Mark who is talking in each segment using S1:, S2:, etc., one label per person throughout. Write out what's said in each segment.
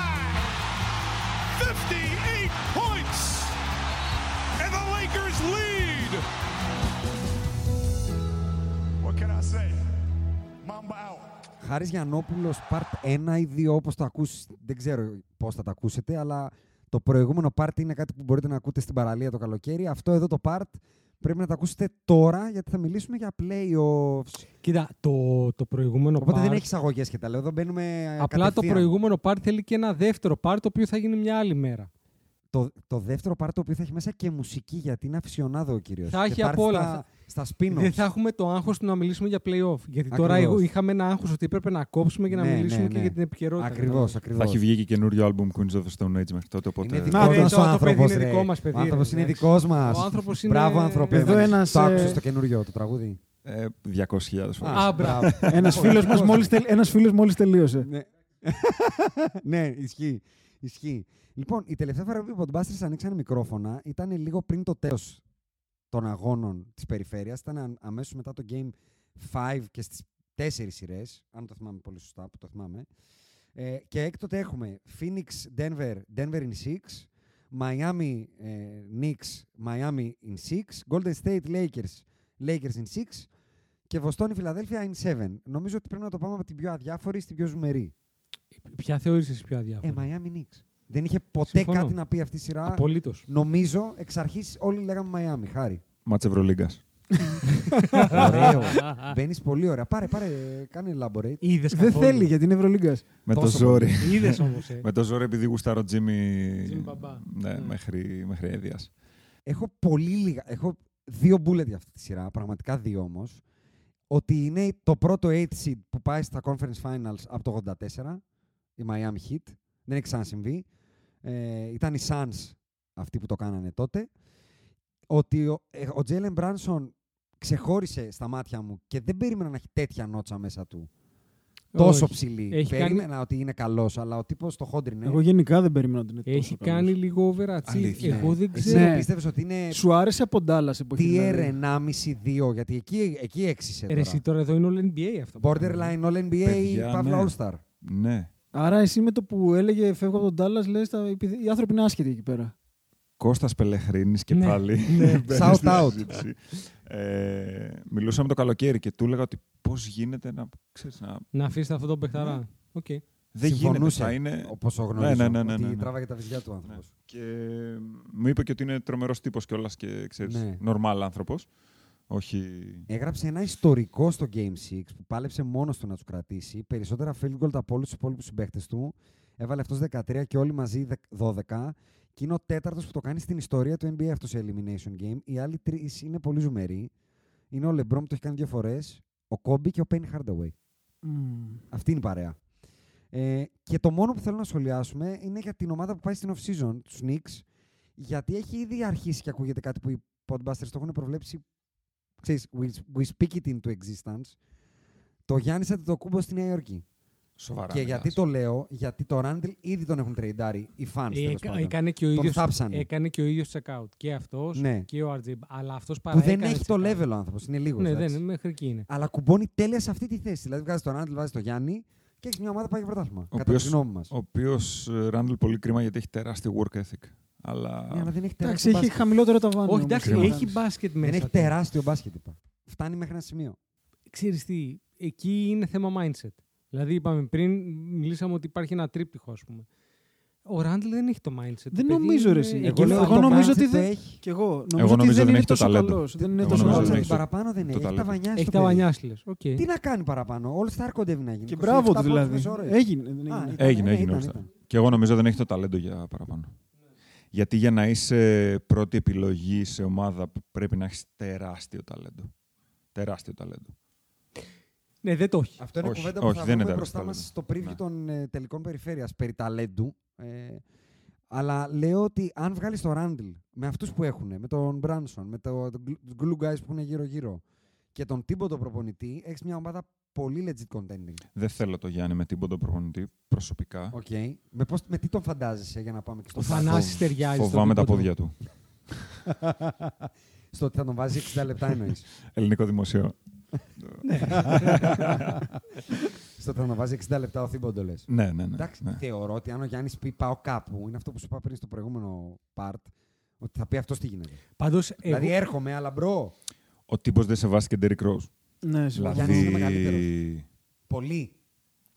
S1: 58 points! And the Lakers lead!
S2: What can I say? Mamba out.
S3: Χάρης Γιαννόπουλος, part 1 ή 2, όπως το ακούσετε, δεν ξέρω πώς θα τα ακούσετε, αλλά το προηγούμενο part είναι κάτι που μπορείτε να ακούτε στην παραλία το καλοκαίρι. Αυτό εδώ το part πρέπει να τα ακούσετε τώρα, γιατί θα μιλήσουμε για playoffs.
S4: Κοίτα, το, το προηγούμενο
S3: Οπότε
S4: part...
S3: δεν έχεις αγωγές και τα λέω. Εδώ μπαίνουμε.
S4: Απλά
S3: κατευθείαν.
S4: το προηγούμενο part θέλει και ένα δεύτερο part, το οποίο θα γίνει μια άλλη μέρα.
S3: Το, το δεύτερο part το οποίο θα έχει μέσα και μουσική, γιατί είναι αφιονάδο ο κύριος.
S4: Θα έχει απ' όλα.
S3: Στα, στα spin-offs.
S4: Δεν θα έχουμε το άγχος του να μιλήσουμε για playoff. Γιατί τώρα
S3: Ακριβώς.
S4: εγώ είχαμε ένα άγχος ότι έπρεπε να κόψουμε για να
S3: Ναι,
S4: μιλήσουμε
S3: ναι,
S4: και
S3: ναι.
S4: για την επικαιρότητα.
S3: Ακριβώς,
S5: Θα
S3: ακριβώ.
S5: έχει βγει και καινούριο άλμπουμ Queens of the Stone Age μέχρι τότε. Οπότε...
S3: Είναι
S4: Να,
S3: δικό
S4: ρε,
S3: μα
S4: το-
S3: ο
S4: το παιδί
S3: άνθρωπος.
S4: είναι δικό μας παιδί,
S3: Ο άνθρωπο
S4: ρε,
S3: είναι
S4: εντάξει.
S3: δικός μας.
S4: Ο άνθρωπος είναι-
S3: Μπράβο, άνθρωπο.
S4: Εδώ
S3: Το
S6: ένας,
S3: άκουσε
S6: ε,
S3: το καινούριο το τραγούδι.
S5: Ε, 200.000 φορές.
S4: Α, μπράβο.
S6: Ένας φίλος μας μόλις ένας φίλος μόλις τελείωσε.
S3: Ναι. ναι, ισχύει. ισχύει. Λοιπόν, η τελευταία φορά που οι Podbusters ανοίξαν μικρόφωνα ήταν λίγο πριν το τέλος των αγώνων της περιφέρειας. Ήταν αμέσως μετά το Game 5 και στις τέσσερις σειρές. Αν το θυμάμαι πολύ σωστά, που το θυμάμαι. Ε, και έκτοτε έχουμε Phoenix, Denver, Denver in 6. Miami ε, Knicks, Miami in 6. Golden State Lakers, Lakers in 6. Και Βοστόνη, Φιλαδέλφια in 7. Νομίζω ότι πρέπει να το πάμε από την πιο αδιάφορη στην πιο ζουμερή.
S4: Ποια θεωρείς εσύ πιο
S3: Ε,
S4: αδιάφορη.
S3: Miami Knicks. Δεν είχε ποτέ
S4: Συμφωνώ.
S3: κάτι να πει αυτή η σειρά.
S4: Απολύτως.
S3: Νομίζω εξ αρχής όλοι λέγαμε Miami. Χάρη.
S5: Μάτς Ευρωλίγκας.
S3: Ωραίο. Μπαίνεις πολύ ωραία. Πάρε, πάρε, κάνε elaborate.
S4: Είδες
S6: Δεν θέλει για την Ευρωλίγκας.
S5: Με το
S3: Τόσο
S5: ζόρι.
S4: Είδες όμως. Ε.
S5: Με το ζόρι επειδή γουστάρω
S4: Τζίμι
S5: Τζίμι.
S4: Μπαμπά.
S5: Ναι,
S4: Ναι.
S5: μέχρι, μέχρι έδιας.
S3: Έχω πολύ λίγα. Έχω δύο bullet για αυτή τη σειρά. Πραγματικά δύο όμως. Ότι είναι το πρώτο 8 seed που πάει στα conference finals από το 84. Η Miami Heat. Δεν έχει ξανασυμβεί. Ε, ήταν οι Suns αυτοί που το κάνανε τότε. Ότι ο, ε, ο Jalen Branson ξεχώρισε στα μάτια μου και δεν περίμενα να έχει τέτοια νότσα μέσα του. Τόσο
S4: Όχι.
S3: ψηλή.
S4: Έχει κάνει-
S3: Περίμενα ότι είναι καλός, αλλά ο τύπος το χόντρινε.
S6: Εγώ γενικά δεν περίμενα ότι είναι τόσο
S4: Έχει
S6: καλός.
S4: κάνει λίγο overachieve.
S5: Αλήθεια.
S4: Εγώ δεν
S3: Εσύ
S4: ξέρω.
S6: Ναι.
S3: πίστευε ότι είναι
S6: Σου άρεσε από Dallas εποχή. δηλαδή.
S3: tier 1,5-2, γιατί εκεί, εκεί έξισε.
S4: Ρε,
S3: Τώρα.
S4: εσύ τώρα εδώ είναι όλο NBA αυτό. που κάνουμε.
S3: Borderline All NBA,
S5: Παιδιά,
S3: Παύλα
S5: ναι.
S3: All Star.
S5: Ναι.
S6: Άρα εσύ με το που έλεγε φεύγω από τον Dallas, λες τα- οι άνθρωποι είναι άσχετοι εκεί πέρα.
S5: Κώστας Πελεχρίνης και
S4: Ναι,
S5: πάλι.
S4: ναι.
S5: μπαίνει
S3: Shout
S5: στη
S3: out.
S5: συζήτηση. Ε, μιλούσαμε το καλοκαίρι και του έλεγα ότι πώς γίνεται να... Ξέρεις, να...
S4: Να αφήσετε αυτό το
S3: Ναι.
S4: παιχταρά. Οκ.
S5: Δεν γίνεται,
S3: Συμφωνούσε,
S5: θα είναι...
S3: Όπως ο γνωρίζω,
S5: Ναι, ναι, ναι,
S3: ότι
S5: ναι, ναι.
S3: τράβαγε τα βυζιά του άνθρωπος.
S5: Και μου είπε και ότι είναι τρομερός τύπος κιόλας και ξέρεις,
S3: Ναι.
S5: normal άνθρωπος. Όχι...
S3: Έγραψε ένα ιστορικό στο Game 6 που πάλεψε μόνος του να τους κρατήσει. Περισσότερα field goal από όλους τους υπόλοιπους συμπαίκτες του. Έβαλε αυτός 13 και όλοι μαζί 12. Και είναι ο τέταρτος που το κάνει στην ιστορία του NBA αυτός σε Elimination Game. Οι άλλοι τρεις είναι πολύ ζουμεροί. Είναι ο Λεμπρόμ που το έχει κάνει δύο φορές, ο Κόμπι και ο Penny Hardaway. Αυτή είναι η παρέα. Ε, και το μόνο που θέλω να σχολιάσουμε είναι για την ομάδα που πάει στην off-season, τους Knicks, γιατί έχει ήδη αρχίσει και ακούγεται κάτι που οι Podbusters το έχουν προβλέψει, ξέρεις, we, we speak it into existence, το Γιάννης Αντιτοκούμπο στη Νέα Υόρκη.
S5: Σοβαρά. ναι,
S3: Και γιατί το λέω, γιατί το Ράντιλ ήδη τον έχουν τρεϊντάρει οι fans.
S4: Ε,
S3: τέλος
S4: έκα-
S3: πάντων.
S4: έκανε, και ο
S3: τον
S4: ίδιος,
S3: θάψανε.
S4: έκανε και ο ίδιος check-out. Και αυτός
S3: Ναι.
S4: και ο RJ. Αλλά αυτός
S3: που
S4: παραέκανε.
S3: δεν έχει το
S4: check-out.
S3: level ο άνθρωπος. Είναι λίγος.
S4: Ναι, δεν είναι, μέχρι εκεί είναι.
S3: Αλλά κουμπώνει τέλεια σε αυτή τη θέση. Δηλαδή βγάζει τον Ράντιλ, βάζει τον Γιάννη και έχει μια ομάδα που πάει για πρωτάθλημα.
S5: Ο
S3: Κατά τη
S5: οποίος-
S3: γνώμη μας.
S5: Ο οποίος Ράντλ πολύ κρίμα γιατί έχει τεράστιο work ethic. Αλλά.
S3: Ναι, αλλά δεν έχει
S6: Εντάξει,
S3: τεράστιο
S6: έχει
S3: μπάσκετ.
S6: χαμηλότερο ταβάνι.
S4: Όχι,
S6: όμως.
S4: εντάξει,
S5: Κρίμα.
S4: έχει μπάσκετ μέσα.
S3: Δεν έχει
S4: του.
S3: τεράστιο μπάσκετ, είπα. Φτάνει μέχρι ένα σημείο.
S4: Ξέρεις τι, εκεί είναι θέμα mindset. Δηλαδή είπαμε πριν, μιλήσαμε ότι υπάρχει ένα τρίπτυχο, ας πούμε. Ο Ράντλ δεν έχει το mindset.
S6: Δεν
S4: Το παιδί
S6: νομίζω,
S4: είναι
S6: ρε, εσύ.
S3: Εγώ λέω
S4: εγκεφαλικό.
S3: το
S6: Ε, νομίζω
S3: mindset
S6: ότι
S3: το
S6: δεν-
S3: έχει.
S6: Κι εγώ
S5: νομίζω
S6: νομίζω, ότι
S5: ότι
S6: δεν,
S5: δεν
S6: είναι
S5: έχει το
S6: τόσο
S5: ταλέντο.
S6: καλός. Δεν είναι
S5: Εγώ
S6: τόσο
S5: νομίζω
S6: καλός.
S5: ότι δεν
S3: Ράντιλ
S5: έχει το-
S3: παραπάνω δεν
S5: το
S3: έχει. Έχει τα
S5: ταλέντο.
S3: βανιά
S4: Έχει
S3: στο
S4: τα
S3: παιδί.
S4: βανιά σου, λες. Οκ.
S3: Τι να κάνει παραπάνω. All Star κοντεύει να γίνει.
S6: Και
S3: 27
S6: μπράβο του
S3: πόντους
S6: δηλαδή.
S3: μες ώρα.
S6: Έγινε. δεν
S3: Α,
S6: έγινε.
S3: ήταν,
S5: Έγινε,
S3: ε,
S5: έγινε.
S3: ήταν,
S5: all-star.
S3: ήταν.
S5: Και εγώ νομίζω δεν έχει το ταλέντο για παραπάνω.
S3: Ναι.
S5: Γιατί για να είσαι πρώτη επιλογή σε ομάδα που πρέπει να έχεις τεράστιο ταλέντο. Τεράστιο ταλέντο.
S4: Ναι, δεν το έχει.
S3: Αυτό είναι
S5: Όχι,
S3: κουβέντα που
S5: όχι,
S3: θα
S5: δεν
S3: βρούμε
S5: είναι
S3: μπροστά μα
S5: τεράστιο
S3: στο preview
S5: Ναι.
S3: των ε, τελικών περιφέρειας περί ταλέντου. Ε, αλλά λέω ότι αν βγάλεις τον Ράντλ με αυτούς που έχουν, με τον Μπράνσον, με το- τον Glu- Glue Guys που είναι γύρω-γύρω και τον Τίμποντο προπονητή, έχεις μια ομάδα πολύ legit contending.
S5: Δεν θέλω το Γιάννη με τίποτα προπονητή προσωπικά.
S3: Okay. Με, πώς, με τι τον φαντάζεσαι για να πάμε και στο
S4: Ο Θανάσης ταιριάζει στον
S5: Φοβάμαι τα
S4: τίποτα.
S5: πόδια του.
S3: στο ότι θα τον βάζει 60 λεπτά εννοείς.
S5: Ελληνικό δημοσίο.
S3: στο ότι θα τον βάζει 60 λεπτά ο Θίμποντο λες.
S5: Ναι, ναι, ναι.
S3: Εντάξει,
S5: ναι.
S3: θεωρώ ότι αν ο Γιάννης πει πάω κάπου, είναι αυτό που σου είπα πριν στο προηγούμενο part, ότι θα πει αυτό τι γίνεται.
S4: Πάντως,
S3: Δηλαδή
S4: εγώ...
S3: έρχομαι, αλλά μπρο.
S5: Ο τύπος δεν σεβάστηκε Ντέρι Ρόζ.
S6: Ναι, συμφωνώ.
S3: Γιάννης είναι μεγαλύτερος.
S5: Δηλαδή.
S3: Πολύ.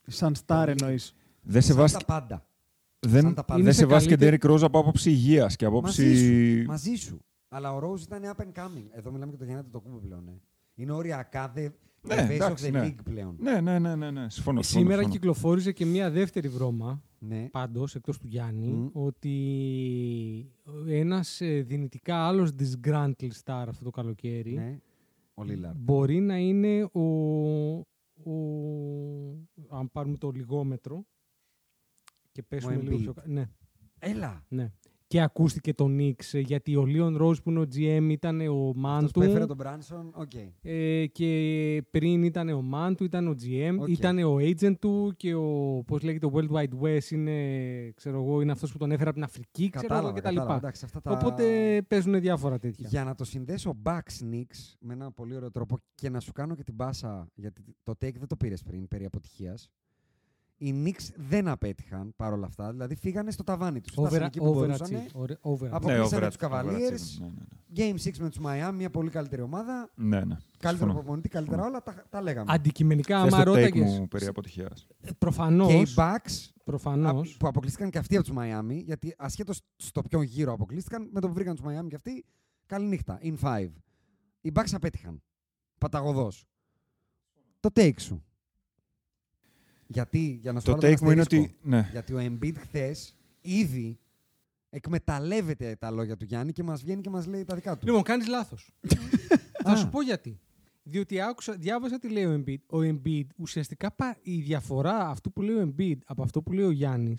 S6: Σαν στάρ εννοείς.
S5: Δεν
S3: Σαν
S5: σεβάστηκε.
S3: τα πάντα. σαν
S5: Δεν,
S3: τα πάντα.
S5: δεν
S4: Είναι σε
S5: σεβάστηκε
S4: καλύτερη-
S5: Ντέρι Ρόζ από άποψη υγείας και
S3: Μαζί
S5: άποψη.
S3: σου, μαζί σου. Αλλά ο Rose ήταν up and coming. Εδώ μιλάμε για το Γιάννη το κούμπο πλέον. ε. Είναι οριακά δε,
S5: Ναι,
S3: the face
S5: εντάξει,
S3: of the
S5: ναι.
S3: league πλέον.
S5: Ναι, ναι, ναι, ναι, ναι. Συμφωνώ.
S4: Ε, Σήμερα
S3: ε,
S5: συμφωνώ.
S4: κυκλοφόρησε και μια δεύτερη βρώμα,
S3: Ναι.
S4: πάντως, εκτός του Γιάννη,
S3: Μμ.
S4: ότι ένας ε, δυνητικά άλλος disgruntled star αυτό το καλοκαίρι
S3: ναι. Ο Λίλαρντ.
S4: μπορεί να είναι ο, ο... αν πάρουμε το λιγόμετρο και πέσουμε λίγο
S3: Embiid.
S4: πιο... κα- Ναι,
S3: Έλα.
S4: ναι. Και ακούστηκε το Νίξ, γιατί ο Λίον Ρόζ που είναι ο GM ήταν ο μάν
S3: Αυτός που έφερε
S4: του
S3: τον Μπράνσον, οκ.
S4: ε, και πριν ήταν ο μάν του, ήταν ο GM,
S3: Οκ.
S4: ήταν ο agent του και ο, πώς λέγεται, ο World Wide West είναι, ξέρω εγώ, είναι αυτός που τον έφερε από την Αφρική, ξέρω
S3: Κατάλαβα,
S4: εγώ, και τα
S3: κατάλαβα.
S4: λοιπά.
S3: Εντάξει, αυτά τα...
S4: Οπότε παίζουν διάφορα τέτοια.
S3: Για να το συνδέσω Bucks Knicks με ένα πολύ ωραίο τρόπο και να σου κάνω και την πάσα, γιατί το take δεν το πήρες πριν περί αποτυχίας. Οι Knicks δεν απέτυχαν παρόλα αυτά, δηλαδή φύγανε στο ταβάνι τους. Φτάσανε
S4: Over,
S3: εκεί που
S4: over,
S3: μπορούσανε. Από-
S4: over.
S5: Ναι,
S3: αποκλείσανε
S5: overachiever,
S3: τους Cavaliers.
S5: overachiever, ναι, ναι, ναι.
S3: Game 6 με τους Miami, μια πολύ καλύτερη ομάδα.
S5: Ναι, ναι.
S3: Καλύτερο
S5: Συμφωνώ.
S3: προπονητή, καλύτερα όλα, τα, τα λέγαμε.
S4: Αντικειμενικά,
S5: Θες
S4: άμα
S5: το take
S4: ρώταγες,
S5: μου περί αποτυχίας.
S4: προφανώς,
S3: Και οι Bucks
S4: προφανώς,
S3: απ- που αποκλείστηκαν και αυτοί από τους Miami, γιατί ασχέτως στο ποιον γύρο αποκλείστηκαν, με το που βρήκαν τους Miami και αυτοί, καληνύχτα, in five. Οι Bucks απέτυχαν. Παταγωδός. Το take σου. Γιατί, για να σου
S5: Το
S3: βάλω ένα
S5: take μου είναι
S3: αστερίσκο.
S5: ότι... Ναι.
S3: Γιατί ο Embiid χθες ήδη εκμεταλλεύεται τα λόγια του Γιάννη και μας βγαίνει και μας λέει τα δικά του.
S4: Λοιπόν, κάνεις λάθος.
S3: Α.
S4: Θα σου πω γιατί. Διότι άκουσα, διάβασα τι λέει ο Embiid. Ο Embiid ουσιαστικά πα- η διαφορά αυτού που λέει ο Embiid από αυτό που λέει ο Γιάννης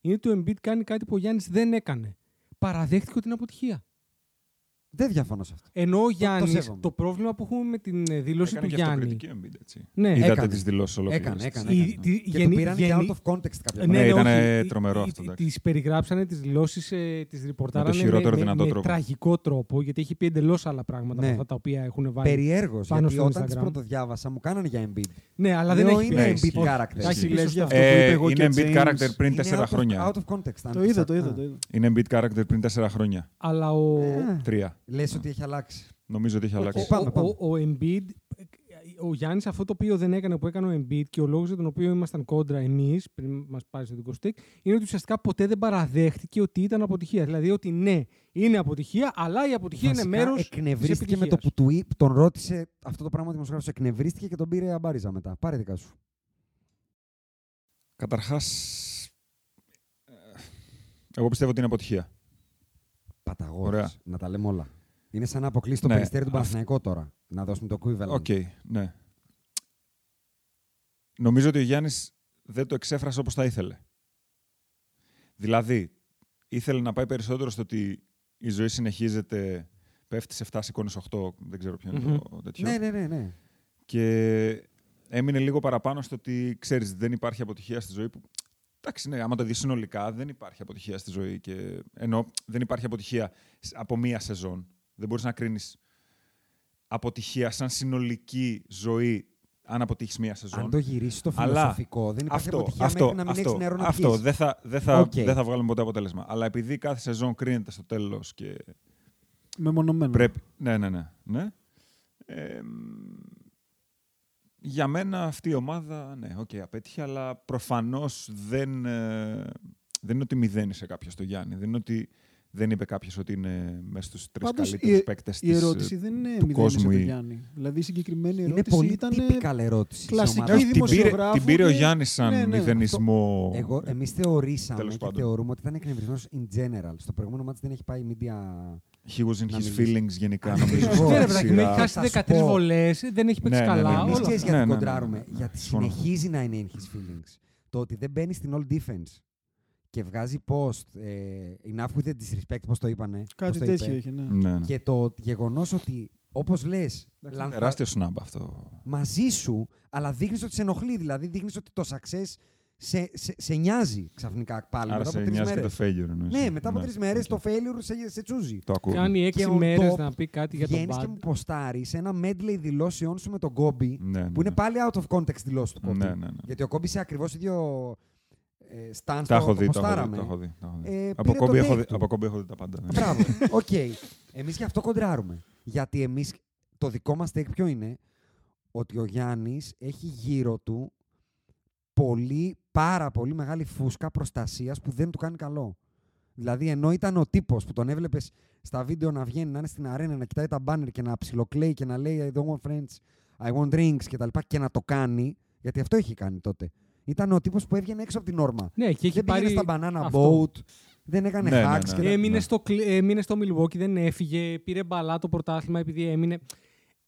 S4: είναι ότι ο Embiid κάνει κάτι που ο Γιάννης δεν έκανε. Παραδέχτηκε την αποτυχία.
S3: Δεν διαφωνώ σε αυτό.
S4: Ενώ ο
S3: το
S4: Γιάννης, το,
S3: σέβομαι.
S4: πρόβλημα που έχουμε με την ε, δήλωση
S5: Έκανε
S4: του
S5: και
S4: Γιάννη.
S5: αυτοκριτική Embiid, έτσι.
S4: Ναι,
S5: Είδατε
S3: έκανε.
S5: τις δηλώσεις ολόκληρες.
S3: Έκανε, έκανε.
S4: Η-
S3: έκανε.
S4: τη-
S3: Και
S4: γεννη-
S3: το πήραν
S4: γεννη-
S3: και out of context κάποια
S5: Ναι,
S3: πράγματα.
S5: ήταν
S4: όχι.
S5: τρομερό αυτό,
S4: Τι-
S5: εντάξει.
S4: Τις περιγράψανε, τις δηλώσεις, ε, τις
S5: Με
S4: ριπορτάρανε
S5: το
S4: με,
S5: χειρότερο
S4: με,
S5: δυνατό
S4: με
S5: τρόπο.
S4: τραγικό τρόπο, γιατί έχει πει εντελώς άλλα πράγματα
S3: Ναι.
S4: από αυτά τα οποία έχουν βάλει.
S3: Περιέργως,
S4: Πάνω
S3: γιατί
S4: στο
S3: όταν τις
S4: Instagram.
S3: πρωτοδιάβασα μου κάνανε για Embiid.
S4: Ναι, αλλά δεν
S3: Λέω,
S4: έχει
S3: είναι
S5: Ναι,
S4: πει.
S3: Embiid
S5: ισχύει.
S3: character.
S5: Ισχύει.
S6: Εντάξει,
S5: Ισχύει.
S6: λες γι' αυτό που είπε
S5: Ε,
S6: εγώ και
S5: είναι
S6: ο
S5: Embiid
S6: James.
S5: character πριν
S3: Είναι out
S5: 4
S3: of-
S5: χρόνια.
S3: Out of context. αν
S6: Το
S3: πεις
S6: είδα,
S3: αυτό.
S6: το είδα,
S3: Α.
S6: το είδα.
S5: Είναι Embiid character πριν 4 χρόνια.
S4: Αλλά ο,
S3: Ναι.
S5: Τρία.
S3: Λες ότι έχει αλλάξει.
S5: Νομίζω ότι έχει αλλάξει.
S3: Πάμε,
S4: ο,
S3: πάμε.
S4: ο, ο Embiid, ο Γιάννης αυτό το οποίο δεν έκανε που έκανε ο Embiid και ο λόγος για τον οποίο ήμασταν κόντρα εμείς πριν μας πάρει στο δικό στικ είναι ότι ουσιαστικά ποτέ δεν παραδέχτηκε ότι ήταν αποτυχία. Δηλαδή ότι ναι, είναι αποτυχία, αλλά η αποτυχία είναι
S3: Βασικά, ε,
S4: μέρος της
S3: Εκνευρίστηκε με το
S4: επιτυχίας.
S3: που του είπ- τον ρώτησε αυτό το πράγμα ο δημοσιογράφος. Εκνευρίστηκε και τον πήρε αμπάριζα μετά. Πάρε δικά σου.
S5: Καταρχάς, ε, εγώ πιστεύω ότι είναι αποτυχία. Ωραία.
S3: Παταγόρες. Να τα λέμε όλα. Είναι σαν να αποκλείσει το
S5: Ναι,
S3: περιστέρι του
S5: αυτό-
S3: Παναθηναϊκού τώρα. Να δώσουν το equivalent.
S5: Οκ, ναι. Νομίζω ότι ο Γιάννης δεν το εξέφρασε όπως θα ήθελε. Δηλαδή, ήθελε να πάει περισσότερο στο ότι η ζωή συνεχίζεται, πέφτει σε 7, σηκώνεις 8, δεν ξέρω ποιο είναι το τέτοιο.
S3: Ναι, ναι, ναι, ναι.
S5: Και έμεινε λίγο παραπάνω στο ότι ξέρεις, δεν υπάρχει αποτυχία στη ζωή. Που, εντάξει, ναι, άμα το δεις συνολικά, δεν υπάρχει αποτυχία στη ζωή. Και, ενώ δεν υπάρχει αποτυχία σ- από μία σεζόν. Δεν μπορείς να κρίνεις αποτυχία σαν συνολική ζωή αν αποτύχεις μία σεζόν.
S3: Αν το γυρίσεις το
S5: Αλλά
S3: φιλοσοφικό, δεν υπάρχει
S5: αυτό,
S3: αποτυχία
S5: αυτό,
S3: μέχρι να μην
S5: αυτό,
S3: έχεις νερό να
S5: Αυτό,
S3: πιείς.
S5: δεν θα, δεν, θα,
S3: Οκ.
S5: δεν θα βγάλουμε ποτέ αποτέλεσμα. Αλλά επειδή κάθε σεζόν κρίνεται στο τέλος και
S6: Μεμονωμένο.
S5: πρέπει. Ναι, ναι, ναι. ναι. Ε, μ, για μένα αυτή η ομάδα, ναι, οκ, απέτυχε, αλλά προφανώς δεν, ε, δεν είναι ότι μηδένισε κάποιος το Γιάννη. Δεν είναι ότι δεν είπε κάποιος ότι είναι μέσα στους τρεις
S6: Πάντως,
S5: καλύτερους
S6: η-
S5: παίκτες
S6: η
S5: της, ε,
S6: ερώτηση δεν είναι
S5: του
S6: μηδένισε
S5: κόσμου.
S6: το
S5: ή-
S6: Γιάννη. Δηλαδή η συγκεκριμένη
S3: Είναι
S6: ερώτηση
S3: πολύ
S6: ήταν.
S3: typical ερώτηση της
S6: Κλασική
S3: ομάδας.
S5: Την πήρε,
S6: δημοσιογράφου.
S5: την πήρε ο
S6: και-
S5: Γιάννης σαν
S6: ναι, ναι.
S5: μηδενισμό.
S3: Εγώ, εμείς θεωρήσαμε
S5: Τέλος
S3: και
S5: πάντων.
S3: θεωρούμε ότι ήταν εκνευρισμένος in general. Στο προηγούμενο μάτι δεν έχει πάει η media.
S5: He was in
S3: να
S5: his
S3: μιλήσει.
S5: feelings γενικά. νομίζω,
S3: Ακριβώς.
S5: στη
S4: Ναι, ρε παιδάκι μου,
S5: σειρά.
S4: έχει
S3: Θα
S4: χάσει
S3: σου
S4: 13
S3: πω.
S4: βολές, δεν έχει παίξει
S5: Ναι, ναι, ναι,
S4: καλά.
S5: ναι.
S3: Εμεί
S4: όλα
S3: ξέρεις γιατί
S4: αυτά.
S5: Ναι, ναι, ναι,
S3: κοντράρουμε.
S5: ναι, ναι.
S3: Γιατί
S5: Συμφωνώ.
S3: συνεχίζει να είναι in his feelings. Το ότι δεν μπαίνει στην all defense και βγάζει post. Ε, enough with the disrespect, πώς το είπανε. πώς
S6: Κάτι
S3: το
S6: τέτοιο
S3: είπε.
S6: είχε, ναι.
S5: Ναι, ναι.
S3: Και το γεγονός ότι, όπως λες,
S5: Τεράστιο snap αυτό.
S3: μαζί σου, αλλά δείχνεις ότι σε ενοχλεί. Δηλαδή δείχνεις ότι το success σε, σε, σε νοιάζει ξαφνικά πάλι
S5: Άρα
S3: μετά
S5: σε
S3: από τρεις
S5: νοιάζει και
S3: μέρε.
S5: το failure. εννοείς.
S3: Ναι, μετά από
S5: Ναι,
S3: τρεις μέρες
S5: οκ.
S3: το failure σε, σε τσούζει.
S5: Το ακούω.
S4: Κάνει
S3: Και
S4: 6
S3: ο
S4: μέρες
S3: top
S4: να πει κάτι για τον
S3: Βγαίνεις και
S4: Μπαντ.
S3: μου ποστάρεις ένα medley δηλώσεών σου με τον Κόμπι,
S5: Ναι, ναι,
S3: που είναι
S5: ναι.
S3: πάλι out of context δηλώσεις του Κόμπι.
S5: Ναι, ναι, ναι.
S3: Γιατί ο Κόμπι σε ακριβώς ίδιο ε, stance
S5: Τα
S3: το-
S5: έχω δει, τα έχω
S3: το
S5: δει.
S3: ποστάραμε.
S5: τα έχω δει, τα έχω δει.
S3: Ε,
S5: από,
S3: πήρε το
S5: κόμπι έχω
S3: take
S5: δει
S3: του.
S5: από κόμπι έχω δει τα πάντα. ναι.
S3: Μπράβο. Οκ. Εμείς γι' αυτό κοντράρουμε. Γιατί εμείς το δικό μας take ποιο είναι, ότι ο Γιάννης έχει γύρω του πολύ, πάρα πολύ μεγάλη φούσκα προστασίας που δεν του κάνει καλό. Δηλαδή, ενώ ήταν ο τύπος που τον έβλεπες στα βίντεο να βγαίνει, να είναι στην αρένα, να κοιτάει τα μπάνερ και να ψιλοκλαίει και να λέει I don't want friends, I want drinks κτλ. Και, και να το κάνει, γιατί αυτό είχε κάνει τότε. Ήταν ο τύπος που έβγαινε έξω από την όρμα.
S4: Ναι, και έχει
S3: δεν
S4: πάρει.
S3: πήγαινε στα banana
S4: αυτό.
S3: boat, δεν έκανε
S5: Ναι, ναι,
S3: hacks
S5: ναι.
S3: και τα-
S4: Έμεινε,
S5: Ναι.
S4: στο, κλε- έμεινε στο Milwaukee, δεν έφυγε, πήρε μπαλά το πρωτάθλημα επειδή έμεινε.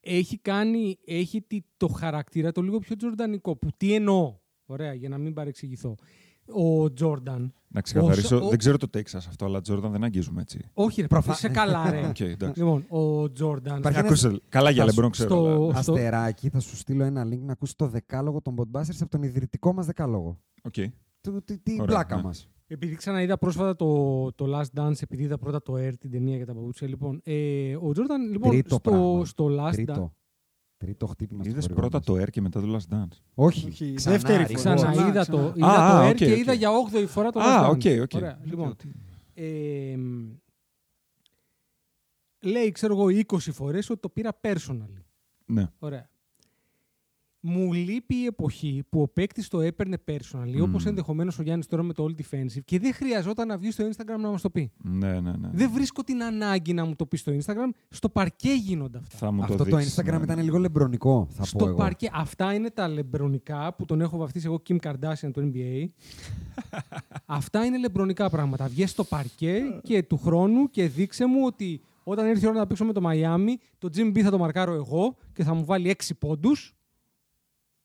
S4: Έχει κάνει, έχει τη- το χαρακτήρα το λίγο πιο τζορντανικό, που τι εννοώ, ωραία, για να μην παρεξηγηθώ. Ο Τζόρνταν,
S5: Να ξεκαθαρίσω,
S4: Όσο- ο-
S5: δεν ξέρω το take σας αυτό, αλλά Τζόρνταν δεν αγγίζουμε έτσι.
S4: όχι ρε,
S3: Προφα-
S4: σε καλά ρε.
S5: Οκ, εντάξει.
S4: λοιπόν, ο Τζόρνταν,
S3: Υπάρχει-
S5: Ακούσε, καλά για
S3: Ναι. θα
S5: λεμπρό,
S4: σου-
S5: ξέρω. αλλά-
S4: στο-
S3: Αστεράκι, θα σου στείλω ένα link να ακούσεις το δεκάλογο των Podbusters από τον ιδρυτικό μας δεκάλογο.
S5: Οκ.
S3: Του- Τι, τι
S5: Ωραία,
S3: πλάκα
S5: ναι.
S3: μας.
S4: επειδή ξαναείδα πρόσφατα το, το Last Dance, επειδή είδα πρώτα το Air, την ταινία για τα παπούτσια, λοιπόν, ε, ο Τζόρνταν, λοιπόν,
S3: Τρίτο
S4: στο,
S3: πράγμα.
S4: στο Last Dance,
S3: Τρίτο. Τρίτο χτύπημα. στο
S5: Είδες
S3: χωριό
S5: πρώτα
S3: μας.
S5: το Air και μετά το Last Dance.
S3: Όχι.
S6: Όχι,
S3: ξανά,
S6: δεύτερη
S3: ρε,
S6: φορά.
S3: ξανά.
S4: Ξαναείδα
S6: ξανά.
S4: το,
S6: Α,
S4: είδα το
S5: α,
S4: Air
S5: οκ,
S4: και
S5: οκ.
S4: είδα για 8η φορά το
S5: Α,
S4: Last
S5: οκ,
S4: Dance.
S5: οκ.
S4: Ωραία, λοιπόν,
S5: Οκ, οκ.
S4: Ε, μ, λέει, ξέρω εγώ, 20 φορές ότι το πήρα personal.
S5: Ναι.
S4: Ωραία. Μου λείπει η εποχή που ο παίκτης το έπαιρνε personal,
S5: Μμμ.
S4: όπως ενδεχομένως ο Γιάννης τώρα με το All Defensive, και δεν χρειαζόταν να βγει στο Instagram να μας το πει.
S5: Ναι, ναι, ναι.
S4: Δεν βρίσκω την ανάγκη να μου το πει στο Instagram. Στο παρκέ γίνονται αυτά.
S5: Θα μου
S3: Αυτό
S5: το
S3: το,
S5: δείξεις,
S3: Instagram
S5: ναι.
S3: ήταν λίγο λεμπρονικό, θα πω
S4: Στο
S3: εγώ.
S4: παρκέ. Αυτά είναι τα λεμπρονικά που τον έχω βαφτίσει εγώ Kim Kardashian του NBA. Αυτά είναι λεμπρονικά πράγματα. Βγες στο παρκέ και του χρόνου και δείξε μου ότι όταν ήρθε η ώρα να παίξω με το Μαϊάμι, το Jim B θα το μαρκάρω εγώ και θα μου βάλει έξι πόντους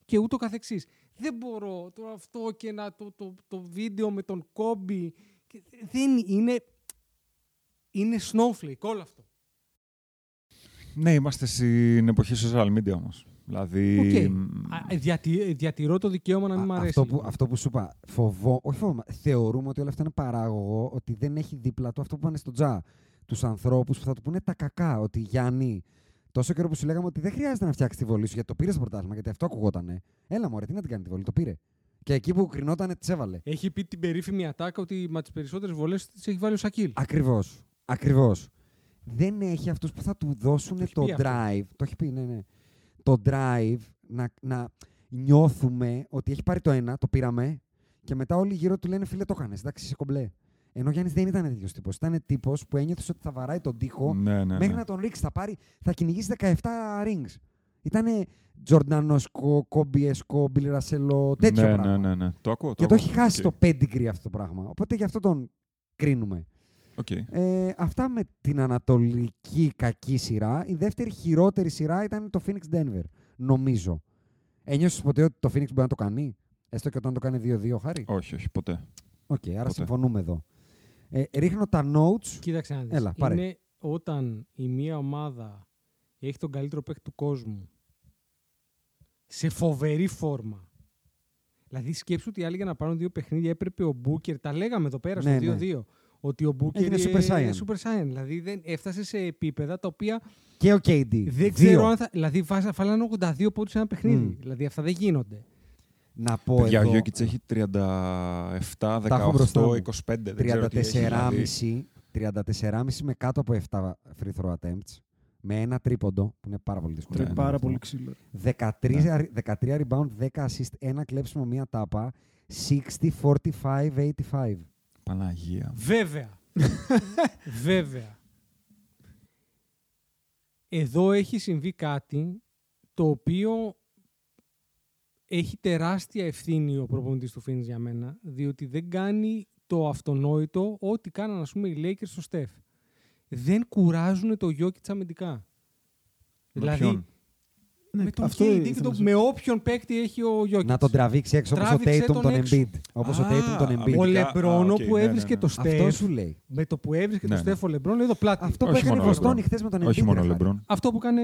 S4: και ούτω καθεξής. Δεν μπορώ το αυτό και να το, το, το βίντεο με τον Κόμπι. Και Δεν είναι... Είναι snowflake όλο αυτό.
S5: Ναι, είμαστε στην εποχή social media όμως. Δηλαδή...
S4: Οκ.
S5: μ,
S4: Α, διατη- διατηρώ το δικαίωμα να μην
S3: Α,
S4: μ' αρέσει.
S3: αυτό, που,
S4: λοιπόν.
S3: αυτό που σου είπα, φοβό, όχι φοβόμαι, θεωρούμε ότι όλο αυτό είναι παράγωγο, ότι δεν έχει δίπλα του αυτό που πάνε στο τζα. Τους ανθρώπους που θα του πούνε τα κακά. Ότι Γιάννη, τόσο καιρό που σου λέγαμε ότι δεν χρειάζεται να φτιάξεις τη βολή σου γιατί το πήρες στο πρωτάθλημα, γιατί αυτό ακουγότανε. Έλα, μωρέ, τι να την κάνει τη βολή, το πήρε. Και εκεί που κρινότανε, της έβαλε.
S4: Έχει πει την περίφημη ατάκα ότι με τις περισσότερες βολές τι έχει βάλει ο Σακίλ.
S3: Ακριβώς. Ακριβώς. Δεν έχει αυτούς που θα του δώσουν
S4: Το έχει
S3: το,
S4: πει αυτό.
S3: drive. Το έχει πει, ναι, ναι. Το drive να, να νιώθουμε ότι έχει πάρει το ένα, το πήραμε, και μετά όλοι γύρω του λένε φίλε το έκανε. Εντάξει, είσαι κομπλέ. Ενώ ο Γιάννης δεν ήταν τέτοιο τύπος. Ήταν τύπος που ένιωθες ότι θα βαράει τον τοίχο
S5: Ναι, ναι, ναι.
S3: μέχρι να τον ρίξει. Θα, πάρει, θα κυνηγήσει 17 rings. Ήταν Τζορντανοσκο, Κόμπιεσκο, Μπιλ Ρασελό, τέτοιο
S5: ναι,
S3: πράγμα.
S5: ναι, ναι, ναι. Το ακούω.
S3: Και το
S5: ακούω.
S3: έχει χάσει
S5: Οκ.
S3: το pedigree αυτό το πράγμα. Οπότε γι' αυτό τον κρίνουμε.
S5: Οκ.
S3: Ε, αυτά με την ανατολική κακή σειρά. Η δεύτερη χειρότερη σειρά ήταν το Phoenix Denver, νομίζω. Ένιωσες ποτέ ότι το Phoenix μπορεί να το κάνει, έστω και όταν το κάνει 2-2, χάρη.
S5: Όχι, όχι, ποτέ.
S3: Οκ, άρα
S5: ποτέ.
S3: συμφωνούμε εδώ. Ε, ρίχνω τα notes.
S4: Κοίταξε να δεις.
S3: Έλα, πάρε.
S4: Είναι όταν η μία ομάδα έχει τον καλύτερο παίκτη του κόσμου σε φοβερή φόρμα. Δηλαδή σκέψου ότι οι άλλοι για να πάρουν δύο παιχνίδια έπρεπε ο Μπούκερ, τα λέγαμε εδώ πέρα
S3: Ναι,
S4: στο
S3: ναι.
S4: 2-2, ότι ο Μπούκερ
S3: Έγινε Super Saiyan.
S4: Super Saiyan. Δηλαδή δεν, έφτασε σε επίπεδα τα οποία
S3: Και ο KD.
S4: δεν ξέρω αν θα... Δηλαδή βάζα- φάλανε 82 πόντους σε ένα παιχνίδι. Δηλαδή αυτά δεν γίνονται.
S3: Να πω
S5: Παιδιά, ο
S3: εδώ.
S5: Γιώκητς έχει 37, 18,
S3: Τα έχω μπροστά μου.
S5: 25. Δεν ξέρω τι έχει, δηλαδή.
S3: 34,5 34,5 με κάτω από 7 free throw attempts. Με ένα τρίποντο, που είναι πάρα πολύ δύσκολο.
S5: Ναι,
S6: Τρε-
S3: να
S6: πάρα
S3: είναι
S6: πολύ
S3: αυτό.
S6: ξύλο.
S3: 13, αρι- 13 rebound, 10 assist, ένα κλέψιμο, μία τάπα. 60, 45, 85.
S5: Παναγία.
S4: Βέβαια. Βέβαια. Εδώ έχει συμβεί κάτι το οποίο έχει τεράστια ευθύνη ο προπονητής του Φίνης για μένα, διότι δεν κάνει το αυτονόητο ό,τι κάναν ας πούμε οι Lakers στο Στεφ. Δεν κουράζουν το Γιώκητς αμυντικά.
S5: Με
S4: δηλαδή,
S5: ποιον?
S6: Ναι,
S4: με, τον
S6: αυτό
S4: KD και
S6: ήθελα
S4: τον-
S6: να σου
S4: με όποιον παίκτη έχει ο Γιώκητς.
S3: Να τον τραβήξει έξω όπως ο
S4: Τράβηξε
S3: Tatum τον,
S4: τον έξω.
S3: Embiid. Όπως ο
S4: Α,
S3: Tatum τον Embiid.
S4: Ο
S5: Αμυντικά,
S4: Λεμπρόν
S5: α, οκ,
S4: που
S5: ναι, ναι,
S4: έβρισκε
S5: ναι.
S4: το Στεφ.
S3: Αυτό σου λέει.
S4: Με το που έβρισκε
S5: Ναι,
S4: το
S5: ναι.
S4: Στέφο Λεμπρόν, λέει εδώ πλάτη.
S3: Αυτό που
S5: Όχι
S3: έκανε η
S5: μόνο ο
S3: Βοστόνη
S5: Λεμπρόν.
S3: χθες με τον Embiid.
S5: Όχι μόνο
S3: ρε
S5: ο
S3: χάρη.
S5: Λεμπρόν.
S4: Αυτό που κάνει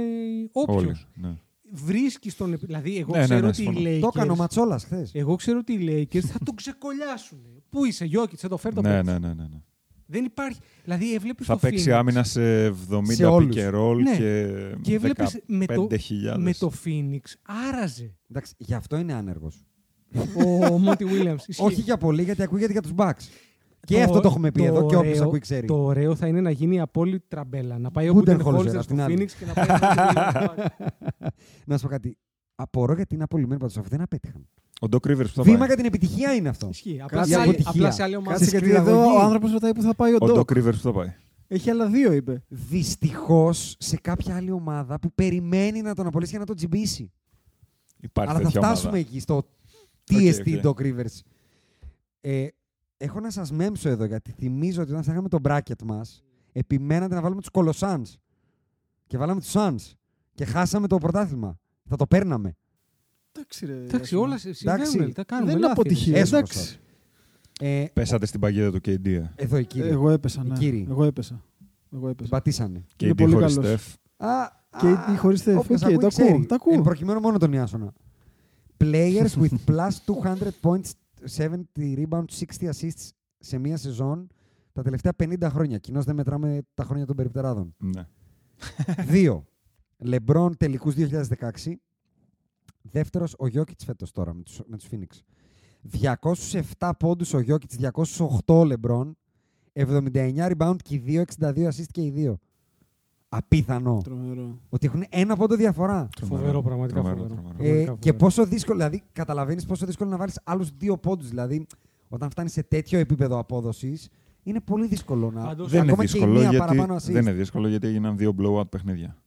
S4: όποιο.
S5: Όλους. ναι.
S4: Βρίσκει τον. επι- Δηλαδή, εγώ
S5: Ναι, ναι,
S4: ξέρω
S5: ναι,
S4: ότι οι
S5: συμφωνώ.
S4: Lakers.
S3: Το έκανε ο Ματσόλας χθες.
S4: Εγώ ξέρω ότι οι Lakers θα τον ξεκολλιάσουν. Πού είσαι, Γιώκητ, θα το φέρει το
S5: Ναι,
S4: παίξι.
S5: ναι, ναι, ναι, ναι.
S4: Δεν υπάρχει. Δηλαδή, έβλεπες
S5: Θα παίξει άμυνα σε 70
S3: Σε όλους.
S5: pick and roll
S4: Ναι.
S5: και,
S4: Και έβλεπες με, το-
S5: 15.000.
S4: με το Phoenix άραζε
S3: Εντάξει, γι' αυτό είναι άνεργος.
S4: ο Μόντι Williams. Ισχύει.
S3: Όχι για πολύ, γιατί ακούγεται για τους Bucks. Και
S4: Το-
S3: αυτό το έχουμε πει
S4: το
S3: εδώ και όποιος
S4: ωραίο-
S3: ακούει ξέρει.
S4: Το ωραίο θα είναι να γίνει η απόλυτη τραμπέλα. Να πάει ο
S3: Budenholzer,
S4: Μπούντεν
S3: απ'
S4: στο
S3: την άλλη.
S4: Phoenix και να πάει ο Monty Williams.
S3: Να σου πω κάτι. Απορώ γιατί είναι απολυμμένοι πάντως. Αυτοί δεν απέτυχαν.
S5: Ο Doc Rivers που θα
S3: Βήμα
S5: πάει.
S3: για την επιτυχία είναι αυτό.
S4: Ισχύει. Απλά
S3: Κάτσε
S4: σε άλλη-
S3: αποτυχία.
S4: Απλά σε άλλη ομάδα.
S6: Κάτσε γιατί εδώ ο άνθρωπος ρωτάει που θα πάει ο
S5: Ο Doc
S6: Ντόκ.
S5: Rivers που θα πάει.
S6: Έχει άλλα δύο, είπε.
S3: Δυστυχώς σε κάποια άλλη ομάδα που περιμένει να τον απολύσει για να τον τσιμπήσει.
S5: Υπάρχει
S3: Αλλά θα
S5: τέτοια
S3: φτάσουμε
S5: ομάδα.
S3: εκεί στο
S5: Οκ,
S3: TST
S5: οκ.
S3: Doc Rivers. Ε, έχω να σας μέμψω εδώ γιατί θυμίζω ότι όταν φτιάχναμε το bracket μας, επιμένατε να βάλουμε τους Κολοσάνς. Και βάλαμε τους Suns. Και χάσαμε το πρωτάθλημα. Θα το παίρναμε.
S6: Εντάξει, ρε.
S4: Εντάξει,
S6: Άσμα.
S4: όλα σε- συμβαίνουν.
S3: Εντάξει.
S4: Τα
S6: Δεν
S4: κάνουμε.
S6: είναι
S4: λάθη, ρε.
S6: αποτυχία.
S3: Έσχος
S6: Εντάξει.
S3: Ε,
S5: Πέσατε στην παγίδα του KD. ε.
S3: εδώ οι κύριοι.
S6: Εγώ έπεσα. Ναι.
S3: Κύριοι.
S6: Εγώ έπεσα. Εγώ έπεσα.
S3: Πατήσανε.
S5: KD
S6: πολύ
S5: χωρίς
S6: καλός.
S5: Steph.
S3: Α,
S6: Και η χωρί Στεφ.
S3: Όποιος
S6: Ναι, Οκ,
S3: ακούει,
S6: τα ακούω.
S3: ξέρει.
S6: Τα ακούω.
S3: Εν προκειμένου μόνο τον Ιάσονα. Players with plus 200 points, 70 rebounds, 60 assists σε μία σεζόν τα τελευταία 50 χρόνια. Κοινώς δεν μετράμε τα χρόνια των περιπτεράδων.
S5: Ναι.
S3: Δύο. Λεμπρόν τελικούς 2016. Δεύτερος ο Γιώκητς φέτος τώρα με τους, με τους Phoenix. 207 πόντους ο Γιώκητς, 208 ο Λεμπρόν, 79 rebound και οι δύο, 62 assist και οι δύο. Απίθανο
S6: Τρομερό.
S3: ότι έχουν ένα πόντο διαφορά.
S4: Φοβερό, πραγματικά
S5: Τρομερό,
S4: φοβερό.
S5: τρομερό.
S3: Ε,
S4: Πραγματικά
S3: και
S4: φοβερό.
S3: πόσο δύσκολο, δηλαδή καταλαβαίνεις πόσο δύσκολο είναι να βάλεις άλλους δύο πόντους. Δηλαδή, όταν φτάνεις σε τέτοιο επίπεδο απόδοσης, είναι πολύ δύσκολο να.
S4: Πάντως,
S5: Δεν είναι
S3: ακόμα και η
S5: δύσκολο
S3: μία
S5: γιατί-
S3: παραπάνω assist.
S5: δεν είναι δύσκολο γιατί έγιναν δύο blowout παιχνίδια.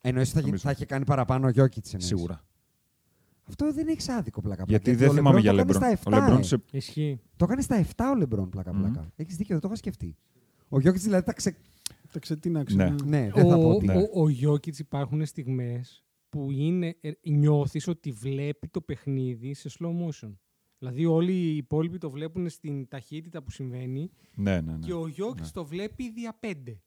S3: Εννοείς ότι θα, γι-
S5: Νομίζω.
S3: θα είχε κάνει παραπάνω ο Γιώκητ.
S5: Σίγουρα.
S3: Αυτό δεν έχει άδικο πλάκα. πλάκα.
S5: Γιατί δεν θυμάμαι για Λεμπρόν.
S3: Λεμπρόν.
S5: Ο Λεμπρόν σε
S4: Ισχύει.
S3: ε, Το έκανε στα 7 ο Λεμπρόν πλάκα. πλάκα. Έχεις δίκιο, δεν το είχα σκεφτεί. Ο Γιώκητ δηλαδή τα ξε.
S6: Τα ξετίναξε.
S5: Ναι.
S3: Ναι,
S4: Ο,
S3: δεν θα πω
S4: ο,
S3: ότι.
S4: ο Γιώκητς υπάρχουν στιγμές που είναι, ε, νιώθεις ότι βλέπει το παιχνίδι σε slow motion. Δηλαδή όλοι οι υπόλοιποι το βλέπουν στην ταχύτητα που συμβαίνει
S5: Ναι, ναι, ναι.
S4: και ο Γιώκητς
S5: Ναι.
S4: το βλέπει δια πέντε.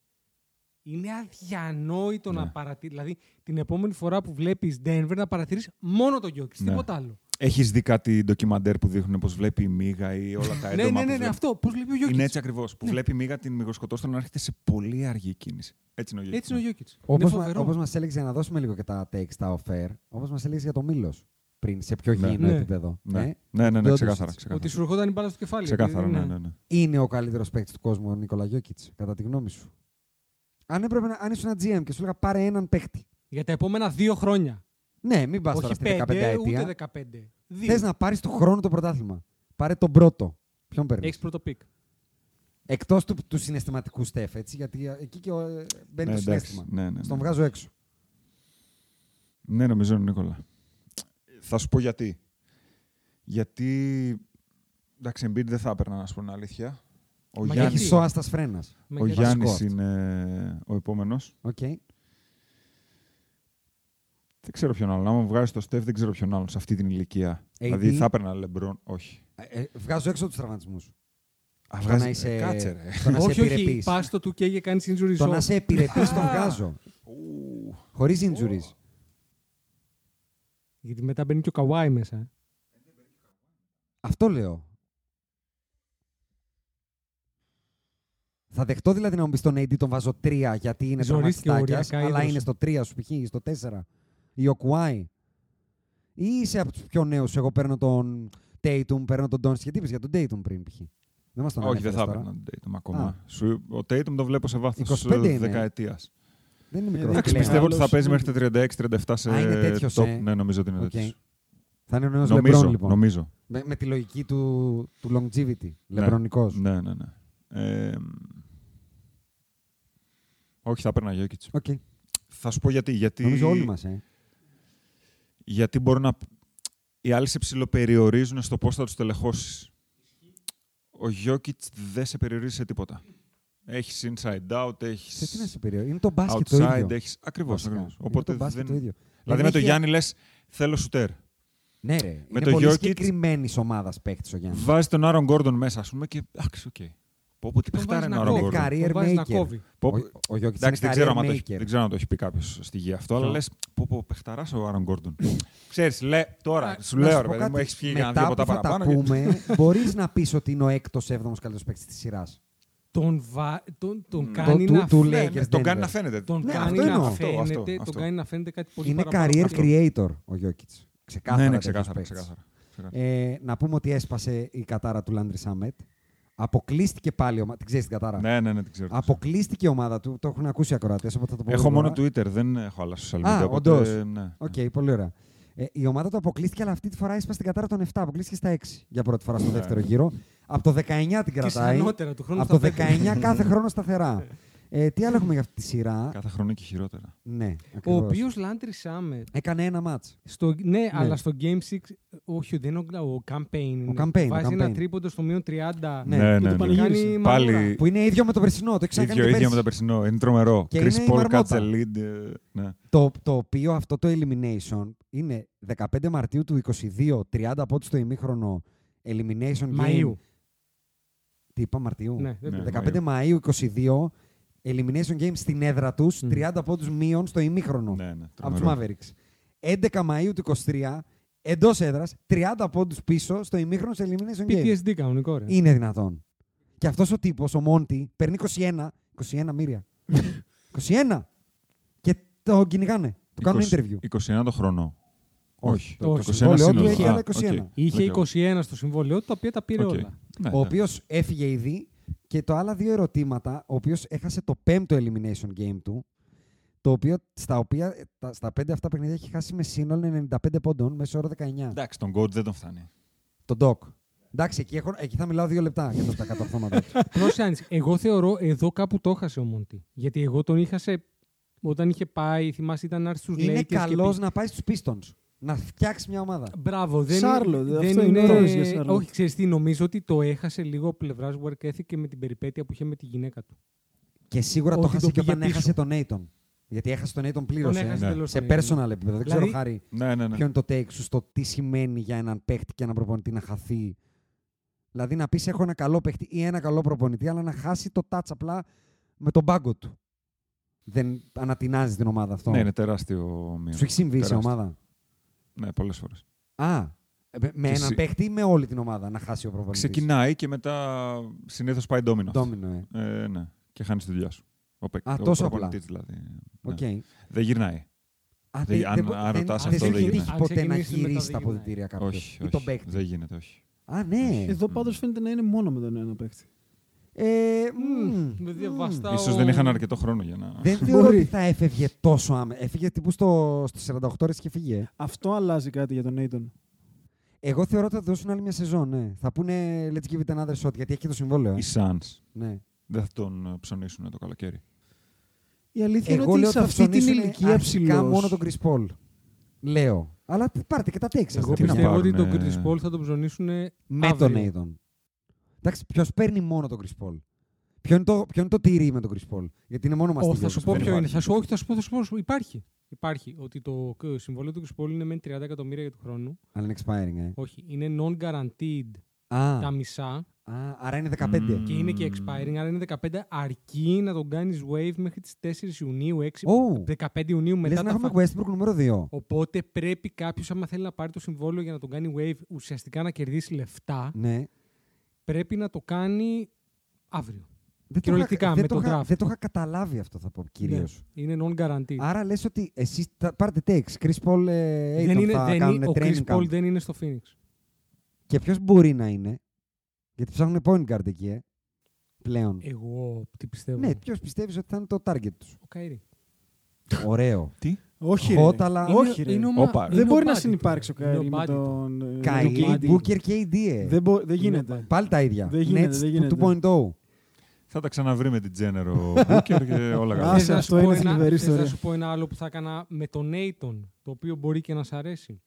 S4: Είναι αδιανόητο να
S5: Ναι.
S4: παρατηρείς. Δηλαδή την επόμενη φορά που βλέπεις Denver να παρατηρείς μόνο τον Γιώκητς,
S5: Ναι.
S4: τίποτα άλλο.
S5: Έχεις δει κάτι ντοκιμαντέρ που δείχνουν πως βλέπει η μίγα ή όλα τα
S4: Ναι,
S5: έντομα
S4: ναι,
S5: που
S4: ναι, ναι,
S5: βλέπει.
S4: αυτό. Πώς βλέπει ο Ναι. Γιώκητς.
S5: Είναι έτσι ακριβώς. Που βλέπει η μίγα την μυγοσκοτόστρα να έρχεται σε πολύ αργή κίνηση. Έτσι είναι ο Γιώκητς.
S4: Έτσι είναι ο Γιώκητς. Είναι
S3: Όπω
S4: φοβερό.
S3: μας έλεγες, για να δώσουμε λίγο και τα takes, τα offer, όπως μας έλεγες για το Μήλος πριν, σε πιο γήινο
S4: Ναι.
S3: επίπεδο.
S5: Ναι,
S3: ε.
S5: ναι, ναι, ναι,
S3: Doncic.
S5: ξεκάθαρα.
S4: Ότι
S5: ξεκάθαρα.
S4: σου ερχόταν η μπάλα στο κεφάλι. δηλαδή,
S5: Ξεκάθαρα,
S4: επειδή-
S5: ναι, ναι, ναι.
S3: είναι ο καλύτερος παίκτης του κόσμου ο Νίκολα Γιώκητ, κατά τη γνώμη σου. Αν, έπρεπε να, αν ήσουν ένα GM και σου έλεγα πάρε έναν παίκτη.
S4: Για τα επόμενα δύο χρόνια.
S3: Ναι, μην πας τώρα
S4: Όχι
S3: στην 15
S4: πέντε, ούτε
S3: αιτία.
S4: 15. Δύο.
S3: Θες να πάρεις του χρόνου το πρωτάθλημα. Πάρε τον πρώτο. Ποιον παίρνεις.
S4: Έχεις πρώτο πικ.
S3: Εκτός του, του συναισθηματικού στεφ, έτσι, γιατί ε, εκεί και ο, ε, μπαίνει
S5: Ναι, εντάξει,
S3: το συνέστημα.
S5: ναι, ναι, ναι.
S3: Στον βγάζω έξω.
S5: Ναι, νομίζω είναι ο Νίκολα. Θα σου πω γιατί. Γιατί. Εντάξει, Embiid δεν θα έπαιρνα, να σου πω την αλήθεια. Ο
S4: Μα
S5: Γιάννης,
S3: Έχει σώα στα σφρένας.
S5: ο
S3: γιατί-
S5: Γιάννης
S3: Βασικό
S5: είναι ο επόμενος.
S3: Οκ. Ε,
S5: Δεν ξέρω ποιον άλλον. Άμα βγάζει το Στεφ, δεν ξέρω ποιον άλλον σε αυτή την ηλικία.
S3: AD.
S5: Δηλαδή θα έπαιρνα Λεμπρόν, όχι.
S3: Ε, ε, βγάζω έξω τους τραυματισμούς.
S5: Α,
S3: Το να
S5: βγάζει-
S3: είσαι.
S5: ε, Κάτσε, ρε.
S3: Το να σε
S4: Όχι, όχι.
S3: επιρρεπείς.
S4: Πας στο 2K και κάνεις injury
S3: Το να
S4: zone.
S3: σε επιρρεπεί, τον βγάζω. Χωρίς injuries.
S4: Γιατί μετά μπαίνει και ο Καουάι μέσα.
S3: Αυτό λέω. Θα δεχτώ δηλαδή να μου πεις τον AD τον βάζω 3 γιατί είναι
S4: Ζορίστηκε
S3: τραυματιστάκιας,
S4: οριακά,
S3: αλλά
S4: είδος.
S3: είναι στο 3 σου π.χ. στο 4. Ή ο Κουάι. Ή είσαι από τους πιο νέους. Εγώ παίρνω τον Tatum, παίρνω τον Doncic. Γιατί είπες για τον Tatum πριν π.χ. Δεν μας τον
S5: Όχι, δεν
S3: ανέφερες
S5: θα
S3: τώρα.
S5: έπαιρνα τον Tatum ακόμα.
S3: Α.
S5: Σου, ο Tatum τον βλέπω σε
S3: 25
S5: βάθος
S3: είναι.
S5: δεκαετίας.
S3: Δεν είναι μικρό.
S5: Εντάξει,
S3: Λέει,
S5: πιστεύω ότι θα
S3: άλλος
S5: παίζει
S3: είναι-
S5: μέχρι τα 36-37 σε
S3: Α, είναι τέτοιος,
S5: top.
S3: ε.
S5: Ναι, νομίζω ότι είναι
S3: Οκ.
S5: τέτοιος.
S3: Θα είναι ο νέος
S5: Νομίζω,
S3: LeBron, λοιπόν.
S5: νομίζω.
S3: Με, με τη λογική του, του longevity.
S5: Ναι.
S3: Λεμπρονικός.
S5: Ναι, ναι, ναι. Ε, μ, όχι, θα έπαιρνα Γιώκητς.
S3: Okay.
S5: Θα σου πω γιατί. γιατί
S3: Νομίζω όλοι μας, ε.
S5: Γιατί μπορούν να... Οι άλλοι σε ψηλοπεριορίζουν στο πώς θα τους τελεχώσεις. Ο Γιώκητς δεν σε περιορίζει σε τίποτα. Έχεις inside out, έχεις...
S3: Σε τι να σε περιορίζει, είναι το μπάσκετ το
S5: outside,
S3: ίδιο.
S5: έχεις... Ακριβώς,
S3: Βασικά.
S5: ακριβώς.
S3: Είναι
S5: Οπότε
S3: το μπάσκετ
S5: δεν...
S3: το ίδιο.
S5: Δηλαδή με
S3: Δεν
S5: τον
S3: έχει-
S5: Γιάννη λες, θέλω σουτέρ.
S3: Ναι, ρε.
S5: Με
S3: είναι
S5: τον
S3: πολύ
S5: Jokic-
S3: συγκεκριμένης ομάδας παίκτης ο Γιάννης.
S5: Βάζεις τον Άρον Γκόρντον μέσα, ας πούμε, και εντάξει, οκ. Πω πω, τι
S3: Τον
S5: παιχτάρα
S3: βάζεις
S5: είναι
S3: να
S5: ο Άρον
S3: κόβει.
S5: Γκόρντον.
S3: Είναι Τον βάζεις να career κόβει. maker.
S5: Πω,
S3: Ο-
S5: πω.
S3: ο Γιώκητς
S5: Εντάξει,
S3: είναι
S5: δεν ξέρω,
S3: career
S5: άμα το έχει-
S3: maker.
S5: δεν ξέρω αν το έχει πει κάποιος στη γη αυτό, αλλά
S3: Ποιο?
S5: λες, πω πω, παιχταράς ο Άρον Γκόρντον. Ξέρεις, λέ, τώρα, σου
S3: Να
S5: λέω,
S3: πω
S5: ρε παιδί μου,
S3: κάτι.
S5: έχεις φύγει για
S3: Μετά
S5: να δει
S3: που
S5: ποτά
S3: θα τα
S5: παραπάνω.
S3: πούμε, μπορείς να πεις ότι είναι ο έκτος έβδομος καλύτερος παίκτης της σειράς.
S4: Τον, βα... τον, τον
S3: Ναι.
S4: κάνει
S3: Το- του-
S4: να
S3: του
S4: φαίνεται.
S3: Lakers Τον κάνει Denver. να
S5: φαίνεται.
S4: Τον
S3: Ναι,
S4: κάνει
S3: αυτό
S4: να
S3: εννοώ.
S4: φαίνεται.
S5: Αυτό, αυτό,
S4: τον
S5: αυτό.
S4: κάνει να φαίνεται κάτι πολύ
S3: Είναι
S4: παραπάνω.
S3: career
S4: Αυτό.
S3: creator ο Γιώκητ. Ξεκάθαρα.
S5: Ναι, ναι,
S3: τέτοιος
S5: ξεκάθαρα,
S3: παίκτης.
S5: ξεκάθαρα,
S3: Ε, να πούμε ότι έσπασε η κατάρα του Λάντρι Σάμετ. Αποκλείστηκε πάλι η ομάδα. Την ξέρεις την κατάρα.
S5: Ναι, ναι, ναι, την ξέρω.
S3: Αποκλείστηκε η ομάδα του. Το έχουν ακούσει οι ακροατές.
S5: Έχω μόνο Twitter, δεν έχω άλλα social media.
S3: Α,
S5: οπότε,
S3: όντως.
S5: ναι.
S3: Οκ, πολύ ωραία. Ε, η ομάδα του αποκλείστηκε, αλλά αυτή τη φορά έσπασε την κατάρα των 7. Αποκλείστηκε στα 6 για πρώτη φορά στο
S4: Ναι.
S3: δεύτερο γύρο. Από το 19 την κρατάει.
S4: ανώτερα του χρόνου
S3: Από το
S4: θα παίρνει.
S3: 19 κάθε χρόνο σταθερά. Ε, τι άλλο έχουμε για αυτή τη σειρά.
S5: Κάθε χρόνο και χειρότερα.
S3: Ναι,
S4: Ο
S3: ακριβώς.
S4: οποίος Λάντρι Σάμετ.
S3: Έκανε ένα μάτς.
S4: Στο, ναι, αλλά στο Game 6. Όχι, δεν είναι ο- ο Campaign. είναι.
S3: Campaign, ο
S4: Βάζει ένα
S3: Campaign.
S4: τρίποντο στο μείον 30.
S3: Ναι, ναι,
S4: και
S3: ναι.
S4: το πανηγύρισε.
S5: Πάλι-
S4: μαγούρα.
S3: Που είναι ίδιο με το περσινό. Το έχεις ξανακάνει
S5: ίδιο,
S3: και
S5: ίδιο με
S3: πέρσι.
S5: το περσινό. Είναι τρομερό.
S3: Και
S5: Chris
S3: είναι η
S5: Paul,
S3: Μαρμότα.
S5: κάτσε lead. ε, Ναι.
S3: Το, το οποίο αυτό το elimination είναι 15 Μαρτίου του 22, 30 από ό,τι στο ημίχρονο elimination game.
S4: Μαΐου.
S3: Τι είπα, Μαρτίου.
S4: Ναι, δεν
S5: Ναι,
S3: 15 Μαΐου 22, elimination game στην έδρα τους, 30 πόντους μείον στο ημίχρονο. από τους
S5: Ναι, τρομερό.
S3: Mavericks. 11 Μαΐου του 23, εντός έδρας, 30 πόντους πίσω στο ημίχρονο σε elimination game.
S4: PTSD κανονικό, ρε.
S3: Ναι. Είναι δυνατόν. Και αυτός ο τύπος, ο Μόντι, παίρνει 21, 21 μύρια. 21! Και το κυνηγάνε. Του κάνουν
S5: 20
S3: interview.
S5: 21 το χρόνο. Όχι.
S3: Το, το
S5: 21
S3: συμβόλαιό του
S5: σύνολο.
S3: έχει
S5: Α,
S3: άλλα
S5: οκ.
S3: 21.
S4: Είχε
S5: Οκ.
S4: 21 στο συμβόλαιό του, τα οποία τα πήρε
S5: Οκ.
S4: όλα.
S5: Ναι, ναι.
S3: ο οποίος έφυγε ήδη. Και το άλλα δύο ερωτήματα, ο οποίος έχασε το πέμπτο elimination game του, το οποίο, στα, οποία, ε, τα, στα πέντε αυτά παιχνίδια έχει χάσει με σύνολο 95 πόντων, μέσω όρο 19.
S5: Εντάξει, τον coach δεν τον φτάνει.
S3: Τον Doc. Εντάξει, εκεί, έχω, εκεί θα μιλάω δύο λεπτά για τα- τα κατορθώματα. του.
S4: Πρόσεχε, Άννη, εγώ θεωρώ εδώ κάπου το έχασε ο Μοντή. Γιατί εγώ τον είχα σε... Όταν είχε πάει, θυμάσαι, ήταν να έρθει στους
S3: Είναι
S4: Lakers και
S3: καλός
S4: πει-
S3: να πάει στους Pistons. Να φτιάξει μια ομάδα.
S4: Μπράβο, δεν
S6: Charlotte,
S4: είναι.
S6: αυτό
S4: Δεν
S6: είναι
S4: είναι...
S6: ωραίο για Charlotte.
S4: Όχι, ξέρεις τι, νομίζω ότι το έχασε λίγο ο πλευράς work ethic και με την περιπέτεια που είχε με τη γυναίκα του.
S3: Και σίγουρα το
S4: Ότι
S3: χάσε
S4: το
S3: και όταν
S4: πήγε πίσω.
S3: έχασε τον Νέιτον. Γιατί έχασε τον Νέιτον πλήρως.
S4: έχασε τελώς
S3: ναι. Σε
S4: τον
S3: personal
S4: Ayton.
S3: επίπεδο. Δεν
S4: Δηλαδή-
S3: ξέρω, Χάρη,
S5: Ναι, ναι, ναι.
S3: ποιο είναι το take σου στο τι σημαίνει για έναν παίχτη και έναν προπονητή να χαθεί. Δηλαδή να πεις: Έχω ένα καλό παίχτη ή ένα καλό προπονητή, αλλά να χάσει το touch απλά με τον πάγκο του. Δεν ανατινάζει την ομάδα αυτό.
S5: Ναι, είναι τεράστιο μείον.
S3: Σου έχει συμβεί σε
S5: Τεράστιο.
S3: ομάδα.
S5: Ναι, πολλές φορές.
S3: Α, ε, με
S5: Και
S3: έναν
S5: συ-
S3: παίχτη ή με όλη την ομάδα να χάσει ο προπονητής.
S5: Ξεκινάει και μετά συνήθως πάει ντόμινος. αυτό.
S3: Ντόμινο, ε.
S5: Ε, ναι. Και χάνει τη δουλειά σου. Ο παίκ-
S3: Α,
S5: ο
S3: τόσο απλά.
S5: προπονητής Δηλαδή.
S3: Οκ.
S5: Ναι. Δεν γυρνάει.
S3: Α,
S5: Δεν-
S3: δεν-
S5: αν-
S3: δεν μπο-
S5: αν
S3: δεν-
S5: ρωτάς
S3: αν
S5: αυτό, δεν
S3: δεν έχει
S5: γίνεται.
S3: τύχει
S4: Αν
S3: ποτέ να
S4: ξεκινήσει μετά,
S3: γυρίσει
S4: δεν
S3: τα
S4: γυρνάει.
S3: αποδητήρια κάποιος.
S5: Όχι,
S3: Ή τον
S5: όχι.
S3: παίκτη.
S5: Δεν γίνεται, όχι.
S3: Α, ναι.
S6: Εδώ πάντως φαίνεται να είναι μόνο με τον ένα παίκτη.
S3: Ε, μμμ.
S4: Με διαβαστά.
S5: Ίσως
S4: ο-
S5: δεν είχαν αρκετό χρόνο για να.
S3: Δεν θεωρώ
S6: Μπορεί.
S3: ότι θα έφευγε τόσο άμεσα. Έφυγε τύπου στο, στο 48 ώρες και φύγε.
S6: Αυτό αλλάζει κάτι για τον Νέιτον.
S3: Εγώ θεωρώ ότι θα δώσουν άλλη μια σεζόν. Ναι. Θα πούνε let's give it another shot γιατί έχει και το συμβόλαιο. ε.
S5: Οι Suns
S3: Ναι.
S5: δεν θα τον ε, ψωνίσουν το καλοκαίρι.
S6: Η αλήθεια
S3: Εγώ
S6: είναι
S3: λέω
S6: ότι σε
S3: ότι θα
S6: αυτή την
S3: ψωνίσουν
S6: ηλικία
S3: αρχικά
S6: ψηλός.
S3: μόνο τον Chris Paul. Λέω. Αλλά τι- πάρτε και τα takes σας,
S4: Εγώ
S3: τι να
S5: να
S4: πιστεύω
S3: πάρω.
S4: ότι τον
S5: πάρουνε.
S4: Chris Paul θα τον ψωνίσουν.
S3: Με τον Aiton. Εντάξει, ποιος παίρνει μόνο τον Chris Paul. Ποιο είναι, το, ποιο είναι το τυρί με τον Chris Paul. Γιατί είναι μόνο μα.
S4: θα σου πω
S5: δεν
S4: ποιο είναι.
S5: υπάρχει.
S4: Θα σου, όχι, θα σου πω, θα σου πω, θα σου πω. Υπάρχει. Υπάρχει ότι το ε, συμβόλαιο του Chris Paul είναι με 30 εκατομμύρια για του χρόνου.
S3: Αλλά είναι expiring, ε.
S4: Όχι, είναι non-guaranteed.
S3: Α.
S4: τα μισά.
S3: Α, άρα είναι 15.
S4: Και είναι και expiring, άρα είναι 15 αρκεί να τον κάνεις wave μέχρι τις 4 Ιουνίου, 6,
S3: Ω.
S4: 15 Ιουνίου μετά.
S3: Λες να
S4: τα
S3: έχουμε
S4: φα-
S3: Westbrook νούμερο 2.
S4: Οπότε πρέπει κάποιος, άμα θέλει να πάρει το συμβόλαιο για να τον κάνει wave, ουσιαστικά να κερδίσει λεφτά,
S3: Ναι.
S4: πρέπει να το κάνει αύριο.
S3: Δεν το
S4: Κυριολεκτικά,
S3: είχα-
S4: με
S3: δεν το
S4: τον
S3: είχα-
S4: draft.
S3: Δεν το είχα καταλάβει αυτό, θα πω κυρίως.
S4: Ναι, είναι non-guarantee.
S3: Άρα λες ότι εσείς τα- πάρετε takes. Chris Paul, ε, Aiton θα κάνουν
S4: ο Chris
S3: training
S4: Paul
S3: camp.
S4: δεν είναι στο Phoenix.
S3: Και ποιος μπορεί να είναι. Γιατί ψάχνουν point guard εκεί, ε, πλέον.
S4: Ε, Εγώ τι πιστεύω.
S3: Ναι, ποιος πιστεύεις ότι θα είναι το target τους.
S4: Ο Kyrie.
S3: Ωραίο.
S5: Τι.
S6: Όχι.
S3: Hot, αλλά-
S6: ρε. Όχι, ρε.
S4: Είναι ομα-
S5: Όπα.
S4: είναι
S6: Δεν μπορεί να
S4: ομάδι
S6: συνεπάρξει ο
S4: τώρα. Είναι
S6: Καϊρή με
S4: ομάδι τώρα.
S6: τον. ε,
S3: Kyrie,
S6: Jokic.
S3: Booker, KD, ε.
S6: Δεν μπο- δεν γίνεται.
S3: Πάλι τα ίδια.
S6: Δεν γίνεται,
S3: Nets oh.
S6: δεν γίνεται.
S3: 2.0.
S5: Θα τα ξαναβρει με την Τζένερο Μπούκερ και όλα καλά.
S6: Άσε,
S4: Θες να
S6: αυτό
S4: Ε, σου πω
S6: είναι
S4: ένα-
S6: θλιβερή
S4: θες
S6: ιστορία.
S4: να σου πω ένα άλλο που θα έκανα με τον Aiton, το οποίο μπορεί και να σ' αρέσει.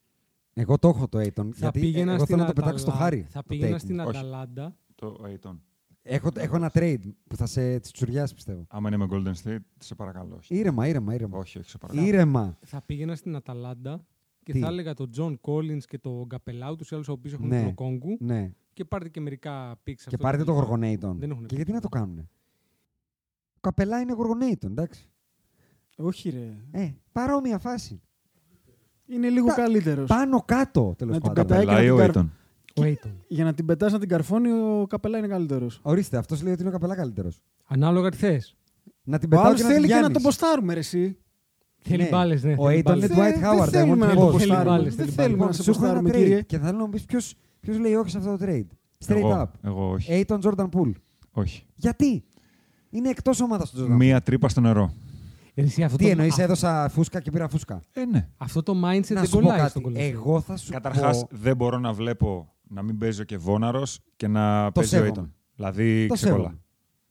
S3: Εγώ το έχω το Aiton.
S4: θα
S3: γιατί
S4: πήγαινα
S3: εγώ
S4: στην
S3: θέλω να το πετάξω στο
S4: Αταλα-
S3: χάρι.
S4: Θα
S3: το
S4: πήγαινα
S3: Tatum.
S4: στην
S5: Όχι.
S4: Αταλάντα.
S5: Το Αϊτόν.
S3: Έχω, έχω ένα trade που θα σε τσουριάσει, πιστεύω.
S5: Άμα είναι με Golden State, σε παρακαλώ. όχι.
S3: Ήρεμα, ήρεμα, ήρεμα.
S5: Όχι, όχι, σε παρακαλώ.
S3: Ήρεμα.
S4: Θα πήγαινα στην Αταλάντα και
S3: Τι?
S4: θα έλεγα τον Τζον Collins και τον Καπελάου, τους άλλους οποίους έχουν
S3: Ναι.
S4: τον Κόγκου
S3: Ναι.
S4: και πάρετε και μερικά πίξα.
S3: Και πάρετε το Γοργονέιτον.
S4: Δεν έχουν
S3: Και γιατί να το κάνουνε. Ο Καπελά είναι Γοργονέιτον, εντάξει.
S6: Όχι, ρε.
S3: Ε, παρόμοια φάση.
S6: Είναι λίγο
S3: Τα-
S6: καλύτερος.
S3: Πάνω κάτω, τέλος
S6: Να τον
S3: πάντων.
S6: κατα-
S5: Λάει ο
S6: Έκανα
S5: Aiton.
S4: Ο Aiton.
S6: Για να την πετάς να την καρφώνει, ο καπελά είναι καλύτερος.
S3: Ορίστε, αυτός λέει ότι είναι ο Καπελά καλύτερος.
S4: Ανάλογα τι θες.
S3: Να την
S6: Ο
S3: πετάω
S6: άλλος
S3: και να την
S6: θέλει και να
S3: πιάνεις.
S6: τον ποστάρουμε, ρε, εσύ.
S4: Θέλει
S3: Ναι.
S4: μπάλες, ναι.
S3: Ο
S4: θέλει
S3: Aiton
S4: μπάλες.
S3: είναι Dwight
S6: δεν
S3: Howard, I
S6: θέλουμε
S3: want
S6: να
S3: balls.
S6: τον
S4: Θέλει
S6: ποστάρουμε.
S4: μπάλες,
S6: Δεν
S4: θέλει
S6: θέλουμε να
S4: μπάλες.
S6: σε
S3: Σου έχω ένα
S6: ποστάρουμε,
S3: trade
S6: κύριε.
S3: και θέλω να μου πει ποιος λέει όχι σε αυτό το trade. Straight up. Ε-
S5: Εγώ, εγώ όχι.
S3: Aiton Jordan Poole.
S5: όχι.
S3: Γιατί. Είναι εκτός ομάδας του Jordan. Poole.
S5: Μία τρύπα στο νερό.
S4: Ε, εσύ, αυτό
S3: Τι
S4: το-
S3: εννοείς,
S4: α-
S3: έδωσα φούσκα και πήρα φούσκα.
S5: Ε, ναι.
S4: Αυτό το mindset
S3: Να
S4: δεν
S3: σου πω
S4: κολλάει στον
S3: κάτι.
S4: κολλάει.
S3: Εγώ θα σου
S5: Καταρχάς,
S3: πω.
S5: δεν μπορώ να βλέπω να μην παίζει ο Κεβόναρο και να παίζει ο
S3: σέβομαι.
S5: Aiton. Δηλαδή,
S3: Το
S5: ξεκολλά.
S3: σέβομαι.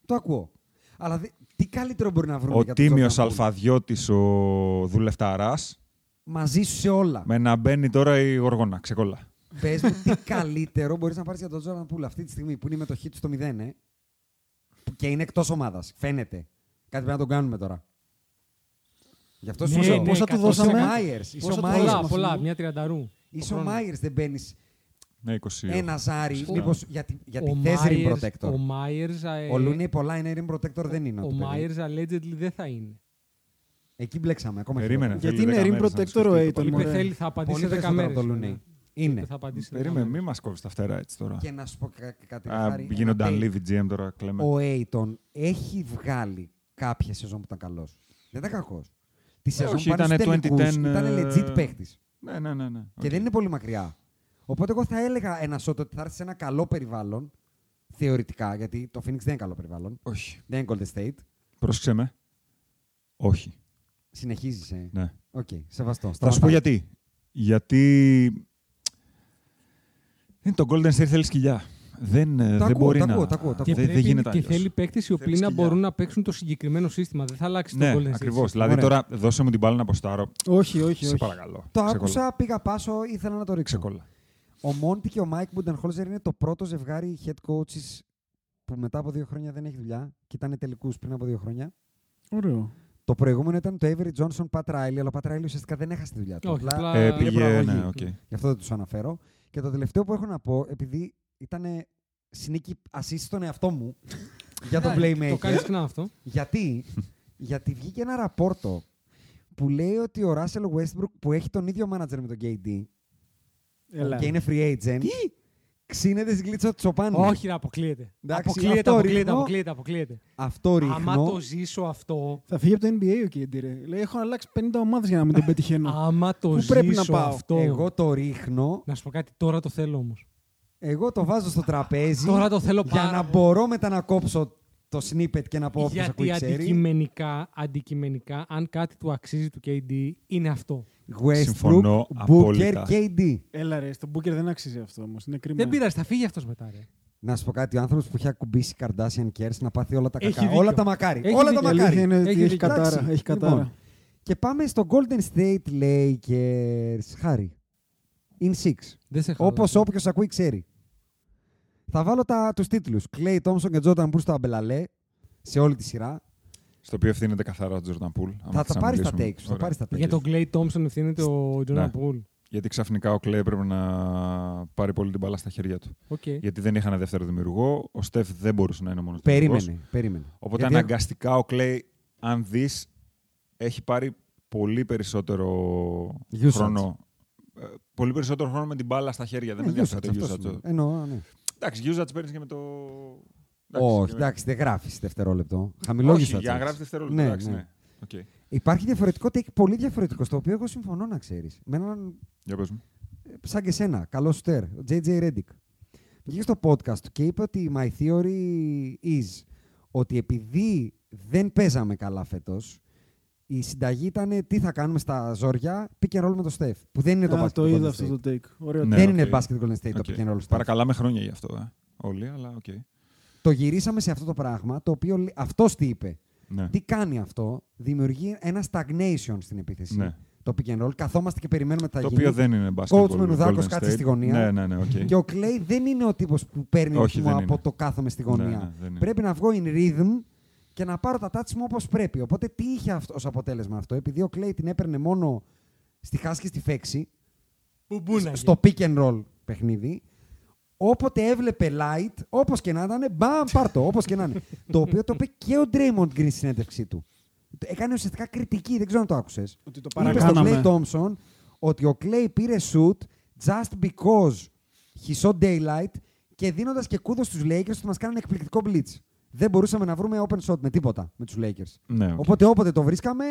S3: Το ακούω. Αλλά δε- τι καλύτερο μπορεί να βρουν.
S5: Ο τίμιο Αλφαδιώτης, ο δουλευταράς,
S3: Μαζί σου σε όλα.
S5: με να μπαίνει τώρα η Γοργόνα. Ξεκολλά.
S3: Πες μου τι καλύτερο μπορείς να πάρεις για τον Τζόρνταν Πούλ αυτή τη στιγμή που είναι η μετοχή του στο 0 ε, που- και είναι εκτός ομάδας. Φαίνεται. Κάτι πρέπει να τον κάνουμε τώρα. Γι' αυτό σου
S4: Ναι,
S3: λέω.
S4: ναι,
S6: Πόσα του
S4: κατ'
S6: δώσαμε?
S3: Είσαι ο Myers, είσαι
S6: Πόσα
S3: ο
S6: του
S3: Myers.
S4: Πολλά,
S6: δώσαμε?
S4: πολλά, μια τριανταρού.
S3: Είσαι ο Myers, δεν μπαίνεις
S5: Ναι, 20.
S3: ένα ζάρι.
S5: Σωστά.
S3: Μήπως γιατί, γιατί
S4: Ο
S3: θες rim
S4: Myers-
S3: protector.
S4: Ο Myers, ε,
S3: Ο Λούνι πολλά είναι rim protector, δεν είναι.
S4: ο
S3: το παιδί.
S4: Myers allegedly δεν θα είναι.
S3: Εκεί μπλέξαμε ακόμα
S5: Ε, Περίμενε.
S6: Γιατί
S5: θέλει
S6: είναι
S5: 10
S6: rim
S5: μέρες να
S6: protector
S5: το
S6: ο
S5: σκεφτεί το
S6: Aiton,
S5: παλικάρι.
S4: Είπε
S6: μωρέ.
S4: θέλει θα
S3: χειρότερα.
S4: απαντήσει
S3: Πολύ
S4: 10
S3: περισσότερο από
S4: μέρες.
S3: το Λούνι.
S4: Ναι.
S3: Είναι.
S4: Θα απαντήσει 10
S5: Περίμενε,
S4: μέρες.
S5: μην μας κόβεις τα φτερά έτσι τώρα.
S3: Και να σου πω κα- κάτι.
S5: Α,
S3: Захάρη, ένα
S5: Γίνονταν
S3: take.
S5: Λίβι GM τώρα, κλαίμε.
S3: ο Έιτον έχει βγάλει κάποια σεζόν που ήταν καλός. Δεν ήταν κακός. Τη σεζόν
S5: Ε, όχι,
S3: που ήταν
S5: ήτανε
S3: στους τελικούς
S5: 2010,
S3: ήταν legit
S5: ε,
S3: παίχτης.
S5: Ναι, ναι, ναι. ναι.
S3: Και δεν είναι πολύ μακριά. Οπότε εγώ θα έλεγα ένα shot ότι θα έρθει σε ένα καλό περιβάλλον. Θεωρητικά, γιατί το Phoenix δεν είναι καλό περιβάλλον.
S5: Όχι.
S3: Δεν είναι Golden State.
S5: Πρόσεξε με. Όχι.
S3: Συνεχίζεις. Ε.
S5: Ναι.
S3: Οκ, σεβαστό.
S5: Θα σου
S3: Σταματάω.
S5: πω γιατί. Γιατί. Είναι το Golden State θέλει σκυλιά. Δεν, ε, δεν
S3: ακούω,
S5: μπορεί
S3: τα
S5: να.
S3: ακούω, τα ακούω, τα
S4: Και,
S5: δεν- δεν,
S4: πρέπει,
S5: γίνεται
S4: και
S5: αλλιώς.
S4: θέλει παίκτες οι οποίοι
S5: Θέλεις
S4: να
S5: κοιλιά.
S4: μπορούν να παίξουν το συγκεκριμένο σύστημα. Δεν θα αλλάξει
S5: Ναι,
S4: το Golden State.
S5: ακριβώ. Δηλαδή
S3: Ωραία.
S5: τώρα δώσε μου την μπάλα να ποστάρω.
S6: Όχι, όχι,
S5: Σε
S6: όχι.
S5: παρακαλώ.
S3: Το
S5: Ξεκολλά.
S3: άκουσα, πήγα πάσο, ήθελα να το ρίξω.
S5: Ξεκολλά.
S3: Ο Μόντι και ο Μάικ Μπουντενχόλζερ είναι το πρώτο ζευγάρι head coaches που μετά από δύο χρόνια δεν έχει δουλειά και ήταν τελικούς πριν από δύο χρόνια.
S6: Ωραίο.
S3: Το προηγούμενο ήταν το Avery Johnson Pat Riley, αλλά ο Pat Riley ουσιαστικά δεν έχασε τη δουλειά του.
S4: Όχι,
S3: Απλά
S4: απλά-
S5: Ε,
S4: είναι
S5: πήγε,
S3: προαγωγή.
S5: ναι, οκ.
S3: Γι' αυτό δεν τους αναφέρω. Και το τελευταίο που έχω να πω, επειδή ήταν συνήκη assist στον εαυτό μου για τον
S4: Ναι, Το κάνεις
S3: Playmaker.
S4: συχνά αυτό.
S3: γιατί, γιατί βγήκε ένα ραπόρτο που λέει ότι ο Russell Westbrook που έχει τον ίδιο manager με τον KD
S6: Έλα.
S3: και είναι free agent, ξύνεται στην κλίτσα του Τσοπάνου.
S4: Όχι, ρε, αποκλείεται.
S3: Ναι. Εντάξει,
S4: αποκλείεται,
S3: αυτό
S4: αποκλείεται,
S3: ρίχνω.
S4: αποκλείεται, αποκλείεται.
S3: Αυτό ρίχνω.
S4: Άμα το ζήσω αυτό,
S6: Θα φύγει από το NBA ο Κέντι, ρε. Λέει, έχω αλλάξει 50 ομάδες για να μην τον πετυχαίνω.
S4: άμα το
S6: Πού πρέπει να
S4: ζήσω
S6: πάω?
S4: αυτό.
S3: Εγώ το ρίχνω,
S4: Να σου πω κάτι, τώρα το θέλω όμως.
S3: εγώ το βάζω στο τραπέζι.
S4: Τώρα το θέλω
S3: για
S4: πάρα
S3: να
S4: πολύ.
S3: μπορώ μετά να κόψω το snippet και να πω όποιος ακούει
S4: Γιατί
S3: ξέρει.
S4: αντικειμενικά, αντικειμενικά, αν κάτι του αξίζει του KD, είναι αυτό.
S3: Ναι. Westbrook,
S5: Συμφωνώ
S3: Booker,
S5: απόλυτα.
S3: KD.
S6: Έλα, ρε. Στον Booker δεν αξίζει αυτό όμως. Είναι κρίμα.
S4: Δεν πειράζει, θα φύγει αυτός μετά. Ρε.
S3: Να σου πω κάτι, ο άνθρωπος που είχε ακουμπήσει Kardashian Kers να πάθει όλα τα
S4: Έχει
S3: κακά.
S4: δίκιο.
S3: Όλα τα μακάρι.
S4: Έχει
S3: όλα
S6: Η
S4: δίκιο.
S3: τα
S6: αλήθεια
S3: μακάρι.
S6: είναι ότι
S4: Έχει
S6: έχει
S4: δίκιο.
S6: κατάρα.
S3: Εντάξει,
S6: Έχει
S3: λοιπόν.
S6: κατάρα.
S3: Και πάμε στο Golden State Lakers. Χάρη. In six.
S4: Δεν σε χάλασε.
S3: Όπως όποιος ακούει ξέρει. Θα βάλω τα, τους τίτλους. Clay Thompson και Jordan Poole στο αμπελαλέ. Σε όλη τη σειρά.
S5: Στο οποίο ευθύνεται καθαρά ο Τζορνταν Πούλ. άμα
S3: θα τα πάρεις τα
S5: ξαναμιλήσουμε.
S3: takes. σου, Θα
S5: Ωραία.
S3: πάρεις τα takes.
S4: Για τον Clay Thompson ευθύνεται ο Jordan
S5: Ναι.
S4: Poole.
S5: Γιατί ξαφνικά ο Κλέη έπρεπε να πάρει πολύ την μπάλα στα χέρια του.
S4: Okay.
S5: Γιατί δεν είχαν δεύτερο δημιουργό, ο Στεφ δεν μπορούσε να είναι μόνο
S3: Περίμενε, περίμενε.
S5: Οπότε
S3: Γιατί-
S5: αναγκαστικά ο Κλέη, αν δεις, έχει πάρει πολύ περισσότερο
S3: Usage.
S5: χρόνο. Ε, Πολύ περισσότερο χρόνο με την μπάλα στα χέρια. Δεν
S3: Ναι,
S5: με ενδιαφέρει
S3: usage,
S5: το
S3: αυτός
S5: usage.
S3: σημαίνει. Εννοώ, ναι.
S5: Εντάξει, usage παίρνεις και με το.
S3: Όχι,
S5: και με-
S3: εντάξει, δεν γράφεις δευτερόλεπτο. Χαμηλόγιστα.
S5: Όχι, για να
S3: τσάνς.
S5: γράφει δευτερόλεπτο. εντάξει, ναι. Οκ.
S3: Υπάρχει διαφορετικό take, πολύ διαφορετικό, στο οποίο εγώ συμφωνώ να ξέρεις. Με έναν
S5: Για πες μου.
S3: ε, σαν και σένα, καλός στέρ, ο JJ Reddick. Βγήκε στο podcast του και είπε ότι my theory is ότι επειδή δεν παίζαμε καλά φέτος, η συνταγή ήταν τι θα κάνουμε στα ζόρια, pick and roll με το Steph, που δεν είναι το
S6: Α,
S3: basket
S6: το
S3: Golden
S6: είδα
S3: State.
S6: αυτό το take. Ωραίο
S5: Ναι,
S3: δεν
S5: οκ.
S3: είναι basket Golden State το
S5: Οκ.
S3: pick and roll Steph.
S5: Παρακαλάμε χρόνια γι' αυτό. ε. Όλοι, αλλά οκ.
S3: Το γυρίσαμε σε αυτό το πράγμα, το οποίο λέ- αυτός τι είπε.
S5: Ναι.
S3: Τι κάνει αυτό, δημιουργεί ένα stagnation στην επίθεση.
S5: Ναι.
S3: Το pick and roll, καθόμαστε και περιμένουμε τι θα
S5: Το
S3: γίνει.
S5: οποίο δεν είναι
S3: Coach
S5: basketball,
S3: Μενουδάκος
S5: Golden
S3: κάτσε
S5: State.
S3: στη γωνία.
S5: Ναι, ναι, ναι, οκ.
S3: Και ο Clay δεν είναι ο τύπος που παίρνει
S5: Όχι,
S3: ρυθμό
S5: δεν
S3: από
S5: είναι.
S3: το κάθομαι στη γωνία.
S5: Ναι, ναι, δεν είναι.
S3: Πρέπει να βγω in rhythm και να πάρω τα τάτς μου όπως πρέπει. Οπότε τι είχε αυτό, ως αποτέλεσμα αυτό. Επειδή ο Clay την έπαιρνε μόνο στη χάση και στη φέξη,
S4: Μπουμπούναγε.
S3: στο pick and roll παιχνίδι, όποτε έβλεπε light, όπως και να ήταν, μπαμ, πάρ' το, όπως και να είναι. το οποίο το είπε και ο Draymond Green στην συνέντευξή του. Έκανε ουσιαστικά κριτική, δεν ξέρω αν το άκουσες.
S6: Ότι το
S3: Είπε στον Clay
S6: παρακάναμε.
S3: Thompson ότι ο Clay πήρε shoot just because he saw daylight και δίνοντας και κούδο στους Lakers ότι μας κάνανε εκπληκτικό blitz. Δεν μπορούσαμε να βρούμε open shot με τίποτα με τους Lakers.
S5: Ναι, οκ.
S3: Οπότε όποτε το βρίσκαμε,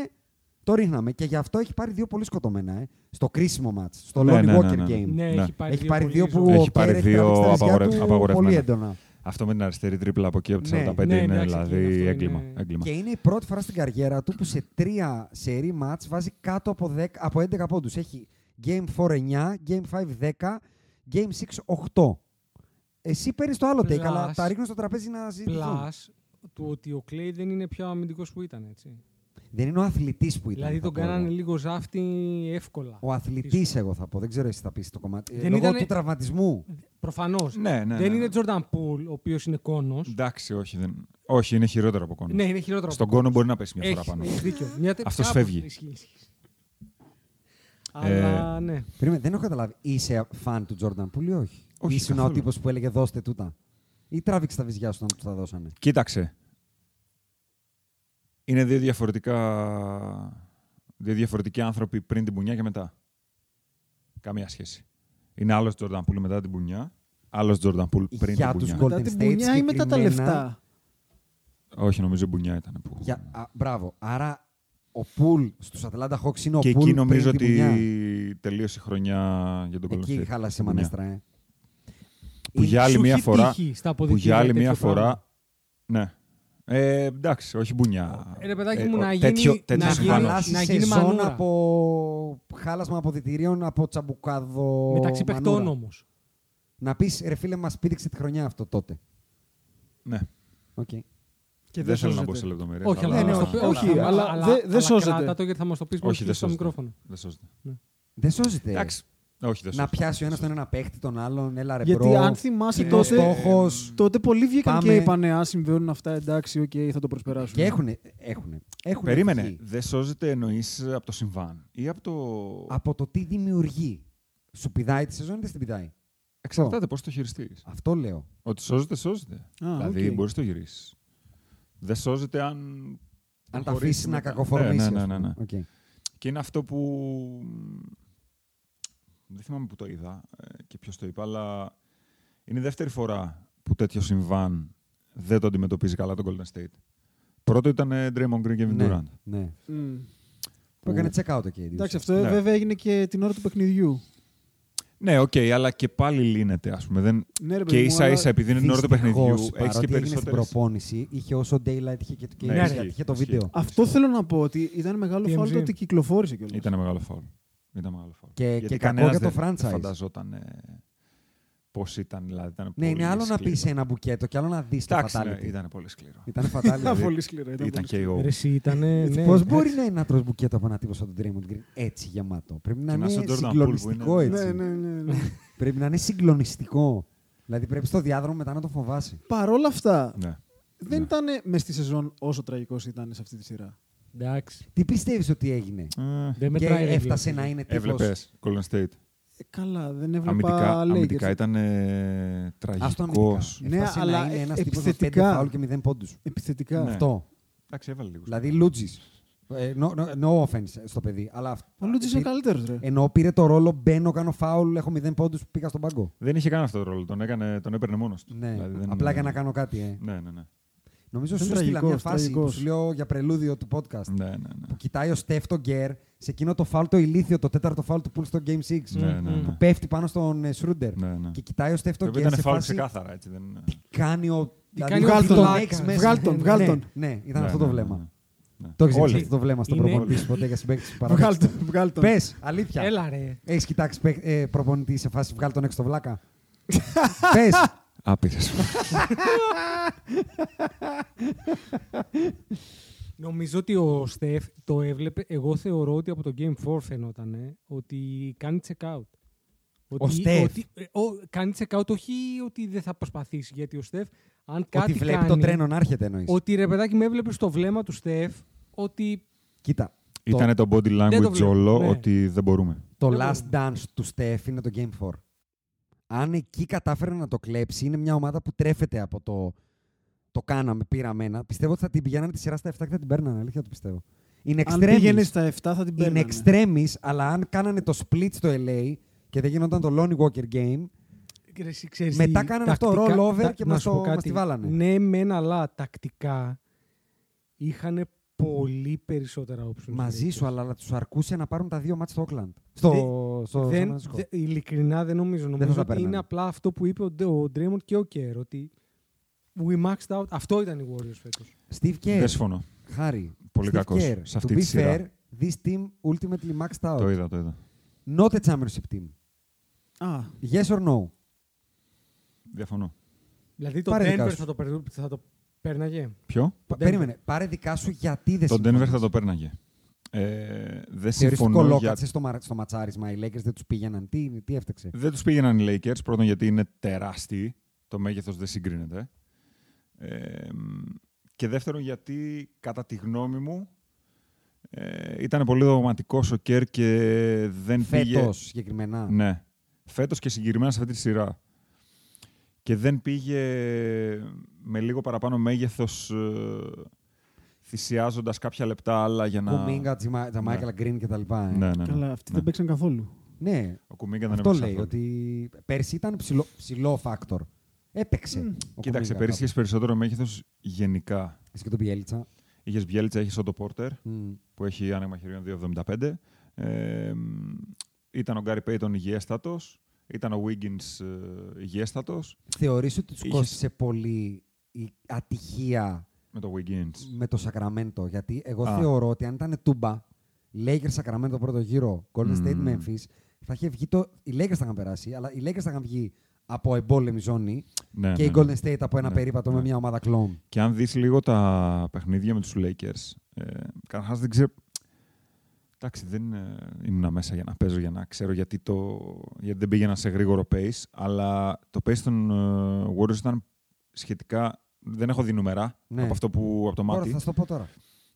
S3: το ρίχναμε. Και γι' αυτό έχει πάρει δύο πολύ σκοτωμένα. Ε. Στο κρίσιμο match, στο
S5: Ναι,
S3: Lonnie
S5: ναι, ναι,
S3: Walker
S5: ναι.
S3: game.
S4: Ναι,
S5: Ναι.
S4: έχει πάρει
S3: Έχει
S4: δύο
S3: πάρει
S4: πολύ
S3: δύο που
S4: ζωντανά.
S3: ο
S5: Έχει πάρει
S3: Kerr έχει
S5: δύο
S3: τραβήξει τα
S5: απαγορε-
S3: ρυζιά του
S5: απαγορευμένα.
S3: πολύ έντονα.
S5: Αυτό με την αριστερή τρίπλα από εκεί από
S3: Ναι,
S5: τι 45
S4: ναι,
S5: είναι
S4: εντάξει, αυτό
S5: δηλαδή
S4: είναι-
S5: έγκλημα. έγκλημα.
S3: Και είναι η πρώτη φορά στην καριέρα του που σε τρία σερή μάτς βάζει κάτω από, 10, από 11 πόντους. Έχει Game 4 9, Game 5 10, Game 6 8. Εσύ παίρνεις το άλλο take,
S4: Plus-
S3: αλλά τα ρίχνω στο τραπέζι να συζητηθούν.
S4: Plus του ότι ο Κλέη δεν είναι πια αμυντικός που ήταν. Έτσι.
S3: Δεν είναι ο αθλητής που ήταν.
S4: δηλαδή
S3: θα
S4: τον
S3: πω εγώ.
S4: κάνανε λίγο ζάφτη εύκολα.
S5: Ναι,
S3: Ο αθλητής, εγώ θα πω. Δεν ξέρω εσύ θα πεις το κομμάτι. Ε,
S4: Δεν
S3: Λόγω
S4: ήτανε-
S3: του τραυματισμού.
S4: Προφανώς.
S5: Ναι, ναι,
S4: δεν
S5: ναι.
S4: είναι Jordan Poole, ο οποίος είναι κόνος.
S5: Εντάξει, όχι, δεν... όχι, είναι χειρότερο από κόνος.
S4: Ναι, είναι χειρότερο.
S5: Στον κόνος μπορεί να πέσει μια φορά
S4: Έχεις,
S5: πάνω.
S4: έχεις δίκιο. Μια τε-
S5: Αυτός
S4: κάπως
S5: φεύγει.
S4: ισχύει, ισχύει.
S5: Ε,
S4: Αλλά ναι.
S3: Περίμενε, δεν έχω καταλάβει. Είσαι φαν του Τζόρνταν Πούλ ή όχι.
S5: Όχι,
S3: Ήσουν ο
S5: καθόλου.
S3: τύπος που έλεγε δώστε τούτα. Ή τράβηξε τα βυζιά σου να του τα δώσανε.
S5: Κοίταξε. Είναι δύο διαφορετικά. Δύο διαφορετικοί άνθρωποι πριν την μπουνιά και μετά. Καμία σχέση. Είναι άλλος Jordan Poole μετά την μπουνιά, άλλος Jordan Poole πριν
S3: Για
S5: την
S3: τους
S5: μπουνιά.
S3: Golden
S6: Μετά την
S3: State
S6: μπουνιά ή μετά τα
S3: συγκεκριμένα,
S6: λεφτά.
S5: Όχι, νομίζω μπουνιά ήταν. Που...
S3: Για, α, μπράβο. Άρα ο Πούλ στους Ατλάντα Hawks είναι ο
S5: και
S3: Πούλ.
S5: εκεί νομίζω
S3: πριν την
S5: ότι
S3: Μπουνιά.
S5: τελείωσε η χρονιά για τον Golden State.
S3: Εκεί χάλασε η
S5: Μπουνιά.
S3: μανέστρα, ε.
S5: Που για άλλη
S4: Σου
S5: μία
S4: έχει
S5: φορά.
S4: τύχει στα
S5: Που για
S4: αποδητήρια
S5: άλλη
S4: τέτοιο
S5: μία
S4: πράγμα.
S5: φορά. Ναι. Ε, εντάξει, όχι μπουνιά.
S4: Ε, ρε παιδάκι μου,
S5: ο-
S4: να γίνει-
S5: τέτοιο, τέτοιο
S4: να
S5: συμβάνω.
S4: γίνει-
S3: Χαλάσει
S4: να
S3: σεζόν
S4: μανούρα.
S3: από χάλασμα αποδητηρίων από τσαμπουκάδο.
S4: Μεταξύ παιχτών
S3: μανούρα.
S4: όμως.
S3: Να πεις ρε φίλε, μας πήδηξε τη χρονιά αυτό τότε.
S5: Ναι.
S3: Οκ.
S6: Και
S5: δεν θέλω να
S6: σώζεται.
S5: μπω σε λεπτομέρειες.
S4: Όχι, αλλά
S3: Ναι, ναι,
S4: μας το
S3: όχι,
S4: πει-
S6: όχι,
S4: αλλά-
S6: αλλά
S4: αλλά-
S6: δεν- δεν
S4: αλλά
S6: σώζεται.
S4: κράτα το γιατί θα μας το πεις
S5: Όχι, δεν
S4: στο
S5: σώζεται.
S4: μικρόφωνο.
S5: Δεν σώζεται.
S3: Δεν σώζεται. ρε.
S5: Εντάξει. Όχι, δεν
S3: Ε, να
S5: σώζεται.
S3: πιάσει ο ένας τον ένα παίχτη, τον άλλον, έλα ρε
S6: Γιατί
S3: μπρο.
S6: αν θυμάσαι
S3: είναι ο
S6: τότε,
S3: στόχος.
S6: τότε πολλοί βγήκαν
S3: Πάμε.
S6: και είπανε «Α, συμβαίνουν αυτά, εντάξει, οκ, θα το προσπεράσουμε».
S3: Και έχουνε. έχουνε, έχουνε
S5: Περίμενε.
S3: βγει
S5: Δεν σώζεται εννοείς από το συμβάν ή από το.
S3: Από το τι δημιουργεί. Σου πηδάει τη σεζόν ή δεν στην πηδάει.
S5: Εξαρτάται πώς το χειριστείς.
S3: Αυτό λέω.
S5: Ότι σώζεται, σώζεται.
S6: Α,
S5: δηλαδή
S6: οκ.
S5: μπορείς να το γυρίσεις. Δεν σώζεται αν.
S3: Αν τα
S5: προχωρήσεις
S3: αφήσεις να
S5: μετά.
S3: κακοφορμήσει.
S5: Ναι, ναι, ναι,
S3: ας
S5: ναι.
S3: πούμε. Οκ.
S5: Και είναι αυτό που. Δεν θυμάμαι που το είδα ε, και ποιος το είπε, αλλά είναι η δεύτερη φορά που τέτοιο συμβάν δεν το αντιμετωπίζει καλά το Golden State. Πρώτο ήταν ε, Draymond Green και Kevin
S3: Ναι,
S5: Durant.
S3: ναι.
S6: Μμ.
S3: Που έκανε check out ο Κέιντι.
S6: Εντάξει,
S3: ουσιαστικά.
S6: αυτό
S5: Ναι.
S6: βέβαια έγινε και την ώρα του παιχνιδιού.
S5: Ναι, οκ, αλλά και πάλι λύνεται, ας πούμε. Δεν...
S6: Ναι, ρε, παιδί
S5: και
S6: μου,
S5: ίσα
S6: αλλά-
S5: ίσα, επειδή είναι την ώρα του παιχνιδιού,
S3: Δυστυχώς,
S5: έχει και
S3: παρότι έγινε στην
S5: περισσότερες.
S3: προπόνηση, είχε όσο daylight, είχε και το
S5: Ναι,
S3: Κέιντι,
S5: ισχύει,
S3: είχε το
S5: ισχύει.
S3: βίντεο.
S6: Αυτό θέλω να πω ότι ήταν μεγάλο
S4: TMZ.
S6: φάουλ το ότι κυκλοφόρησε κιόλας.
S5: Ήταν μεγάλο φάουλ. Ήταν μεγάλο φάουλ.
S3: Και-
S5: Γιατί
S3: και κακό
S5: κανένας
S3: για το
S5: δεν
S3: franchise.
S5: Φανταζόταν ε, πώς ήταν, δηλαδή. Ήταν
S3: Ναι,
S5: πολύ
S3: είναι άλλο να
S5: σκληρό.
S3: πεις ένα μπουκέτο και άλλο να δεις το
S5: Εντάξει, ναι,
S3: fatality.
S5: ήταν πολύ σκληρό.
S3: Ήταν fatality.
S6: Ήταν πολύ σκληρό. Ήταν
S5: ε, Ήταν
S6: πολύ
S5: και
S4: Ρε,
S5: ο.
S4: Εσύ ήτανε. ναι.
S3: Πώς μπορεί να είναι ένα τρως μπουκέτο από ένα τύπο σαν τον Draymond Green έτσι γεμάτο. Πρέπει να
S5: Και να
S3: είναι
S5: είσαι ο Jordan Poole που
S3: συγκλονιστικό
S5: είναι-
S3: έτσι.
S6: Ναι, ναι, ναι. ναι.
S3: Πρέπει να είναι συγκλονιστικό. Δηλαδή πρέπει στο διάδρομο μετά να τον φοβάσει.
S6: Παρ' όλα αυτά,
S5: Ναι.
S6: δεν
S5: Ναι.
S6: ήταν μες στη σεζόν όσο τραγικός ήταν σε αυτή τη σειρά.
S4: Εντάξει.
S3: Τι πιστεύεις ότι έγινε,
S5: Ε,
S4: Δεν
S3: Και
S4: μετράει. ρε,
S3: έφτασε
S4: βλέπεις.
S3: να είναι τύπο.
S5: Έβλεπες Golden State.
S6: Ε, καλά, δεν έβλεπα
S5: Αμυντικά,
S6: Lakers.
S5: αμυντικά ήταν ε, τραγικό.
S6: Ναι,
S3: Έφτασε
S6: αλλά
S3: να είναι ένας
S6: ε-
S3: τύπος με
S6: επιθετικά.
S3: πέντε φάουλ και μηδέν πόντους.
S6: Επιθετικά.
S5: Ναι.
S3: Αυτό.
S5: Εντάξει, έβαλε λίγο.
S3: Δηλαδή, Λούτζι. No, no, no offense στο παιδί. Αλλά αυτό.
S6: Ο Λούτζης είναι καλύτερος, ρε.
S3: Ενώ πήρε το ρόλο, μπαίνω, κάνω φάουλ, έχω 0 πόντους, πήγα στον πάγκο.
S5: Δεν είχε καν αυτό το ρόλο. Τον, έκανε, τον έπαιρνε μόνος του. Δηλαδή
S3: Ναι. Απλά για να κάνω κάτι, ε.
S5: Ναι, ναι, ναι.
S3: Νομίζω
S6: Ήταν
S3: σου στείλα μια
S6: τραγικός,
S3: φάση που
S6: τραγικός.
S3: σου λέω για πρελούδιο του podcast.
S5: Ναι, ναι, ναι.
S3: Που κοιτάει ο Στεφ τον Γκέρ σε εκείνο το φάουλ το ηλίθιο, το τέταρτο φάουλ του Πουλ στο Game 6.
S5: Ναι, ναι, ναι.
S3: Που πέφτει πάνω στον ε, Σρούντερ.
S5: Ναι, ναι.
S3: Και κοιτάει ο Στεφ
S5: Το
S3: τον
S5: οποίο
S3: Γκέρ
S5: ήταν
S3: σε
S5: φάουλ
S3: φάση.
S5: ξεκάθαρα. Έτσι, δεν... είναι-
S3: Κάνει ο.
S4: κάνει ο
S3: βγάλ' τον,
S4: βλάκας.
S3: έχεις μέσα.
S6: Βγάλ' τον, βγάλ'
S3: Ναι,
S6: τον.
S3: Ναι, ήταν
S5: Ναι,
S3: αυτό το
S5: ναι,
S3: βλέμμα.
S5: ναι, ναι.
S3: Το έχεις
S5: Όλοι.
S3: δει αυτό το βλέμμα στον
S4: Είναι-
S3: προπονητής σου ποτέ για συμπαίκτη σου
S6: Βγάλ' τον, βγάλ' τον.
S3: Πες, αλήθεια.
S4: Έλα ρε.
S3: Έχεις κοιτάξει παίκ- ε, προπονητή σε φάση βγάλ τον έξω το βλάκα. Πες.
S5: Άπειρες.
S4: Νομίζω ότι ο Στεφ το έβλεπε. Εγώ θεωρώ ότι από το Game 4 φαινόταν ε, ότι κάνει check out. Ότι,
S3: Στεφ.
S4: Ότι, ε, ο- κάνει check out, όχι ότι δεν θα προσπαθήσει. Γιατί ο Στεφ, αν κάτι
S3: Ότι βλέπει
S4: κάνει,
S3: το τρένο να έρχεται εννοείς.
S4: Ότι ρε παιδάκι με έβλεπε στο βλέμμα του Στεφ ότι
S3: Κοίτα. το-
S5: Ήταν το body
S4: βλέπω,
S5: language όλο
S4: ναι.
S5: ότι δεν μπορούμε.
S3: Το
S4: Δεν
S3: last dance του Στεφ είναι το Game 4. Αν εκεί κατάφερε να το κλέψει, είναι μια ομάδα που τρέφεται από το. Το κάναμε, πήραμε ένα. Πιστεύω ότι θα την πηγαίνανε τη σειρά στα 7 και θα την παίρνανε. Αλήθεια το πιστεύω. Είναι
S6: Αν
S3: extremis.
S6: πήγαινε στα 7 θα την παίρνανε.
S3: Είναι extremis, αλλά αν κάνανε το split στο LA και δεν γινόταν το Lonnie Walker game,
S4: Ρε, εσύ ξέρεις
S3: Μετά
S4: τι,
S3: κάνανε αυτό,
S4: τακτικά-
S3: rollover
S4: τα-
S3: και
S4: να
S3: μας
S4: σου
S3: το-
S4: πω
S3: μας
S4: κάτι.
S3: τη βάλανε.
S4: Ναι, μεν, αλλά τακτικά είχαν πολύ περισσότερα options.
S3: μαζί
S4: Lakers.
S3: σου, αλλά, αλλά τους αρκούσε να πάρουν τα δύο μάτια στο Oakland. Στο,
S4: Δε-
S3: στο San
S4: δεν,
S3: Francisco.
S4: δε, ειλικρινά δεν νομίζω. Νομίζω
S3: θα τα
S4: ότι
S3: παίρνανε.
S4: είναι απλά αυτό που είπε ο, Ντε- ο Draymond και ο Kerr, ότι we maxed out. Αυτό ήταν οι Warriors φέτος.
S3: Steve Kerr.
S5: Δεν συμφωνώ.
S3: Χάρη.
S5: Πολύ
S3: Steve
S5: κακός
S3: Kerr.
S5: σε αυτή
S3: to
S5: τη
S3: be
S5: σειρά.
S3: fair, this team ultimately maxed out.
S5: Το είδα, το είδα.
S3: Not a championship team.
S6: Α,
S3: Yes or no.
S5: Διαφωνώ.
S4: Δηλαδή το
S3: Πάρε δικά
S4: Denver
S3: σου. Ναι,
S4: θα το, περνού- θα το πέρναγε.
S5: Ποιο?
S3: Πα-
S4: Denver.
S3: Περίμενε. Πάρε δικά σου γιατί δεν
S5: Το Denver
S3: συμφωνείς.
S5: θα το πέρναγε. Ε, δεν
S3: Θεωρητικό
S5: συμφωνώ
S3: λόγο
S5: για...
S3: κάτσε στο, μα- στο ματσάρισμα. Οι Lakers δεν τους πήγαιναν. Τι, τι έφταξε.
S5: Δεν τους πήγαιναν οι Lakers, πρώτον γιατί είναι τεράστιοι, το μέγεθος δεν συγκρίνεται. Ε, και δεύτερον γιατί, κατά τη γνώμη μου, ε, ήταν πολύ δογματικός ο Κέρ και δεν πήγε...
S3: Φέτος συγκεκριμένα.
S5: Ναι. Φέτος και συγκεκριμένα σε αυτή τη σειρά. Και δεν πήγε με λίγο παραπάνω μέγεθος ε, θυσιάζοντας κάποια λεπτά άλλα για να...
S3: Κουμίγκα, Τζιμα- Τζαμάικαλ, Γκριν κτλ. ε.
S5: Ναι, ναι, ναι.
S6: καλά, αυτοί
S5: Ναι.
S6: δεν παίξαν καθόλου.
S3: Ναι,
S5: Ο Κουμίγκα δεν
S3: αυτό
S5: έπαιξε
S3: λέει.
S5: καθόλου.
S3: Ότι πέρσι ήταν ψηλό, ψηλό factor. Έπαιξε. ο
S5: Κοίταξε,
S3: Κουμίγκα
S5: πέρυσι
S3: κάπου.
S5: είχες περισσότερο μέγεθος γενικά.
S3: Εσύ και τον Πιέλτσα.
S5: Είχες Μπιέλτσα, είχες Σόντο Πόρτερ
S3: Μμ.
S5: που έχει άνοιγμα χεριών 2,75. Ε, μ, ήταν ο Γκάρι Πέιτον υγιέστατος. Ήταν ο Wiggins ε, υγιέστατος.
S3: Θεωρείς ότι τους
S5: Είχες-
S3: κόστησε πολύ η ατυχία
S5: Με το Wiggins.
S3: με το Σακραμέντο. Γιατί εγώ
S5: Α.
S3: θεωρώ ότι αν ήταν τούμπα, Lakers Σακραμέντο πρώτο γύρο, Golden State
S5: Μμμ.
S3: Memphis, θα είχε βγει το... Οι Lakers θα είχαν περάσει, αλλά οι Lakers θα είχαν βγει από εμπόλεμη ζώνη
S5: Ναι,
S3: και
S5: ναι,
S3: οι
S5: ναι.
S3: Golden State από ένα
S5: Ναι,
S3: περίπατο
S5: ναι.
S3: με μια ομάδα κλόουν.
S5: Και αν δεις λίγο τα παιχνίδια με τους Lakers, ε, καταρχάς δεν ξέρω... Εντάξει, δεν ε, ήμουν μέσα για να παίζω, για να ξέρω γιατί, το, γιατί δεν πήγαινα σε γρήγορο pace, αλλά το pace των ε, Warriors ήταν σχετικά... Δεν έχω δει νούμερα
S3: Ναι.
S5: από αυτό που από το
S3: Τώρα
S5: μάτι.
S3: θα σου το πω τώρα.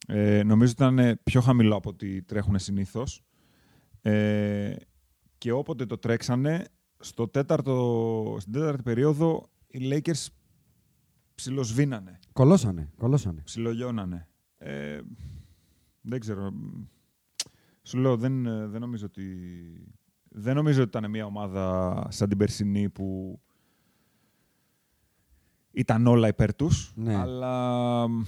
S5: Ε, νομίζω ότι ήταν ε, πιο χαμηλό από ό,τι τρέχουν συνήθως. Ε, και όποτε το τρέξανε, στο τέταρτο, στην τέταρτη περίοδο οι Lakers ψιλοσβήνανε,
S3: Κολώσανε, κολώσανε.
S5: ψιλογιώνανε. Ε, δεν ξέρω. Σου λέω, δεν, ε, δεν νομίζω ότι... Δεν νομίζω ότι ήταν μια ομάδα σαν την περσινή που ήταν όλα υπέρ τους,
S3: Ναι.
S5: αλλά μ,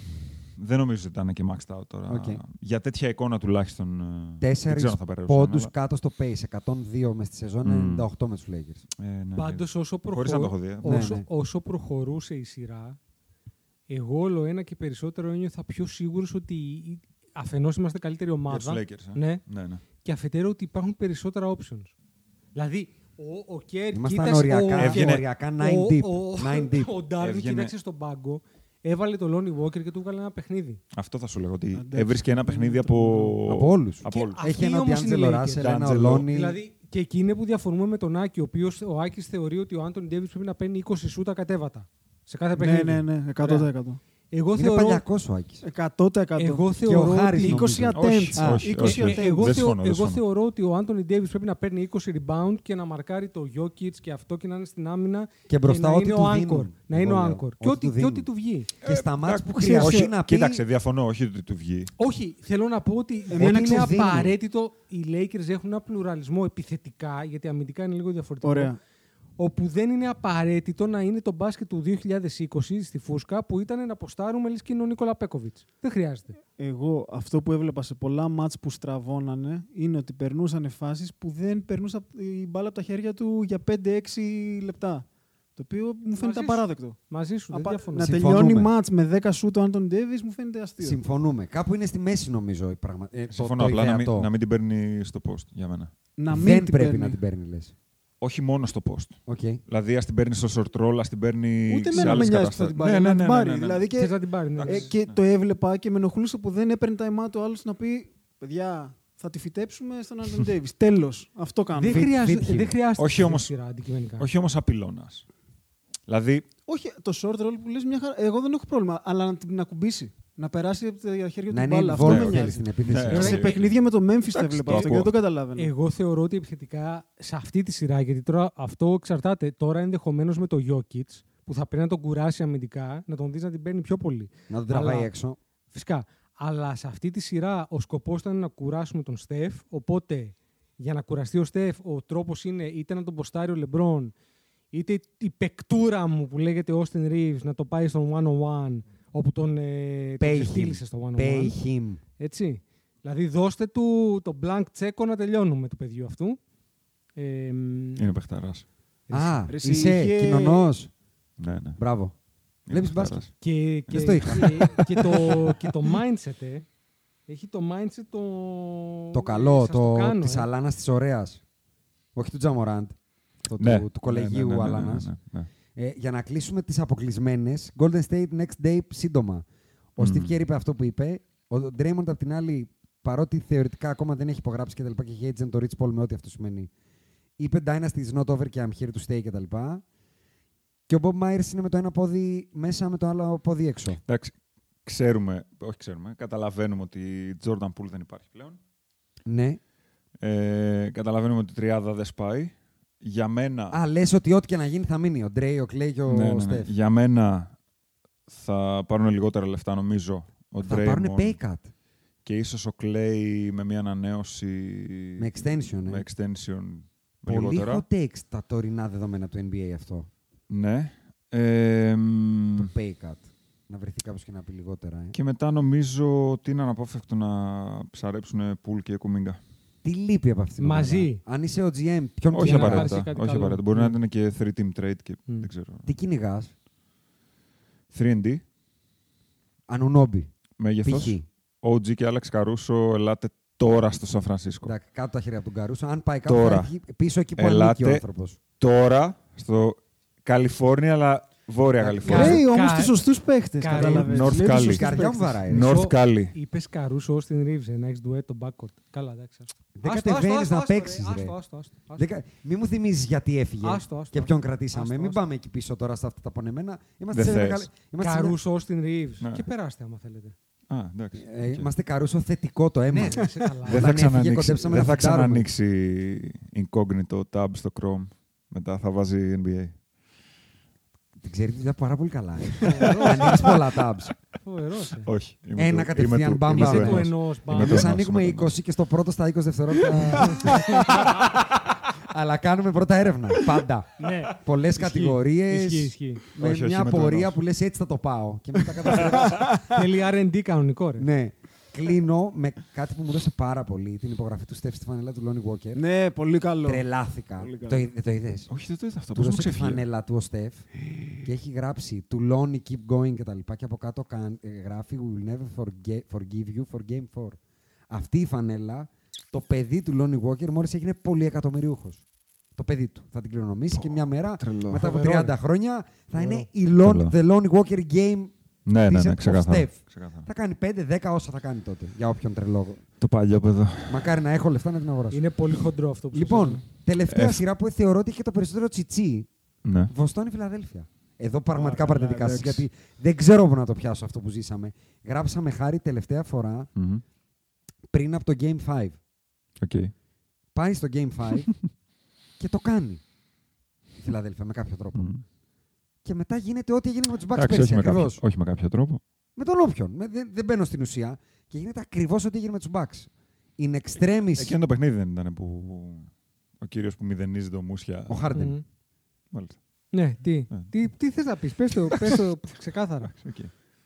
S5: δεν νομίζω ότι ήταν και maxed out τώρα.
S3: Οκ.
S5: Για τέτοια εικόνα τουλάχιστον ε, δεν
S3: Τέσσερις
S5: ξέρω αν θα περάσουν.
S3: πόντου κάτω στο pace. 102 μες στη σεζόν,
S5: Μμμ.
S3: 98 με τους Lakers.
S5: Ε, ναι,
S4: Πάντως όσο,
S5: Χωρίς να το έχω δει. ε.
S3: Ναι,
S4: όσο,
S3: ναι.
S4: όσο προχωρούσε η σειρά, εγώ όλο ένα και περισσότερο ένιωθα πιο σίγουρος ότι αφενός είμαστε καλύτερη
S5: Για τους
S4: ομάδα
S5: Lakers. ε.
S4: Ναι.
S5: ναι, ναι.
S4: και αφετέρου ότι υπάρχουν περισσότερα options. Δηλαδή, ο, ο Κέρ
S3: Ήμασταν
S4: κοίταξε-
S3: οριακά,
S4: ο-
S5: Έβγαινε-
S3: οριακά 9
S4: ο-
S3: deep.
S4: Ο,
S3: 9 deep.
S4: ο Darwin
S5: Έβγαινε-
S4: κοίταξε στον πάγκο, έβαλε το Lonnie Walker και του έβγαλε ένα παιχνίδι.
S5: Αυτό θα σου λέγω, ότι
S6: Αντάξει.
S5: έβρισκε ένα παιχνίδι από...
S3: Από όλους.
S5: Από
S4: Και
S5: όλους.
S4: αυτοί
S3: Έχει ένα
S4: όμως είναι
S3: Ντιάντζελο
S4: οι Lakers.
S3: Ράσελ, ένα
S5: Ντιάντζελο.
S3: Ολόνι.
S4: Δηλαδή, και εκεί είναι που διαφωνούμε με τον Άκη, ο οποίος ο Άκης θεωρεί ότι ο Άντων Ντέβι πρέπει να παίρνει 20 σούτα κατέβατα. Σε κάθε
S6: Ναι,
S4: παιχνίδι.
S6: ναι, ναι, 100%.
S4: Εγώ
S3: Είναι
S4: θεωρώ...
S3: παλιακός ο
S6: Ε,
S3: Άκης.
S6: 100%.
S4: Εγώ
S6: Και
S4: θεωρώ
S6: ο Χάρης
S4: ότι...
S6: νομίζω. 20 attempts.
S4: Α,
S6: Όχι,
S4: 20
S6: όχι,
S4: attempts.
S6: όχι.
S4: Ε, Εγώ, θεω-
S6: Δεν συμφωνώ, δεν
S4: εγώ
S6: συμφωνώ.
S4: θεωρώ ότι ο Άντωνι Ντέβις πρέπει να παίρνει 20 rebound και να μαρκάρει το Jokic και αυτό και να είναι στην άμυνα
S3: μπροστά
S4: να
S3: ό,τι
S4: είναι
S3: του
S4: ο
S3: δίνουν.
S4: anchor. Να είναι
S3: Εγώ
S4: ο
S3: λέω.
S4: anchor.
S3: Ό,τι
S4: Και ό,τι-
S3: του
S4: Και ό,τι
S3: δίνουν.
S4: του βγει.
S3: Και στα μάτς που
S5: ε, Όχι,
S3: χρειάζεται να πει...
S5: Κοίταξε, διαφωνώ, όχι ότι του βγει.
S4: Όχι, θέλω να πω ότι
S3: Εμένα
S4: δεν είναι
S3: ξεδίνει.
S4: απαραίτητο. Οι Lakers έχουν ένα πλουραλισμό επιθετικά, γιατί αμυντικά είναι λίγο διαφορετικό.
S6: Ωραία.
S4: Όπου δεν είναι απαραίτητο να είναι το μπάσκετ του 2020 στη Φούσκα που ήταν να αποστάρουμε λες και είναι ο Νίκολα Πέκοβιτ. Δεν χρειάζεται.
S6: Εγώ αυτό που έβλεπα σε πολλά μάτς που στραβώνανε είναι ότι περνούσαν φάσεις που δεν περνούσαν η μπάλα από τα χέρια του για 5-6 λεπτά. Το οποίο μου φαίνεται
S4: σου.
S6: απαράδεκτο.
S4: Μαζί σου, δεν
S6: Απα-
S4: διαφωνώ.
S6: Να
S3: Συμφωνούμε.
S6: τελειώνει μάτς με 10 σου το Άντων Ντέβις μου φαίνεται αστείο.
S3: Συμφωνούμε. Κάπου είναι στη μέση νομίζω η πραγμα... ε, το-
S5: Συμφωνώ,
S3: το
S5: απλά να
S3: ιδεατό.
S5: μην, να μην την παίρνει στο post για μένα.
S6: Να μην
S3: δεν
S6: την
S3: πρέπει
S6: παίρνει.
S3: να την παίρνει, λες.
S5: Όχι μόνο στο post.
S3: Okay.
S5: Δηλαδή, ας την παίρνεις στο short roll, ας την παίρνει
S6: Ούτε
S5: σε Ναι,
S6: εμένα με
S5: άλλες
S6: νοιάζει που θα την πάρει.
S5: καταστάσει.
S6: να την πάρει. Δηλαδή και,
S4: Θες να την πάρει, ναι.
S6: ε, και το έβλεπα και με ενοχλούσε που δεν έπαιρνε τα αιμά του άλλος να πει Παιδιά, θα τη φυτέψουμε στον Άντων Ντέβις. Τέλος. Αυτό κάνουμε.
S4: Δεν, χρειάζεται,
S3: Βίτχη.
S4: δεν χρειάζεται
S5: Όχι
S4: τη
S5: όμως-
S4: σειρά αντικειμενικά.
S5: Όχι όμως απειλώνας. Δηλαδή,
S6: Όχι, το short roll που λες μια χαρά. Εγώ δεν έχω πρόβλημα, αλλά να την ακουμπήσει. Να περάσει από τα χέρια
S3: Να
S6: του
S3: είναι
S6: μπάλα. Αυτό με
S3: involved θέλει
S6: νοιάζει.
S3: στην επίθεση.
S5: Ναι,
S6: Σε
S5: όχι.
S6: παιχνίδια με το Memphis τα
S5: Εντάξει,
S6: έβλεπα
S5: το
S6: αυτό και
S5: ακούω.
S6: δεν το
S3: Ναι.
S6: καταλάβαινα.
S4: Εγώ θεωρώ ότι επιθετικά σε αυτή τη σειρά, γιατί τώρα αυτό εξαρτάται τώρα ενδεχομένως με το Jokic που θα πρέπει να τον κουράσει αμυντικά, να τον δεις να την παίρνει πιο πολύ.
S3: Να τον τραβάει
S4: Αλλά-
S3: έξω.
S4: Φυσικά. Αλλά σε αυτή τη σειρά ο σκοπός ήταν να κουράσουμε τον Στεφ. Οπότε για να κουραστεί ο Στεφ, ο τρόπος είναι είτε να τον ποστάρει ο Λεμπρόν, είτε η πεκτούρα μου που λέγεται Austin Reeves να το πάει στον 101, όπου τον, ε, τον
S3: Pay him.
S4: ξεφτύλισε στο 101.
S3: Pay him.
S4: Έτσι. Δηλαδή δώστε του το blank τσέκο να τελειώνουμε του παιδιού αυτού. Ε, μ,
S5: είναι παιχταράς.
S3: Α,
S6: Ρε, εσύ
S3: είσαι
S6: είχε-
S3: κοινωνός.
S5: Ναι, ναι.
S3: Μπράβο.
S5: Είναι
S3: Βλέπεις μπάσκετ.
S5: παιχταράς.
S4: και, και,
S3: Δεν το είχα.
S4: και, και το, και το mindset, ε. Έχει το mindset το...
S3: Το καλό,
S4: ε, σας
S3: το,
S4: κάνω,
S3: της
S4: ε.
S3: Αλάνας της ωραίας. Όχι του Τζαμοράντ, το
S5: Ναι.
S3: του, του
S5: Ναι, ναι,
S3: κολεγίου
S5: ναι, ναι, ναι,
S3: Αλάνας.
S5: ναι, ναι.
S3: Ε, για να κλείσουμε τις αποκλεισμένες, Golden State Next Day σύντομα. Ο
S5: Μμμ.
S3: Steve Kerr είπε αυτό που είπε. Ο Draymond απ' την άλλη, παρότι θεωρητικά ακόμα δεν έχει υπογράψει και τα λοιπά και έχει agent το Rich Paul με ό,τι αυτό σημαίνει. Είπε Dynasty is not over και I'm here to stay και τα λοιπά. Και ο Bob Myers είναι με το ένα πόδι μέσα, με το άλλο πόδι έξω.
S5: Εντάξει, ξέρουμε, όχι ξέρουμε, καταλαβαίνουμε ότι Jordan Poole δεν υπάρχει πλέον.
S3: Ναι.
S5: Ε, καταλαβαίνουμε ότι η τριάδα δεν σπάει. Για μένα,
S3: Α, λες ότι ό,τι και να γίνει θα μείνει. Ο Ντρέι, ο Κλέι και ο
S5: ναι, ναι, ναι.
S3: Στεφ.
S5: Για μένα θα πάρουν λιγότερα λεφτά νομίζω. Ο
S3: Θα
S5: Draymond
S3: πάρουν pay cut
S5: και ίσως ο Clay με μια ανανέωση
S3: με extension. Ε.
S5: με extension
S3: Πολύ
S5: λιγότερα.
S3: hot takes τα τωρινά δεδομένα του NBA αυτό.
S5: Ναι. Ε, μ,
S3: Το pay cut. Να βρεθεί κάποιος και να πει λιγότερα. Ε.
S5: και μετά νομίζω ότι είναι αναπόφευκτο να ψαρέψουν Πουλ και Κουμίγκα.
S3: Τι λείπει από αυτήν την
S4: Μαζί.
S3: ομάδα? Αν είσαι ο GM, ποιον
S5: Όχι
S4: για να
S3: κυνηγάς,
S4: πάρεις
S5: απαραίτητα.
S4: κάτι
S5: Όχι
S4: καλό.
S5: απαραίτητα. Μπορεί να
S3: Ναι.
S4: Mm.
S5: ήταν και 3-team trade
S3: Mm.
S5: και δεν ξέρω.
S3: Τι κυνηγάς,
S5: 3D,
S3: Ανουνόμπι. Π.χ.
S5: μέγεθος, OG και Alex Caruso, ελάτε τώρα στο Σαν Φρανσίσκο.
S3: Εντάξει, κάτω τα χέρια από τον Καρούσο. Αν πάει κάπου,
S5: Τώρα.
S3: θα βγει πίσω εκεί που
S5: Ελάτε.
S3: ανήκει ο άνθρωπος.
S5: Τώρα στο Καλιφόρνια, αλλά βόρεια Καλιφόρνια.
S6: Λέει όμως
S4: Κα-
S6: τους σωστούς παίχτες.
S4: Κα-
S6: Κατάλαβε.
S5: North Cali.
S3: Η καρδιά μου βαράει. ρε.
S5: North
S4: Νομίζω-
S5: Cali.
S4: Είπες Καρούσο Austin Reeves, ε, να έχει ντουέτο backcourt. Καλά, εντάξει. άστο.
S3: Δεν
S4: Άστο, άστο,
S3: κατεβαίνεις
S4: άστο,
S3: να
S4: άστο, ρε.
S3: παίξεις.
S4: Άστο, άστο, άστο, άστο.
S3: Μην μου θυμίζεις γιατί έφυγε
S4: Άστο, άστο,
S3: και
S4: άστο.
S3: ποιον κρατήσαμε.
S4: Άστο,
S3: Μην
S4: άστο.
S3: πάμε εκεί πίσω τώρα σε αυτά τα πονεμένα. Είμαστε
S5: Δεν
S3: σε ένα
S5: θες.
S3: καλ- είμαστε σε ένα-
S4: Καρούσο Austin Reeves.
S5: Ναι.
S4: Και περάστε άμα θέλετε.
S5: Α, εντάξει.
S3: Ε,
S5: Οκ.
S3: Είμαστε καρούσο θετικό το αίμα.
S4: σε καλά.
S5: Δεν θα
S3: Όταν έφυγε,
S5: ξανανοίξει,
S3: κοντέψαμε
S5: δεν
S3: να
S5: θα
S3: φουντάρουμε.
S5: ξανανοίξει incognito tab στο Chrome. Μετά θα βάζει NBA.
S3: Την ξέρεις τη δουλειά πάρα πολύ καλά. Ανοίξει πολλά tabs.
S4: Φοβερός, ε.
S5: Όχι. είμαι
S3: Ένα
S5: του-
S3: κατευθείαν
S5: είμαι του-
S3: μπαμ,
S5: είμαι
S3: μπαμ.
S5: του
S4: Είσαι του
S5: ενός.
S4: ενός,
S5: Είμαι
S4: πάμε.
S5: το
S3: Εμείς
S5: εννοώ,
S3: ανοίγουμε
S5: συμμετέχω.
S3: 20 και στο πρώτο στα 20 δευτερόλεπτα. Αλλά κάνουμε πρώτα έρευνα. Πάντα.
S4: Ναι.
S3: Πολλές
S4: Ισχύει,
S3: κατηγορίες.
S4: Ισχύει, ισχύει.
S3: Με
S5: Όχι, όχι,
S3: μια
S5: με το
S3: πορεία
S5: εννοώ.
S3: που λες έτσι θα το πάω. Και μετά καταφέρω.
S4: Θέλει R&D κανονικό, ρε.
S3: ναι. Κλείνω με κάτι που μου δώσε πάρα πολύ. Την υπογραφή του Στεφ στη φανελά του Λόνι Walker.
S6: Ναι, πολύ καλό.
S3: Τρελάθηκα.
S6: Πολύ καλό.
S3: Το, είδε- το είδες.
S5: Όχι, δεν το είδα αυτό.
S3: Του
S5: Πώς μου
S3: δώσε τη
S5: ξεφύγει. Ε.
S3: φανέλα του ο Στεφ και έχει γράψει του Lonnie keep going και τα λοιπά και από κάτω καν- ε, γράφει we will never forge- forgive you for game 4. Αυτή η φανέλα, το παιδί του Lonnie Walker μόλις έγινε πολυεκατομμυρίουχος. Το παιδί του. Θα την κληρονομήσει και μια μέρα,
S5: τρελό.
S3: μετά από
S4: Φοβερό,
S3: 30 χρόνια, θα
S4: Φοβερό.
S3: είναι η
S5: Τρελό.
S3: Lon- the Lonnie Walker game
S5: Ναι, ναι,
S3: Vision
S5: ναι,
S3: of
S5: ξεκάθαρα.
S3: Steph.
S5: Ξεκάθαρα.
S3: Θα κάνει 5-10 όσα θα κάνει τότε, για όποιον τρελό.
S5: Το παλιό παιδό.
S3: Μακάρι να έχω λεφτά να την αγοράσω.
S4: Είναι πολύ χοντρό αυτό που σας
S3: Λοιπόν,
S4: λέω.
S3: τελευταία
S5: Ε,
S3: σειρά που θεωρώ ότι είχε το περισσότερο τσιτσί
S5: Ναι.
S3: Βοστόνη Φιλαδέλφια. Εδώ πραγματικά
S6: Άρα,
S3: πάρετε
S6: καλά,
S3: δικά σα.
S6: εντάξει.
S3: Γιατί δεν ξέρω πού να το πιάσω αυτό που ζήσαμε. Γράψαμε χάρη τελευταία φορά
S5: Μμμ.
S3: πριν από το Game 5.
S5: Οκ.
S3: Πάει στο Game 5 και το κάνει. Η Φιλαδέλφια με κάποιο τρόπο. Και μετά γίνεται ό,τι έγινε με τους Bucks
S5: Mm. Εντάξει, όχι
S3: πέρσι.
S5: με, κάποιο,
S3: Ακριβώ.
S5: όχι με κάποιο τρόπο.
S3: Με τον όποιον. Με- δεν, δεν μπαίνω στην ουσία. Και γίνεται ακριβώς ό,τι έγινε με τους Bucks. In extremis.
S5: Εκείνο το παιχνίδι δεν ήταν που ο κύριος που μηδενίζει το μουσια.
S3: Ο Harden.
S4: Μμμ.
S5: Μάλιστα.
S4: Ναι, τι, τι, τι θες να πεις, πες το, πες το ξεκάθαρα.
S5: Οκ.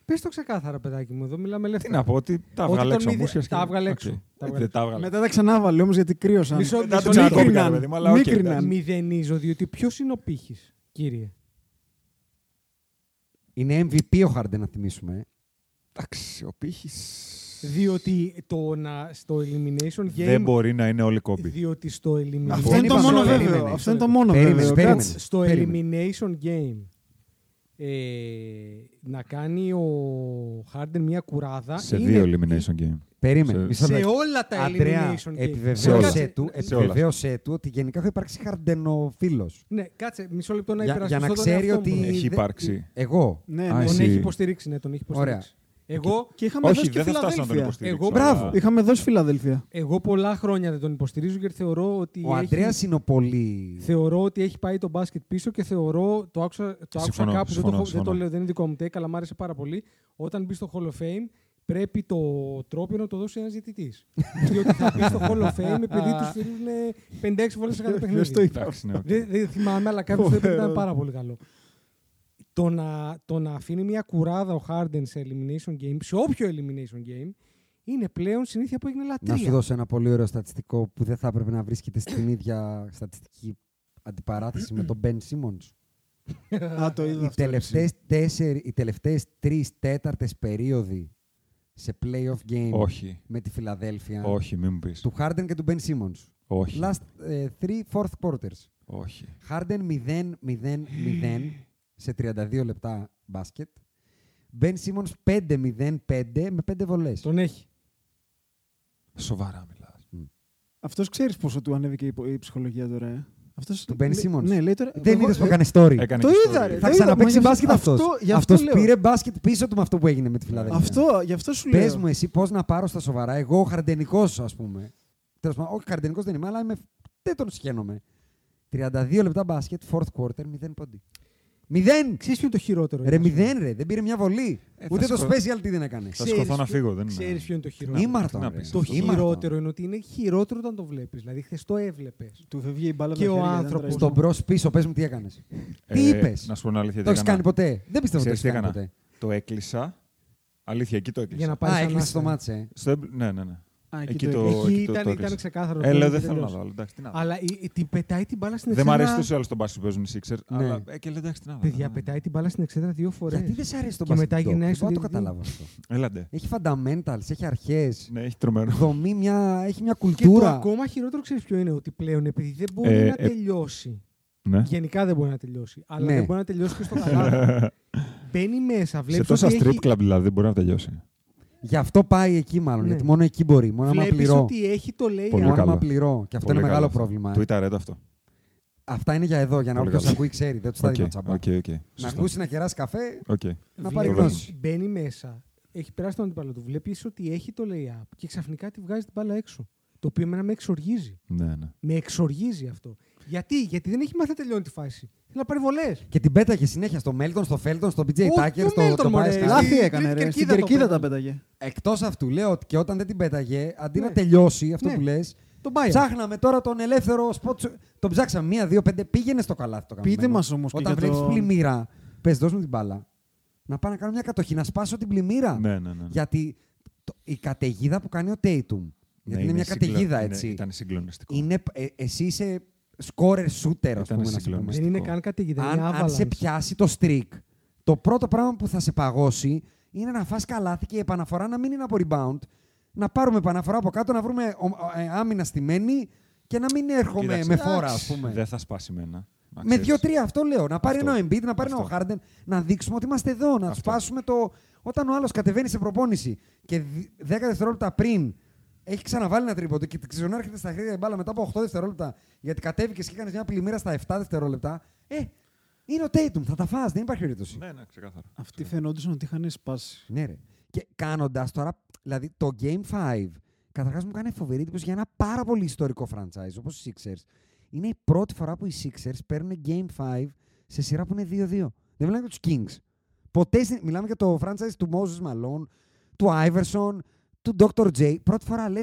S4: Πες το ξεκάθαρα, παιδάκι μου, εδώ μιλάμε
S5: Τι
S4: ελεύθερα.
S5: να πω, ότι τα
S4: Ότι τον
S5: έβγαλε έξω ο
S4: μηδε-
S5: Μούσιας.
S4: Τα
S5: και-
S4: έβγαλε
S5: Οκ. Ε,
S4: έξω. Τα
S5: Δεν τα έβγαλε.
S6: Μετά τα ξανάβαλε όμως γιατί κρύωσαν.
S4: Μισό-
S6: Μετά
S4: μισό
S6: το
S4: λεπτό,
S6: μίκριναν.
S5: ρε παιδί μου, αλλά οκ,
S6: Μίκριναν.
S5: εντάξει.
S4: Μηδενίζω, διότι ποιος είναι ο πύχης, κύριε.
S3: Είναι MVP ο Harden, να θυμίσουμε. ε.
S5: Εντάξει, ο πύχης.
S4: Διότι το να, στο Elimination Game.
S5: Δεν μπορεί να είναι όλοι κόμπι.
S4: Διότι στο Elimination
S5: Αυτό
S6: Αυτό είναι το
S3: είπαμε,
S6: μόνο
S3: περίμενε,
S6: βέβαιο.
S3: περίμενε.
S6: Αυτό είναι το μόνο
S3: Περίμενε,
S6: βέβαιο.
S3: περίμενε.
S6: Κάτσε.
S4: Στο
S3: Περίμενε.
S4: Elimination Game. Ε, να κάνει ο Harden μια κουράδα.
S5: Σε
S4: είναι-
S5: δύο elimination game.
S3: Περίμενε.
S5: Σε-
S3: μισό
S4: Σε
S3: λεπτό.
S4: όλα τα
S3: Αντρέα,
S4: Elimination Game.
S3: επιβεβαίωσέ
S4: Κάτσε,
S3: του,
S5: Σε όλα.
S3: επιβεβαίωσέ του ότι γενικά έχω υπάρξει χαρντενοφίλο.
S4: Ναι, κάτσε μισό λεπτό να
S3: Για, για
S4: υπερασπιστώ
S3: να
S4: τον
S3: ξέρει
S4: εαυτό μου.
S3: ότι.
S5: Έχει
S3: δεν-
S5: υπάρξει.
S3: Εγώ.
S6: Ναι,
S5: Α,
S6: ναι.
S4: Τον
S5: εσύ.
S4: έχει υποστηρίξει, ναι, τον έχει υποστηρίξει. Εγώ,
S6: Και είχαμε
S5: Όχι,
S6: δώσει και
S5: δεν θα φτάσω να τον
S6: Φιλαδέλφια.
S5: υποστηρίξω.
S4: Εγώ-
S5: αλλά-
S3: Μπράβο.
S6: Είχαμε δώσει Φιλαδέλφια.
S4: εγώ πολλά χρόνια δεν τον υποστηρίζω γιατί θεωρώ ότι.
S3: Ο
S4: έχει-
S3: Αντρέα είναι ο πολύ.
S4: Θεωρώ ότι έχει πάει το μπάσκετ πίσω και θεωρώ. Το άκουσα, το άκουσα
S5: Συμφωνώ,
S4: κάπου. δεν,
S5: συμφωνώ,
S4: το, έχω-
S5: συμφωνώ.
S4: δεν το λέω, δεν είναι δικό μου take, αλλά μ' άρεσε πάρα πολύ. Όταν μπει στο Hall of Fame, πρέπει το τρόπιο να το δώσει ένας ζητητή. Διότι θα μπει στο Hall of Fame επειδή τους στείλουν 5-6 φορές σε κάθε
S6: Ποιος το
S4: παιχνίδι.
S6: είπε.
S5: Εντάξει, ναι, οκ.
S4: δεν, δεν θυμάμαι, αλλά κάποιος το είπε
S6: Φοβερό.
S4: ήταν πάρα πολύ καλό. Το να, το να αφήνει μια κουράδα ο Harden σε elimination game, σε όποιο elimination game, είναι πλέον συνήθεια που έγινε λατρεία.
S3: Να σου δώσω ένα πολύ ωραίο στατιστικό που δεν θα έπρεπε να βρίσκεται στην ίδια στατιστική αντιπαράθεση με τον Ben Simmons.
S6: Α, το είδα.
S3: Οι
S6: αυτό,
S3: τελευταίες, τέσσερι, οι τελευταίες τρεις τέταρτες περίοδοι σε playoff game
S5: Όχι.
S3: με τη Φιλαδέλφια
S5: Όχι, μην μου πεις.
S3: του Harden και του Ben Simmons.
S5: Όχι.
S3: Last ε, three fourth quarters.
S5: Όχι.
S3: Harden 0-0-0 σε 32 λεπτά μπάσκετ. Ben Simmons 5-0-5 με 5 βολές.
S4: Τον έχει.
S5: Σοβαρά μιλάς.
S3: Mm.
S6: Αυτός ξέρεις πόσο του ανέβηκε η πο- η ψυχολογία τώρα. ε. Αυτός...
S3: Του Ben
S6: λέ-
S3: Simmons.
S6: Ναι, λέει τώρα.
S3: Δεν
S6: εγώ-
S3: είδες που
S6: ε,
S3: έκανε story.
S5: Έκανε
S6: Το
S5: και
S6: είδα,
S5: story.
S6: ρε.
S3: Θα
S6: το
S3: ξαναπαίξει
S6: είδα, μα γι'
S3: μπάσκετ
S6: αυτό-
S3: αυτός.
S6: γι' αυτό
S3: Αυτός
S6: λέω.
S3: πήρε μπάσκετ πίσω του με αυτό που έγινε με τη Φιλαδέλφια.
S6: Αυτό, γι' αυτό σου λέω.
S3: Πε μου, ε, εσύ πώς να πάρω στα σοβαρά. Εγώ, ο χαρντενικός, ας πούμε. Τέλος πάντων, όχι, χαρντενικός δεν είμαι, αλλά είμαι... δεν τον σχένομαι. 32 λεπτά μπάσκετ, fourth quarter, 0 πόντι. Μηδέν!
S4: Ξέρεις ποιο είναι το χειρότερο.
S3: Ρε, μηδέν, ρε. Δεν πήρε μια βολή.
S5: Ε,
S3: Ούτε
S5: θα
S3: το
S5: σκο-
S3: special τι δεν έκανε.
S5: Θα σηκωθώ να φύγω. δεν
S4: Ξέρεις ποιο είναι το χειρότερο.
S3: Ήμαρτον,
S5: να
S3: ρε.
S5: πεις.
S4: Το
S3: Ήμαρτον.
S4: χειρότερο είναι ότι είναι χειρότερο όταν το βλέπεις. Δηλαδή, χθες το έβλεπες.
S6: Του φεύγει η μπάλα από
S4: Και
S6: τα
S4: ο
S6: χέρια, δεν
S4: άνθρωπος ναι.
S6: τρέχει.
S3: Στον μπρος πίσω, πες μου τι έκανες.
S5: Ε,
S3: τι είπες.
S5: Να σου πω την αλήθεια.
S3: Το
S5: τι
S3: έχεις
S5: έκανα.
S3: κάνει ποτέ. Δεν πιστεύω ότι το
S5: Ξέρεις
S3: έχεις
S5: τι
S3: κάνει
S5: έκανα.
S3: ποτέ.
S5: Το έκλεισα. Αλήθεια, εκεί το
S4: Για να
S5: έκλεισα.
S4: πάρεις
S3: Α, έκλεισες το μάτσε.
S5: Στο εμπ- Ναι, ναι, ναι.
S6: Α, ε, εκεί
S5: Εκεί
S6: το
S5: το.
S4: Εκεί
S5: εκεί το-
S4: ήταν,
S5: το
S4: ήταν
S5: έκλεισα.
S4: ξεκάθαρο. το
S5: Ε, λέω,
S4: τέλος.
S5: δεν θέλω να δω. άλλο, εντάξει, τι να δω.
S4: Αλλά η- η- την πετάει την μπάλα στην
S5: Δεν μ'
S4: εξέδρα.
S5: αρέσει τόσο άλλο τον μπάσκετ που παίζουν οι Sixers.
S3: Ναι.
S5: Αλλά ε, και λέω, εντάξει, τι να δω.
S4: Παιδιά,
S5: ναι, ναι.
S4: πετάει την μπάλα στην εξέδρα δύο φορές.
S3: Γιατί δεν σε αρέσει το
S4: Και μετά
S3: μπάσκετ.
S4: γυρνάει
S3: Δεν
S4: στο
S3: μπορώ να το
S4: διαιτητή.
S3: καταλάβω αυτό.
S5: Έλατε.
S3: Έχει fundamentals, έχει αρχές.
S5: Ναι, έχει τρομερό.
S3: Δομή μια, έχει μια
S4: Και το
S3: κουλτούρα.
S4: ακόμα χειρότερο ξέρεις ποιο είναι. Ότι πλέον επειδή δεν μπορεί
S5: Ε,
S4: να
S5: ε,
S4: τελειώσει.
S5: Ναι.
S4: Γενικά δεν μπορεί να τελειώσει. Αλλά
S3: Ναι.
S4: δεν μπορεί να τελειώσει και στο καλά. Μπαίνει μέσα,
S5: Σε
S4: βλέπεις
S5: τόσα
S4: ότι
S5: strip
S4: έχει
S5: club δηλαδή δεν μπορεί να τελειώσει.
S3: Γι' αυτό πάει εκεί μάλλον.
S4: Ναι.
S3: Γιατί μόνο εκεί μπορεί. Μόνο άμα
S4: Βλέπεις
S3: πληρώ.
S4: ότι έχει το λέει.
S5: Πολύ
S3: Μόνο
S5: καλό.
S3: άμα πληρώ. Και αυτό
S5: Πολύ
S3: είναι μεγάλο
S5: καλό αυτό.
S3: πρόβλημα. ε.
S5: Το ήταν ρέντο αυτό.
S3: Αυτά είναι για εδώ, για να
S5: Πολύ
S3: όποιος
S5: καλό.
S3: ακούει ξέρει. Δεν τους τα
S5: Οκ,
S3: δίνω τσαμπά.
S5: οκ, οκ.
S3: Να
S5: Σωστό.
S3: ακούσει να κεράσει καφέ,
S5: Οκ. Ναι,
S3: να πάρει
S5: Βλέπει.
S3: γνώση.
S4: Μπαίνει μέσα, έχει περάσει τον αντίπαλο του. Βλέπεις ότι έχει το lay-up και ξαφνικά τη βγάζει την μπάλα έξω. Το οποίο εμένα με εξοργίζει.
S5: Ναι, ναι.
S4: Με εξοργίζει αυτό. Γιατί, Γιατί δεν έχει μάθει να τελειώνει τη φάση. Θέλει να πάρει βολές.
S3: Και την πέταγε συνέχεια στο Μέλτον, στο Φέλτον, στο BJ
S4: Όχι,
S3: Tucker,
S4: το
S3: στο
S4: Melton, μωρέ.
S3: Τομπάι
S6: Λάθη
S4: Στην
S6: έκανε,
S4: τρίτη
S6: ρε. Στην
S4: κερκίδα το
S6: κερκίδα
S4: πέταγε.
S6: τα πέταγε.
S3: Εκτός αυτού, λέω ότι και όταν δεν την πέταγε, αντί να
S4: Ναι.
S3: τελειώσει αυτό
S4: Ναι.
S3: που λες,
S4: Τον πάει.
S3: ψάχναμε τώρα τον ελεύθερο σποτ. σου- Τον ψάξαμε μία, δύο, πέντε. Πήγαινε στο καλάθι το
S6: Πείτε
S3: καμμένο.
S6: μας όμως και
S3: Όταν
S6: για
S3: βλέπεις
S6: τον-
S3: πλημμύρα, πες, δώσ' μου την μπάλα. Να πάω να κάνω μια κατοχή, να σπάσω την πλημμύρα.
S5: Ναι, ναι, ναι.
S3: Γιατί το- η καταιγίδα που κάνει ο Tatum.
S5: Ναι,
S3: Γιατί είναι, μια
S5: συγκλο-
S3: καταιγίδα,
S5: είναι-
S3: έτσι.
S5: Ήταν συγκλονιστικό.
S3: Είναι, ε, εσύ είσαι scorer shooter, ας
S5: Ήταν
S3: πούμε, να σε πούμε.
S5: συγκλονιστικό.
S4: Δεν είναι καν καταιγίδα.
S3: Αν,
S4: είναι
S3: αν σε
S4: avalanche.
S3: πιάσει το streak, το πρώτο πράγμα που θα σε παγώσει είναι να φας καλάθι και η επαναφορά να μην είναι από rebound. Να πάρουμε επαναφορά από κάτω, να βρούμε ο- ε, άμυνα στη μένη και να μην έρχομαι
S5: Κοίταξε,
S3: με φόρα,
S5: εντάξει,
S3: ας πούμε.
S5: Δεν θα σπάσει με ένα. Να
S3: Με
S5: ξέρεις.
S3: δύο-τρία, αυτό λέω. Να πάρει
S5: Αυτό.
S3: ένα Embiid, να πάρει ένα ο
S5: Αυτό.
S3: Harden, να δείξουμε ότι είμαστε εδώ, να
S5: Αυτό.
S3: σπάσουμε το. Όταν ο άλλος κατεβαίνει σε προπόνηση και δι- 10 δευτερόλεπτα πριν έχει ξαναβάλει ένα τρίποντο και την ξανάρχεται στα χέρια η μπάλα μετά από 8 δευτερόλεπτα γιατί κατέβηκες και έκανες μια πλημμύρα στα 7 δευτερόλεπτα. Ε, Είναι ο Tatum, θα τα φας, δεν υπάρχει περίπτωση.
S5: Ναι, ναι, ξεκάθαρα.
S6: Αυτοί φαινόντουσαν ότι είχαν σπάσει.
S3: Ναι, ρε. Και κάνοντας τώρα, δηλαδή το Game 5, καταρχάς μου κάνει φοβερή εντύπωση για ένα πάρα πολύ ιστορικό franchise όπως οι Sixers. Είναι η πρώτη φορά που οι Sixers παίρνουν Game 5 σε σειρά που είναι 2-2. Δεν μιλάμε για τους Kings. Ποτέ στην- μιλάμε για το franchise του Moses Malone, του Iverson, του Dr. J. Πρώτη φορά λες,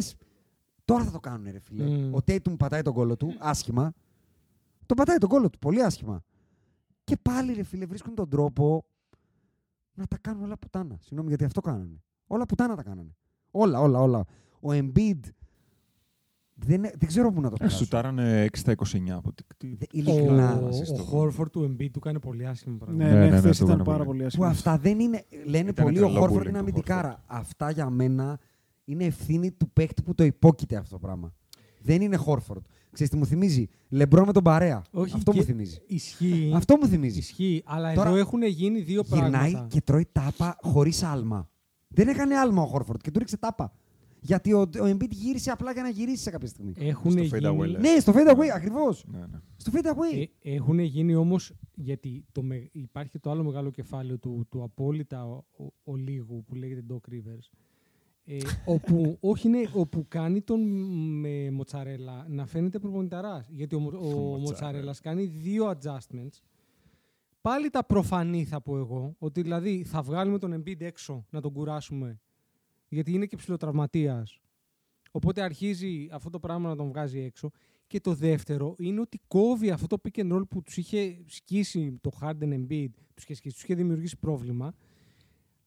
S3: τώρα θα το κάνουν, ρε φίλε.
S4: Μμμ.
S3: Ο Tatum πατάει τον κόλλο του, άσχημα. Τον πατάει τον κόλλο του, πολύ άσχημα. Και πάλι, ρε φίλε, βρίσκουν τον τρόπο να τα κάνουν όλα πουτάνα. Συγγνώμη, γιατί αυτό κάνανε. Όλα πουτάνα τα κάνανε. Όλα, όλα, όλα. Ο Embiid. Δεν, δεν ξέρω πού να το
S5: Ε,
S3: περάσω.
S5: Σουτάρανε 6 στα 29 από τι. τι-
S3: Δε-
S4: Ο,
S3: Ειλικρινά.
S4: ο,
S5: βασίστο.
S4: Χόρφορ του Embiid του κάνει πολύ άσχημα
S6: Ναι,
S4: πράγματα.
S6: ναι,
S5: ναι, ναι,
S6: χθες
S5: το
S6: ήταν
S5: έκανε
S6: πάρα
S5: πολύ.
S6: πολύ
S3: Που
S6: άσχημο.
S3: αυτά δεν είναι. Λένε
S5: Ήταν
S3: πολύ ο
S5: τρελό
S3: Χόρφορντ
S5: bullying
S3: είναι
S5: του
S3: αμυντικάρα. Αυτά για μένα είναι ευθύνη του παίκτη που το υπόκειται αυτό το πράγμα. Δεν είναι Χόρφορντ. Ξέρεις τι μου θυμίζει. Λεμπρό με τον παρέα.
S4: Όχι,
S3: αυτό
S4: και-
S3: μου θυμίζει.
S4: Ισχύει.
S3: Αυτό μου θυμίζει.
S4: Ισχύει, αλλά
S3: Τώρα
S4: εδώ έχουν γίνει δύο
S3: Γυρνάει
S4: πράγματα.
S3: και τρώει τάπα χωρίς άλμα. Δεν έκανε άλμα ο Χόρφορντ και του ρίξε τάπα. Γιατί ο, ο Embiid γύρισε απλά για να γυρίσει σε κάποια στιγμή.
S4: Έχουν
S5: Στο fade away,
S4: γίνει...
S5: λες.
S3: ναι, στο fade away, ακριβώς.
S5: Ναι, ναι.
S3: Στο fade
S4: Ε,
S3: away.
S4: Έχουν γίνει όμως, γιατί το με- υπάρχει το άλλο μεγάλο κεφάλαιο του, του απόλυτα ο, ο- ολίγου που λέγεται Doc Rivers, ε, όπου, όχι, ναι, όπου κάνει τον με, Μοτσαρέλα να φαίνεται προπονηταράς. Γιατί ο, Μο- ο,
S5: Μοτσαρέλα.
S4: Μοτσαρέλας κάνει δύο adjustments. Πάλι τα προφανή θα πω εγώ, ότι δηλαδή θα βγάλουμε τον Embiid έξω να τον κουράσουμε, γιατί είναι και ψηλοτραυματίας. Οπότε αρχίζει αυτό το πράγμα να τον βγάζει έξω. Και το δεύτερο είναι ότι κόβει αυτό το pick and roll που τους είχε σκίσει το Harden Embiid, τους είχε σκίσει, τους είχε δημιουργήσει πρόβλημα.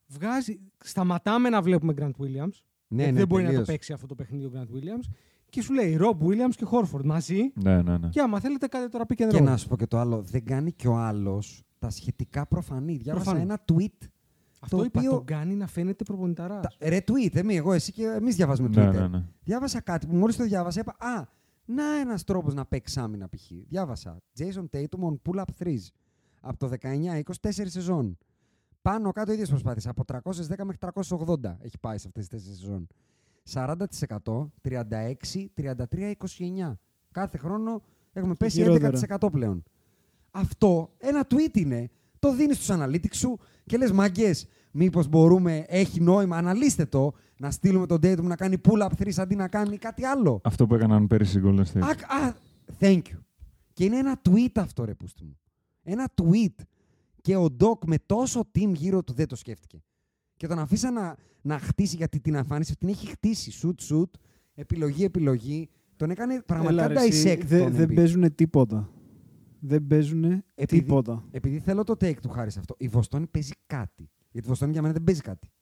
S4: Βγάζει, σταματάμε να βλέπουμε Grant Williams.
S3: Ναι, ναι,
S4: γιατί ε, δεν μπορεί να
S3: τελείως.
S4: το παίξει αυτό το παιχνίδι ο Grant Williams. Και σου λέει Rob Williams και Horford μαζί.
S5: Ναι, ναι, ναι.
S4: Και άμα θέλετε κάντε τώρα pick and roll.
S3: Και να σου πω και το άλλο. Δεν κάνει και ο άλλος τα σχετικά προφανή. Διάβασα
S4: Προφανή.
S3: ένα tweet.
S4: αυτό
S3: το
S4: είπα,
S3: οποίο-
S4: τον κάνει να φαίνεται προπονηταράς.
S3: Τα... Ρε tweet, εμεί, εγώ, εσύ και εμείς διαβάζουμε
S5: Ναι,
S3: Twitter.
S5: ναι, ναι.
S3: Διάβασα κάτι που μόλις το διάβασα, είπα Α, να ένας τρόπος να παίξει άμυνα π.χ. Διάβασα. Jason Tatum on pull-up threes. Από το 19-24 σεζόν. Πάνω κάτω ίδιες προσπάθειες. Από 310 μέχρι 380 έχει πάει σε αυτές τις 4 σεζόν. 40%, 36, 33, 29. Κάθε χρόνο έχουμε πέσει
S6: χειρότερα.
S3: 11% πλέον. Αυτό ένα tweet είναι. Το δίνεις στους analytics σου και λες: Μαγκέ, μήπως μπορούμε, έχει νόημα, αναλύστε το, να στείλουμε τον Tatum να κάνει pull-up 3 αντί να κάνει κάτι άλλο.
S5: Αυτό που έκαναν πέρυσι οι Golden
S6: Ναι.
S5: State.
S3: Ακ, α, thank you. Και είναι ένα tweet αυτό, ρε πούστη μου. Ένα tweet. Και ο Doc με τόσο team γύρω του δεν το σκέφτηκε. Και τον αφήσα να, να χτίσει, γιατί την εμφάνιση αυτή την έχει χτίσει. Shoot, shoot, επιλογή, επιλογή. Τον έκανε πραγματικά
S6: Έλα, ρε, εσύ,
S3: dissect
S6: δε-
S3: τον
S6: Δεν
S3: Embiid.
S6: παίζουν τίποτα. Δεν παίζουν
S3: Επειδή-
S6: τίποτα.
S3: Επειδή θέλω το take του χάρη σε αυτό, η Βοστόνη παίζει κάτι. Γιατί η Βοστόνη για μένα δεν παίζει κάτι.
S6: Ναι,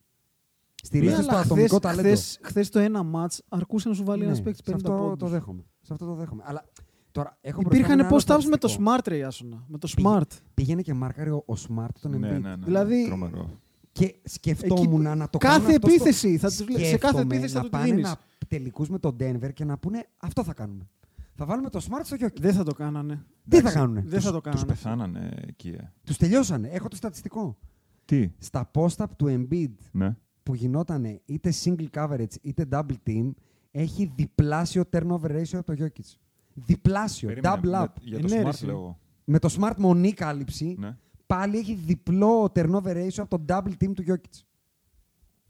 S3: Στηρίζεται στο ατομικό ταλέντο.
S6: Χθες το ένα μάτ αρκούσε να σου βάλει
S3: Ναι,
S6: ένας παίκτης 50
S3: σε αυτό
S6: πόντους.
S3: το δέχομαι. Σε αυτό το δέχομαι. Αλλά τώρα έχω μπροστά μου
S6: Υπήρχαν
S3: ένα άλλο
S6: post-ups με το
S3: στατιστικό.
S6: smart, ρε Ιάσονα. Με το
S3: Πήγε-
S6: smart.
S3: Πήγαινε και μάρκαρε ο, ο Smart τον Embiid.
S5: Ναι, ναι, ναι.
S6: Δηλαδή-
S5: Τρομερό.
S3: Και σκεφτόμουν να το κάνω. αυτό
S6: κάθε
S3: στο-
S6: επίθεση θα τους λέ- σε κάθε
S3: Σκέφτομαι
S6: επίθεση θα
S3: να
S6: του τη
S3: πάνε
S6: δίνεις.
S3: να τελικούς με τον Denver και να πούνε αυτό θα κάνουμε. Θα βάλουμε το Smart στο Jokic.
S6: Δεν θα το κάνανε.
S3: Τι θα κάνουν.
S6: Δεν θα το
S5: Τους
S6: κάνανε.
S5: πεθάνανε εκεί. ε.
S3: Τους τελειώσανε. Έχω το στατιστικό.
S5: Τι.
S3: Στα post-up του Embiid
S5: Ναι.
S3: που γινόταν είτε single coverage είτε double team έχει διπλάσιο turnover ratio από το Jokic. Διπλάσιο.
S5: Περίμενε,
S3: double up.
S5: για- Για το
S6: Ε, ναι, ρε,
S5: smart
S6: εσύ.
S5: λέω.
S3: Με το smart μονή κάλυψη
S5: Ναι.
S3: πάλι έχει διπλό turnover ratio από το double team του Jokic.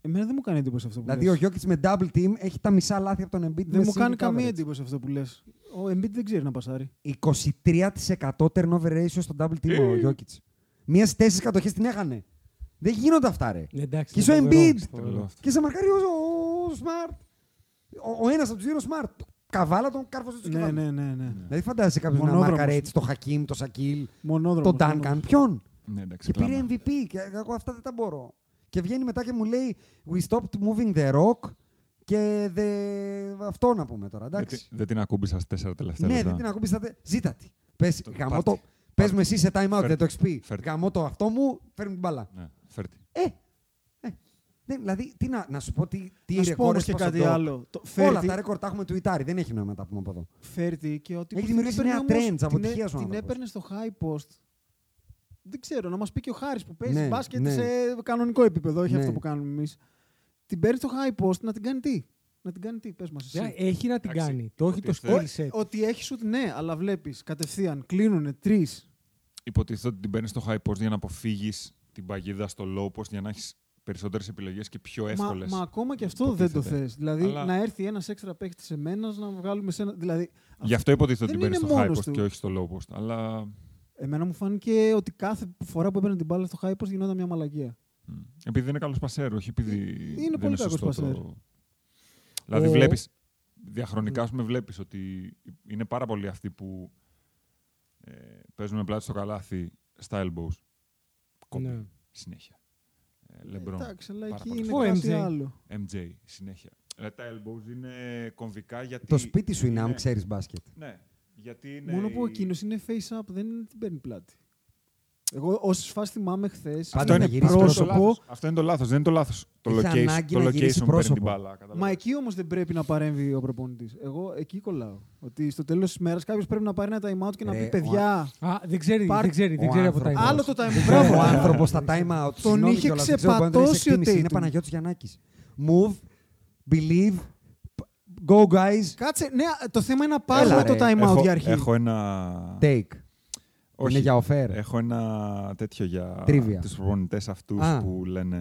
S6: Εμένα δεν μου κάνει εντύπωση αυτό που
S3: Δηλαδή ο
S6: λες.
S3: Jokic με double team έχει τα μισά λάθη από τον Embiid.
S6: Δεν
S3: με
S6: μου κάνει
S3: single
S6: καμία
S3: coverage.
S6: εντύπωση αυτό που λες. Ο Embiid δεν ξέρει να πασάρει.
S3: 23% turnover ratio στο double team
S6: Ε.
S3: ο Jokic. Μία στι τέσσερις κατοχές την έχανε. Δεν γίνονται αυτά, ρε.
S4: Ναι, εντάξει,
S3: Και
S4: είναι
S3: στο
S4: φοβερό,
S3: Embiid.
S4: φοβερό.
S5: Τρελό αυτό.
S3: Και σε μαρκάρει ο, ο, ο Smart. Ο, ο ένας από τους δύο είναι ο Smart. Καβάλα τον κάρφωσε του
S6: Ναι, ναι, ναι. ναι.
S3: Δηλαδή φαντάζεσαι κάποιον να
S6: Μονόδρομος.
S3: μάρκαρε έτσι το Χακίμ, το Σακίλ,
S6: Μονόδρομος.
S3: τον Duncan. Ποιον.
S5: Ναι, εντάξει,
S3: Και πήρε
S5: κλάμα.
S3: MVP και εγώ αυτά δεν τα μπορώ. Και βγαίνει μετά και μου λέει We stopped moving the rock και the... αυτό να πούμε τώρα,
S5: Δεν
S3: εντάξει.
S5: τη- Δεν την ακούμπησα στις τέσσερα τελευταία
S3: Ναι,
S5: λεπτά.
S3: δεν την ακούμπησατε. Ζήτα τη. Πες,
S5: Το
S3: γαμώ
S5: πάρτι.
S3: το. Πες μου εσύ σε time out,
S5: Φέρτε.
S3: δεν το έχεις πει.
S5: Φέρτε.
S3: Γαμώ το αυτό μου, φέρνει την μπάλα.
S5: Ναι, φέρτη.
S3: Ε, ε. Ναι, δηλαδή, τι να, να σου πω, τι, τι
S6: Να σου πω
S3: ρεκόρ
S6: όμως και
S3: έσπασε ο
S6: κάτι
S3: Ντόκ.
S6: άλλο. Το
S3: Όλα
S6: Ferdi-
S3: τα ρεκόρ τα έχουμε τουιτάρει, δεν έχει νόημα να τα πούμε από εδώ.
S6: Φέρτη και
S3: Έχει
S6: ότι. που την
S3: δημιουργήσει
S6: έπαιρνε
S3: νέα
S6: όμως-
S3: trends,
S6: την
S3: αποτυχίας
S6: έ-
S3: ο
S6: Την
S3: άνθρωπος.
S6: έπαιρνε στο high post. Δεν ξέρω, να μας πει και ο Χάρης που παίζει
S3: Ναι,
S6: μπάσκετ
S3: ναι.
S6: σε κανονικό επίπεδο, όχι
S3: Ναι.
S6: αυτό που κάνουμε εμείς. Την παίρνει στο high post να την κάνει τι. Να την κάνει τι, πες μας.
S4: Δηλαδή, Έχει να την
S5: Εντάξει,
S4: κάνει. Το έχει το
S5: υποτίθεται-
S4: skill set.
S6: Ότι έχει σου, ναι, αλλά βλέπεις κατευθείαν κλείνουν τρεις
S5: υποτίθεται ότι την παίρνεις στο high post για να αποφύγεις την παγίδα στο low post για να έχεις περισσότερες επιλογές και πιο εύκολες.
S6: Μα, μα ακόμα και αυτό δεν το θες. Δηλαδή Αλλά... να έρθει ένας έξτρα παίχτη σε μένα να βγάλουμε σε ένα. Δηλαδή,
S5: Γι' αυτό υποτίθεται ότι την
S6: δεν
S5: παίρνεις στο
S6: είναι
S5: high
S6: μόνος
S5: post
S6: του.
S5: και όχι στο low post. Αλλά
S6: Εμένα μου φάνηκε ότι κάθε φορά που έπαιρνε την μπάλα στο high post γινόταν μια μαλαγία.
S5: επειδή δεν είναι καλός πασέρο, όχι επειδή. δεν
S6: Ε, πολύ
S5: είναι
S6: καλός
S5: σωστό
S6: πασέρ.
S5: το... Δηλαδή
S6: Ο-
S5: βλέπεις. Διαχρονικά, ας πούμε, βλέπεις ότι είναι πάρα πολλοί αυτοί που ε, παίζουν με πλάτη στο καλάθι στα elbows. Κόμπι,
S4: Ναι.
S5: συνέχεια. Ε, Λεμπρόν.
S6: Εντάξει, αλλά
S5: πάρα
S6: εκεί
S5: πολύ
S6: είναι
S4: Ο
S6: κάτι
S4: MJ.
S6: άλλο.
S5: MJ, συνέχεια. Δηλαδή τα elbows είναι κομβικά γιατί.
S3: Το σπίτι σου είναι, αν ξέρεις μπάσκετ.
S5: Ναι, γιατί είναι.
S6: Μόνο που
S5: η-
S6: εκείνος είναι face up, δεν είναι- την παίρνει πλάτη. Εγώ όσες φάσει θυμάμαι Ναι, χθες.
S3: Πάντα να γυρίσεις
S6: πρόσωπο.
S5: Αυτό είναι το λάθος. Δεν είναι το λάθος. Το
S3: Είχε
S5: location,
S3: ανάγκη
S5: το
S3: να
S5: location
S3: γυρίσεις
S5: παίρνει
S3: πρόσωπο.
S5: την μπάλα. καταλαβαίνεις.
S6: Μα εκεί όμως δεν πρέπει να παρέμβει ο προπονητής. Εγώ εκεί κολλάω. Ότι στο τέλος της μέρας κάποιος πρέπει να πάρει ένα time out και να
S5: Ε,
S3: Ρε,
S6: πει
S3: ο
S6: παιδιά.
S4: Α, δεν ξέρει,
S6: Πάρ-
S4: δεν ξέρει, δεν
S3: Ο
S4: ξέρει από τα
S3: άνθρωπος.
S4: υπόλοιπα.
S6: Άλλο το time out.
S3: Ο
S6: Μπράβο.
S3: άνθρωπος στα time out.
S6: Τον
S3: συγγνώμη
S6: είχε
S3: κιόλας, δεν ξέρω αν δεν
S6: ξεπατώσει
S3: έχεις
S6: ο
S3: εκτίμηση, Είναι
S6: Tatum.
S3: Παναγιώτης Γιαννάκης. Move, believe, go guys,
S6: Κάτσε, ναι, το θέμα είναι να πάρουμε
S3: Έλα,
S6: το
S3: ρε.
S6: time out
S5: έχω,
S6: για αρχή.
S5: έχω ένα.
S3: take.
S5: Όχι,
S3: Είναι για offer.
S5: Έχω ένα τέτοιο για
S3: Trivia.
S5: τους προπονητές αυτούς
S3: Α.
S5: που λένε.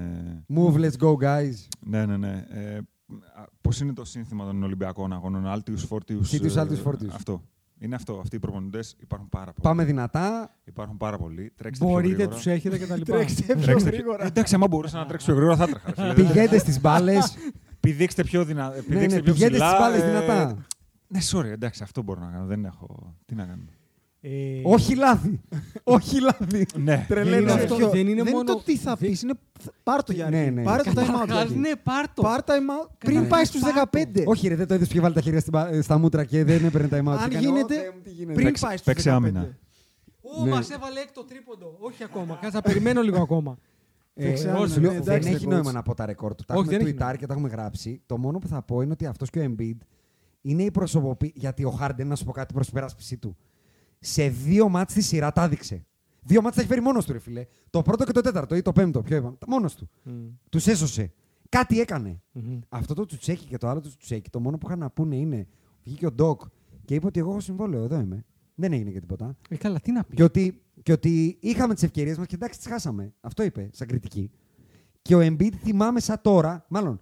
S3: Move, let's go guys.
S5: Ναι, ναι, ναι. Ε, Πώς είναι το σύνθημα των Ολυμπιακών αγώνων, Altius Fortius.
S3: Altius,
S5: ε,
S3: Altius Fortius.
S5: Αυτό. Είναι αυτό. Αυτοί οι προπονητές υπάρχουν πάρα πολλοί.
S3: Πάμε δυνατά.
S5: Υπάρχουν πάρα πολλοί. Τρέξτε πιο
S4: Μπορείτε,
S5: γρήγορα.
S4: τους έχετε και τα λοιπά. Ε,
S6: Τρέξτε πιο
S5: Τρέξτε πιο-
S6: γρήγορα.
S5: Εντάξει, άμα μπορούσα να τρέξω πιο γρήγορα θα τρέχα. ρε φίλε.
S3: Πηγαίνετε στις μπάλες.
S5: Πηδήξτε πιο ε, δυνατά.
S3: ναι, ναι, πηγαίνετε στις μπάλες δυνατά.
S5: Ναι, sorry, εντάξει, αυτό μπορώ να κάνω. Δεν έχω. Τι να κάνω.
S4: Ε,
S3: Όχι λάθη. Όχι λάθη.
S5: Ναι,
S4: Δεν
S6: Τρελαίνω
S4: είναι
S6: αυτό.
S4: αυτό.
S6: Δεν
S4: Δεν
S6: είναι,
S4: είναι μόνο-
S6: το τι θα
S4: δεν-
S6: πεις. Είναι... Πάρ το για αρχή.
S3: Ναι, ναι.
S6: Πάρε το time out. για
S4: Καταρχάς,
S6: αρχή.
S4: ναι, πάρ' το.
S6: Πάρ time out πριν
S4: Ναι.
S6: πάει στους
S4: Πάρ' το.
S6: 15.
S3: Όχι, ρε, δεν το είδε που είχε βάλει τα χέρια στην μπα- στα μούτρα και δεν έπαιρνε time out.
S6: Αν
S3: Και έκανε,
S6: γίνεται,
S3: «Ω, Θεέ μου, τι γίνεται».
S6: πριν
S5: Παίξε-
S6: πάει στους 15.
S5: παίξε άμυνα.
S4: Ω,
S3: Ναι.
S4: μας έβαλε έκτο τρίποντο. Όχι ακόμα. Κάτσε, θα περιμένω λίγο ακόμα.
S3: Ε,
S6: Παίξε
S3: εγώ
S6: άμυνα,
S3: σου λέω,
S6: ναι,
S3: δεν
S6: εντάξει,
S3: έχει
S6: coach.
S3: νόημα να πω τα ρεκόρ του. Τα
S4: Όχι,
S3: έχουμε
S4: δεν έχει
S3: tweetάρει και τα έχουμε γράψει. Το μόνο που θα πω είναι ότι αυτός και ο Embiid είναι η προσωποποίηση. Γιατί ο Χάρντεν, να σου πω κάτι προς υπεράσπιση του. Σε δύο μάτς τη σειρά τα έδειξε. Δύο μάτς τα έχει φέρει μόνος του, ρε φιλέ. Το πρώτο και το τέταρτο ή το πέμπτο. Ποιο είπαμε. Μόνος του. Τους έσωσε. Κάτι έκανε.
S4: Μμμ.
S3: Αυτό το τσουτσέκι και το άλλο το τσουτσέκι, το μόνο που είχαν να πούνε είναι. Βγήκε ο Ντοκ και είπε ότι εγώ έχω συμβόλαιο, εδώ είμαι. Δεν έγινε και τίποτα.
S4: Ε, καλά, τι να πει.
S3: Και ότι, και ότι είχαμε τις ευκαιρίες μας και εντάξει, τις χάσαμε. Αυτό είπε, σαν κριτική. Και ο Embiid θυμάμαι σαν τώρα, μάλλον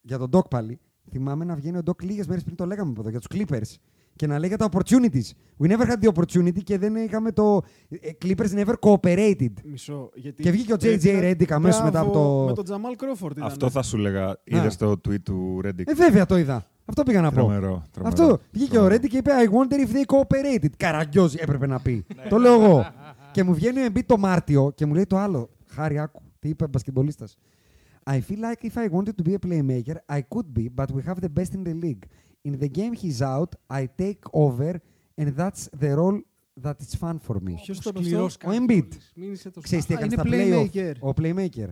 S3: για τον Doc πάλι, θυμάμαι να βγαίνει ο Doc λίγες μέρες πριν το λέγαμε από εδώ για τους Clippers και να λέει για τα opportunities. We never had the opportunity και δεν είχαμε το. ε, Clippers never cooperated.
S6: Μισό. Γιατί
S3: Και βγήκε ο
S6: πρέπει
S3: JJ
S6: να-
S3: Redick αμέσως
S6: Μπράβο,
S3: μετά από το-
S6: Με τον Τζαμάλ Κρόφορντ. ήταν. ναι.
S5: Αυτό θα σου λέγα. Είδες το tweet του Reddit.
S3: Ε, βέβαια το είδα. Αυτό πήγα να πω.
S5: Τρομερό. τρομερό.
S3: Αυτό. Βγήκε ο
S5: Τρομερό.
S3: Ρέντι και είπε I wonder if they cooperated. Καραγκιό έπρεπε να πει.
S6: Ναι.
S3: το λέω εγώ. και μου βγαίνει ο Embiid το Μάρτιο και μου λέει το άλλο. Χάρη, άκου. Τι είπε μπασκετμπολίστας. I feel like if I wanted to be a playmaker, I could be, but we have the best in the league. In the game he's out, I take over, and that's the role that is fun for me.
S6: Ποιος το είπε
S4: Σκληρός
S6: αυτός?
S3: Ο
S4: καπιτόλης.
S3: Embiid.
S4: Μίλησε το
S3: Ξέρεις τι
S6: Α,
S3: έκανε στα
S6: είναι
S3: playoff.
S6: playmaker.
S3: Ο playmaker.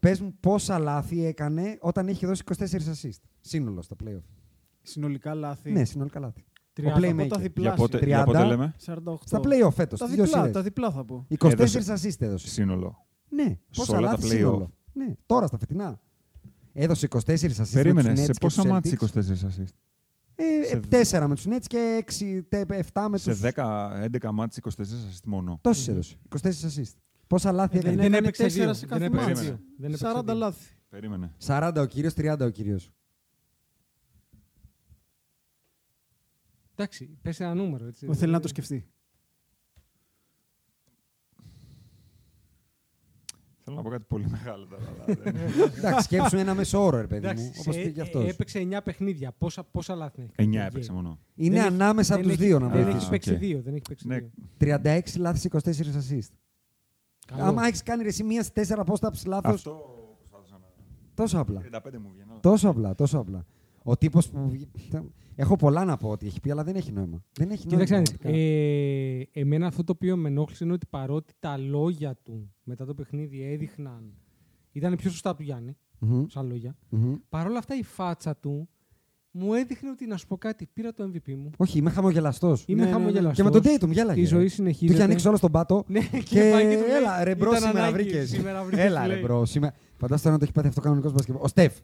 S3: Πες μου πόσα λάθη έκανε όταν είχε δώσει 24 assist. Σύνολο στα playoff.
S6: Συνολικά λάθη.
S3: Ναι, συνολικά λάθη. Ο
S4: 30.
S6: Από τα
S3: playmaker.
S6: διπλά.
S5: Για πότε,
S3: 30.
S5: για πότε λέμε.
S6: 48.
S3: Στα play-off φέτος,
S6: Τα
S3: στις δύο
S6: διπλά,
S3: σειρές.
S6: τα διπλά θα πω.
S3: 24
S5: Έδωσε.
S3: assist έδωσε.
S5: Σύνολο.
S3: Ναι, πόσα
S5: όλα τα
S3: λάθη
S5: play-off.
S3: σύνολο. Ναι, τώρα στα φετινά. Έδωσε 24 assist με τους
S5: Περίμενε.
S3: Nets
S5: Σε
S3: και
S5: πόσα
S3: τους
S5: μάτια
S3: Celtics.
S5: 24 assist.
S3: Ε, 4 με τους Nets και 7 με τους...
S5: Σε 10-11 μάτια 24 assist μόνο.
S3: Τόσες έδωσε. 24 assist. Πόσα λάθη
S6: Ε,
S5: ναι,
S6: δεν
S3: έκανε.
S6: έκανε
S4: Δεν έπαιξε
S6: τέσσερα
S4: δύο.
S6: σε
S4: Δεν
S6: κάθε
S4: έπαιξε
S5: μάτς.
S4: δύο. Δεν έπαιξε
S6: 40
S4: δύο.
S6: λάθη.
S5: Περίμενε.
S3: 40 ο κύριος, 30 ο κύριος.
S4: Εντάξει, πες ένα νούμερο. Έτσι.
S6: Θέλει να το σκεφτεί.
S5: Θέλω να πω κάτι πολύ μεγάλο τώρα. αλλά δεν-
S3: Εντάξει, σκέψου ένα μέσο όρο, ρε παιδί μου,
S4: Εντάξει,
S3: όπως
S4: σε-
S3: πήγε και
S4: ε,
S3: αυτός.
S4: Έπαιξε 9 παιχνίδια. Πόσα, πόσα λάθη έχεις. κάνει.
S5: 9
S4: Οκ.
S5: έπαιξε μόνο.
S3: Είναι
S4: Δεν έχει-
S3: ανάμεσα
S4: δεν
S3: τους
S4: έχει- ε,
S3: δύο να
S4: Δεν
S5: Α,
S4: έχει
S3: βοηθήσει.
S5: οκ.
S4: παίξει δύο. Δεν έχει παίξει
S5: Ναι.
S4: δύο.
S3: 36 λάθη, 24 assist.
S4: Καλό.
S3: Άμα έχεις κάνει ρε εσύ μίας στις 4 post-ups λάθος,
S5: Αυτό προσπάθησα
S3: Ναι.
S5: να.
S3: τόσο απλά.
S5: 35 μου βγαίνει. αλλά-
S3: Τόσο απλά, τόσο απλά. Ο τύπος που. βγει- Έχω πολλά να πω ότι έχει πει, αλλά δεν έχει νόημα. Δεν έχει νόημα.
S4: Κοίταξε, να δεις,
S3: πραγματικά.
S4: ε, εμένα αυτό το οποίο με ενόχλησε είναι ότι παρότι τα λόγια του μετά το παιχνίδι έδειχναν. ήταν πιο σωστά από του Γιάννη,
S3: Ε, Μμμ,
S4: σαν λόγια.
S3: μμμ.
S4: Παρ' όλα αυτά η φάτσα του μου έδειχνε ότι να σου πω κάτι, πήρα το MVP μου.
S3: Όχι, είμαι χαμογελαστός.
S4: Είμαι
S6: Ναι, ναι, ναι.
S4: χαμογελαστός.
S3: Και με τον Dayton, γέλαγε.
S4: Η ζωή
S3: ε. Του είχε
S4: συνεχίζεται.
S3: ανοίξει όλο τον πάτο.
S4: Ναι,
S3: και,
S4: και πάει και του λέει,
S3: έλα, ρε μπρος,
S4: «Ήταν
S3: σήμερα
S4: ανάγκη,
S3: βρήκες.
S4: σήμερα
S5: Ναι,
S4: βρήκες»,
S3: Έλα, ρε
S4: λέει.
S3: μπρος. Σήμερα... Φαντάζομαι να το έχει πάθει αυτό κανονικός μπασκευό. Ο Στεφ.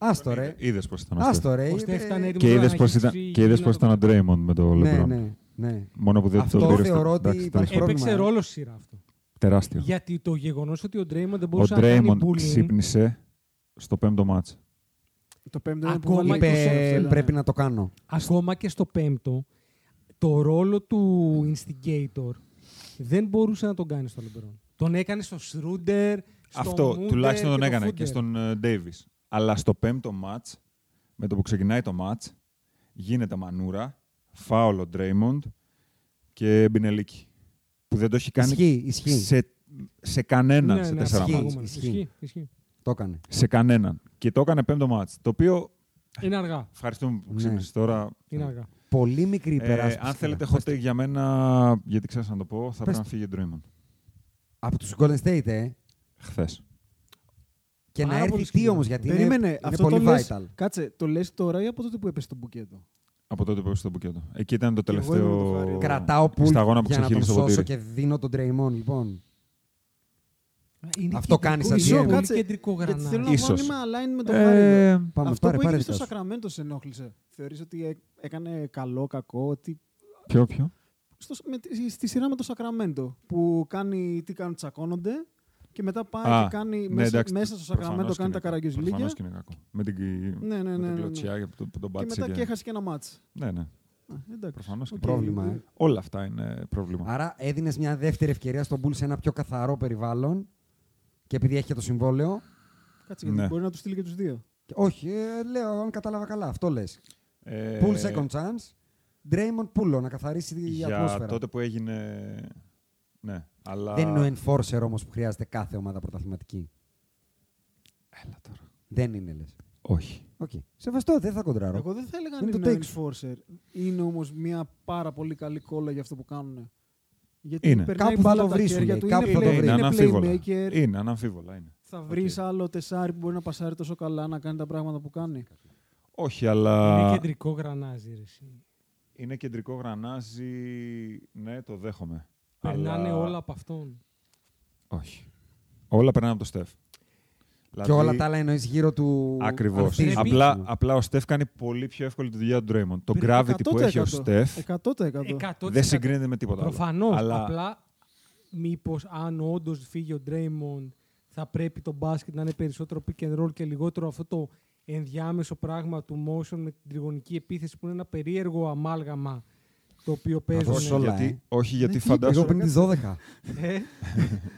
S3: Άστο ρε.
S5: Είδε πώ ήταν. ο Στεφ.
S3: Άστο ρε.
S4: Ο
S3: Ε,
S4: Στεφ ήταν
S3: ε,
S4: έτοιμος
S5: Και
S4: να
S5: είδε
S4: έχει
S5: πώ ήταν,
S4: ξύγει,
S5: και είδες
S4: να
S5: πώς
S4: το-
S5: ήταν ο Ντρέιμοντ με το
S3: Ναι,
S5: Λεμπρόν.
S3: ναι. Ναι.
S5: Μόνο που δεν
S3: Αυτό
S5: το πήρες στο-
S3: θεωρώ ότι
S5: εντάξει,
S3: υπάρχει
S5: τέλος πάντων.
S3: πρόβλημα.
S4: Έπαιξε
S3: ε.
S4: ρόλο στη σειρά αυτό.
S5: Τεράστιο.
S4: Γιατί το γεγονός ότι ο Ντρέιμον δεν
S5: Ο
S4: μπορούσε να κάνει
S5: Ντρέιμον
S4: bullying.
S5: ξύπνησε στο πέμπτο μάτς.
S6: Το πέμπτο είναι που
S4: Ακόμα,
S6: βάλει η Microsoft,
S3: Είπε,
S6: έλα,
S3: πρέπει
S6: ναι.
S3: να το κάνω.
S4: ακόμα και στο πέμπτο, το ρόλο του instigator δεν μπορούσε να τον κάνει στο Λεμπρόν. Τον έκανε στο Σρούντερ, στο
S5: Αυτό
S4: Μούντερ
S5: τουλάχιστον τον έκανε και
S4: Φούντερ.
S5: στον Ντέιβι. Αλλά στο πέμπτο μάτ, με το που ξεκινάει το μάτ, γίνεται μανούρα, φάουλο Ντρέιμοντ και Μπινελίκη. Που δεν το έχει κάνει
S3: Ισχύει, ισχύει.
S5: Σε, σε κανέναν
S4: Ναι,
S5: σε
S4: ναι,
S5: τέσσερα
S4: ισχύει,
S5: μάτς.
S4: ισχύει, ισχύει, ισχύει.
S3: Το έκανε.
S5: Σε κανέναν. Και το έκανε πέμπτο μάτ. Το οποίο.
S4: Είναι αργά.
S5: Ευχαριστούμε που
S3: Ναι.
S5: ξύπνησες τώρα.
S4: Είναι αργά.
S3: Πολύ μικρή
S5: Ε,
S3: υπεράσπιση.
S5: αν θέλετε, hot take για μένα, γιατί ξέχασα να το πω, θα
S3: Πες
S5: πρέπει να φύγει ο Ντρέιμοντ.
S3: Από τους Golden State, ε.
S5: Χθες.
S3: Και
S4: Πάρα
S3: να
S4: πολύ
S3: έρθει τι
S4: σκληρό.
S3: όμως, γιατί είναι,
S6: Περίμενε,
S3: είναι
S6: αυτό
S3: πολύ
S6: το λες,
S3: vital.
S6: Κάτσε, το λες τώρα ή από τότε που έπεσε το μπουκέτο.
S5: Από τότε που έπεσε το μπουκέτο. Εκεί ήταν το
S6: Και εγώ ήμουν το
S5: τελευταίο.
S6: βαρύ.
S3: Κρατάω που
S5: σταγόνα που
S3: για να τον
S5: ξεχύλισε το
S3: σώσω
S5: ποτήρι.
S3: και δίνω τον Draymond, λοιπόν.
S6: Ε,
S4: Είναι
S3: Αυτό
S4: κεντρικό-
S3: κάνεις,
S4: είναι
S3: Αντιέμ.
S4: πολύ
S6: Κάτσε,
S4: κεντρικό
S6: Γιατί θέλω
S4: γρανάζι.
S6: να
S5: Ίσως.
S6: βάλω είμαι aligned με το
S5: Ε,
S6: Χάρη. εδώ.
S3: πάμε,
S6: Αυτό
S3: πάρε,
S6: που
S3: πάρε,
S6: έγινε στο
S3: Στάσο.
S6: Σακραμέντο σε ενόχλησε. Θεωρείς ότι έ- έκανε καλό, κακό, ότι
S5: Ποιο, ποιο.
S6: στο, με, τη- στη σειρά με το Σακραμέντο που κάνει, τι κάνουν, τσακώνονται και μετά πάει
S5: Α,
S6: και κάνει
S5: ναι,
S6: μέσα,
S5: εντάξει,
S6: μέσα στο Σακραμέντο
S5: Σακραμέντο
S6: κάνει τα καραγκιουζιλίκια
S5: Προφανώς και είναι κακό. Με την, κυ-
S6: Ναι, ναι,
S5: με
S6: ναι,
S5: την
S6: ναι, ναι.
S5: κλωτσιά που τον- που τον
S6: και
S5: πάτησε.
S6: μετά και έχασε και ένα μάτς.
S5: Ναι, ναι.
S6: Α, εντάξει.
S5: Προφανώς και
S6: Οκ. ναι.
S3: πρόβλημα, ε.
S5: Όλα αυτά είναι πρόβλημα.
S3: Άρα έδινες μια δεύτερη ευκαιρία στον Μπούλ σε ένα πιο καθαρό περιβάλλον. Και επειδή έχει και το συμβόλαιο.
S6: Κάτσε, γιατί
S5: Ναι.
S6: μπορεί να τους στείλει και τους δύο.
S3: και- Όχι, ε, λέω, αν κατάλαβα καλά, αυτό λες.
S5: Ε,
S3: Πουλ second chance. Draymond Πούλο να καθαρίσει η
S5: Για
S3: ατμόσφαιρα.
S5: τότε που έγινε... Ναι, αλλά...
S3: Δεν είναι ο enforcer όμως που χρειάζεται κάθε ομάδα πρωταθληματική.
S5: Έλα τώρα.
S3: Δεν είναι, λες.
S5: Όχι.
S3: Οκ. Σεβαστό, δεν θα κοντράρω.
S6: Εγώ δεν θα έλεγα αν
S3: Είναι το
S6: είναι ο
S3: takes.
S6: enforcer. Είναι όμως μια πάρα πολύ καλή κόλλα για αυτό που κάνουν. Γιατί
S5: Είναι.
S6: περνάει
S3: Κάπου
S6: μπάλα
S3: θα το
S6: από τα
S3: βρίσκουνε,
S6: χέρια του,
S3: κάπου
S6: είναι,
S3: θα το Ναι,
S6: play-
S3: βρει.
S5: Είναι
S6: είναι
S5: αναμφίβολα.
S6: playmaker.
S5: Είναι αναμφίβολα, είναι.
S6: Θα βρεις
S5: Οκ.
S6: άλλο τεσάρι που μπορεί να πασάρει τόσο καλά να κάνει τα πράγματα που κάνει.
S5: Όχι, αλλά...
S4: Είναι κεντρικό γρανάζι. ρε εσύ.
S5: είναι κεντρικό γρανάζι... Ναι, το δέχομαι.
S4: Περνάνε
S5: Αλλά-
S4: όλα από αυτόν.
S5: Όχι. Όλα περνάνε από το Στεφ.
S3: Και όλα τα άλλα εννοείς γύρω του.
S5: Ακριβώς.
S3: αθλητισμού.
S5: δηλαδή- Απλά, απλά ο Στεφ κάνει πολύ πιο εύκολη τη δουλειά του Draymond. Το gravity που έχει ο
S6: 100%.
S5: Στεφ
S6: 100%.
S4: 100%.
S5: δεν συγκρίνεται με τίποτα άλλο.
S4: Προφανώς.
S5: Αλλά
S4: Απλά μήπως αν όντως φύγει ο Ντρέιμον θα πρέπει το μπάσκετ να είναι περισσότερο pick and roll και λιγότερο αυτό το ενδιάμεσο πράγμα του motion με την τριγωνική επίθεση που είναι ένα περίεργο αμάλγαμα το οποίο
S3: δώσω
S4: παίζουν.
S3: όλα,
S5: γιατί,
S3: ε.
S5: όχι, γιατί
S3: Εγώ
S5: φαντάζομαι.
S3: πριν τις 12.
S4: Ε,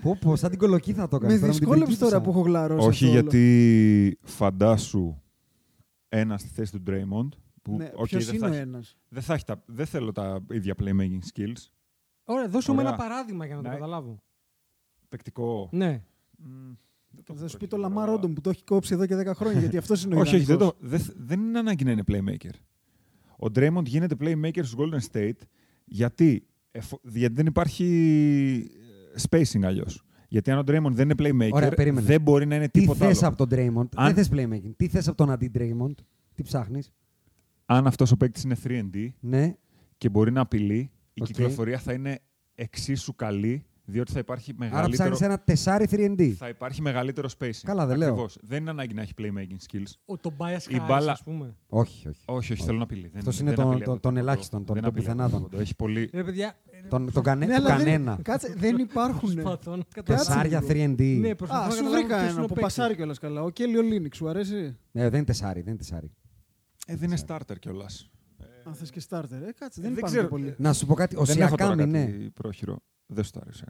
S3: Πω, πω, σαν την κολοκύθα θα το έκανε.
S6: Με δυσκόλεψε τώρα που έχω γλαρώσει.
S5: Όχι,
S6: αυτό όλο.
S5: γιατί φαντάσου ένα στη θέση του Draymond. Που,
S6: Ναι,
S5: οκ,
S6: ποιος
S5: δεν,
S6: είναι
S5: θα
S6: ο
S5: έχει-
S6: ένας.
S5: δεν, θα έχει τα, δεν θέλω τα ίδια playmaking skills.
S4: Ωραία, δώσε μου
S5: Ωραία.
S4: ένα παράδειγμα για να το
S5: Ναι.
S4: καταλάβω.
S5: Παικτικό.
S4: Ναι.
S5: Μμ, δεν το
S6: Θα
S5: έχω
S6: σου πει το
S5: τώρα.
S6: Λαμάρ Όντον που το έχει κόψει εδώ και 10 χρόνια. Γιατί αυτός είναι ο
S5: Όχι, όχι, δεν,
S6: ιδανικός.
S5: το, δεν, θ- δεν είναι ανάγκη να είναι playmaker. Ο Draymond γίνεται playmaker στους Golden State γιατί, εφο- γιατί δεν υπάρχει ε, spacing αλλιώς. Γιατί αν ο Draymond δεν είναι playmaker,
S3: Ωραία, περίμενες.
S5: δεν μπορεί να είναι
S3: Τι
S5: τίποτα
S3: θες
S5: άλλο.
S3: από τον Draymond,
S5: Αν-
S3: δεν θες playmaking. Τι θες από τον αντί-Draymond, τι ψάχνεις.
S5: Αν αυτός ο παίκτης είναι 3D
S3: Ναι,
S5: και μπορεί να απειλεί, η
S3: Οκ.
S5: κυκλοφορία θα είναι εξίσου καλή, διότι θα υπάρχει
S3: άρα
S5: μεγαλύτερο,
S3: ψάχνεις ένα τεσάρι 3D.
S5: θα υπάρχει μεγαλύτερο spacing.
S3: Καλά, δεν λέω.
S5: Ακριβώς. Δεν είναι ανάγκη να έχει playmaking skills.
S4: Ο, το bias
S5: Η
S4: Harris,
S5: μπάλα-
S4: ας πούμε.
S3: Όχι, όχι.
S5: Όχι, όχι, θέλω να απειλεί. Δεν-
S3: Αυτός είναι
S5: δεν
S3: των-
S5: απειλεί
S3: των-
S5: από το
S3: των
S5: τίποτα.
S3: ελάχιστων, των-
S5: Δεν
S3: των
S5: απειλεί από
S3: πιθανάτων.
S5: τίποτα. Έχει πολύ,
S4: Ρε Ε, παιδιά,
S3: Τον, τον κανέ,
S6: Ναι,
S3: τον
S6: αλλά δεν-
S3: κανένα.
S6: Κάτσε, δεν υπάρχουν.
S4: προσπαθώ να καταλάβω.
S3: Τεσάρια 3D.
S4: Ναι, προσπαθώ
S6: Α,
S4: να
S6: σου
S4: καταλάβω
S6: βρήκα
S4: ποιος είναι
S6: ένα
S4: ο
S6: που
S4: παίκτης.
S6: πασάρει κιόλας καλά. Ο Κέλιο Λίνιξ, σου αρέσει.
S3: Ναι, δεν είναι τεσάρι, δεν είναι τεσάρι.
S5: ε, δεν είναι starter κιόλας.
S6: Αν θες και starter. Ε, κάτσε, δεν
S5: δεν
S6: υπάρχουν
S5: ξέρω.
S6: πολλοί.
S3: Να σου πω κάτι, ο ναι.
S5: δεν έχω τώρα
S3: Σιακάμ είναι.
S5: κάτι πρόχειρο. Δεν σου άρεσε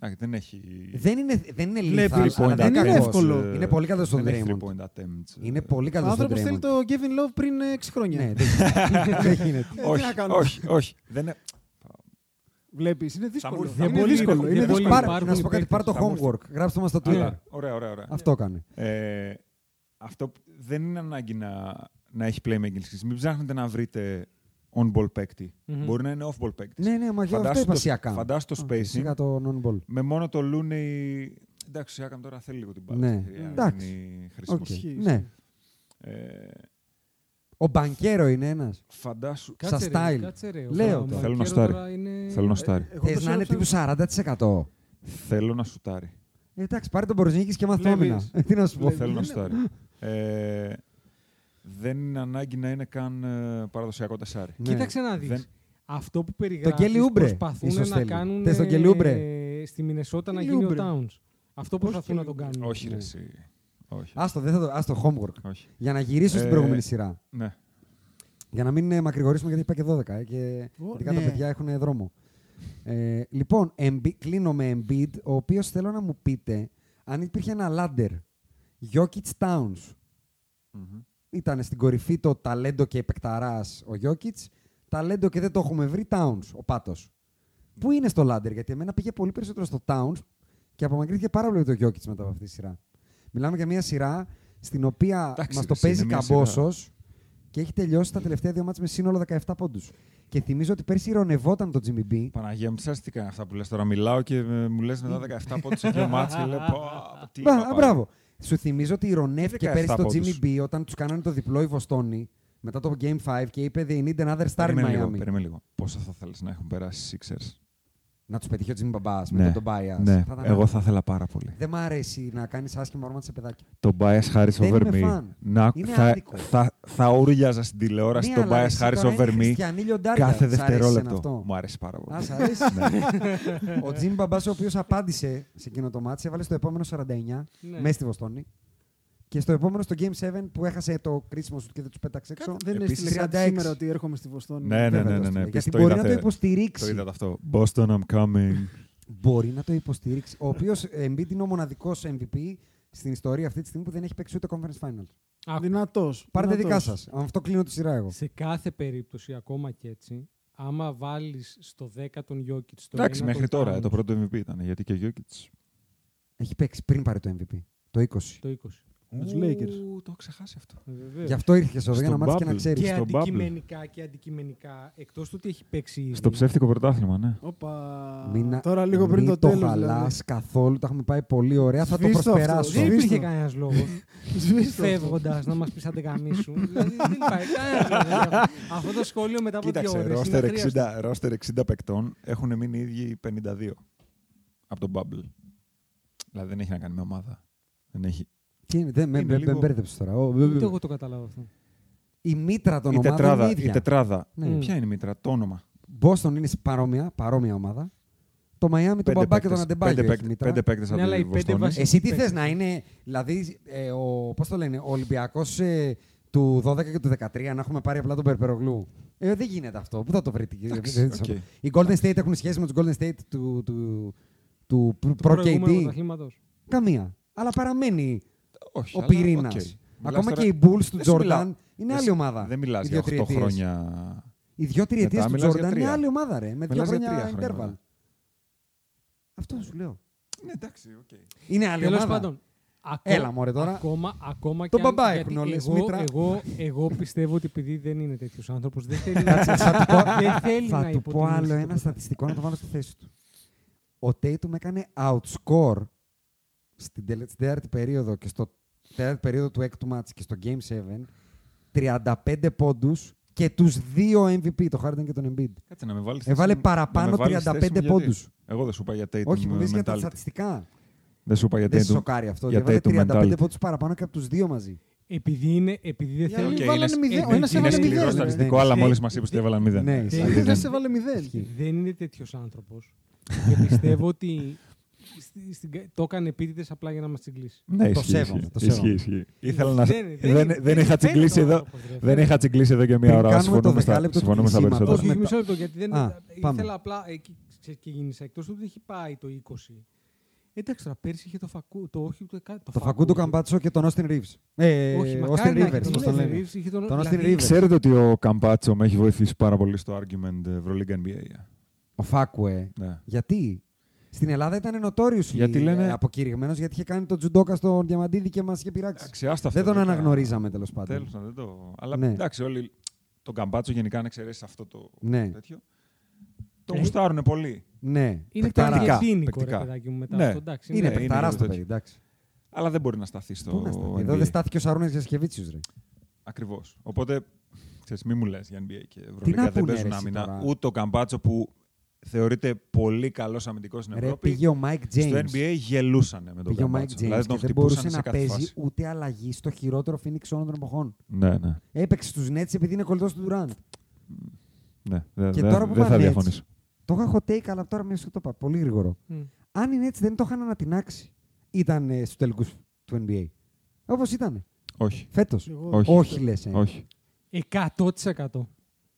S5: να δεν έχει...
S3: Δεν είναι, δεν είναι
S6: Βλέπει,
S3: lethal,
S6: λοιπόν,
S3: αλλά δεν
S6: δεν
S3: είναι
S6: είναι
S3: κακός.
S6: εύκολο.
S5: ε,
S3: Είναι πολύ καλό στον
S5: δεν έχει
S3: Draymond.
S5: three-point attempts, ε.
S3: Είναι πολύ
S6: Ο
S3: καλό στον
S6: άνθρωπος θέλει
S3: Draymond.
S6: το Kevin Love πριν 6 χρόνια.
S3: Ναι, δεν γίνεται. δεν γίνεται.
S6: Ε, τι να
S5: Όχι,
S6: κάνω.
S5: όχι, όχι. Δεν είναι...
S6: Βλέπεις, είναι
S5: μου
S6: δύσκολο.
S5: ήρθε.
S6: Είναι
S4: Δεν μπορεί,
S6: δύσκολο,
S4: δεν
S6: είναι
S4: μπορεί.
S6: δύσκολο.
S3: Πάρε-
S4: υπάρχουν
S3: να σου πω κάτι, πάρε το
S5: Θα μου
S3: homework. Γράψτε μας στο Twitter.
S5: Αλλά, Ωραία, ωραία, ωραία.
S3: Αυτό κάνε.
S5: Ε, αυτό που- δεν είναι ανάγκη να, να έχει playmaking skills. Μην ψάχνετε να βρείτε on-ball παίκτη.
S4: Μμμ.
S5: Μπορεί να είναι off-ball παίκτης.
S3: Ναι, ναι, μα γι' αυτό είπα Σιακάμ.
S5: φαντάσου το
S3: Α,
S5: spacing
S3: Σιγά το non-ball.
S5: με μόνο το Looney... Εντάξει, ο Siakam τώρα θέλει λίγο την μπάλα.
S3: Ναι.
S5: στην χέρια,
S3: Εντάξει.
S5: γίνει
S3: Οκ.
S5: χρήσιμος.
S6: ισχύει,
S3: Ναι.
S5: Ε,
S3: Ο Μπανκέρο είναι ένας.
S5: Φαντάσου...
S4: Κάτσε
S3: Σαν
S4: ρε,
S3: style.
S4: Κάτσε ρε. ο
S3: Λέω
S4: Βαμπανκέρο
S3: το.
S5: Θέλω να στάρει.
S4: τώρα είναι-
S3: ε,
S5: Θέλω να στάρει.
S6: Εγώ
S3: Θες
S6: το
S3: να είναι
S6: σέβομαι.
S3: τύπου 40%.
S5: Θέλω να σουτάρει.
S3: Ε, Εντάξει, πάρε τον Μπορζίνικη και μάθω
S6: Βλέπεις.
S3: άμυνα. Ε, Τι να σου πω.
S5: Εγώ θέλω να στάρει. Ε, δεν είναι ανάγκη να είναι καν ε, παραδοσιακό τεσάρι.
S3: Ναι.
S4: Κοίταξε να δεις.
S5: Δεν-
S4: Αυτό που περιγράφεις
S3: Γκέλι Ούμπρε,
S4: προσπαθούν
S3: ίσως
S4: να
S3: θέλει.
S4: κάνουν
S3: Θες τον Γκέλι Ούμπρε?
S4: ε, στη Μινεσότα να
S3: Γκέλι
S4: γίνει ο
S3: Ούμπρε.
S4: Towns. Αυτό προσπαθούν να τον κάνουν.
S5: Όχι, ρε,
S4: Ναι.
S5: εσύ. Όχι.
S3: Άστο, δεν θα το, άστο homework.
S5: Όχι.
S3: Για να γυρίσω στην
S5: Ε,
S3: προηγούμενη σειρά.
S5: Ναι.
S3: Για να μην ε, μακρηγορήσουμε, γιατί είπα και 12. ε, και
S6: Ω,
S3: ειδικά
S6: ναι.
S3: τα παιδιά έχουν δρόμο. Ε, λοιπόν, Embi- κλείνω με Embiid, ο οποίος θέλω να μου πείτε αν υπήρχε ένα Λάντερ. Jokic Towns.
S5: Μμμ.
S3: Ήταν στην κορυφή το ταλέντο και επεκταράς ο Jokic. Ταλέντο και δεν το έχουμε βρει Towns, ο Πάτος. Πού είναι στο Λάντερ, γιατί εμένα πήγε πολύ περισσότερο στο Towns και απομακρύνθηκε πάρα πολύ το Jokic μετά από αυτή τη σειρά. Μιλάμε για μια σειρά στην οποία
S5: Εντάξει,
S3: μας το
S5: ρε,
S3: παίζει
S5: είναι μια
S3: καμπόσος και έχει τελειώσει τα τελευταία δύο μάτια με σύνολο 17 πόντους. Και θυμίζω ότι πέρσι ηρωνευόταν το Jimmy B.
S5: Παναγία μου, ξέρεις τι κάνει αυτά που λες τώρα. Μιλάω και ε, μου λες μετά 17 πόντους σε δύο μάτς και λέω πω, πω, τι
S3: Μπα,
S5: είπα,
S3: α,
S5: πάλι».
S3: μπράβο. Σου θυμίζω ότι ηρωνεύτηκε
S5: 17
S3: πέρσι το
S5: πόντους.
S3: Jimmy B όταν τους κάνανε το διπλό η Βοστόνη μετά το Game 5 και είπε They need another star in
S5: Περίμενε λίγο,
S3: Miami.
S5: περίμενε λίγο. Πόσα θα θέλεις να έχουν περάσει οι Sixers.
S3: Να τους πετύχει ο Jimmy Μπαμπάς
S5: Ναι,
S3: μετά τον bias.
S5: ναι.
S3: ήταν
S5: εγώ
S3: άδικο.
S5: θα ήθελα πάρα πολύ.
S3: Δεν μ' αρέσει να κάνεις άσχημα όρμα σε παιδάκι.
S5: Το bias Harris
S3: Δεν
S5: over
S3: είμαι
S5: me.
S3: φαν.
S5: Να,
S3: Είναι
S5: θα,
S3: άδικο.
S5: θα, θα ούρλιαζα στην τηλεόραση
S3: Ναι,
S5: το
S3: αλλά
S5: bias
S3: εσύ
S5: Harris
S3: τώρα
S5: over
S3: είναι
S5: me
S3: χριστιανή λιοντάρια. Σ'
S5: κάθε
S3: αρέσει εσένα
S5: δευτερόλεπτο.
S3: αυτό?
S5: Μου αρέσει πάρα πολύ.
S3: Α, σ' αρέσει.
S5: Ναι.
S3: ο Τζιμ Μπαμπάς, ο οποίος απάντησε σε εκείνο το μάτι, έβαλε στο επόμενο 49
S4: Ναι.
S3: μέσα στη Βοστόνη. Και στο επόμενο, στο Game 7 που έχασε το κρίσιμο σου και δεν τους πέταξε έξω.
S6: Δεν
S5: Επίσης,
S6: έστειλε κάτι
S3: 36.
S6: σήμερα ότι έρχομαι στη Βοστόνη.
S5: Ναι, ναι,
S3: Βέβαια
S5: ναι,
S3: το
S5: ναι, ναι.
S3: στείλε,
S5: Επίσης,
S3: Γιατί μπορεί να
S5: είδατε-
S3: το υποστηρίξει.
S5: Το είδατε αυτό. Boston, I'm coming.
S3: Μπορεί να το υποστηρίξει. Ο οποίος Embiid είναι ο μοναδικός MVP στην ιστορία αυτή τη στιγμή που δεν έχει παίξει ούτε Conference Final.
S4: Άκου.
S6: Δυνατός.
S3: Πάρτε δικά σας. Αυτό κλείνω τη σειρά εγώ.
S4: Σε κάθε περίπτωση, ακόμα και έτσι, άμα βάλεις στο 10 τον Jokic. στο
S5: Εντάξει,
S4: 1
S5: μέχρι
S4: τον
S5: τώρα ε,
S4: Towns,
S5: το πρώτο MVP ήταν. Γιατί και ο Γιώκητ.
S3: Έχει παίξει πριν πάρει το MVP. Το 20.
S4: Το 20.
S6: τους Lakers.
S5: Το έχω ξεχάσει αυτό.
S4: Βεβαίως.
S6: Ε.
S3: Γι' αυτό ήρθες εδώ για να
S5: Στον
S3: μάθεις και να
S5: bubble.
S3: ξέρεις.
S4: Και
S5: στο bubble.
S4: αντικειμενικά και αντικειμενικά, εκτός του ότι έχει παίξει. ήδη,
S5: Στο ψεύτικο πρωτάθλημα, ναι.
S6: Όπα.
S3: Μην να-
S6: Τώρα λίγο
S3: μην
S6: πριν το
S3: το
S6: τέλος.
S3: χαλά
S6: δηλαδή.
S3: καθόλου. Τα έχουμε πάει πολύ ωραία. Θα το
S6: Σβήστο αυτό,
S3: προσπεράσω.
S4: Δεν
S6: Σβήστο.
S4: υπήρχε κανένας λόγος.
S6: Σβήστο αυτό.
S4: Φεύγοντας να μας πεις αν δεν σου. Δηλαδή δεν υπάρχει κανένας λόγος. Αυτό το σχόλιο μετά από δύο
S5: Κοίταξε,
S4: ώρες.
S5: ρόστερ 60, ρόστερ 60 παικτών έχουν μείνει οι ίδιοι 52 από τον Bubble. Δηλαδή δεν έχει να κάνει με ομάδα. Δεν έχει.
S3: Τι είναι, δεν- με-
S5: Είναι
S3: με-
S5: λίγο-
S3: Με μπέρδεψε τώρα. Ο-
S4: Ούτε εγώ το καταλάβω αυτό.
S3: Η μήτρα των
S5: Η
S3: ομάδων
S5: τετράδα.
S3: είναι
S5: Η
S3: ίδια.
S5: τετράδα. Ε,
S3: Ναι. Ε,
S5: Ποια είναι η μήτρα, το όνομα.
S3: Boston είναι παρόμοια, παρόμοια ομάδα. Το Miami, τον Μπαμπά και τον
S5: παίκτες.
S3: Αντεμπάγιο
S5: Πέντε
S3: έχει
S5: παίκτες-
S3: μήτρα.
S5: Πέντε παίκτες
S4: Ναι,
S5: από
S4: αλλά οι
S5: τη
S4: πέντε
S5: Βοστόνη.
S4: βασι-
S3: Εσύ τι
S4: παίκτες.
S3: θες να είναι, δηλαδή, ε, ο, πώς το λένε, ο Ολυμπιακός ε, του 12 και του 13 να έχουμε πάρει απλά τον Περπερογλού. Ε, δεν γίνεται αυτό. Πού θα το βρείτε.
S5: Εντάξει, οκ.
S3: Οι Golden State έχουν σχέση με τους Golden State του, του, του, προ-
S4: Του
S3: προ-
S4: προηγούμενου
S3: KD.
S4: πρωταθλήματος.
S3: Καμία. Αλλά παραμένει
S5: Όχι,
S3: ο
S5: αλλά
S3: πυρήνας.
S5: οκ. Μιλάς
S3: Ακόμα
S5: τώρα-
S3: και οι Bulls του
S5: Δεν σου
S3: Jordan
S5: μιλάω.
S3: είναι
S5: Δεν
S3: άλλη
S5: σου-
S3: ομάδα.
S5: Δεν μιλάς
S3: Οι
S5: για
S3: δύο
S5: 8
S3: τριετίες.
S5: χρόνια.
S3: Οι δυο τριετίε
S5: Μετά
S3: του
S5: μιλάς για
S3: Jordan είναι
S5: τρία.
S3: άλλη ομάδα, ρε. Με δύο
S5: Μιλάς για
S3: χρόνια
S5: τρία χρόνια
S3: interval.
S5: μετά.
S3: Αυτό σου λέω.
S5: Ναι, εντάξει, οκ.
S3: Είναι άλλη
S4: Τέλος
S3: ομάδα.
S4: πάντων. ακό-
S3: Έλα, μωρέ, τώρα.
S4: Ακόμα, ακόμα
S3: Τον
S4: και αν-
S3: μπαμπά
S4: γιατί
S3: έχουν όλες,
S4: εγώ,
S3: μήτρα.
S4: Εγώ, εγώ πιστεύω ότι επειδή δεν είναι τέτοιος άνθρωπος, δεν θέλει
S3: Κάτσε,
S4: να
S3: θα του πω,
S4: δεν θέλει
S3: θα
S4: να
S3: του πω άλλο
S4: υποτιμήσει
S3: ένα
S4: το-
S3: στατιστικό να το βάλω στη θέση του. Ο Tatum έκανε outscore στην τελε- στην τέταρτη περίοδο και στο τέταρτη περίοδο του έκτου μάτς και στο Game 7 35 πόντους και τους δύο MVP, το Harden και τον Embiid.
S5: Κάτσε να με βάλεις.
S3: Έβαλε Ε, παραπάνω 35 πόντους.
S5: Εγώ δεν σου είπα για Tatum. ε,
S3: Όχι, μου δεις για τα
S5: mentality.
S3: στατιστικά.
S5: Δεν σου είπα για
S3: Δεν σε
S5: Tatum.
S3: σοκάρει αυτό.
S5: για
S3: ότι Έβαλε
S5: Tatum
S3: 35
S5: mentality.
S3: πόντους παραπάνω και από τους δύο μαζί.
S4: Επειδή, είναι, επειδή δεν
S6: Οι
S4: θέλει.
S6: άλλοι
S5: είναι-
S6: βάλανε
S5: είναι-
S6: μηδέν. Ο
S4: είναι-
S6: ένας
S5: Είναι
S6: έβαλε
S4: βάλανε
S5: σκληρό
S6: μηδέν.
S4: στα
S6: ρε.
S5: στατιστικό, αλλά
S4: Ναι.
S5: μόλις μας είπες ότι έβαλαν μηδέν.
S3: Ναι,
S5: Δηλαδή,
S3: ισχύει.
S6: Ο
S5: δεν-
S6: ένας έβαλε μηδέν.
S3: Ισχύει.
S4: δεν είναι τέτοιος άνθρωπος. και πιστεύω ότι στη- στην- το έκανε επίτηδε απλά για να μας τσιγκλίσει.
S5: Ναι,
S3: Το
S5: ισχύει,
S3: σέβομαι,
S5: ισχύει.
S3: το σέβομαι. Ε,
S5: Ισχύει, ισχύει. Ήθελα να.
S4: Δεν- δεν-
S5: δεν-
S4: δεν-
S5: Δεν είχα
S4: δεν
S5: τσιγκλίσει
S4: είναι
S5: εδώ.
S4: άνθρωπος, ρε.
S5: Δεν είχα τσιγκλίσει εδώ και μία
S3: Πριν
S5: ώρα.
S3: κάνουμε το
S5: Συμφωνούμε στα-
S3: δεκάλεπτο του
S5: συμφωνούμε στα
S3: κλεισίματος.
S5: περισσότερα.
S4: Όχι,
S3: μετά-
S4: μισό λεπτό, γιατί δεν.
S3: Α, πάμε.
S4: ήθελα απλά. ε, Εκεί ξε- ξεκίνησα. Εκτό ότι έχει πάει το 20. Εντάξει, τώρα πέρσι είχε το φακού. Το όχι του εκα-
S3: Το Φακούντο Καμπάτσο και τον Austin Reeves. Ε,
S4: Όχι,
S3: Austin
S4: μακάρι να
S3: Rivers,
S4: έχει
S3: πώς
S4: τον
S3: τον
S4: Austin
S3: λένε.
S4: Reeves. είχε τον-
S3: Τον Austin
S4: δηλαδή,
S3: Rivers.
S5: Ξέρετε ότι ο Καμπάτσο με έχει βοηθήσει πάρα πολύ στο argument Ευρωλίγκα NBA.
S3: Ο Φάκουε.
S5: ε? Ναι.
S3: Γιατί. Στην Ελλάδα ήταν νοτόριο
S5: Γιατί λένε-
S3: αποκηρυγμένος γιατί είχε κάνει τον Τζουντόκα στον Διαμαντίδη και μας είχε πειράξει.
S5: Εντάξει, άστα
S3: Δεν
S5: αυτά,
S3: τον
S5: τώρα.
S3: αναγνωρίζαμε τέλος πάντων.
S5: Τέλος να δεν το. Αλλά
S3: Ναι.
S5: εντάξει, όλοι. Τον Καμπάτσο γενικά αν εξαιρέσεις αυτό το
S3: Ναι.
S5: τέτοιο. Το
S4: Ε.
S5: γουστάρουν πολύ.
S3: Ναι,
S4: Είναι
S3: παικταρά.
S5: παικτικά,
S4: ταργετίνικο, ρε
S5: παικτικά.
S4: παιδάκι μου μετά.
S5: Ναι.
S4: αυτό, εντάξει,
S3: Είναι
S5: Ναι,
S3: παικταρά
S5: είναι
S3: το
S5: τέτοιο.
S3: παιδί. Εντάξει.
S5: Αλλά δεν μπορεί να σταθεί
S3: Πού
S5: στο.
S3: να σταθεί.
S5: NBA.
S3: Εδώ δεν στάθηκε ο Σαρούνα Γιασκεβίτσιου. Ρε.
S5: Ακριβώς. Οπότε, ξέρεις, μη μου λες για NBA και
S3: να
S5: Ευρωλίγκα δεν
S3: πούνε, ρε,
S5: παίζουν
S3: εσύ
S5: άμυνα.
S3: τώρα.
S5: Ούτε ο Καμπάτσο που θεωρείται πολύ καλός αμυντικός στην
S3: Ρε,
S5: Ευρώπη.
S3: πήγε ο Μάικ
S5: Ναι, στο
S3: James.
S5: NBA γελούσανε με τον
S3: Πήγε ο Μάικ
S5: Καμπάτσο.
S3: James
S5: Δηλαδή
S3: και
S5: τον
S3: δεν
S5: χτυπούσαν
S3: μπορούσε
S5: σε
S3: να
S5: κάθε
S3: παίζει
S5: φάση.
S3: ούτε αλλαγή στο χειρότερο Phoenix όλων των εποχών.
S5: Ναι, ναι.
S3: Έπαιξε στους Nets επειδή είναι κολλητός του Durant.
S5: Ναι, δεν
S3: Και
S5: δεν-
S3: τώρα που
S5: δεν θα
S3: πάνε
S5: διαφωνήσω.
S3: έτσι, Το είχα hot take, αλλά τώρα μια σου το είπα. Πολύ γρήγορο.
S4: Μμ.
S3: Αν είναι έτσι, δεν το είχαν ανατινάξει. Ήταν ε, στους τελικούς του NBA. Όπως ήταν.
S5: Όχι.
S3: Φέτος.
S6: Εγώ-
S5: Όχι.
S3: Όχι, λες. Ε.
S5: Όχι.
S4: 100%.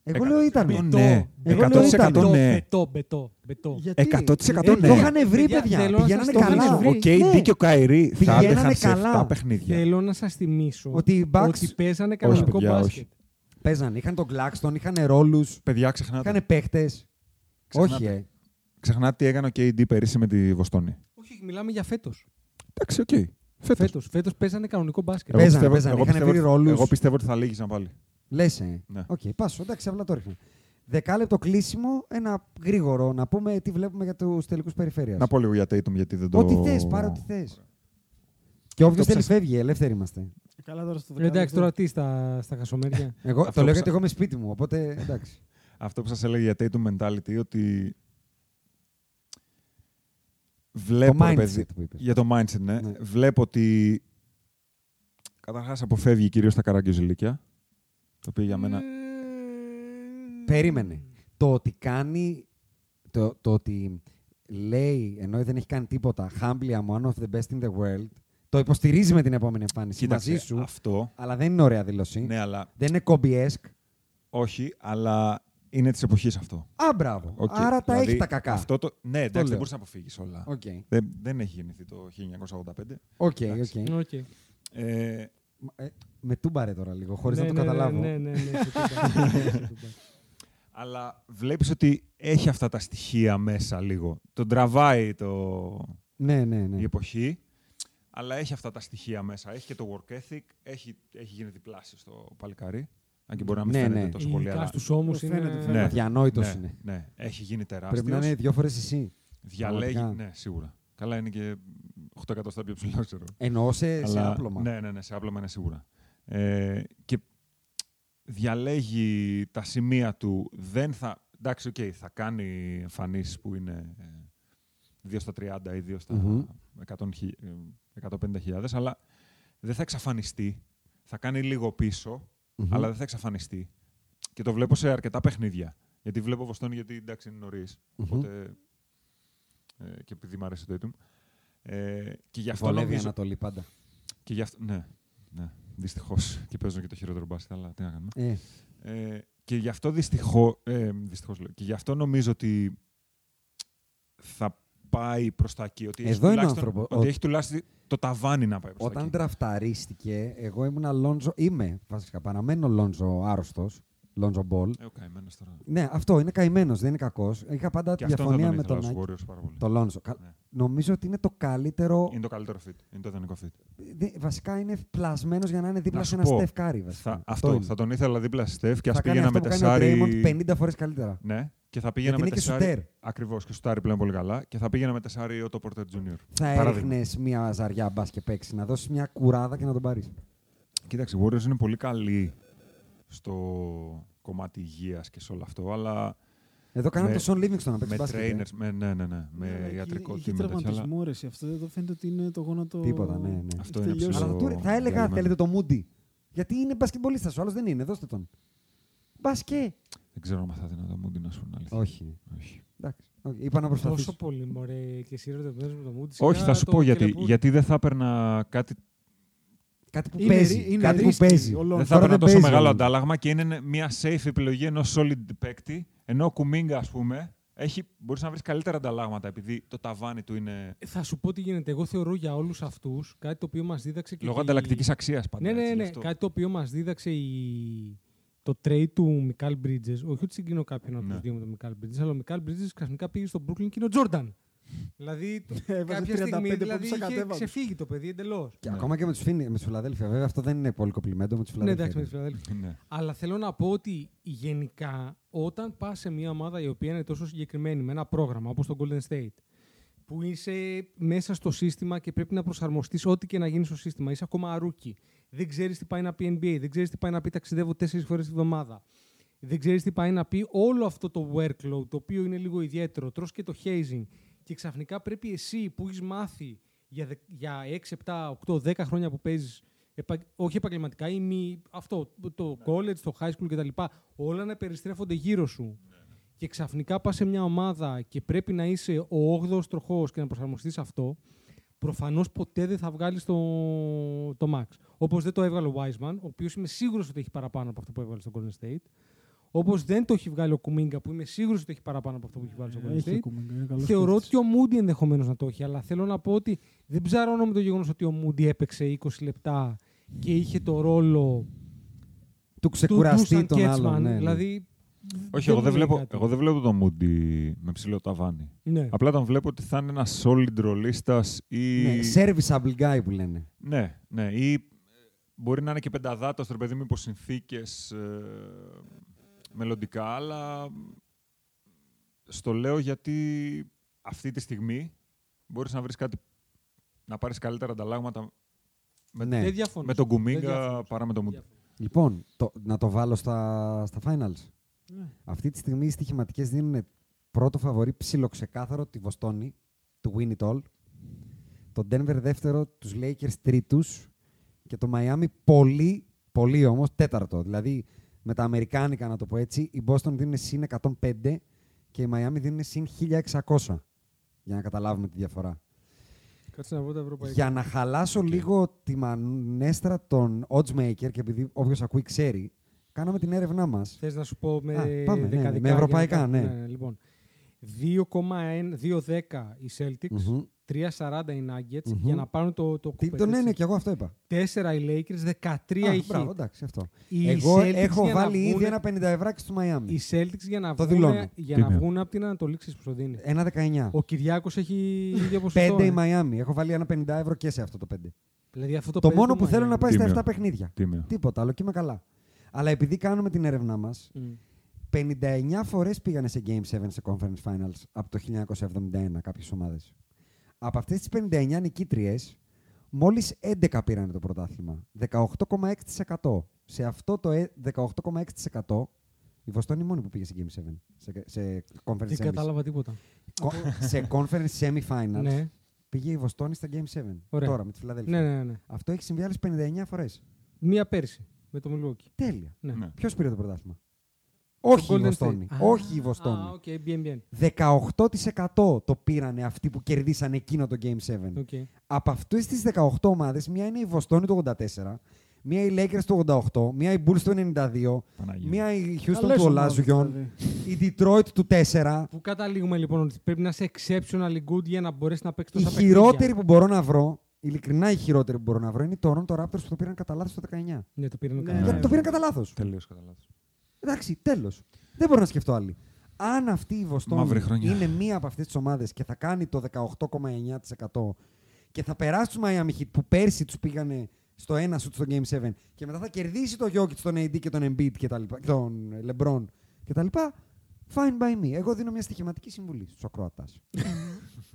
S3: Εγώ λέω ήταν.
S5: Εκατό, ναι.
S3: Εγώ λέω
S5: 100%
S3: ήταν.
S5: ναι.
S4: Μπετό, μπετό, μπετό.
S6: Γιατί?
S5: 100%
S3: Ε, Το
S5: ναι.
S3: είχαν βρει,
S4: Παιδιά,
S3: παιδιά.
S4: θέλω να
S3: Πηγαίνανε Ναι.
S4: σας το
S3: καλά.
S4: δείξω.
S5: Ο KD και ο Καϊρή θα
S3: Πηγαίνανε
S5: άντεχαν σε
S3: καλά. Ναι.
S5: 7 παιχνίδια.
S4: Θέλω να σας θυμίσω
S3: Ότι οι Bucks-
S4: ότι παίζανε κανονικό
S5: παιδιά, όχι.
S4: μπάσκετ.
S3: Παίζανε. Είχαν τον Κλάξτον, είχαν ρόλους,
S5: Παιδιά, ξεχνάτε.
S3: είχαν παίχτες.
S5: Ξεχνάτε.
S3: Όχι, ε.
S5: Ξεχνάτε τι έκανε ο KD πέρυσι με τη Βοστόνη.
S4: Όχι, μιλάμε για φέτος.
S5: Εντάξει, οκ. Φέτος.
S4: Φέτος, φέτος παίζανε κανονικό μπάσκετ.
S3: Παίζανε,
S5: πιστεύω-
S3: παίζανε, είχανε
S5: πιστεύω-
S3: βρει ρόλους.
S5: Εγώ πιστεύω ότι θα λύγησαν πάλι.
S3: Λες, ε.
S5: Ναι.
S3: Οκ, πάσο. Εντάξει, απλά το ρίχνω. Δεκάλεπτο κλείσιμο, ένα γρήγορο να πούμε τι βλέπουμε για τους τελικούς περιφέρειας.
S5: Να πω λίγο για Tatum γιατί δεν το...
S3: Ό,τι θες, πάρε ό,τι θες. Και όποιος
S5: Αυτό
S3: θέλει
S5: ψάχνει.
S3: φεύγει, ελεύθεροι είμαστε.
S6: Καλά τώρα στο
S4: Ε,
S6: δεκάλεπτο.
S4: Εντάξει, τώρα τι στα, στα χασομέρια.
S3: Εγώ,
S5: Αυτό
S3: το λέω
S5: ψά-
S3: γιατί εγώ είμαι σπίτι μου, οπότε εντάξει.
S5: Αυτό που σας έλεγε για Tatum mentality ότι... Βλέπω,
S3: το
S5: ρε
S3: mindset
S5: παιδί,
S3: που είπες.
S5: για το mindset, ναι.
S3: Ναι.
S5: Βλέπω ότι καταρχάς αποφεύγει κυρίως τα καραγκιουζιλίκια, το οποίο για μένα...
S3: Ε, Περίμενε. Το ότι κάνει. Το, το ότι λέει, ενώ δεν έχει κάνει τίποτα, humbly I'm one of the best in the world, το υποστηρίζει με την επόμενη εμφάνιση
S5: Κοίταξε,
S3: μαζί σου, Ε.
S5: αυτό,
S3: αλλά δεν είναι ωραία δήλωση.
S5: ναι, αλλά
S3: Δεν είναι κομπιέσκ.
S5: όχι, αλλά είναι της εποχής αυτό.
S3: Α, μπράβο.
S5: Οκ,
S3: Άρα τα
S5: δηλαδή,
S3: έχει τα κακά.
S5: Αυτό το... Ναι, εντάξει,
S3: λέω.
S5: δεν μπορείς να αποφύγεις όλα.
S3: Οκ,
S5: Δεν, δεν έχει γεννηθεί το 1985.
S3: οκ,
S5: Εντάξει.
S3: οκ.
S4: Οκ.
S5: Ε,
S3: Ε, Με τούμπαρε τώρα λίγο, χωρίς
S4: Ναι,
S3: να το
S4: ναι, ναι,
S3: καταλάβω.
S4: Ναι, ναι, ναι. σε τούμπα, σε τούμπα.
S5: αλλά βλέπεις ότι έχει αυτά τα στοιχεία μέσα λίγο. Τον τραβάει το...
S3: Ναι, ναι, ναι.
S5: η εποχή, αλλά έχει αυτά τα στοιχεία μέσα. Έχει και το work ethic, έχει, έχει γίνει διπλάσιο στο παλικάρι. Αν και μπορεί να μην
S3: Ναι,
S5: φαίνεται
S3: ναι.
S5: τόσο πολύ,
S4: Ειδικά
S5: αλλά...
S4: στους ώμους
S6: Φαίνεται,
S4: είναι...
S6: φαίνεται.
S3: Αδιανόητος
S5: ναι,
S3: είναι.
S5: ναι, έχει γίνει τεράστιος.
S3: Πρέπει να είναι δύο φορές εσύ.
S5: Διαλέγει,
S3: Πραγματικά.
S5: ναι, σίγουρα. Καλά είναι και 8 εκατοστά πιο ψηλό, ξέρω.
S3: Εννοώ σε, σε
S5: Αλλά-
S3: άπλωμα.
S5: Ναι, ναι, ναι, σε άπλωμα είναι σίγουρα. Ε, και διαλέγει τα σημεία του. Δεν θα, εντάξει, οκ, θα κάνει εμφανίσεις που είναι 2 στα 30 ή 2 στα
S3: Μμμ.
S5: 100.000, ε, 150.000, αλλά δεν θα εξαφανιστεί. Θα κάνει λίγο πίσω,
S3: Μμμ.
S5: αλλά δεν θα εξαφανιστεί. Και το βλέπω σε αρκετά παιχνίδια. Γιατί βλέπω Βοστόνη, γιατί εντάξει είναι νωρίς,
S3: Μμμ.
S5: Οπότε. Ε, και επειδή μου αρέσει το Tatum. Ε, και γι' αυτό
S3: Βολεύει η
S5: νομίζω-
S3: Ανατολή πάντα.
S5: και γι' αυτό. Ναι, ναι. Δυστυχώς. Και παίζουν και το χειρότερο μπάσκετ, αλλά τι να κάνουμε.
S3: Ε,
S5: Ε, και γι' αυτό δυστυχώ. Ε, δυστυχώς λέω. Και γι' αυτό νομίζω ότι θα πάει προς τα εκεί. Ότι,
S3: Εδώ
S5: έχει,
S3: είναι ο
S5: τουλάχιστον,
S3: άνθρωπο-
S5: ότι
S3: ο-
S5: έχει τουλάχιστον το ταβάνι να πάει προς τα
S3: Όταν
S5: εκεί.
S3: τραφταρίστηκε, εγώ ήμουν Λόντζο. Είμαι βασικά. Παραμένω Λόντζο άρρωστο. Λόντζο Μπολ.
S5: Ε, ο καημένος τώρα.
S3: Ναι, αυτό είναι καημένος, δεν είναι κακός. Είχα πάντα
S5: Και
S3: τη
S5: αυτόν δεν
S3: διαφωνία
S5: τον
S3: με
S5: ήθελα
S3: τον
S5: ως
S3: Άκη.
S5: Warriors πάρα πολύ.
S3: Το Λόντζο. Κα-
S5: Ναι.
S3: Νομίζω ότι είναι το καλύτερο.
S5: Είναι το καλύτερο fit. Είναι το ιδανικό fit.
S3: Δε- Βασικά είναι πλασμένος για να είναι δίπλα
S5: Να
S3: σε
S5: σου
S3: ένα
S5: πω,
S3: Στεφ Κάρι. βασικά.
S5: Θα, αυτό.
S3: είναι.
S5: Θα τον ήθελα δίπλα στη Στεφ και α
S3: Θα κάνει
S5: πήγαινα
S3: αυτό
S5: με
S3: που κάνει ο Draymond
S5: τεσάρι.
S3: 50 φορές καλύτερα.
S5: Ναι, και θα πήγαινα
S3: Γιατί
S5: με
S3: είναι και
S5: τεσάρι.
S3: σουτέρ.
S5: Ακριβώς και σουτάρι πλέον πολύ καλά. Και θα πήγαινα με τεσάρι ο το Porter Junior.
S3: Θα
S5: Παράδειγμα.
S3: έριχνες μια ζαριά μπας και παίξεις, να δώσεις μια κουράδα και να τον πάρεις.
S5: Κοίταξε, οι Warriors είναι πολύ καλοί στο κομμάτι υγείας και σε όλο αυτό, αλλά
S3: Εδώ κάναμε
S5: Με-
S3: το Σον Λίβινγκστον να παίξει
S5: με
S3: μπάσκετ, ε.
S5: trainers, με, ναι, ναι, ναι,
S6: Ναι, αλλά
S5: με
S6: είχε-
S5: ιατρικό
S6: είχε
S5: team με τέτοια. Αλλά...
S6: τραυματισμό, ρε, εσύ. Αυτό εδώ φαίνεται ότι είναι το γόνατο.
S3: Τίποτα, ναι, ναι.
S5: Αυτό
S6: Έχει
S5: είναι
S6: τελειώσει.
S5: ψηλό.
S3: Αλλά του- θα έλεγα,
S5: διαλυμένο.
S3: θέλετε το Μούντι. Γιατί είναι μπασκετμπολίστας, ο άλλος δεν είναι, δώστε τον. Μπασκε.
S5: Δεν ξέρω αν θα δίνω το Moody να σου πω την αλήθεια.
S3: Όχι.
S5: Όχι.
S3: Εντάξει. Οκ, Είπα να προσπαθήσω.
S4: Τόσο πολύ, μωρέ, και εσύ ερωτευμένος με το Moody.
S5: Όχι,
S4: Σιγά
S5: θα σου
S4: το
S5: πω γιατί.
S4: κελεπού-
S5: Γιατί δεν θα έπαιρνα κάτι.
S3: Κάτι που
S6: Είναι
S3: παίζει.
S6: ρι- είναι
S3: κάτι που
S6: risky,
S3: παίζει.
S6: ο Lonzo.
S5: Δεν θα
S3: Τώρα
S5: έπαιρνα
S3: δεν
S5: τόσο
S3: παίζει,
S5: μεγάλο
S3: όμως.
S5: αντάλλαγμα και είναι μια safe επιλογή ενός solid παίκτη. Ενώ ο Κουμίγκα, ας πούμε, έχει, μπορείς να βρεις καλύτερα ανταλλάγματα επειδή το ταβάνι του είναι
S4: Θα σου πω τι γίνεται. Εγώ θεωρώ για όλους αυτούς κάτι το οποίο μας δίδαξε και.
S5: λόγω
S4: η-
S5: ανταλλακτικής αξίας πάντα.
S4: Ναι, ναι,
S5: έτσι, γι'
S4: ναι.
S5: αυτό.
S4: Κάτι το οποίο μας δίδαξε η... το trade του Μικάλ Bridges. Όχι ότι συγκρίνω κάποιον από
S5: Ναι.
S4: τους δύο με τον Μικάλ Bridges, αλλά ο Μικάλ Bridges ξαφνικά πήγε στο Brooklyn και είναι ο Τζόρνταν. δηλαδή, το-
S6: Έβαζε
S4: κάποια
S6: 35
S4: στιγμή
S6: πόντους
S4: δηλαδή,
S6: στα
S4: είχε
S6: κατέβατος.
S4: ξεφύγει το παιδί εντελώς.
S3: Και ακόμα και με τους Φίνι- με τους Φιλαδέλφια. Βέβαια, αυτό δεν είναι πολύ κοπλιμέντο με τους
S4: Ναι,
S3: Φιλαδέλφια.
S4: εντάξει, με τη Φιλαδέλφια.
S5: Ναι.
S4: Αλλά θέλω να πω ότι γενικά όταν πας σε μια ομάδα η οποία είναι τόσο συγκεκριμένη με ένα πρόγραμμα όπως το Golden State, που είσαι μέσα στο σύστημα και πρέπει να προσαρμοστείς ό,τι και να γίνει στο σύστημα, είσαι ακόμα αρούκι. Δεν ξέρεις τι πάει να πει NBA, δεν ξέρεις τι πάει να πει ταξιδεύω τέσσερις φορές τη βδομάδα. Δεν ξέρεις τι πάει να πει όλο αυτό το workload το οποίο είναι λίγο ιδιαίτερο. Τρώ και το hazing και ξαφνικά πρέπει εσύ που έχεις μάθει για, δε- για 6, 7, 8, 10 χρόνια που παίζεις επα- όχι επαγγελματικά, ή μη, αυτό, το college, το high school κτλ. Όλα να περιστρέφονται γύρω σου. Και ξαφνικά πας σε μια ομάδα και πρέπει να είσαι ο 8ο τροχός και να προσαρμοστείς σε αυτό. Προφανώς ποτέ δεν θα βγάλεις το, το Max. Όπως δεν το έβγαλε ο Wiseman, ο οποίος είμαι σίγουρος ότι έχει παραπάνω από αυτό που έβγαλε στο Golden State. Όπως δεν το έχει βγάλει ο Κουμίγκα, που είμαι σίγουρος ότι έχει παραπάνω από αυτό που έχει βγάλει
S3: Ε,
S4: στο Golden
S6: Έχει ο
S4: State.
S6: Kuminga, είναι καλός
S4: Θεωρώ
S6: παίκτης.
S4: ότι ο Μούντι ενδεχομένως να το έχει, αλλά θέλω να πω ότι δεν ψαρώνω με το γεγονός ότι ο Μούντι έπαιξε 20 λεπτά και είχε το ρόλο
S3: του ξεκουραστεί
S4: Ντούσαν
S3: τον
S4: Κέτσμαν.
S3: άλλον, ναι, ναι.
S4: Δηλαδή,
S5: Όχι, εγώ
S4: μου
S5: δεν,
S4: λέει
S5: βλέπω,
S4: κάτι.
S5: εγώ δεν βλέπω τον Μούντι με ψηλό ταβάνι.
S4: Ναι.
S5: Απλά τον βλέπω ότι θα είναι ένας solid ρολίστας ή.
S3: Ναι, serviceable guy που λένε.
S5: Ναι, ναι. Ή μπορεί να είναι και πενταδάτα στο παιδί μου υπό συνθήκε μελλοντικά, αλλά στο λέω γιατί αυτή τη στιγμή μπορείς να βρεις κάτι, να πάρεις καλύτερα ανταλλάγματα με,
S3: Ναι. Δεν
S4: διαφωνώ.
S5: με τον
S4: Δεν
S5: Κουμίγκα
S4: διαφωνώ.
S5: παρά με τον Μούντι.
S3: Λοιπόν, το, να το βάλω στα, στα finals.
S6: Ναι.
S3: Αυτή τη στιγμή οι στοιχηματικές δίνουν πρώτο φαβορή ψιλοξεκάθαρο τη Βοστόνη, του Win It All. Το Denver δεύτερο, τους Lakers τρίτους και το Miami πολύ, πολύ όμως τέταρτο. Δηλαδή με τα Αμερικάνικα να το πω έτσι, η Boston δίνουν συν 105 και η Miami δίνουν συν 1600 για να καταλάβουμε τη διαφορά.
S4: Κάτσε να βρω τα ευρωπαϊκά.
S3: Για να χαλάσω λίγο τη μανέστρα των odds maker και επειδή όποιο ακούει ξέρει, κάναμε την έρευνά μας.
S4: Θες να σου πω με
S3: Α, πάμε, ναι, ναι, με
S4: δεκαδικά
S3: ευρωπαϊκά,
S4: για να κάνουμε-
S3: ναι.
S4: λοιπόν. 2,1 2,10 οι Celtics,
S3: Μμμ.
S4: 3,40 οι Nuggets
S3: Μμμ.
S4: για να πάρουν το, το
S3: Τι
S4: κούπερ.
S3: τον
S4: έτσι.
S3: είναι και εγώ αυτό είπα.
S4: 4 οι Lakers, 13
S3: Α,
S4: οι Heat.
S3: μπράβο, εντάξει, αυτό.
S4: Οι
S3: εγώ
S4: Celtics
S3: έχω
S4: για να
S3: βάλει ήδη
S4: βγουνε-
S3: ένα 50 ευράκι στο Μαϊάμι.
S4: Οι Celtics για να
S3: Το
S4: βγουν,
S3: δηλώνω. Ε,
S4: για να
S5: Τίμιο.
S4: βγουν από την Ανατολή, ξέρεις πώς το δίνει.
S3: Ένα 19.
S4: Ο Κυριάκος έχει ίδιο ποσοστό.
S3: 5 η
S4: ε.
S3: Μαϊάμι. Έχω βάλει ένα 50 ευρώ και σε αυτό το 5.
S4: Δηλαδή αυτό
S3: Το,
S4: το
S3: μόνο που θέλω να πάει στα
S5: Τίμιο.
S3: 7 παιχνίδια.
S5: Τίμιο.
S3: Τίποτα άλλο και είμαι καλά. Αλλά επειδή κάνουμε την έρευνά μας, 59 φορές πήγανε σε Game 7 σε Conference Finals από το 1971 κάποιες ομάδες. Από αυτές τις 59 νικήτριε, μόλις 11 πήραν το πρωτάθλημα. 18,6%. Σε αυτό το ε- 18,6% η Βοστόνη μόνη που πήγε σε Game 7. Σε, σε Conference
S4: Δεν
S3: Semis.
S4: κατάλαβα τίποτα.
S3: Κο- σε Conference Semifinals
S4: Ναι.
S3: πήγε η Βοστόνη στα Game 7.
S4: Ωραία.
S3: Τώρα με τη Φιλαδέλφια.
S4: Ναι, ναι, ναι.
S3: Αυτό έχει συμβεί άλλες 59 φορές.
S4: Μία πέρσι με το Milwaukee.
S3: Τέλεια.
S4: Ναι.
S5: Ναι.
S3: Ποιος πήρε το πρωτάθλημα. Όχι
S4: Το
S3: η
S4: Golden
S3: Βοστόνη.
S4: State.
S3: Όχι η
S4: Α, Α,
S3: Βοστόνη.
S4: οκ, bien, bien.
S3: 18% το πήρανε αυτοί που κερδίσαν εκείνο το Game 7.
S4: Οκ.
S3: Από αυτές τις 18 ομάδες, μία είναι η Βοστόνη του 84, μία η Lakers του 88, μία η Bulls του 92,
S5: Παναγία.
S3: μία η Houston
S6: Καλές
S3: του
S6: ομάδες,
S3: Ολάζουγιον,
S6: δηλαδή.
S3: η Detroit του 4.
S4: Που καταλήγουμε λοιπόν ότι πρέπει να είσαι exceptionally good για να μπορέσεις να παίξεις
S3: Η
S4: τόσα
S3: χειρότερη που μπορώ να βρω, ειλικρινά η χειρότερη που μπορώ να βρω, είναι η Toronto Raptors που το πήραν κατά λάθος το 19.
S4: Ναι, το πήραν
S6: Ναι.
S4: καλά.
S3: Γιατί το πήραν κατά λάθος.
S5: Τελείω κατά λάθος.
S3: Εντάξει, τέλος. Δεν μπορώ να σκεφτώ άλλη. Αν αυτή η Βοστόνη
S5: Μαύρη χρονιά.
S3: είναι μία από αυτές τις ομάδες και θα κάνει το 18,9% και θα περάσει τους Miami Heat που πέρσι τους πήγανε στο ένα σουτ στο Game 7 και μετά θα κερδίσει το Jokic, τον AD και τον Embiid και τα λοιπά, και τον LeBron και τα λοιπά, fine by me. Εγώ δίνω μια στοιχηματική συμβουλή στους ακροατάς.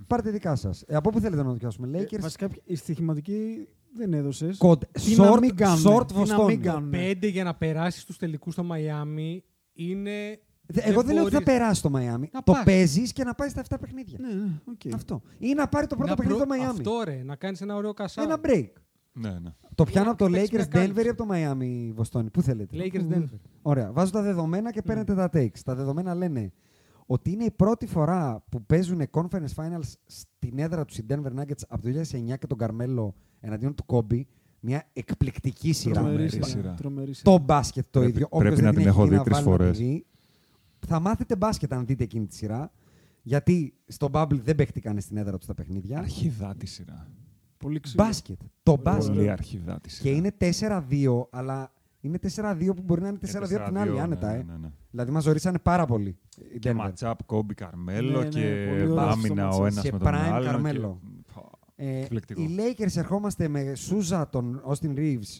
S3: Πάρτε δικά σας. Ε, από πού θέλετε να το πιάσουμε,
S6: Ναι. Ε,
S3: Lakers,
S6: Βασικά, η στοιχηματική δεν έδωσες.
S3: Κοντ,
S6: Τι να
S3: short-
S6: μην κάνουμε,
S3: short
S6: τι να μην
S3: Βοστόνη.
S6: κάνουμε.
S4: Πέντε για να περάσεις στου τελικούς στο Μαϊάμι είναι.
S3: Δε- Εγώ δεν λέω ότι θα
S4: μπορείς.
S3: περάσεις το Miami.
S4: Να
S3: Το
S4: πας.
S3: παίζεις και να πάει στα 7 παιχνίδια.
S6: Ναι, ναι, οκ.
S3: Αυτό. Ή να πάρει το πρώτο
S4: Να
S3: παιχνίδι
S4: προ-
S3: το Miami.
S4: Αυτό ρε, να κάνεις ένα ωραίο κασά.
S3: Ένα break.
S5: Ναι, ναι.
S3: Το πιάνω
S4: να
S3: από το
S4: παίξει μια
S3: Lakers Denver
S4: κάλυψη.
S3: ή από το Miami Βοστόνη. Πού θέλετε.
S4: Lakers Denver. Ναι.
S3: Ωραία. Βάζω τα δεδομένα και παίρνετε τα takes. Τα δεδομένα λένε ότι είναι η πρώτη φορά που παίζουν conference finals στην έδρα τους οι Denver Nuggets από το 2009 και τον Καρμέλο εναντίον του Κόμπι. Μια εκπληκτική σειρά.
S6: Τρομερή
S5: Τρομερή
S4: ναι.
S5: σειρά.
S6: σειρά. Τρομερή
S3: Το
S6: σειρά.
S3: μπάσκετ το
S5: Πρέπει-
S3: ίδιο.
S5: πρέπει
S3: Όποιος
S5: να
S3: δεν
S5: την έχω
S3: έχει
S5: δει
S3: να
S5: τρεις
S3: βάλει να
S5: φορές.
S3: τη δει, Θα μάθετε μπάσκετ αν δείτε εκείνη τη σειρά. Γιατί στο Bubble δεν παίχτηκαν στην έδρα τους τα παιχνίδια.
S5: Αρχιδά τη σειρά.
S6: Πολύ ξύλο.
S3: Μπάσκετ. Το μπάσκετ.
S5: Πολύ αρχιδά τη σειρά.
S3: Και είναι 4-2, αλλά είναι 4-2 που μπορεί να είναι 4-2
S5: Ε,
S3: από την άλλη,
S5: 4-2,
S3: άνετα.
S5: ναι,
S3: ε.
S5: ναι, ναι.
S3: Δηλαδή μας ζορίσανε πάρα πολύ. οι
S5: Και
S3: Denver.
S5: ματσάπ Κόμπι Καρμέλο
S6: Ναι, ναι,
S5: και
S6: πολύ ωραίο
S5: άμυνα
S6: αυτό το
S5: ο ένας
S3: matchup.
S5: με
S3: Σε
S5: τον
S3: prime
S5: άλλο.
S3: Καρμέλο.
S5: Και... Πα,
S3: Ε,
S5: εκπληκτικό.
S3: οι Lakers ερχόμαστε με Σούζα τον Austin Reeves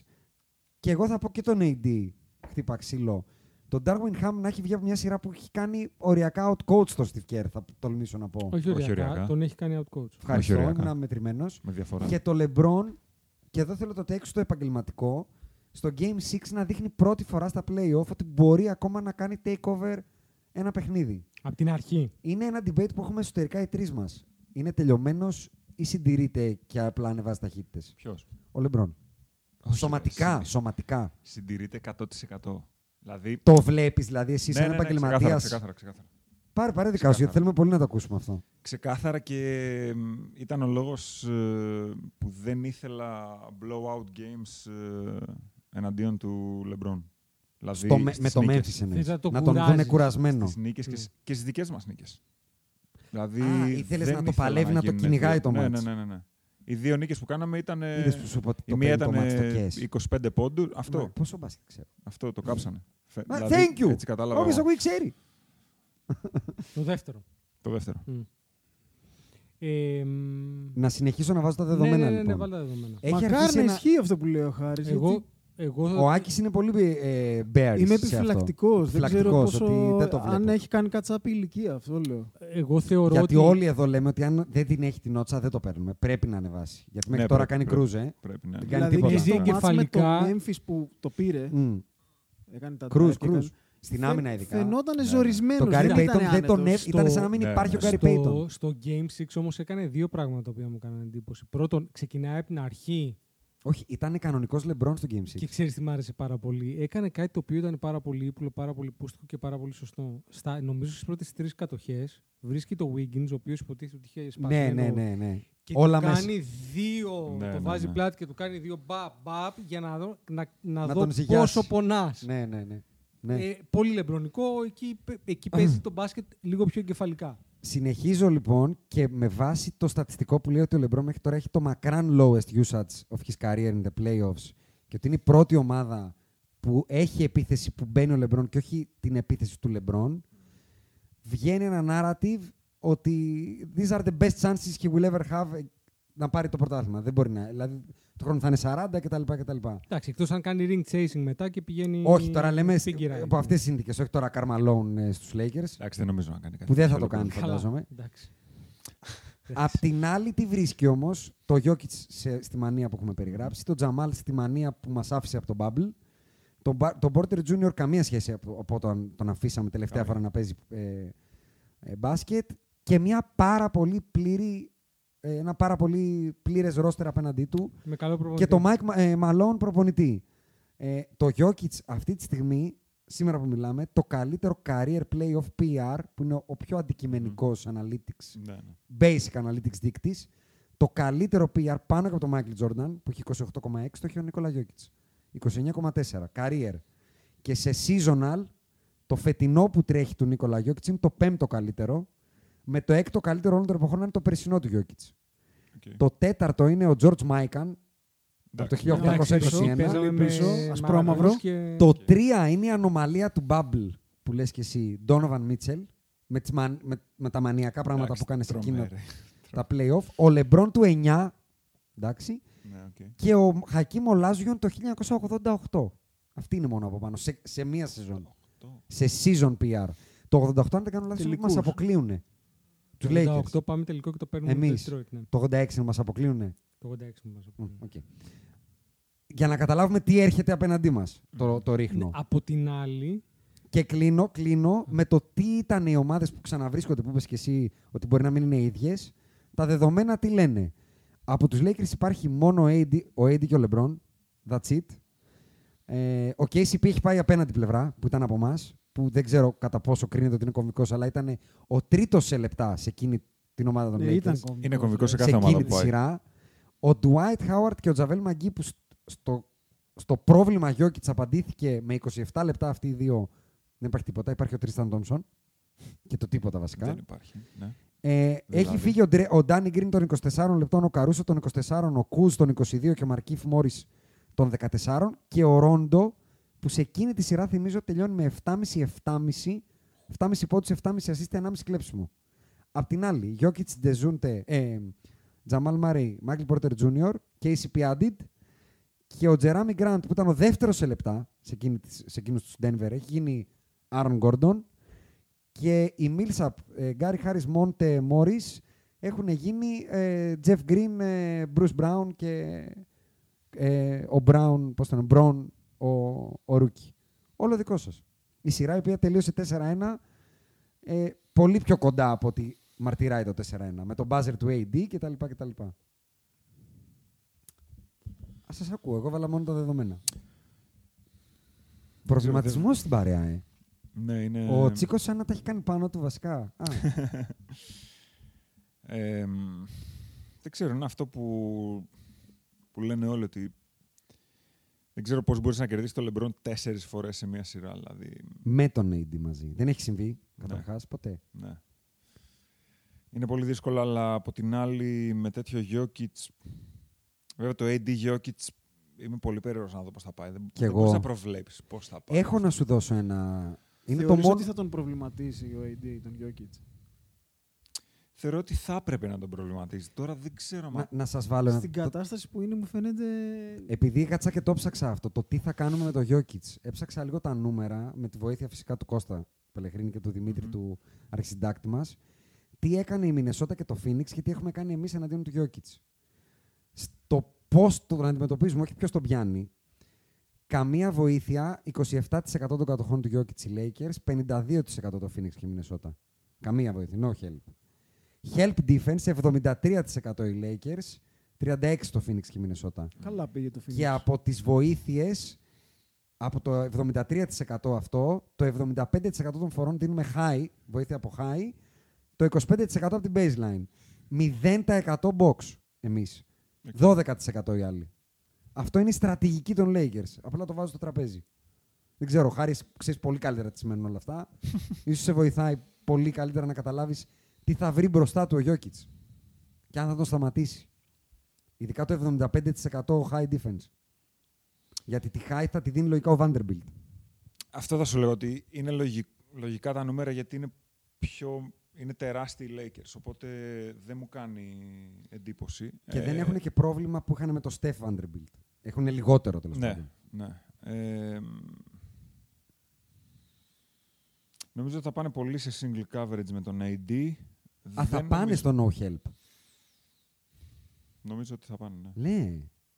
S3: και εγώ θα πω και τον AD χτύπα ξύλο. Τον Darwin Ham να έχει βγει από μια σειρά που έχει κάνει οριακά outcoach τον Steve Kerr, θα τολμήσω να πω.
S4: Όχι
S5: Όχι
S4: οριακά,
S5: οριακά.
S4: τον έχει κάνει out coach.
S3: Ευχαριστώ,
S5: οριακά.
S3: ήμουν μετρημένος.
S5: Με διαφορά.
S3: Και το LeBron, και εδώ θέλω το take στο επαγγελματικό, στο Game 6 να δείχνει πρώτη φορά στα play-off ότι μπορεί ακόμα να κάνει takeover ένα παιχνίδι.
S4: Από την αρχή.
S3: Είναι ένα debate που έχουμε εσωτερικά οι τρεις μας. Είναι τελειωμένος ή συντηρείται και απλά ανεβάζει ταχύτητες.
S5: Ποιος.
S3: Ο Λεμπρόν.
S5: Όχι,
S3: σωματικά,
S5: ρε, συν-
S3: σωματικά.
S5: Συντηρείται 100%. Δηλαδή,
S3: Το βλέπεις, δηλαδή, εσύ
S5: Ναι,
S3: σαν
S5: ναι, ναι,
S3: επαγγελματίας.
S5: ξεκάθαρα, ξεκάθαρα, ξεκάθαρα.
S3: Πάρε, πάρε δικά σου, γιατί θέλουμε πολύ να το ακούσουμε αυτό.
S5: Ξεκάθαρα και μ, ήταν ο λόγος ε, που δεν ήθελα blowout games ε, εναντίον του LeBron. Δηλαδή,
S3: Στο με-
S5: στις
S3: με το
S5: νίκες.
S3: Memphis εννοείς. Θες να το Να τον κουράζεις. δούνε κουρασμένο.
S5: Στις νίκες και, σ- και στις δικές μας νίκες. Δηλαδή,
S3: Α, ήθελες
S5: δεν
S3: να το
S5: ήθελα
S3: παλεύει, να το
S5: γίνεται.
S3: κυνηγάει το
S5: ναι,
S3: μάτς.
S5: Ναι, ναι, ναι. Οι δύο νίκες που κάναμε ήταν... ε,
S3: Είδες που σου είπα ότι
S5: η
S3: το
S5: μία
S3: παίρνει το
S5: ήταν
S3: μάτς, το
S5: ε,
S3: κες.
S5: 25 πόντου. Αυτό.
S3: Ναι, πόσο μπάσκετ ξέρω.
S5: Αυτό το κάψανε. Φε-
S3: Μα,
S5: δηλαδή,
S3: thank you.
S5: Έτσι κατάλαβα.
S3: Όποιος
S5: εγώ.
S3: ακούει ξέρει.
S4: Το δεύτερο.
S5: Το δεύτερο.
S4: Ε, μ,
S3: Να συνεχίσω να βάζω τα δεδομένα.
S4: ναι, ναι, ναι,
S3: λοιπόν.
S4: βάλε τα δεδομένα.
S3: Έχει
S6: Μακάρι
S3: αρχίσει
S6: να
S3: ένα-
S6: ισχύει αυτό που λέει ο Χάρης.
S4: εγώ, εγώ θα-
S3: Ο Άκης είναι πολύ ε, bearish
S6: Είμαι
S3: σε αυτό.
S6: επιφυλακτικός. Δεν ξέρω
S3: Επιφυλακτικός,
S6: πόσο.
S3: Ότι δεν το βλέπω.
S6: αν έχει κάνει κατσάπη ηλικία, αυτό λέω.
S4: εγώ θεωρώ
S3: Γιατί
S4: ότι...
S3: όλοι εδώ λέμε ότι αν δεν την έχει την ότσα δεν το παίρνουμε. Πρέπει να ανεβάσει. Γιατί μέχρι
S5: Ναι,
S3: τώρα
S5: πρέπει,
S3: κάνει ε.
S5: πρέπει,
S3: κρούζε.
S5: πρέπει, ναι.
S3: Δεν κάνει
S6: Δηλαδή,
S3: τίποτα.
S6: και
S4: Εσύ
S6: στο μάτς με το
S4: εγκεφαλικά-
S6: Memphis που το πήρε.
S3: Μμμ.
S6: Έκανε τα
S3: Κρούζ,
S6: drive και
S3: κρούζ.
S6: έκανε-
S3: Στην
S6: Φαι-
S3: άμυνα ειδικά.
S6: Φαινόταν
S3: Ναι.
S6: ζορισμένο.
S3: Τον Gary Payton δεν τον έφ- Ήταν σαν να μην
S5: Ναι,
S3: υπάρχει ο
S5: ναι.
S3: Gary
S4: στο,
S3: Payton.
S4: στο Game 6 όμως έκανε δύο πράγματα τα οποία μου έκαναν εντύπωση. Πρώτον, ξεκινάει από την αρχή
S3: Όχι, ήταν κανονικός λεμπρόν στο Game Six.
S4: και ξέρεις τι μ' άρεσε πάρα πολύ. Έκανε κάτι το οποίο ήταν πάρα πολύ ύπουλο, πάρα πολύ πούστικο και πάρα πολύ σωστό. Στα, νομίζω στις πρώτες τρεις κατοχές βρίσκει το Wiggins, ο οποίος υποτίθεται ότι είχε
S3: Ναι,
S4: σπασμένο
S3: ναι, ναι, ναι.
S4: Και
S3: Όλα
S4: του
S3: μέσα.
S4: κάνει δύο.
S5: Ναι,
S4: το
S5: ναι,
S4: βάζει
S5: ναι.
S4: πλάτη και του κάνει δύο μπαπ μπαπ για να δω, να, να
S3: Να
S4: δω
S3: τον ζυγιάσει.
S4: πόσο πονάς.
S3: Ναι, ναι, ναι. ναι.
S4: Ε, πολύ λεμπρονικό. Εκεί, πε- εκεί παίζει το μπάσκετ λίγο πιο εγκεφαλικά.
S3: Συνεχίζω λοιπόν και με βάση το στατιστικό που λέει ότι ο Λεμπρό μέχρι τώρα έχει το μακράν lowest usage of his career in the playoffs και ότι είναι η πρώτη ομάδα που έχει επίθεση που μπαίνει ο Λεμπρόν και όχι την επίθεση του Λεμπρόν, βγαίνει ένα narrative ότι these are the best chances he will ever have να πάρει το πρωτάθλημα. Δεν μπορεί να. Δηλαδή, το χρόνο θα είναι 40 κτλ. κτλ.
S4: Εντάξει, εκτός αν κάνει ring chasing μετά και πηγαίνει.
S3: Όχι, τώρα λέμε σ-
S4: figure out.
S3: από αυτές τις συνθήκες, όχι τώρα Καρμαλόν στους Lakers.
S5: Εντάξει, δεν νομίζω να κάνει κάτι.
S3: Που δεν θα
S5: τέτοιο,
S3: το κάνει,
S5: λοιπόν.
S4: Καλά,
S3: φαντάζομαι.
S4: εντάξει.
S3: Απ' την άλλη, τι βρίσκει όμως το Γιώκητ στη μανία που έχουμε περιγράψει, τον Τζαμάλ στη μανία που μας άφησε από τον Bubble, τον, Μπα- τον Porter Junior καμία σχέση από, από όταν τον αφήσαμε τελευταία
S5: Καμία.
S3: φορά να παίζει ε, ε, μπάσκετ και μια πάρα πολύ πλήρη, ε, ένα πάρα πολύ πλήρες ρόστερ απέναντί του
S4: Με καλό προπονητή.
S3: και το Mike Μα- ε, Malone προπονητή. Ε, το Jokic αυτή τη στιγμή, σήμερα που μιλάμε, το καλύτερο career playoff PR, που είναι ο πιο αντικειμενικός analytics
S5: Ναι, ναι.
S3: basic analytics δείκτης, το καλύτερο PR πάνω και από τον Michael Jordan, που έχει 28,6, το έχει ο Νίκολα Γιώκητ. 29,4. Career. Και σε seasonal, το φετινό που τρέχει του Νίκολα Γιώκητ είναι το πέμπτο καλύτερο, με το έκτο καλύτερο όλων των εποχών να είναι το περσινό του Γιώκητ.
S5: Οκ.
S3: Το τέταρτο είναι ο George Μάικαν,
S5: Εντάξει,
S3: από το
S4: Εντάξει,
S3: 1821.
S4: παίζαμε με
S6: πίσω, ασπρόμαυρο.
S4: Μαραντώνας και-
S3: Το 3 είναι η ανομαλία του Bubble που λες και εσύ, Donovan Mitchell, με, τις μαν- με, με τα μανιακά πράγματα
S5: Εντάξει,
S3: που κάνεις σε εκείνο
S5: τρομερέ.
S3: τα playoff. Ο Λεμπρόν του 9, εντάξει,
S5: Ναι, οκ.
S3: και ο Χακίμ Ολάζιον το 1988. Αυτή είναι μόνο από πάνω, σε, σε μία σεζόν. Σε season PR. Το 88, αν δεν κάνω λάθος, είναι που μας
S6: Τελικούς.
S3: αποκλείουν. Του
S4: Το
S3: Lakers.
S4: 88 πάμε τελικό και το παίρνουμε
S3: Εμείς.
S4: το Detroit. Ναι.
S3: Το 86 είναι που μας αποκλείουν.
S4: Το 86 μας.
S3: Για να καταλάβουμε τι έρχεται απέναντί μας, το, το ρίχνω.
S4: Ναι, Από την άλλη,
S3: Και κλείνω, κλείνω με το τι ήταν οι ομάδες που ξαναβρίσκονται, που είπες και εσύ ότι μπορεί να μην είναι ίδιες. Τα δεδομένα τι λένε. Από τους Lakers υπάρχει μόνο ο AD, ο AD και ο LeBron. That's it. Ε, ο KCP έχει πάει απέναντι πλευρά που ήταν από εμάς, που δεν ξέρω κατά πόσο κρίνεται ότι είναι κομβικός, αλλά ήταν ο τρίτος σε λεπτά σε εκείνη την ομάδα των
S6: Ναι,
S3: Lakers.
S6: ήταν κομβικός,
S5: Είναι κομβικός σε
S6: ε.
S3: σε
S5: κάθε ομάδα
S3: εκείνη
S5: που
S3: τη
S5: πάει.
S3: σειρά. Ο Dwight Howard και ο Τζαβέλ Μαγκή που σ- στο, στο πρόβλημα Γιώκητς απαντήθηκε με 27 λεπτά αυτοί οι δύο. Δεν υπάρχει τίποτα. Υπάρχει ο Τρίσταν Τόμσον και το τίποτα βασικά.
S5: Δεν υπάρχει. Ναι.
S3: Ε, έχει φύγει ο, Ντρε- ο Ντάνι Γκριν των 24 λεπτών, ο Καρούσο των 24, ο Κούζ των 22 και ο Μαρκίφ Μόρι των 14 και ο Ρόντο που σε εκείνη τη σειρά θυμίζω τελειώνει με 7,5-7,5 7,5 πόντους, 7,5 assist, 1,5 κλέψιμο. Απ' την άλλη, Γιώκητ Ντεζούντε, ε, Τζαμάλ Μαρέι, Μάικλ Πόρτερ Τζούνιορ, KCP Άντιτ και ο Τζεράμι Γκραντ που ήταν ο δεύτερος σε λεπτά σε, εκείνη, της- σε εκείνους τους Denver. Έχει γίνει Άρον Γκόρντον και η ε, Μίλσαπ, Γκάρι Χάρις Μόντε Μόρις έχουν γίνει ε, Τζεφ Γκριν, Μπρουσ Μπράουν ε, και ε, ο Μπράουν, πώς τον Μπρόν, ο, ο Ρούκι. Όλο δικό σας. Η σειρά η οποία τελείωσε 4-1, ε, πολύ πιο κοντά από ότι μαρτυράει το 4-1, με τον buzzer του AD κτλ. κτλ. Σας ακούω. Εγώ βάλα μόνο τα δεδομένα. Προβληματισμό στην παρέα, ε.
S5: Ναι, είναι...
S3: Ο Τσίκος σαν να τα έχει κάνει πάνω του βασικά. Α.
S5: Ε, μ, δεν ξέρω, είναι αυτό που, που λένε όλοι ότι δεν ξέρω πώς μπορείς να κερδίσεις το Λεμπρόν τέσσερις φορές σε μία σειρά. Δηλαδή,
S3: Με τον AD μαζί. Δεν έχει συμβεί καταρχάς ποτέ.
S5: ναι. Είναι πολύ δύσκολο, αλλά από την άλλη με τέτοιο Γιώκητς... Βέβαια το AD Γιώκητς είμαι πολύ περίεργος να δω πώς θα πάει. Δεν,
S3: Κι
S5: δεν
S3: εγώ.
S5: μπορείς να προβλέψεις πώς θα πάει.
S3: Έχω να σου δώσω ένα. Είναι το
S6: Θεωρείς
S3: μόνο.
S6: ότι θα τον προβληματίσει ο AD, τον Jokic.
S5: Θεωρώ ότι θα έπρεπε να τον προβληματίζει. Τώρα δεν ξέρω... μα-
S3: Να, να σας βάλω ένα.
S6: Στην
S3: το- Ε,
S6: κατάσταση που είναι μου φαίνεται...
S3: Επειδή κάτσα και το ψάξα αυτό, το τι θα κάνουμε με το Γιώκητ. Έψαξα λίγο τα νούμερα με τη βοήθεια φυσικά του Κώστα Πελεχρίνη και του δημητρη του αρχισυντάκτη μας. Τι έκανε η Μινεσότα και το Φίνιξ και τι έχουμε κάνει εμείς εναντίον του Γιώκητ. Στο πώς τον αντιμετωπίζουμε, όχι ποιος τον πιάνει. Καμία βοήθεια, 27% των κατοχών του Γιώκητ οι Lakers, 52% το Phoenix και η Μινεσότα. Καμία βοήθεια, no help. Help defense, 73% οι Lakers, 36% το Phoenix και η Μινεσότα.
S6: Καλά πήγε το
S3: Και
S6: Phoenix.
S3: από τις βοήθειες, από το 73% αυτό, το 75% των φορών δίνουμε high, βοήθεια από high, το 25% από την baseline. 0% box εμείς. 12% οι άλλοι. Αυτό είναι η στρατηγική των Lakers. Απλά το βάζω στο τραπέζι. Δεν ξέρω, χάρης ξέρεις πολύ καλύτερα τι σημαίνουν όλα αυτά. Ίσως σε βοηθάει πολύ καλύτερα να καταλάβεις τι θα βρει μπροστά του ο Γιώκητς και αν θα τον σταματήσει. Ειδικά το 75% high defense. Γιατί τη high θα τη δίνει λογικά ο Vanderbilt.
S5: Αυτό θα σου λέω ότι είναι λογι- λογικά τα νούμερα γιατί είναι πιο... Είναι τεράστιοι οι Lakers, οπότε δεν μου κάνει εντύπωση.
S3: Και δεν
S5: Ε,
S3: έχουν και πρόβλημα που είχαν με το Steph Vanderbilt. Έχουν λιγότερο τέλος
S5: Ναι,
S3: πάντων.
S5: ναι. Ε, μ, νομίζω ότι θα πάνε πολύ σε single coverage με τον AD.
S3: Α, θα
S5: Δεν
S3: πάνε
S5: νομίζω,
S3: στο no help.
S5: Νομίζω ότι θα πάνε, ναι.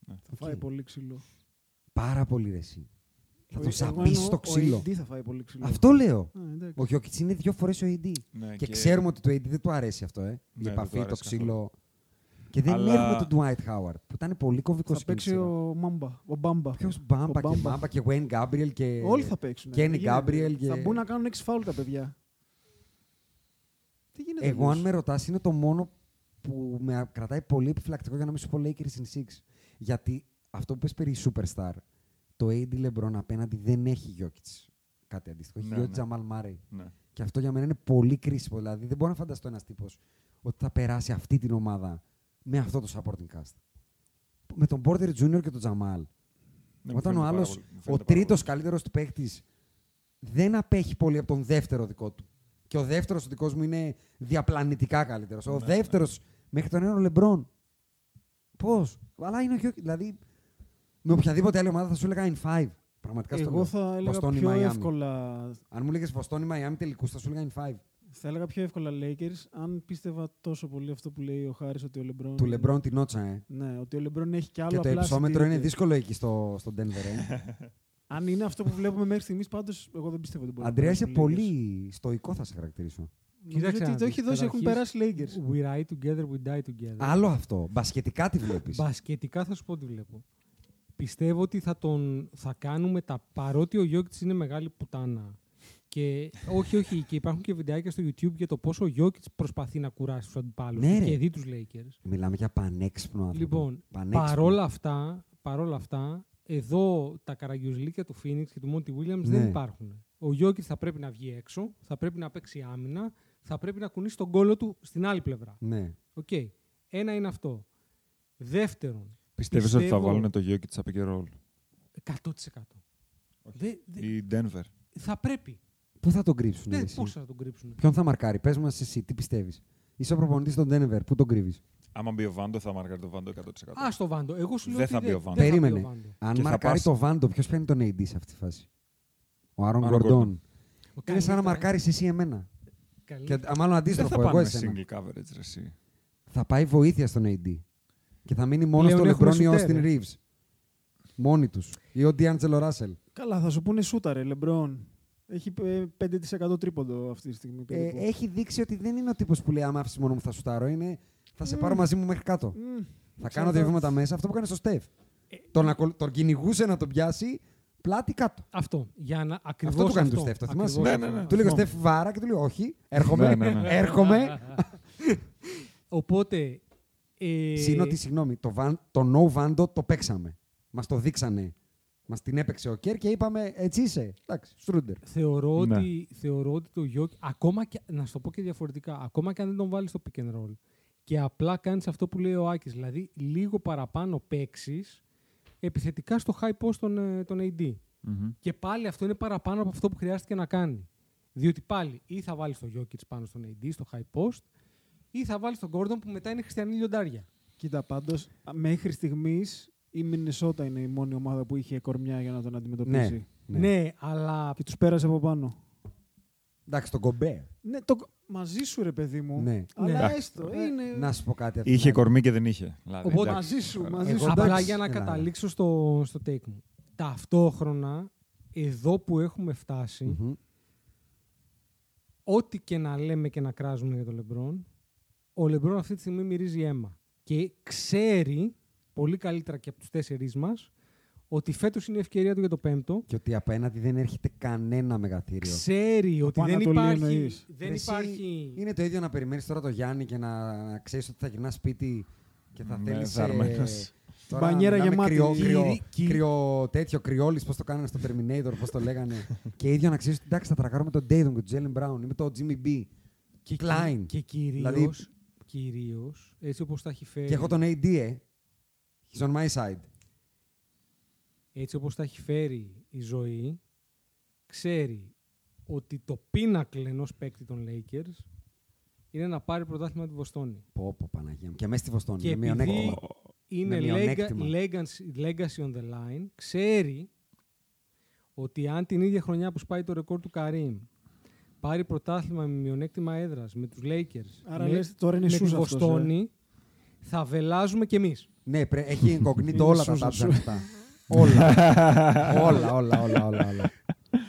S3: Ναι,
S6: Θα φάει πολύ ξύλο.
S3: πάρα πολύ ρε εσύ. Θα
S6: Ο-
S3: τον
S6: εγώ
S3: σαπίσει
S6: εννοώ,
S3: στο ξύλο.
S6: Ο AD θα φάει πολύ ξύλο.
S3: Αυτό λέω.
S6: Α, εντάξει.
S3: Ο Γιώκητ είναι δύο φορές ο AD.
S5: Ναι,
S3: και,
S5: και- Ναι,
S3: ξέρουμε ότι το AD δεν του αρέσει αυτό, ε.
S5: δεν
S3: Η
S5: του
S3: επαφή, το
S5: αρέσει
S3: ξύλο. Και δεν
S5: Αλλά-
S3: έχουμε τον Dwight Howard που ήταν πολύ κωβικό
S6: Θα παίξει ο Μάμπα. Ο Μπάμπα.
S3: Ποιος Μπάμπα
S6: Ο
S3: και
S6: Μπάμπα.
S3: Μπάμπα και Wayne Gabriel και.
S6: Όλοι θα παίξουν.
S3: Kenny
S6: Δεν γίνεται.
S3: Gabriel και-
S6: Θα μπουν να κάνουν 6 φάουλ τα παιδιά. Τι γίνεται
S3: Εγώ,
S6: αλλιώς?
S3: αν με ρωτάς, είναι το μόνο που με κρατάει πολύ επιφυλακτικό για να μην σου πω Lakers in 6. Γιατί αυτό που πες περί Superstar, το AD LeBron απέναντι δεν έχει Jokic. Κάτι αντίστοιχο. Έχει
S5: Ναι,
S3: Jokic
S5: ναι.
S3: Jamal Murray.
S5: Ναι.
S3: Και αυτό για μένα είναι πολύ κρίσιμο. Δηλαδή, δεν μπορώ να φανταστώ ένας τύπος ότι θα περάσει αυτή την ομάδα με αυτό το supporting cast. Με τον Porter Jr. και τον Τζαμάλ.
S5: Ναι, μου
S3: Όταν
S5: φαίνεται
S3: ο
S5: πάρα
S3: άλλος,
S5: πολύ- μου φαίνεται
S3: ο
S5: πάρα
S3: τρίτος καλύτερο του παίκτης, δεν απέχει πολύ από τον δεύτερο δικό του. Και ο δεύτερος ο δικός μου είναι διαπλανητικά καλύτερος. Ο
S5: Ναι, ναι.
S3: δεύτερος μέχρι τον ένα ο Λεμπρόν. Πώς. Αλλά είναι ο πιο. Δηλαδή, με οποιαδήποτε άλλη ομάδα θα σου έλεγα in 5. Πραγματικά στο λέω.
S6: Εγώ θα έλεγα
S3: Βοστόνη,
S6: πιο
S3: Μαϊάμι.
S6: εύκολα
S3: Αν μου λέγες Βοστόνη Μαϊάμι τελικούς, θα σου έλεγα in 5.
S6: Θα έλεγα πιο εύκολα Lakers, αν πίστευα τόσο πολύ αυτό που λέει ο Χάρης ότι ο Λεμπρόν...
S3: Του Λεμπρόν την νότσα, ε.
S6: Ναι, ότι ο Λεμπρόν έχει κι άλλο
S3: και το
S6: απλά
S3: υψόμετρο
S6: συντηρείται.
S3: είναι δύσκολο εκεί στο, στο Denver. Ε.
S6: Αν είναι αυτό που βλέπουμε μέχρι στιγμής, πάντως εγώ δεν πιστεύω ότι μπορεί
S3: Αντρέα,
S6: να
S3: είσαι
S6: περάσει το Lakers.
S3: πολύ στοικό, θα σε χαρακτηρίσω.
S6: Νομίζω
S4: Κοίταξε
S6: ότι
S4: να
S6: το
S4: δεις,
S6: έχει δώσει, έχουν
S4: καταρχής,
S6: περάσει Lakers.
S4: We ride together, we die together.
S3: Άλλο αυτό. Μπασχετικά τη βλέπεις.
S4: Μπασκετικά θα σου πω τι βλέπω. Πιστεύω ότι θα, τον, θα κάνουμε τα. Παρότι ο Γιώκητ είναι μεγάλη πουτάνα. Και όχι, όχι, και υπάρχουν και βιντεάκια στο YouTube για το πόσο ο Γιώκητ προσπαθεί να κουράσει τους αντιπάλους
S3: Ναι, ρε.
S4: και δει τους Lakers.
S3: Μιλάμε για πανέξυπνο άνθρωπο.
S4: Λοιπόν,
S3: πανέξυπνο.
S4: παρόλα αυτά, παρόλα αυτά, εδώ τα καραγκιουζλίκια του Φίνιξ και του Μόντι Βίλιαμ
S3: Ναι.
S4: δεν υπάρχουν. Ο Γιώκητ θα πρέπει να βγει έξω, θα πρέπει να παίξει άμυνα, θα πρέπει να κουνήσει τον κόλο του στην άλλη πλευρά.
S3: Ναι.
S4: Οκ. Ένα είναι αυτό. Δεύτερον,
S5: Πιστεύεις ότι θα
S4: πιστεύω-
S5: βάλουν το Γιώκητς από και ρόλ.
S4: 100%. Δε, δε-
S5: Η Denver.
S4: θα πρέπει.
S3: Πού θα τον κρύψουν,
S4: Δεν
S3: Ναι, εσύ?
S4: πώς θα τον κρύψουν.
S3: Ποιον θα μαρκάρει, πες μας εσύ, τι πιστεύεις. Είσαι ο προπονητής των Denver, πού τον κρύβεις.
S5: Άμα μπει ο Βάντο θα μαρκάρει το Βάντο 100%.
S4: Ας το Βάντο. Εγώ σου λέω
S5: Δεν
S4: ότι
S5: θα μπει ο Βάντο.
S4: δεν θα μπει
S3: Περίμενε.
S4: ο Βάντο.
S3: Αν
S5: Και θα
S3: μαρκάρει
S5: πας-
S3: το Βάντο, ποιος παίρνει τον AD σε αυτή τη φάση. Ο Άρον
S5: Aaron Gordon.
S3: Γκορντόν. Ε,
S4: Ο
S3: Είναι σαν
S4: καλύτερα-
S3: να μαρκάρεις εσύ εμένα. Και,
S4: καλύτερα-
S3: α, μάλλον
S5: δεν θα
S3: αντίστροφο, εγώ
S5: πάνε
S3: εσένα.
S5: single coverage, ρε, εσύ.
S3: Θα πάει βοήθεια στον AD. Και θα μείνει μόνος
S4: Πλέον
S3: στο
S4: έχουμε
S3: Λεμπρόν ή ο
S4: σουτέρ,
S3: Όστιν
S4: ε.
S3: Ρίβ. Μόνοι τους. Ή ο Ντιάντζελο Ράσελ.
S6: Καλά, θα σου πούνε σούταρε, Λεμπρόν. Έχει ε, 5% τρίποντο αυτή τη στιγμή.
S3: Ε,
S6: περίπου.
S3: έχει δείξει ότι δεν είναι ο τύπος που λέει Άμα άφησε Ναι. μόνο μου θα σουτάρω. Είναι θα σε πάρω μαζί μου μέχρι κάτω.
S6: Μμμ.
S3: Θα
S6: Ξέρω
S3: κάνω δύο
S6: το-
S3: βήματα μέσα. Αυτό που έκανε στο Στεφ. Τον, ακολου- τον κυνηγούσε να τον πιάσει πλάτη κάτω.
S4: Αυτό. Για να ακριβώ.
S3: Αυτό του κάνει του Στεφ, το θυμάσαι.
S4: Ναι,
S3: Του λέει ο Στεφ βάρα και του λέει όχι, έρχομαι,
S5: Ναι, ναι, ναι.
S3: έρχομαι.
S4: Οπότε. Ε,
S3: Συν ότι, συγγνώμη, το, βαν, το no vando το παίξαμε. Μας το δείξανε. Μας την έπαιξε ο Κέρ και είπαμε έτσι είσαι. Εντάξει, Στρούντερ.
S4: Θεωρώ,
S3: Ναι.
S4: ότι, θεωρώ ότι το Γιώκη, ακόμα και, να σου το πω και διαφορετικά, ακόμα και αν δεν τον βάλεις στο pick and roll και απλά κάνεις αυτό που λέει ο Άκης, δηλαδή λίγο παραπάνω παίξεις επιθετικά στο high post των, ε, των AD.
S5: Μμμ.
S4: Και πάλι αυτό είναι παραπάνω από αυτό που χρειάστηκε να κάνει. Διότι πάλι ή θα βάλεις τον Γιώκητ πάνω στον AD, στο high post, ή θα βάλεις τον Gordon που μετά είναι χριστιανή λιοντάρια.
S6: Κοίτα, πάντως, μέχρι στιγμής η Μινεσότα είναι η μόνη ομάδα που είχε κορμιά για να τον αντιμετωπίσει.
S4: Ναι, αλλά.
S6: Και τους πέρασε από πάνω.
S3: Εντάξει, τον κομπέ.
S6: Ναι, το... μαζί σου ρε παιδί μου.
S3: Ναι.
S6: Αλλά
S3: Ναι.
S6: έστω. Είναι...
S3: Να σου πω κάτι. αυτή
S5: Είχε
S3: την
S5: κορμί και δεν είχε. Δηλαδή,
S6: Οπότε
S5: εντάξει.
S6: μαζί σου, μαζί
S3: Εγώ
S6: σου.
S3: εντάξει. ναι.
S4: Απλά για να
S3: Ένα.
S4: καταλήξω στο, στο take μου. Ταυτόχρονα, εδώ που έχουμε φτάσει,
S3: Μμμ.
S4: ό,τι και να λέμε και να κράζουμε για τον Λεμπρόν, ο Λεμπρόν αυτή τη στιγμή μυρίζει αίμα. Και ξέρει, πολύ καλύτερα και από τους τέσσερις μας, ότι φέτος είναι η ευκαιρία του για το πέμπτο.
S3: Και ότι απέναντι δεν έρχεται κανένα μεγαθύριο.
S4: Ξέρει ότι δεν
S6: Ανατολή
S4: υπάρχει...
S6: εννοείς.
S4: Δεν
S3: Ρε εσύ,
S4: υπάρχει...
S3: Είναι το ίδιο να περιμένεις τώρα το Γιάννη και να ξέρεις ότι θα γυρνάς σπίτι και θα ε,
S5: Ναι,
S3: θέλεις.
S5: ζαρμένος.
S6: Μπανιέρα γεμάτη.
S3: Κρυό, κρυό,
S4: Κύρι- κύρι-
S3: κρυό, τέτοιο κρυόλης, πώς το κάνανε στο Terminator, πώς το λέγανε. και ίδιο να ξέρεις ότι εντάξει, θα τρακάρουμε τον Dayton, τον Jalen Brown ή με τον Jimmy B.
S4: Και,
S3: Klein.
S4: και κυρίως,
S3: Δηλαδή-
S4: κυρίως, έτσι όπως τα έχει φέρει...
S3: Και έχω τον AD, ε. He's on my side.
S4: έτσι όπως τα έχει φέρει η ζωή, ξέρει ότι το πίνακλ ενός παίκτη των Lakers είναι να πάρει πρωτάθλημα τη Βοστόνη.
S3: Πω, πω, Παναγία μου. Και μέσα στη Βοστόνη.
S4: Και
S3: με
S4: επειδή
S3: μειονέκτημα.
S4: είναι
S3: Με
S4: lega-
S3: μειονέκτημα.
S4: legacy, legacy on the line, ξέρει ότι αν την ίδια χρονιά που σπάει το ρεκόρ του Καρύμ πάρει πρωτάθλημα με μειονέκτημα έδρας με τους Lakers,
S6: Άρα
S4: με,
S6: λες, τώρα είναι
S4: με τη
S6: σούζα αυτός, ε.
S4: Βοστόνη, θα βελάζουμε κι εμείς.
S3: Ναι, πρέ- έχει incognito όλα τα
S6: σούζα
S3: τάψα
S6: σου.
S3: αυτά. όλα. όλα, όλα, όλα, όλα, όλα.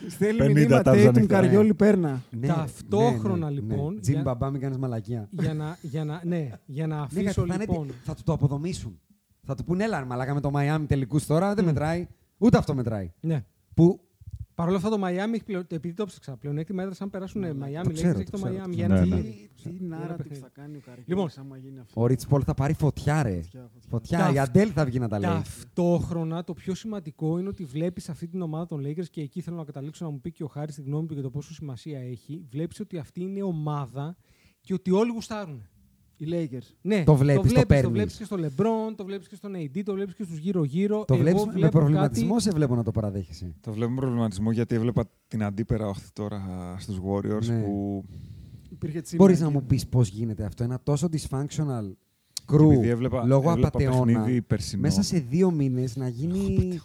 S6: Στέλνει
S5: 50
S6: μηνύμα
S5: τάμπs
S6: Tatum
S5: ανοιχτά.
S6: Καριόλη πέρνα.
S3: Ναι,
S4: Ταυτόχρονα, λοιπόν,
S3: Τζιμ
S4: για-
S3: μπαμπά, μην κάνεις μαλακία.
S4: για, να, για, να, ναι, για να
S3: Ναι, γιατί
S4: αφήσω
S3: θα είναι
S4: λοιπόν...
S3: τι- Θα του το αποδομήσουν. Θα του πούνε, έλα, μαλάκα με το Miami τελικούς τώρα, δεν μετράει. Ούτε αυτό μετράει.
S4: Ναι.
S3: Που
S4: Παρ' όλα αυτά το Miami έχει πλεον... επειδή το ψάξα, πλεονέκτημα έδρας αν περάσουν Miami,
S3: Ναι, το
S4: Lakers,
S3: ξέρω,
S4: έχεις
S3: το
S4: το
S3: ξέρω,
S4: Miami
S3: το
S4: για
S5: ξέρω.
S4: ένα
S5: Ναι,
S4: παιχνίδι.
S6: Τι
S4: Ένα
S6: νάρα τι
S4: παιχνίδι.
S6: θα κάνει ο Καριόλη.
S4: Λοιπόν,
S6: άμα γίνει αυτό.
S3: ο Ριτ Πολ θα πάρει φωτιά, ρε.
S6: Φωτιά, φωτιά.
S3: Φωτιά,
S4: Ταυ-
S3: η Αντέλ θα βγει να τα λέει.
S4: Ταυτόχρονα το πιο σημαντικό είναι ότι βλέπεις αυτή την ομάδα των Lakers και εκεί θέλω να καταλήξω να μου πει και ο Χάρης τη γνώμη του για το πόσο σημασία έχει. Βλέπεις ότι αυτή είναι ομάδα και ότι όλοι γουστάρουν.
S6: Οι Lakers.
S4: Ναι,
S3: Το βλέπεις, το παίρνεις.
S4: βλέπεις και στο LeBron, το βλέπεις και στον AD, το βλέπεις και στους γύρω-γύρω.
S3: Το
S4: Εγώ
S3: βλέπεις με
S4: βλέπω
S3: προβληματισμό,
S4: κάτι-
S3: σε βλέπω να το παραδέχεσαι.
S5: Το βλέπουμε προβληματισμό γιατί έβλεπα την αντίπερα όχθη τώρα στους Warriors
S3: Ναι.
S5: που
S6: Υπήρχε τσίμα.
S3: Μπορεί
S6: εκεί.
S3: να μου πεις πώς γίνεται αυτό. Ένα τόσο dysfunctional
S5: Και
S3: κρού
S5: επειδή έβλεπα-
S3: λόγω
S5: έβλεπα
S3: απαταιώνα.
S5: παιχνίδι περσινό.
S3: Μέσα σε δύο μήνες να γίνει.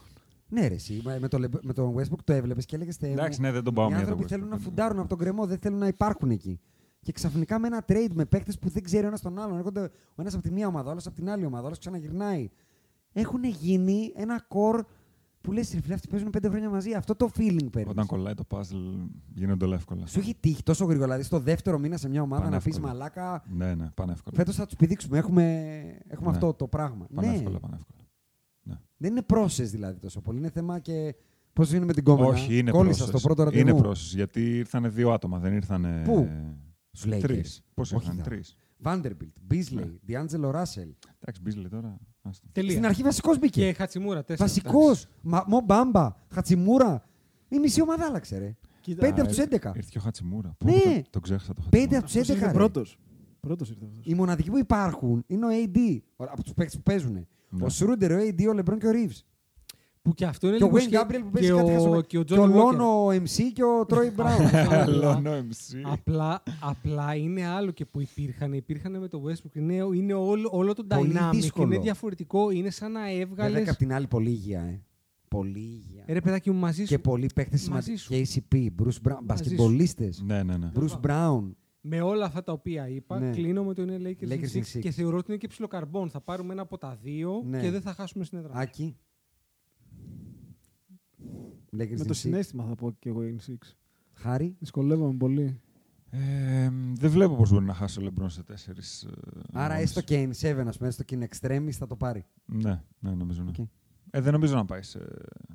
S3: Ναι, ρε, εσύ, με, το, Λε- με τον Westbrook το έβλεπες και έλεγες.
S5: Εντάξει, ναι, δεν τον πάω
S3: Οι
S5: μια
S3: άνθρωποι
S5: τον
S3: θέλουν
S5: Westbrook,
S3: να
S5: ναι.
S3: φουντάρουν από τον κρεμό, δεν θέλουν να υπάρχουν εκεί. Και ξαφνικά με ένα trade με παίκτες που δεν ξέρει ο ένας τον άλλον. Έρχονται ο ένας από τη μία ομάδα, ο άλλος από την άλλη ομάδα, ο άλλος ξαναγυρνάει. Έχουν γίνει ένα core που λες: Ρε φίλε, αυτοί παίζουν πέντε χρόνια μαζί. Αυτό το feeling παίρνεις.
S5: όταν κολλάει το puzzle γίνονται όλα εύκολα.
S3: Σου έχει τύχει τόσο γρήγορα. Δηλαδή, στο δεύτερο μήνα σε μια ομάδα να πει
S5: Πανεύκολα.
S3: μαλάκα.
S5: Ναι, ναι, πάνε εύκολα.
S3: Φέτος θα τους πηδήξουμε. Έχουμε, έχουμε
S5: Ναι.
S3: αυτό το πράγμα.
S5: Πάνε
S3: ναι,
S5: εύκολα, πάνε εύκολα.
S3: δεν είναι process δηλαδή τόσο πολύ. Είναι θέμα και πώς είναι με την κόμμα.
S5: Όχι, είναι
S3: Κόλλησα
S5: process.
S3: στο πρώτο ραντεβού.
S5: Είναι process, γιατί ήρθαν δύο άτομα, δεν ήρθαν.
S3: Πού? Σου λέει.
S5: Τρεις. Πώς
S3: Όχι,
S5: ήρθαν,
S3: ήταν.
S5: τρει.
S3: Vanderbilt, Beasley, D'Angelo Russell.
S5: Εντάξει, Μπίζλι τώρα. άστο.
S4: Τελεία.
S3: Στην αρχή βασικός μπήκε.
S4: Και Χατσιμούρα, τέσσερα.
S3: Βασικός. Μο Μπάμπα, Χατσιμούρα. Η μισή ομάδα άλλαξε, ρε.
S6: Κοίτα,
S3: Πέντε
S5: Α,
S3: από του
S5: ήρθε-
S3: 11.
S5: Ήρθε και ο Χατσιμούρα.
S3: Ναι.
S5: Πού, το- Το ξέχασα το
S3: Πέντε
S5: Χατσιμούρα.
S3: από τους
S6: Αυτός ήρθε
S3: 11. ρε.
S6: πρώτος. Πρώτος ήρθε αυτός.
S3: Οι μοναδικοί που υπάρχουν είναι ο AD. ο- Από τους παίκτες που παίζουν.
S5: Ναι.
S3: Ο Σρούντερ, ο AD, ο Λεμπρόν και ο Ρίβ.
S4: Που και αυτό είναι
S3: Και ο
S4: λίγο
S3: Wayne
S4: σχέ-
S3: Gabriel που παίζει
S4: και
S3: κάτι
S4: ο-
S3: χασομένα.
S4: Και ο
S3: Και ο
S4: Johnny Walker. Ναι.
S3: Λόν, ο MC και ο Τρόι Μπράουν.
S5: Καλό MC.
S4: Απλά, απλά είναι άλλο και που υπήρχαν. Υπήρχαν με το Westbrook. Είναι, είναι όλο, όλο το
S3: Πολύ
S4: dynamic.
S3: δύσκολο.
S4: Είναι διαφορετικό. Είναι σαν να έβγαλες.
S3: Βέβαια και απ' την άλλη πολύ υγεία. Ε. Πολύ υγεία.
S4: Ρε παιδάκι μου, μαζί σου.
S3: Και πολλοί παίχτε
S4: Μαζί
S3: σημαντικοί.
S4: σου.
S3: Και ACP, Bruce Brown, μπασκετμπολίστες.
S5: Ναι, ναι, ναι.
S3: Bruce Brown.
S4: Με όλα αυτά τα οποία είπα,
S3: Ναι.
S4: κλείνω με το είναι Lakers, in
S3: Lakers in
S4: six
S3: six.
S4: και θεωρώ ότι είναι και ψιλοκαρμπών. Θα πάρουμε ένα από τα δύο
S3: Ναι.
S4: και δεν θα χάσουμε στην έδρα.
S3: Άκη. Lakers
S6: Με
S3: in
S6: το
S3: six.
S6: συνέστημα θα πω και εγώ in six.
S4: Ναι,
S3: Χάρη.
S6: Δυσκολεύομαι πολύ.
S5: Ε, Δεν βλέπω πώς μπορεί να χάσει ο Λεμπρόν σε ε, τέσσερι.
S3: Άρα έστω και in 7, ας πούμε, έστω και in extremis θα το πάρει.
S5: Ναι, ναι, νομίζω ναι.
S3: Οκ.
S5: Ε, δεν νομίζω να πάει σε,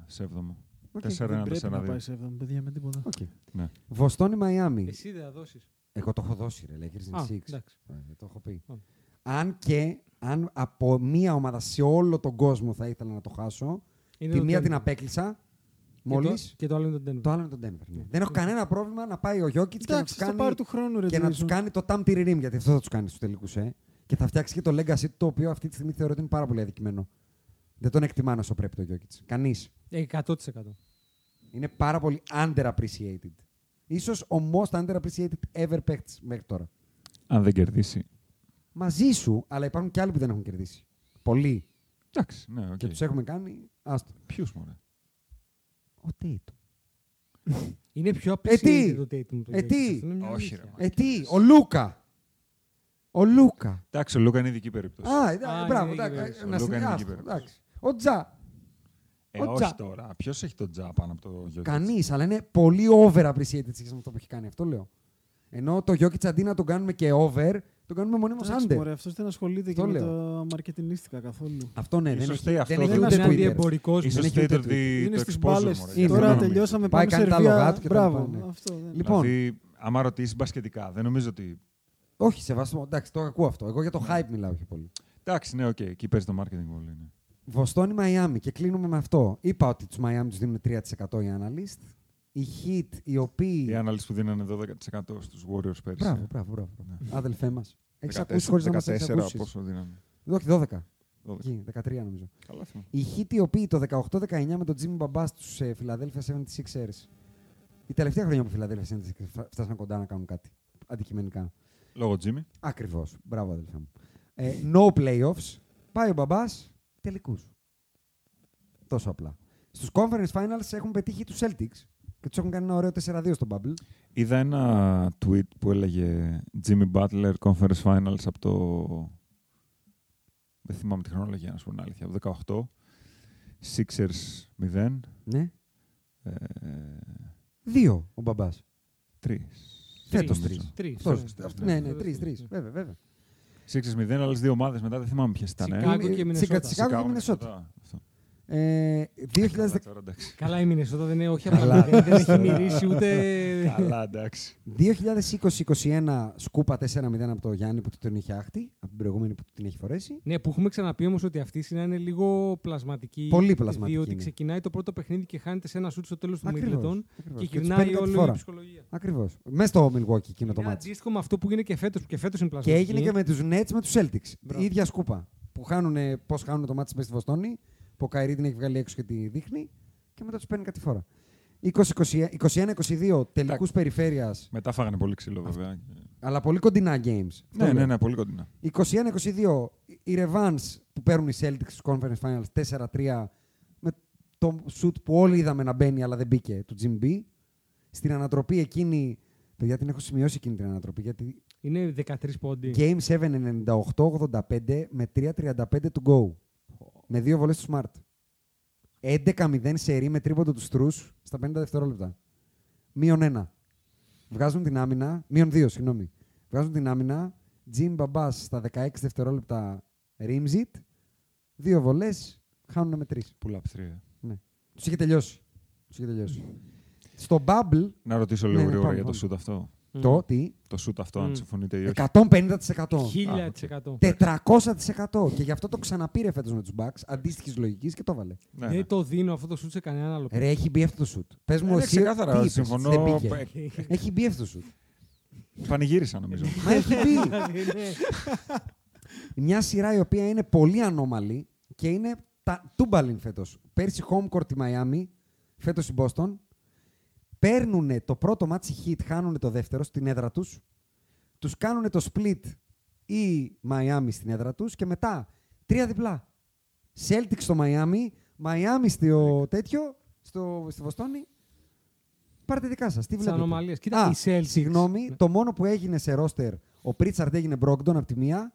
S5: σε έβδομο.
S6: Οκ,
S5: 4-1,
S6: δεν πρέπει να
S5: 4-2.
S6: πάει σε έβδομο, παιδιά, με τίποτα.
S3: Okay.
S5: Ναι.
S3: Βοστόνη Μαϊάμι.
S4: Εσύ δεν θα δώσεις.
S3: Εγώ το έχω δώσει, ρε. Lakers in
S4: Α,
S3: six.
S4: εντάξει.
S3: Ε, Το έχω πει. Αν και αν από μία ομάδα σε όλο τον κόσμο θα ήθελα να το χάσω,
S4: Είναι
S3: τη
S4: το
S3: μία
S4: Denver.
S3: την απέκλεισα. Μόλι.
S4: Και, το- και το άλλο είναι το Denver.
S3: Το άλλο είναι το Denver. ναι. Δεν έχω κανένα πρόβλημα να πάει ο Γιώκητ και να του
S6: Εντάξει, θα
S3: κάνει,
S6: πάρει του χρόνου, ρε.
S3: και να
S6: Jason.
S3: τους κάνει το Tam Tiririm, γιατί αυτό θα τους κάνει στους τελικούς. Ε. Και θα φτιάξει και το legacy του, το οποίο αυτή τη στιγμή θεωρώ ότι είναι πάρα πολύ αδικημένο. Δεν τον εκτιμάνε όσο πρέπει το Γιώκητ. Κανεί.
S4: 100%.
S3: Είναι πάρα πολύ underappreciated. Ίσως ο most underappreciated ever παίχτης μέχρι τώρα.
S5: Αν δεν κερδίσει.
S3: Μαζί σου, αλλά υπάρχουν και άλλοι που δεν έχουν κερδίσει. Πολλοί.
S5: Εντάξει, ναι, οκ.
S3: Και τους έχουμε κάνει. Άστο.
S5: Ποιους μου
S3: Ο Tatum.
S4: Είναι πιο
S3: Ε, τι!
S4: appreciated το Tatum. το
S3: Ε,
S4: Jokic.
S3: τι!
S4: Αυτό είναι μια
S5: Όχι,
S4: αλήθεια.
S5: ρε.
S3: Ε, τι, ο Λούκα. Ο Λούκα.
S5: Εντάξει, ο Λούκα είναι ειδική περίπτωση.
S3: Α,
S4: Α,
S3: εντάξει, μπράβο.
S4: είναι εκεί
S3: εντάξει,
S4: πέρα.
S5: Ο
S3: Να
S5: Λούκα είναι εκεί
S3: συνεχάσουμε.
S5: πέρα.
S3: εντάξει. Ο Τζα.
S5: ε,
S3: ο
S5: όχι
S3: Τζα.
S5: τώρα. Ποιος έχει τον τζα πάνω από το Γιώργο.
S3: Κανείς, αλλά είναι πολύ overappreciated σε αυτό που έχει κάνει. Αυτό λέω. Ενώ το Γιώκητ αντί να τον κάνουμε και over, τον κάνουμε μονίμως
S6: Εντάξει, μωρέ,
S3: under.
S6: αυτός δεν ασχολείται
S3: Αυτό
S6: και με
S3: λέω.
S6: τα μαρκετινίστικα καθόλου.
S3: Αυτό ναι, δεν
S5: Ίσως
S3: έχει,
S5: θέλει
S3: δεν
S5: αυτό,
S3: έχει
S5: δεν
S3: ούτε
S4: είναι
S3: Twitter.
S4: αντιεμπορικός.
S5: Ίσως
S3: Δεν έχει
S5: θέλει το,
S3: ούτε Twitter.
S5: δι-
S6: Είναι
S5: το
S6: στις
S5: exposure
S6: μπάλες.
S5: μου.
S3: Είναι,
S6: Τώρα
S3: νομίζω.
S6: τελειώσαμε.
S3: Πάει,
S6: πάμε
S3: κάνει τα
S6: Σερβία.
S3: λογά του και τα
S6: Μπράβο,
S3: λοιπά, ναι.
S6: αυτό, ναι.
S3: Λοιπόν,
S5: Δηλαδή, άμα ρωτήσεις μπασκετικά, δεν νομίζω ότι.
S3: όχι, σεβασμό. Εντάξει, το ακούω αυτό. Εγώ για το hype μιλάω πιο πολύ.
S5: Εντάξει, ναι, οκ, εκεί παίζει το marketing πολύ. Ναι.
S3: Βοστόνη Μαϊάμι και κλείνουμε με αυτό. Είπα ότι τους Μαϊάμι τους δίνουν 3% οι analyst. Οι hit οι οποίοι.
S5: Οι ανάλυση που δίνανε 12% στους Warriors πέρυσι.
S3: Μπράβο, μπράβο, μπράβο.
S5: Ναι.
S3: Αδελφέ μας. Έχεις
S5: 14,
S3: ακούσει χωρίς να μας έχεις
S5: 14,
S3: ακούσεις.
S5: πόσο δίνανε.
S3: Όχι, 12.
S5: 12.
S3: Εκεί, 13 νομίζω.
S5: Καλά θυμάμαι.
S3: Οι Heat οι οποίοι το 18-19 με τον Jimmy Μπαμπά στους ε, Philadelphia 76ers. Η τελευταία χρονιά που οι Philadelphia 76ers φτα- φτάσαν κοντά να κάνουν κάτι αντικειμενικά.
S5: Λόγω Jimmy.
S3: Ακριβώς. Μπράβο, αδελφέ μου. Ε, no playoffs. Πάει ο μπαμπάς τελικούς. Τόσο απλά. Στους conference finals έχουν πετύχει τους Celtics και τους έχουν κάνει ένα ωραίο 4-2 στο bubble.
S5: Είδα ένα tweet που έλεγε Jimmy Butler Conference Finals από το... Δεν θυμάμαι τη χρονολογία, να σου πω την αλήθεια. Από το 18. Sixers 0.
S3: Ναι.
S5: Ε,
S3: Δύο ο μπαμπάς.
S5: τρεις.
S3: Φέτο
S5: Τρεις.
S3: τρεις.
S4: Τρεις, ναι.
S3: Ναι, ναι,
S4: Φέτος
S3: τρεις, τρεις.
S4: τρεις, ναι.
S3: Βέβαια, βέβαια.
S5: Sixers 0, άλλες δύο ομάδες μετά δεν θυμάμαι ποιες ήταν. ε.
S4: Chicago
S3: Είναι-
S4: και
S3: Chicago και
S4: Minnesota.
S3: Minnesota. Ε, 2010
S5: Καλά, τώρα, εντάξει.
S4: Καλά η Μινεσότα δεν είναι, όχι
S3: Καλά.
S4: απλά δεν, δεν έχει μυρίσει ούτε...
S5: Καλά, εντάξει.
S3: 2020-21 σκούπα 4-0 από το Γιάννη που τον είχε άχτη, από την προηγούμενη που την έχει φορέσει.
S4: Ναι, που έχουμε ξαναπεί όμως ότι αυτή η σειρά είναι λίγο πλασματική.
S3: Πολύ πλασματική
S4: Διότι
S3: είναι.
S4: ξεκινάει το πρώτο παιχνίδι και χάνεται σε ένα σουτ στο τέλος των
S3: Ακριβώς,
S4: ημιτελικών
S3: ακριβώς.
S4: και
S3: Και τους
S4: γυρνάει
S3: παίρνει κάτι
S4: όλη η
S3: φορά.
S4: ψυχολογία.
S3: Ακριβώς. Μέσα στο Milwaukee εκείνο το
S4: Είναι
S3: μάτι.
S4: αντίστοιχο με αυτό που γίνεται και φέτος, που και φέτος είναι
S3: Και
S4: πλασματική.
S3: έγινε και με τους Nets με τους Celtics.
S4: Μπράβο.
S3: Η ίδια σκούπα. Που χάνουν, πώ χάνουν το μάτι μέσα στη Βοστόνη, που ο Καϊρή την έχει βγάλει έξω και τη δείχνει και μετά τους παίρνει κάτι φορά. 20-21, 21-22 τελικού περιφέρειας,
S5: Μετά φάγανε πολύ ξύλο, βέβαια.
S3: Ναι, αλλά πολύ κοντινά games. Αυτό
S5: Ναι,
S3: λέω.
S5: ναι, ναι, πολύ κοντινά.
S3: 21-22 οι Revans που παίρνουν οι Celtics στους Conference Finals 4-3 με το shoot που όλοι είδαμε να μπαίνει αλλά δεν μπήκε του Jim B. Στην ανατροπή εκείνη, παιδιά την έχω σημειώσει εκείνη την ανατροπή γιατί
S4: Είναι 13 πόντι.
S3: Game 7 98-85 με 3-35 του Go. Με δύο βολές του Smart. 11-0 σερή με τρίποντο τους Στρούς στα 50 δευτερόλεπτα. Μείον ένα. Βγάζουν την άμυνα. Μείον δύο, συγγνώμη. Βγάζουν την άμυνα. Jim Μπαμπά στα 16 δευτερόλεπτα Rimzit. Δύο βολές. Χάνουν με τρεις.
S5: Pull-up 3.
S3: Τους είχε τελειώσει. Τους είχε τελειώσει. Στο Bubble
S5: Να ρωτήσω
S3: Ναι,
S5: λίγο
S3: ναι,
S5: γρήγορα
S3: πάμε,
S5: για το
S3: πάμε.
S5: shoot
S3: Ε,
S5: αυτό.
S4: Μμμ.
S3: το τι.
S5: Το shoot αυτό, αν
S4: Μμ.
S5: συμφωνείτε ή όχι.
S3: 150%.
S4: 1000%.
S3: 400% και γι' αυτό το ξαναπήρε φέτος με τους Bucks αντίστοιχης λογικής και το έβαλε.
S5: Ναι, ναι.
S4: Δεν το δίνω αυτό το σουτ σε κανέναν άλλο.
S3: Ρε, έχει μπει αυτό το σουτ. Πες μου,
S5: Ναι,
S3: εσύ.
S5: ξεκάθαρα,
S3: τι είπες,
S5: συμφωνώ.
S3: Δεν πήγε.
S5: Πα-
S3: έχει μπει αυτό το σουτ.
S5: Πανηγύρισα νομίζω.
S3: Μα έχει μπει.
S4: Δηλαδή, ναι.
S3: Μια σειρά η οποία είναι πολύ ανώμαλη και είναι τα τούμπαλιν φέτος. Πέρσι home court η Μαϊάμι, φέτος η Boston. Παίρνουν το πρώτο μάτσι hit, χάνουν το δεύτερο στην έδρα τους. Τους κάνουν το split ή Μαϊάμι στην έδρα τους και μετά τρία διπλά. Celtics στο Μαϊάμι, Μαϊάμι στο τέτοιο, στο, στη Βοστόνη. Πάρτε δικά σας. Τι βλέπετε.
S4: ανομαλίες. Κοίτα,
S3: Α,
S4: οι Celtics.
S3: Συγγνώμη,
S4: Ναι.
S3: το μόνο που έγινε σε ρόστερ, ο Πρίτσαρντ έγινε Μπρόγκτον από τη μία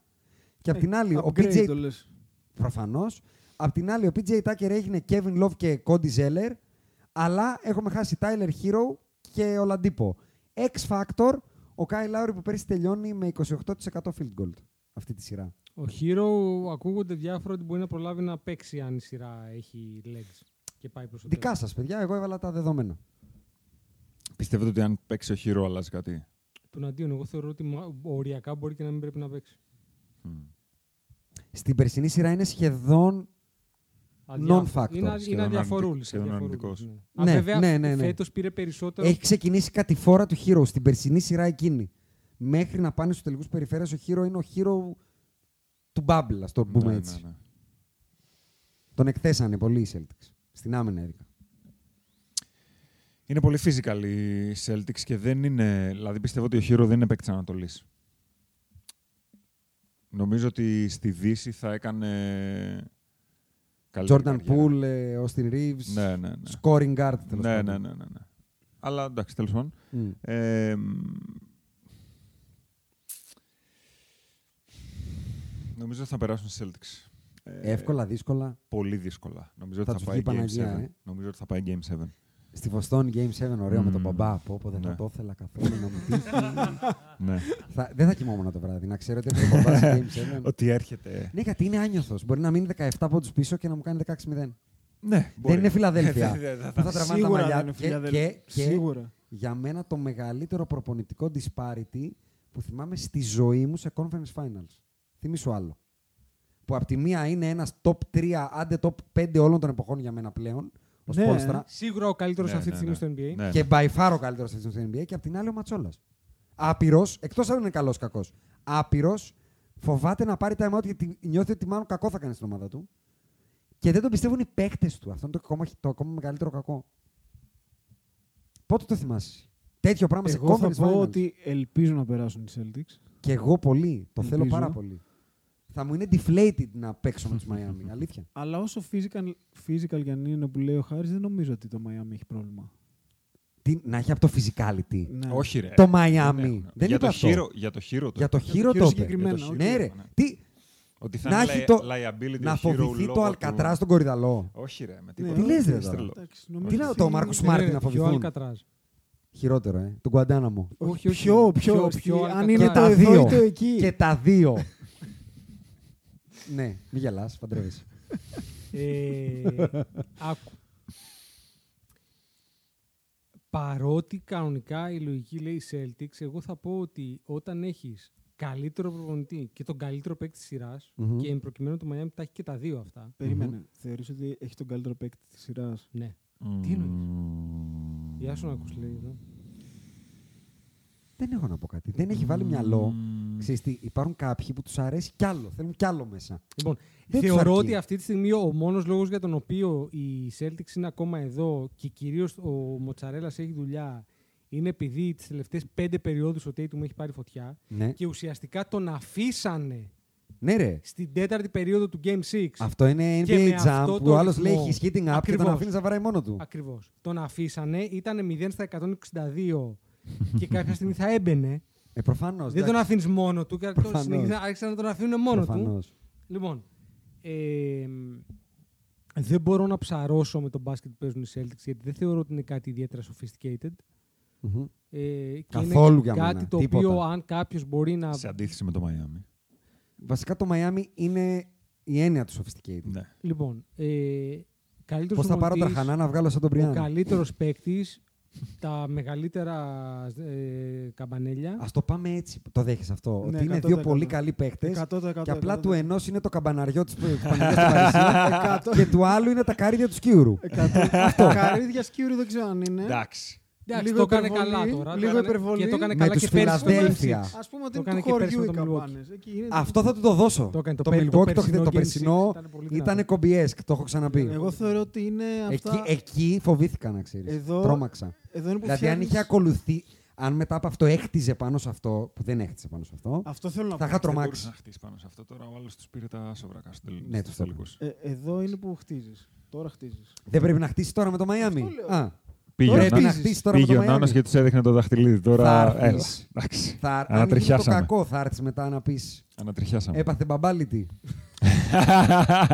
S3: και
S4: Ε,
S3: απ' την άλλη ο PJ Προφανώς. Απ' την άλλη, ο PJ Tucker έγινε Kevin Love και Cody Zeller. Αλλά έχουμε χάσει Tyler Hero και Ολαντίπο. X Factor, ο Kyle Lowry που πέρσι τελειώνει με 28% field goal αυτή τη σειρά.
S4: Ο Hero ακούγονται διάφορα ότι μπορεί να προλάβει να παίξει αν η σειρά έχει legs και πάει προς το
S3: Δικά
S4: τέλος.
S3: σας, παιδιά, εγώ έβαλα τα δεδομένα.
S5: Πιστεύετε ότι αν παίξει ο χειρό αλλάζει κάτι.
S4: Τον αντίον, εγώ θεωρώ ότι μα- οριακά μπορεί και να μην πρέπει να παίξει.
S3: Στην περσινή σειρά είναι σχεδόν non-factor.
S4: Είναι, α- είναι
S3: σχεδόν.
S4: αδιαφορούλης.
S5: σχεδόν
S4: αδιαφορούλης,
S5: αρνητικός.
S4: ναι. Α, βέβαια, φέτος πήρε περισσότερο.
S3: Έχει ξεκινήσει κατηφόρα του Hero στην περσινή σειρά εκείνη. Μέχρι να πάνε στους τελικούς περιφέρεια, ο Hero είναι ο Hero του Bubble, ας το πούμε
S5: Ναι,
S3: έτσι.
S5: ναι, ναι.
S3: Τον εκθέσανε πολύ οι Celtics. Στην άμυνα, Έρικα.
S5: Είναι πολύ physical οι Celtics και δεν είναι. Δηλαδή πιστεύω ότι ο Hero δεν είναι παίκτης Ανατολής. Νομίζω ότι στη Δύση θα έκανε. καλύτερη
S3: Jordan
S5: καριέρα.
S3: Poole, ε, Austin Reeves,
S5: Ναι, ναι, ναι.
S3: scoring guard τέλος
S5: Ναι,
S3: πάντων.
S5: ναι, ναι, ναι, ναι. Αλλά εντάξει, τέλος πάντων.
S3: Μμ.
S5: Ε, μ, νομίζω ότι θα περάσουν οι Celtics. Ε,
S3: Εύκολα, δύσκολα.
S5: Πολύ δύσκολα. Νομίζω ότι
S3: Θα
S5: θα,
S3: τους
S5: πάει
S3: βγει η
S5: Game 7.
S3: Παναγία, ε.
S5: Νομίζω ότι θα πάει Game 7.
S3: Στη Βοστόνη Game 7, ωραίο με τον
S5: Μμμ.
S3: μπαμπά. Από όπου δεν θα
S5: Ναι.
S3: το ήθελα καθόλου να μου τύχει.
S5: Ναι.
S3: θα, δεν θα κοιμόμουν το βράδυ, να ξέρω ότι έρχεται ο μπαμπά σε Game 7.
S5: Ότι έρχεται.
S3: Ναι, γιατί είναι άνιωθος. Μπορεί να μείνει 17 πόντους πίσω και να μου κάνει 16-0.
S5: Ναι,
S3: δεν
S5: μπορεί.
S3: είναι Φιλαδέλφια.
S5: Δεν- δεν- δεν-
S3: που θα τραβάνε τα
S6: Σίγουρα
S3: μαλλιά
S6: δεν
S3: του.
S6: είναι
S3: Και,
S6: Φιλαδέλφια.
S3: και, και
S6: Σίγουρα.
S3: για μένα το μεγαλύτερο προπονητικό disparity που θυμάμαι στη ζωή μου σε conference finals. Θυμήσου άλλο. Που από τη μία είναι ένας top 3, άντε top 5 όλων των εποχών για μένα πλέον. Ο
S6: Ναι.
S3: Σπόλστρα.
S4: Σίγουρα ο καλύτερος
S5: Ναι,
S4: αυτή τη
S5: ναι,
S4: στιγμή
S5: ναι.
S4: στο NBA.
S5: Ναι,
S3: Και by far ο καλύτερος αυτή στην NBA. Και απ' την άλλη ο Ματσόλας. Άπειρος, εκτός αν είναι καλός κακός. Άπειρος, φοβάται να πάρει time out γιατί νιώθει ότι μάλλον κακό θα κάνει στην ομάδα του. Και δεν τον πιστεύουν οι παίκτες του. Αυτό είναι το ακόμα, το ακόμα μεγαλύτερο κακό. Πότε το θυμάσαι. Τέτοιο πράγμα
S6: Εγώ
S3: σε
S6: θα
S3: conference
S6: πω
S3: finals.
S6: ότι ελπίζω να περάσουν οι Celtics.
S3: Και εγώ πολύ. Το θέλω
S6: Ελπίζω.
S3: πάρα πολύ. Θα μου είναι deflated να παίξω με τους Miami. Αλήθεια.
S6: Αλλά όσο physical, physical κι αν είναι που λέει ο Χάρης, δεν νομίζω ότι το Miami έχει πρόβλημα.
S3: Τι, να έχει αυτό physicality.
S6: Ναι.
S5: Όχι, ρε.
S3: Το Miami.
S5: έχουν.
S3: Δεν
S5: Ναι, για,
S3: είπα
S5: το
S3: αυτό.
S5: χείρο, για το χείρο το
S3: Για το
S5: είπα.
S3: χείρο
S6: χείρο
S3: το
S6: συγκεκριμένα,
S3: είπε.
S6: όχι.
S3: Ναι, ρε.
S5: Ναι.
S3: Τι,
S5: Ότι θα
S3: να
S5: είναι
S3: έχει
S5: li-
S3: το-
S5: liability
S3: να
S5: ο χείρο
S3: φοβηθεί
S5: λόγω
S3: το Αλκατρά
S5: του-
S3: στον κορυδαλό.
S5: Όχι, ρε. Με
S3: Τι
S5: τίποτα.
S3: λες, ρε,
S5: Είσαι
S3: τώρα.
S5: τρελό.
S6: Εντάξει,
S3: Τι λέω, το
S6: ότι-
S3: Μάρκος
S4: Ναι,
S3: Μάρτιν
S4: ναι,
S3: να
S4: Πιο
S3: φοβηθούν.
S4: Αλκατράζ.
S3: Χειρότερο, ε. Τον Κουαντάναμο.
S4: Όχι, όχι.
S6: Ποιο, ποιο,
S4: Πιο-
S6: ποιο,
S4: πιο
S6: αν
S4: Και
S6: είναι το
S4: τα
S6: εδώ ή το εκεί.
S3: Και τα δύο. ναι, μην γελάς, παντρεύεσαι.
S4: Ε, άκου. Παρότι κανονικά η λογική λέει Celtics, εγώ θα πω ότι όταν έχεις καλύτερο προπονητή και τον καλύτερο παίκτη της σειρας
S3: Μμμ.
S4: και εν προκειμένου το Miami τα έχει και τα δύο αυτά.
S6: Περίμενε. Θεωρείς ότι έχει τον καλύτερο παίκτη της σειράς.
S4: Ναι.
S5: Μμμ.
S4: Τι Γεια σου να ακούς λέει εδώ.
S3: Δεν έχω να πω κάτι. Δεν έχει βάλει μυαλό. Ξέρεις τι, υπάρχουν κάποιοι που τους αρέσει κι άλλο. Θέλουν κι άλλο μέσα.
S4: Λοιπόν,
S3: Δεν τους
S4: θεωρώ
S3: αρκεί.
S4: ότι αυτή τη στιγμή ο μόνος λόγος για τον οποίο οι Celtics είναι ακόμα εδώ και κυρίως ο Μοτσαρέλας έχει δουλειά είναι επειδή τις τελευταίες πέντε περιόδους ο Tatum έχει πάρει φωτιά
S3: Ναι.
S4: και ουσιαστικά τον αφήσανε
S3: Ναι, ρε.
S4: στην τέταρτη περίοδο του Game 6.
S3: Αυτό είναι
S4: Και με
S3: NBA Jump
S4: αυτό
S3: που
S4: το
S3: ο άλλος λέει
S4: ρυθμό.
S3: he's hitting up και τον
S4: Ακριβώς.
S3: αφήνει να βαράει μόνο του.
S4: Ακριβώς. Τον αφήσανε, ήταν 0 στα 162 και κάποια στιγμή θα έμπαινε.
S3: Ε, προφανώς.
S4: Δεν τον
S3: εντάξει.
S4: αφήνεις μόνο του και τον
S3: Προφανώς.
S4: συνεχίζουν- άρχισαν να τον αφήνουν μόνο του.
S3: Προφανώς.
S4: Λοιπόν, ε, δεν μπορώ να ψαρώσω με τον μπάσκετ που παίζουν οι Celtics γιατί δεν θεωρώ ότι είναι κάτι ιδιαίτερα sophisticated.
S3: Μμμ.
S4: Ε, και
S3: Καθόλου
S4: είναι
S3: για
S4: κάτι
S3: μένα,
S4: το
S3: τίποτα.
S4: οποίο αν κάποιος μπορεί να.
S5: Σε αντίθεση με το Μαϊάμι.
S3: Βασικά το Miami είναι η έννοια του sophisticated.
S5: Ναι.
S4: Λοιπόν, ε, καλύτερος
S3: Πώς θα πάρω
S4: προπονητής,
S3: τραχανά να βγάλω σαν τον
S4: Ο
S3: Μπριάν.
S4: καλύτερος παίκτης, τα μεγαλύτερα ε, καμπανέλια.
S3: Ας το πάμε έτσι. Το δέχεσαι αυτό.
S6: Ναι,
S3: ότι είναι
S6: 100%.
S3: δύο πολύ καλοί παίχτε.
S6: 100%,
S3: Και απλά
S6: 100%.
S3: του ενός είναι το καμπαναριό της Παναγία του και του άλλου είναι τα καρύδια του Σκιούρου.
S6: Ε, Αυτό. Καρύδια σκύρου δεν ξέρω αν είναι.
S5: Εντάξει.
S4: Εντάξει,
S6: Λίγο
S4: το έκανε
S6: υπερβολή,
S4: καλά τώρα.
S6: λίγο
S4: το έκανε-
S6: υπερβολή.
S4: Και το έκανε
S3: Με
S4: καλά
S3: τους
S4: και πέρσι στο
S3: Φιλαδέλφια.
S4: Game Six.
S6: Ας πούμε ότι
S4: Το
S6: είναι
S4: έκανε
S6: του
S4: και πέρσι
S6: χωριού
S4: με
S6: οι
S4: τον Milwaukee.
S6: καμπάνες. Εκεί είναι-
S3: Αυτό θα του το δώσω.
S4: Το έκανε το πε- το
S3: Milwaukee, το, χθε-
S4: περσινό
S3: το
S4: Game
S3: περσινό
S4: Six ήταν πολύ δυνατό.
S3: ήταν κομπιέσκ. Το έχω ξαναπεί.
S6: Εγώ θεωρώ ότι είναι
S3: Εκεί,
S6: αυτά...
S3: εκεί φοβήθηκα να ξέρεις.
S6: Εδώ-
S3: Τρώμαξα.
S6: Εδώ είναι που
S3: Δηλαδή, αν
S6: φτιάχνεις-
S3: είχε ακολουθεί, αν μετά από αυτό έχτιζε πάνω σε αυτό, που δεν έχτιζε πάνω σε αυτό,
S6: Αυτό θέλω να
S3: θα
S6: πω.
S3: είχα
S5: Δεν μπορούσε
S3: τρομάξει.
S5: να χτίσει πάνω σε αυτό. Τώρα ο άλλος τους πήρε τα σοβρακά στο τελικό.
S3: Ναι, τους
S6: Ε, εδώ είναι που χτίζεις. Τώρα χτίζεις.
S3: Δεν πρέπει να χτίσει τώρα με το Μαϊάμι.
S6: Αυτό λέω.
S3: Α,
S5: Πήγε
S3: πρέπει
S5: ο
S3: να
S5: Νάνας-
S3: χτίσει τώρα με
S5: πήγε
S3: το
S5: ο Νάνας
S3: Μαϊάμι.
S5: και τους έδειχνε το δαχτυλίδι.
S3: Θα
S5: Τώρα
S3: έρθεις.
S5: έλα. Εντάξει.
S3: Θα, αν είχε το
S5: Ανατριχιάσαμε.
S3: κακό, θα έρθεις μετά να πεις.
S5: Ανατριχιάσαμε.
S3: Έπαθε μπαμπάλιτι.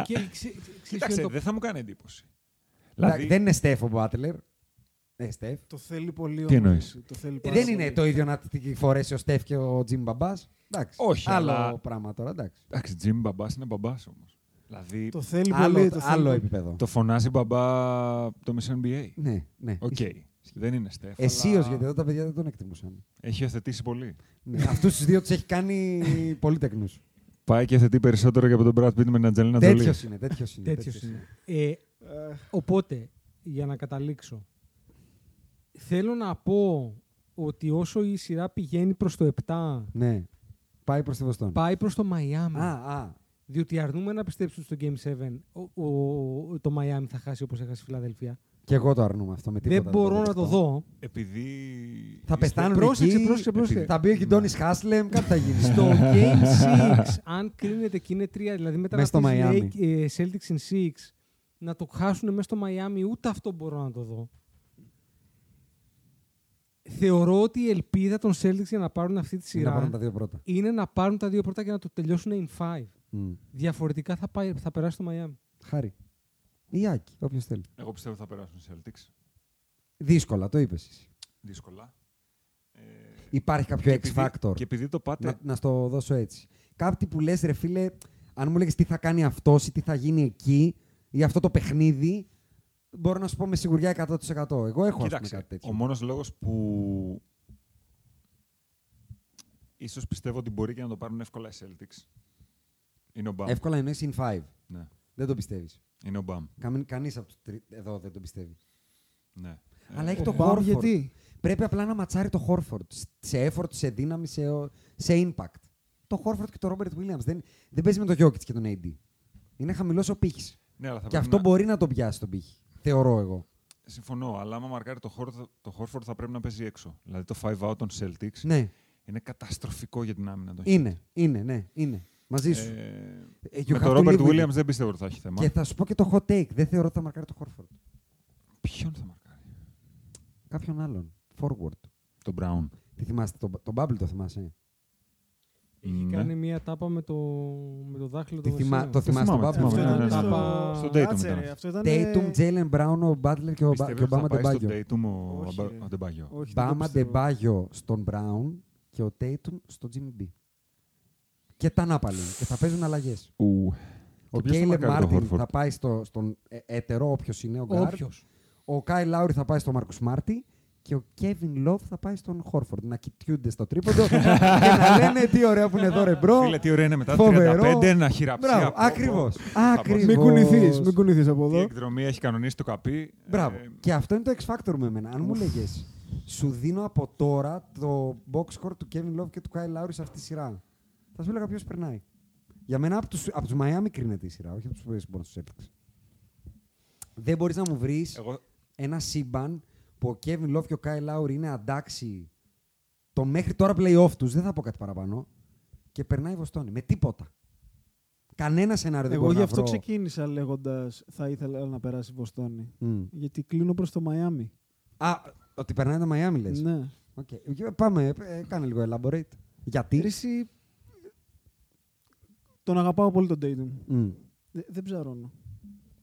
S4: Και ξε- ξε- ξέρεις ποιο είναι
S5: Κοίταξε,
S4: το
S5: δεν θα μου κάνει εντύπωση.
S4: Δηλαδή-
S3: Δηλαδή... Δεν είναι Στέφο Μπάτλερ. Ε, Στεφ.
S6: Το θέλει πολύ.
S5: Τι
S6: όμως,
S5: εννοείς?
S6: Το θέλει
S3: Ε,
S6: πάρα
S3: δεν
S6: πολύ.
S3: είναι το ίδιο να τη φορέσει ο Στεφ και ο Τζιμ Μπαμπάς. Εντάξει.
S5: Όχι,
S3: Άλλο
S5: αλλά-
S3: πράγμα τώρα, εντάξει.
S5: Εντάξει, Τζιμ μπαμπάς είναι μπαμπάς όμως. Δηλαδή.
S6: Το θέλει
S3: Άλλο-
S6: πολύ. το θέλει
S3: άλλο
S6: πολύ.
S3: επίπεδο.
S5: Το φωνάζει μπαμπά το Miss NBA.
S3: Ναι, ναι.
S5: Οκ. Δεν είναι Στεφ.
S3: Εσύ
S5: αλλά
S3: ως, γιατί εδώ τα παιδιά δεν τον εκτιμούσαν.
S5: Έχει αθετήσει πολύ.
S3: Ναι. Αυτούς τους δύο τους έχει κάνει πολύτεκνου.
S5: Πάει και αθετεί περισσότερο και από τον Brad Pitt με την Αντζελίνα Τζολί.
S3: Τέτοιος είναι, τέτοιος είναι.
S4: Τέτοιος
S3: τέτοιος
S4: είναι. Ε, οπότε, για να καταλήξω, θέλω να πω ότι όσο η σειρά πηγαίνει προς το 7,
S3: Ναι. Πάει προς τη Βοστόνη.
S4: πάει προς το Μαϊάμι.
S3: Α, α.
S4: Διότι αρνούμε να πιστέψουμε στο Game 7 ο, ο- το Μαϊάμι θα χάσει όπως έχασε η Φιλαδελφία.
S3: Και εγώ το αρνούμαι αυτό με τίποτα.
S4: Δεν μπορώ να το
S3: δεχτώ.
S4: δω.
S5: Επειδή.
S3: Θα πεθάνουν
S4: Πρόσεξε,
S3: εκεί,
S4: πρόσεξε, πρόσεξε.
S3: Θα μπει ο Κιντόνι Χάσλεμ, κάτι θα γίνει.
S4: στο Game 6, αν κρίνεται και είναι τρία, δηλαδή μετά
S3: Μες στο
S4: να πεις,
S3: Μαϊάμι.
S4: λέει, ε, Celtics in 6, να το χάσουν μέσα στο Μαϊάμι, ούτε αυτό μπορώ να το δω. Θεωρώ ότι η ελπίδα των Celtics για να πάρουν αυτή τη
S3: Είναι να
S4: σειρά
S3: πάρουν τα δύο πρώτα.
S4: είναι να πάρουν τα δύο πρώτα και να το τελειώσουν in 5.
S3: Μμ.
S4: Διαφορετικά θα, πάει, θα περάσει το Μαϊάμι.
S3: Χάρη. Ή Άκη, όποιος θέλει.
S5: Εγώ πιστεύω θα περάσουν οι Celtics.
S3: Δύσκολα, το είπες.
S5: Δύσκολα. Ε,
S3: Υπάρχει κάποιο
S5: και
S3: X factor.
S5: επειδή- Και επειδή το πάτε.
S3: Να, να στο δώσω έτσι. Κάτι που λες ρε φίλε, αν μου λέγες τι θα κάνει αυτός ή τι θα γίνει εκεί ή αυτό το παιχνίδι, μπορώ να σου πω με σιγουριά 100%. Εγώ έχω ας πούμε,
S5: Κοίταξε,
S3: κάτι τέτοιο.
S5: ο μόνος λόγος που ίσως πιστεύω ότι μπορεί και να το πάρουν εύκολα οι Celtics είναι ο Μπαμ.
S3: Εύκολα εννοείς in 5.
S5: Ναι,
S3: Δεν το πιστεύεις.
S5: είναι ο Μπαμ.
S3: Καμ- Κανείς από τους τρι... εδώ δεν το πιστεύει.
S5: Ναι.
S3: Αλλά έχει
S6: Ο
S3: το
S6: Μπαμ
S3: Χόρφορντ.
S6: γιατί?
S3: Πρέπει απλά να ματσάρει το Χόρφορντ. Σε effort, σε δύναμη, σε, σε impact. Το Χόρφορντ και το Ρόμπερτ Williams. Δεν, δεν παίζει με τον Γιώκητ και τον AD. Είναι χαμηλός ο πύχης.
S5: Ναι, αλλά θα
S3: Και
S5: πρέπει
S3: αυτό
S5: να...
S3: μπορεί να τον πιάσει τον πύχη. Θεωρώ εγώ.
S5: Συμφωνώ, αλλά άμα μαρκάρει το, Χόρ, το Χόρφορντ θα πρέπει να παίζει έξω. Δηλαδή το 5 out των Celtics
S3: Ναι.
S5: είναι καταστροφικό για την άμυνα των
S3: Είναι, είναι, ναι, είναι. Μαζί
S5: Celtics.
S3: σου.
S5: Ε,
S3: Ε, you
S5: με τον
S3: have to live
S5: Ρόμπερτ ναι,
S3: with
S5: Williams
S3: it.
S5: δεν πιστεύω ότι θα έχει θέμα.
S3: Και θα σου πω και το hot take. Δεν θεωρώ ότι θα μαρκάρει το Χόρφορντ.
S5: Ποιον θα μαρκάρει.
S3: Κάποιον άλλον. Forward.
S5: Τον Brown.
S3: Τι θυμάστε, τον, τον Bubble το θυμάσαι. ε?
S4: Έχει
S5: Ναι.
S4: κάνει μία τάπα με το, με το δάχτυλο
S3: Τι
S4: του
S3: θυμά-
S4: Βασιλιά.
S3: το θυμάστε τον
S5: θυμάμαι,
S3: Bubble.
S5: θυμάμαι,
S6: Αυτό
S5: ναι,
S6: ήταν
S5: ναι,
S6: στο-
S5: ναι.
S4: Τάπα-
S5: Στον Tatum
S6: Άτσε,
S5: ήταν.
S6: ρε, Αυτό ήταν.
S3: Tatum, Jalen Brown, ο Butler και ο, Μπα- και
S5: Πιστεύετε
S3: ο
S5: Ναι. ότι θα
S3: Μπάμα
S5: πάει στον
S3: Ντεμπάγιο.
S5: Tatum ο
S6: Όχι,
S5: Αμπα-
S6: ρε.
S5: ο Ντεμπάγιο.
S6: Όχι, δεν το
S3: Μπάμα
S6: πιστεύω.
S3: Ντεμπάγιο στον Brown και ο Tatum στο Jimmy B. Και τα Νάπαλιν. Και θα παίζουν αλλαγές.
S5: Ου.
S3: Ο
S5: Και ποιος θα
S3: Κέιλε
S5: μαρκάρει τον
S3: Μάρτιν
S5: Horford?
S3: θα πάει στο, στον ε- έτερο, όποιος είναι ο Γκάρτ.
S4: Όποιος.
S3: Ο Κάι Λάουρι θα πάει στον Μάρκο Μάρτι και ο Κέβιν Λόβ θα πάει στον Χόρφορντ. Να κοιτιούνται στο τρίποντο και να λένε τι ωραίο που είναι εδώ ρε μπρο.
S5: Φίλε, τι ωραία είναι μετά
S3: Φοβερό.
S5: 35 να χειραψεί.
S3: Μπράβο,
S5: από-
S3: ακριβώς.
S5: από-
S3: Ακριβώς.
S6: Μην κουνηθείς, μην κουνηθείς από
S5: Τι
S6: εδώ.
S5: εκδρομή έχει κανονίσει το καπί.
S3: Μπράβο.
S5: Ε,
S3: Και αυτό είναι το X Factor με εμένα. Αν μου λέγες, σου δίνω από τώρα το box score του Kevin Love και του Kyle Lowry σε αυτή τη σειρά. Θα σου έλεγα ποιος περνάει. Για μένα από τους από τους Miami κρίνεται η σειρά, όχι από τους Boston Celtics. Δεν μπορείς να μου βρεις
S6: Ε,
S5: εγώ,
S3: ένα σύμπαν που ο Kevin Love και ο Kyle Lowry είναι αντάξει το μέχρι τώρα playoff τους, δεν θα πω κάτι παραπάνω, και περνάει η Βοστόνη με τίποτα. Κανένα σενάριο δεν
S6: Εγώ
S3: μπορεί
S6: γι'
S3: να
S6: αυτό
S3: βρω.
S6: ξεκίνησα λέγοντας θα ήθελα να περάσει η Βοστόνη.
S3: Μμ.
S6: Γιατί κλείνω προς το Μαϊάμι.
S3: Mm. Α, ότι περνάει το Miami λες.
S6: Ναι.
S3: Οκ. Ε, Πάμε, ε, κάνε λίγο elaborate. Γιατί.
S6: Ρίση. Τον αγαπάω πολύ τον Tatum.
S3: Μμ.
S6: Δε- δεν ψαρώνω.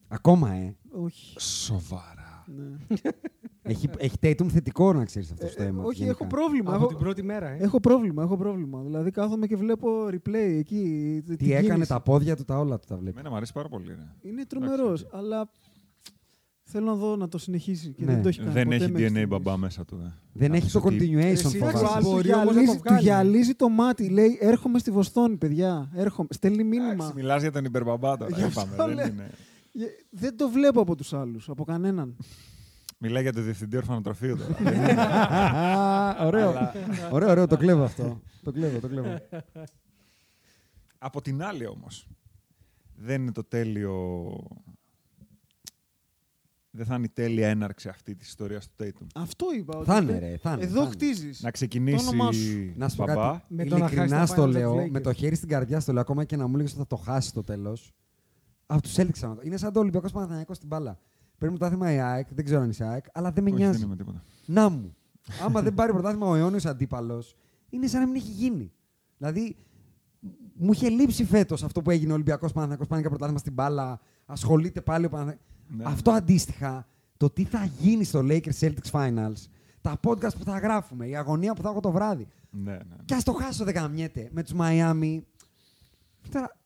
S3: Ακόμα, ε.
S6: Όχι.
S5: σοβαρά.
S6: Ναι.
S3: έχει, έχει Tatum θετικό να ξέρεις αυτό το
S6: Ε,
S3: θέμα.
S6: όχι, έχω πρόβλημα.
S4: Από
S6: Έχω,
S4: την πρώτη μέρα, ε.
S6: έχω πρόβλημα, έχω πρόβλημα. Δηλαδή κάθομαι και βλέπω replay εκεί. την
S3: Τι έκανε,
S6: κίνηση.
S3: τα πόδια του, τα όλα του τα βλέπεις.
S5: Εμένα μου αρέσει πάρα πολύ. ναι. ρε.
S6: Είναι τρομερό,
S5: Εντάξει.
S6: αλλά θέλω να δω να το συνεχίσει και
S3: Ναι.
S6: δεν το έχει κάνει.
S5: Δεν
S6: ποτέ
S5: έχει
S6: μέχρι
S5: DNA
S6: στιγμής.
S5: μπαμπά μέσα του. ε.
S3: Δεν
S5: Να
S3: έχει
S5: πεις
S3: το
S5: ότι-
S6: Ε,
S3: continuation Ναι.
S4: Εσύ,
S6: Εντάξει,
S4: Φοβάμαι.
S3: φοβάσαι.
S6: του
S4: Μπορεί όμως να
S6: γυαλίζει,
S4: το
S6: του
S4: βγάλει.
S6: γυαλίζει το μάτι. Λέει, έρχομαι στη Βοστόνη, παιδιά. Έρχομαι. Στέλνει
S5: Εντάξει,
S6: μήνυμα.
S5: μιλάς για τον υπερμπαμπά τώρα.
S6: Γι'
S5: Είπαμε,
S6: αυτό
S5: δεν
S6: λέω.
S5: είναι.
S6: Ε, Δεν το βλέπω από τους άλλους, από κανέναν.
S5: Μιλάει για το διευθυντή ορφανοτροφείου τώρα.
S3: ωραίο. ωραίο, ωραίο, το κλέβω αυτό. το κλέβω, το κλέβω.
S6: Ε,
S5: Από την άλλη όμως, δεν είναι το τέλειο... Δεν θα είναι η τέλεια έναρξη αυτή της ιστορίας του Tatum.
S6: Αυτό είπα. ότι
S3: Θα είναι,
S6: δεν-
S3: ρε, θα είναι,
S6: Εδώ
S3: θα είναι.
S6: χτίζεις.
S5: Να
S6: Το όνομά
S5: ξεκινήσει
S6: σου.
S3: Να σου πω
S5: μπαμπά.
S3: κάτι.
S4: Με το να
S3: Ειλικρινά
S4: χάσεις τα
S3: στο
S4: Final Four
S3: λέω,
S4: Lakers.
S3: με το χέρι στην καρδιά στο λέω, ακόμα και να μου λέγε ότι θα το χάσεις στο τέλος. Από τους έλειξα να το. Είναι σαν το Ολυμπιακός Παναθανιακό στην μπάλα. Παίρνει πρωτάθλημα η ΑΕΚ, δεν ξέρω αν είσαι ΑΕΚ, αλλά δεν με
S5: Όχι, δεν
S3: νοιάζει.
S5: είμαι τίποτα.
S3: Να μου. Άμα δεν πάρει πρωτάθλημα ο αιώνιο αντίπαλος, είναι σαν να μην έχει γίνει. Δηλαδή, μου είχε λείψει φέτος αυτό που έγινε ο Ολυμπιακός Παναθυνακό. Πάνε και πρωτάθλημα στην μπάλα, ασχολείται πάλι ο Παναθυνακό.
S5: Ναι,
S3: αυτό αντίστοιχα το τι θα γίνει στο Lakers Celtics Finals, τα podcast που θα γράφουμε, η αγωνία που θα έχω το βράδυ.
S5: Ναι, ναι.
S3: Και ας το χάσω, δεν γαμιέται. Με τους Miami. Τώρα,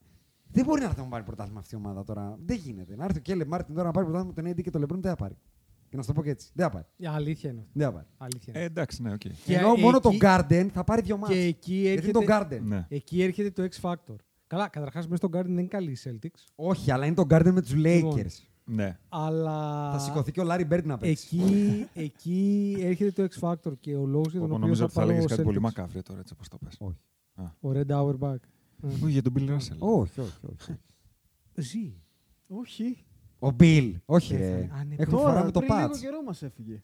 S3: δεν μπορεί να έρθει να μου πάρει πρωτάθλημα αυτή η ομάδα τώρα. Δεν γίνεται. Να έρθει ο Κέλε Μάρτιν τώρα να πάρει πρωτάθλημα τον AD και τον Λεμπρούν δεν θα πάρει. Και να σου το πω και έτσι. Δεν θα πάρει.
S4: Η αλήθεια είναι.
S3: Δεν θα πάρει.
S4: Αλήθεια
S5: Ε,
S4: είναι.
S5: εντάξει, ναι, οκ.
S4: Και
S3: Ενώ
S4: εκεί-
S3: μόνο το Garden θα πάρει δύο μάτς.
S4: Και εκεί
S3: Γιατί
S4: έρχεται,
S3: το Garden.
S5: Ναι.
S4: εκεί έρχεται το X Factor. Καλά, καταρχάς μέσα στο Garden δεν είναι καλή η Celtics.
S3: Όχι, αλλά είναι το Garden με τους
S4: Λοιπόν.
S3: Lakers.
S5: Ναι.
S4: Αλλά.
S3: Θα σηκωθεί και ο Larry Bird να παίξει.
S4: Εκεί, εκεί έρχεται το X Factor και ο λόγος για τον
S5: Όπου
S4: οποίο
S5: νομίζω
S4: θα
S5: ότι θα
S4: πάρω
S5: έλεγες
S4: ο
S5: κάτι πολύ
S4: Celtics,
S5: μακάβριο τώρα, έτσι όπως το πες.
S3: Όχι.
S4: ο Red Auerbach,
S5: Όχι, για τον Bill Russell.
S3: Όχι, όχι, όχι.
S4: ζει.
S6: Όχι.
S3: Ο Bill. Όχι,
S4: Δεν θα
S3: ρε.
S4: είναι. Α, ναι,
S3: Έχουμε
S6: Τώρα,
S3: φοράμε το
S6: πριν λίγο
S3: patch.
S6: καιρό μας έφυγε.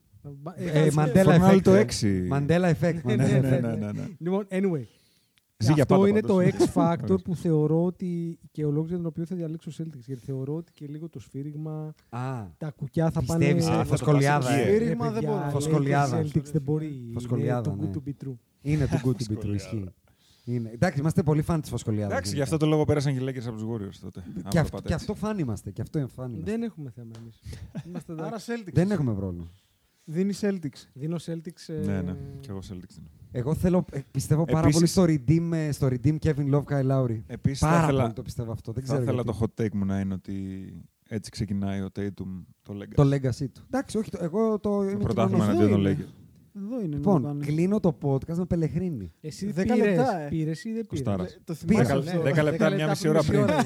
S4: Ε,
S3: Ε,
S5: Φοράμε
S3: Mandela
S5: άλλο
S3: Effect.
S5: το
S3: ρε.
S5: έξι.
S3: Mandela Effect.
S4: Ναι,
S3: Mandela
S5: ναι,
S3: Effect.
S5: ναι, ναι, ναι, ναι.
S4: Λοιπόν, anyway.
S5: Ζει για
S4: αυτό
S5: πάντα,
S4: είναι
S5: πάντως.
S4: το X Factor που θεωρώ ότι και ο λόγος για τον οποίο θα διαλέξω Celtics. Γιατί θεωρώ ότι και λίγο το σφύριγμα,
S3: Α,
S4: τα κουκιά θα πάνε.
S3: Πιστεύεις,
S5: ε,
S4: Ρε,
S3: φωσκολιάδα,
S5: ε.
S4: παιδιά,
S6: Σφύριγμα δεν μπορώ.
S4: λέει,
S3: Φωσκολιάδα.
S4: και Celtics δεν μπορεί.
S3: Φωσκολιάδα,
S4: Είναι
S3: ναι.
S4: το good to be true.
S3: είναι του good to be true. Ισχύει. Είναι. Εντάξει, είμαστε πολύ φαν της φωσκολιάδας.
S5: Εντάξει, γι' αυτό το λόγο πέρασαν και οι Lakers από τους Warriors τότε. άμα
S3: Και,
S5: το
S3: αυτό,
S5: πάτε
S3: και
S5: έτσι. Ναι,
S3: αυτό φαν είμαστε. Και αυτό είναι φαν είμαστε.
S4: Δεν έχουμε θέμα εμείς. Είμαστε εδώ.
S6: Άρα Celtics.
S3: Δεν έχουμε πρόβλημα.
S6: Δίνει Celtics.
S4: Δίνω Celtics. ε,
S5: Ναι, ναι. Κι εγώ Celtics. ναι.
S3: Εγώ θέλω, ε, πιστεύω πάρα
S5: Επίσης-
S3: πολύ στο redeem, ε, στο redeem Kevin Love Kyle Lowry.
S5: Επίσης, θα
S3: πάρα
S5: ήθελα-
S3: πολύ το πιστεύω αυτό. Δεν
S5: Θα
S3: ξέρω
S5: ήθελα
S3: γιατί.
S5: το hot take μου να είναι ότι έτσι ξεκινάει ο Tatum το Lakers.
S3: το legacy του. Εντάξει, όχι, το, εγώ το... είμαι
S5: πρωτάθλημα
S3: κοινωνός.
S5: εναντίον των
S6: είναι.
S5: Lakers.
S6: Εδώ είναι. να
S3: Λοιπόν,
S6: πάνε.
S3: κλείνω το podcast με πελεχρίνη.
S4: Εσύ
S6: Δέκα λεπτά,
S4: πήρε.
S6: ε.
S4: Πήρες ή δεν πήρες.
S5: Κοστάρας.
S6: Ε, Το
S3: Πήρα.
S6: θυμάσαι αυτό.
S5: Δέκα λεπτά, μια μισή ώρα πριν.
S6: Α,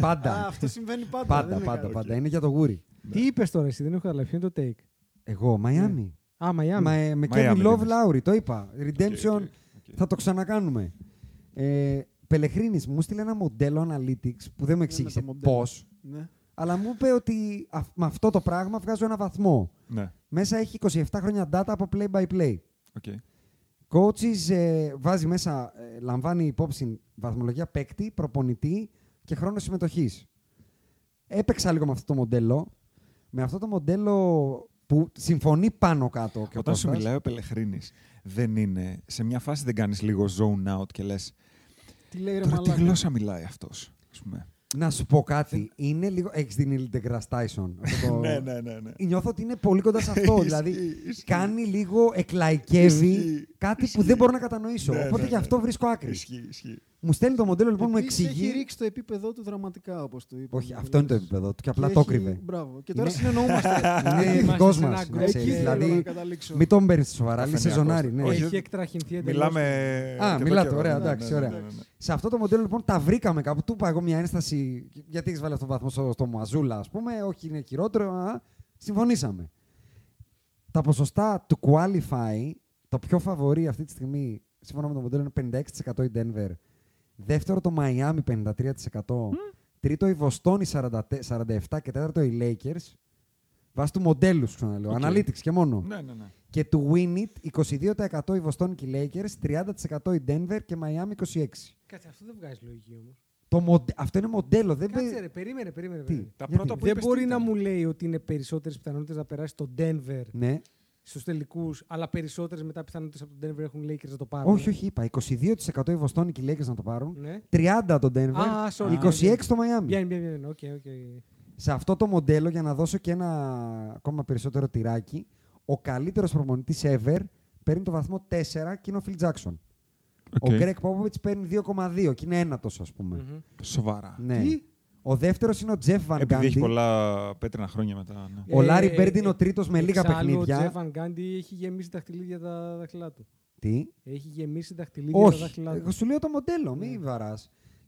S3: Πάντα.
S6: Αυτό συμβαίνει πάντα. δεν
S3: πάντα,
S6: είναι
S3: πάντα,
S6: κάτι.
S3: πάντα. Είναι για το γούρι.
S5: Ναι.
S4: Τι είπες τώρα, εσύ δεν έχω καταλάβει. Ποιο είναι το take.
S3: Εγώ, Miami.
S4: Α,
S3: Μα,
S4: Μαϊάμι.
S3: ε, με
S5: Miami,
S3: Kevin Love
S5: λες.
S3: Lowry, το είπα.
S5: Οκ,
S3: Redemption,
S5: οκ, οκ.
S3: θα το ξανακάνουμε. Ε, Πελεχρίνης μου στείλε ένα μοντέλο analytics που δεν μου εξήγησε
S6: με τα μοντέλα.
S3: πώς,
S6: Ναι.
S3: αλλά μου είπε ότι αυ- με αυτό το πράγμα βγάζω ένα βαθμό.
S5: Ναι,
S3: Μέσα έχει 27 χρόνια data από play-by-play.
S5: οκ.
S3: Coaches ε, βάζει μέσα, ε, λαμβάνει υπόψη βαθμολογία παίκτη, προπονητή και χρόνο συμμετοχής. Έπαιξα λίγο με αυτό το μοντέλο. Με αυτό το μοντέλο που συμφωνεί πάνω κάτω. Και ο
S5: Όταν σου
S3: Κώστας.
S5: μιλάει ο Πελεχρίνης, δεν είναι. Σε μια φάση δεν κάνεις λίγο zone out και λες.
S6: Τι λέει ρε
S5: Τώρα τι
S6: μαλάκα.
S5: γλώσσα μιλάει αυτός, ας πούμε.
S3: Να σου πω κάτι. Είναι λίγο. Έχεις την Neil deGrasse Tyson. Αυτό το-
S5: Ναι, ναι, ναι. ναι.
S3: Νιώθω ότι είναι πολύ κοντά σε αυτό. δηλαδή,
S5: Ισχύει, ισχύει.
S3: κάνει λίγο, εκλαϊκεύει
S5: Ισχύει,
S3: κάτι που
S5: ισχύει.
S3: δεν μπορώ να κατανοήσω.
S5: Ναι,
S3: Οπότε
S5: ναι,
S3: γι'
S5: ναι.
S3: αυτό βρίσκω άκρη.
S5: Ισχύει, ισχύει.
S3: Μου στέλνει το μοντέλο λοιπόν, μου
S6: Επίσης,
S3: εξηγεί.
S6: Έχει ρίξει το επίπεδό του δραματικά, όπως το είπε.
S3: Όχι, αυτό είναι το επίπεδο του και απλά
S6: Και
S3: το
S6: έχει-
S3: κρύβε.
S6: Μπράβο. Και τώρα
S3: Είναι-
S6: συνεννοούμαστε.
S3: Είναι
S4: Είμαστε
S3: δικό
S4: σε
S3: μα.
S4: ένα group.
S6: Εκεί θέλω να
S3: Δηλαδή,
S6: καταλήξω.
S3: μην τον παίρνεις σοβαρά, είναι
S5: Καφενιακός.
S3: σεζονάρι. ναι.
S5: Όχι,
S4: Έχει εκτραχυνθεί εντελώς.
S5: Μιλάμε.
S3: Α,
S5: και εδώ
S3: μιλάτε,
S5: και
S3: ωραία,
S5: εδώ. Ναι,
S3: εντάξει,
S5: ναι, ναι,
S3: ωραία.
S5: ναι, ναι.
S3: Σε αυτό το μοντέλο λοιπόν τα βρήκαμε κάπου. Του είπα εγώ μια ένσταση. Γιατί έχεις βάλει αυτόν τον βαθμό στο, στο Μαζούλα, ας πούμε. Όχι, είναι χειρότερο. Α, συμφωνήσαμε. Τα ποσοστά του qualify, το πιο φαβορή αυτή τη στιγμή, σύμφωνα με το μοντέλο, είναι 56% η Denver. Δεύτερο το Miami 53%. Τρίτο η Βοστόνη 44, 47% και τέταρτο οι Lakers. Βάσει του μοντέλου, σου ξαναλέω.
S5: Οκ.
S3: Analytics και μόνο.
S5: Ναι, ναι, ναι.
S3: Και του Win It 22% οι Βοστόνη και οι Lakers, 30% η Denver και Miami 26%.
S4: Κάτσε, αυτό δεν βγάζει λογική όμως.
S3: Το μοντε- Αυτό είναι μοντέλο. Δεν
S4: Κάτσε,
S3: παι-
S4: ρε, περίμενε, περίμενε.
S3: Τι?
S4: περίμενε.
S5: Τα
S3: Γιατί?
S5: πρώτα που
S4: Δεν
S5: είπες τι
S4: μπορεί να
S5: ήταν?
S4: μου λέει ότι είναι περισσότερες πιθανότητες να περάσει το Denver
S3: Ναι.
S4: στους τελικούς, αλλά περισσότερες μετά πιθανότητες από τον Denver έχουν οι Lakers να το πάρουν.
S3: Όχι, όχι, είπα. 22% οι Βοστόνη και οι Lakers να το πάρουν.
S4: Ναι.
S3: 30% το Denver.
S4: Α, sorry. ναι.
S3: 26% το Ναι. Miami.
S4: Βγαίνει, βγαίνει, βγαίνει. Οκ, οκ.
S3: Σε αυτό το μοντέλο, για να δώσω και ένα ακόμα περισσότερο τυράκι, ο καλύτερος προπονητής ever παίρνει το βαθμό 4 και είναι ο Phil Jackson. Ο
S5: Οκ.
S3: Greg Popovich παίρνει 2,2 και είναι ένατος, ας πούμε.
S4: Μμμ.
S5: Σοβαρά.
S3: Ναι. Ο δεύτερος είναι ο Jeff Van
S5: Επειδή έχει
S3: Gundy.
S5: πολλά πέτρινα χρόνια μετά. ναι.
S3: Ο
S4: Ε,
S3: Λάρι
S4: ε,
S3: Μπέρντ είναι
S4: ε,
S3: ο τρίτος με λίγα
S4: εξάλλου Ο
S3: παιχνίδια.
S4: Τζέφαν Γκάντι έχει γεμίσει δαχτυλίδια τα δάχτυλά του.
S3: Τι.
S4: Έχει γεμίσει δαχτυλίδια τα
S3: Όχι.
S4: δάχτυλά
S3: Εγώ
S4: του.
S3: σου λέω το μοντέλο, μη
S4: Ναι.
S3: βαράς.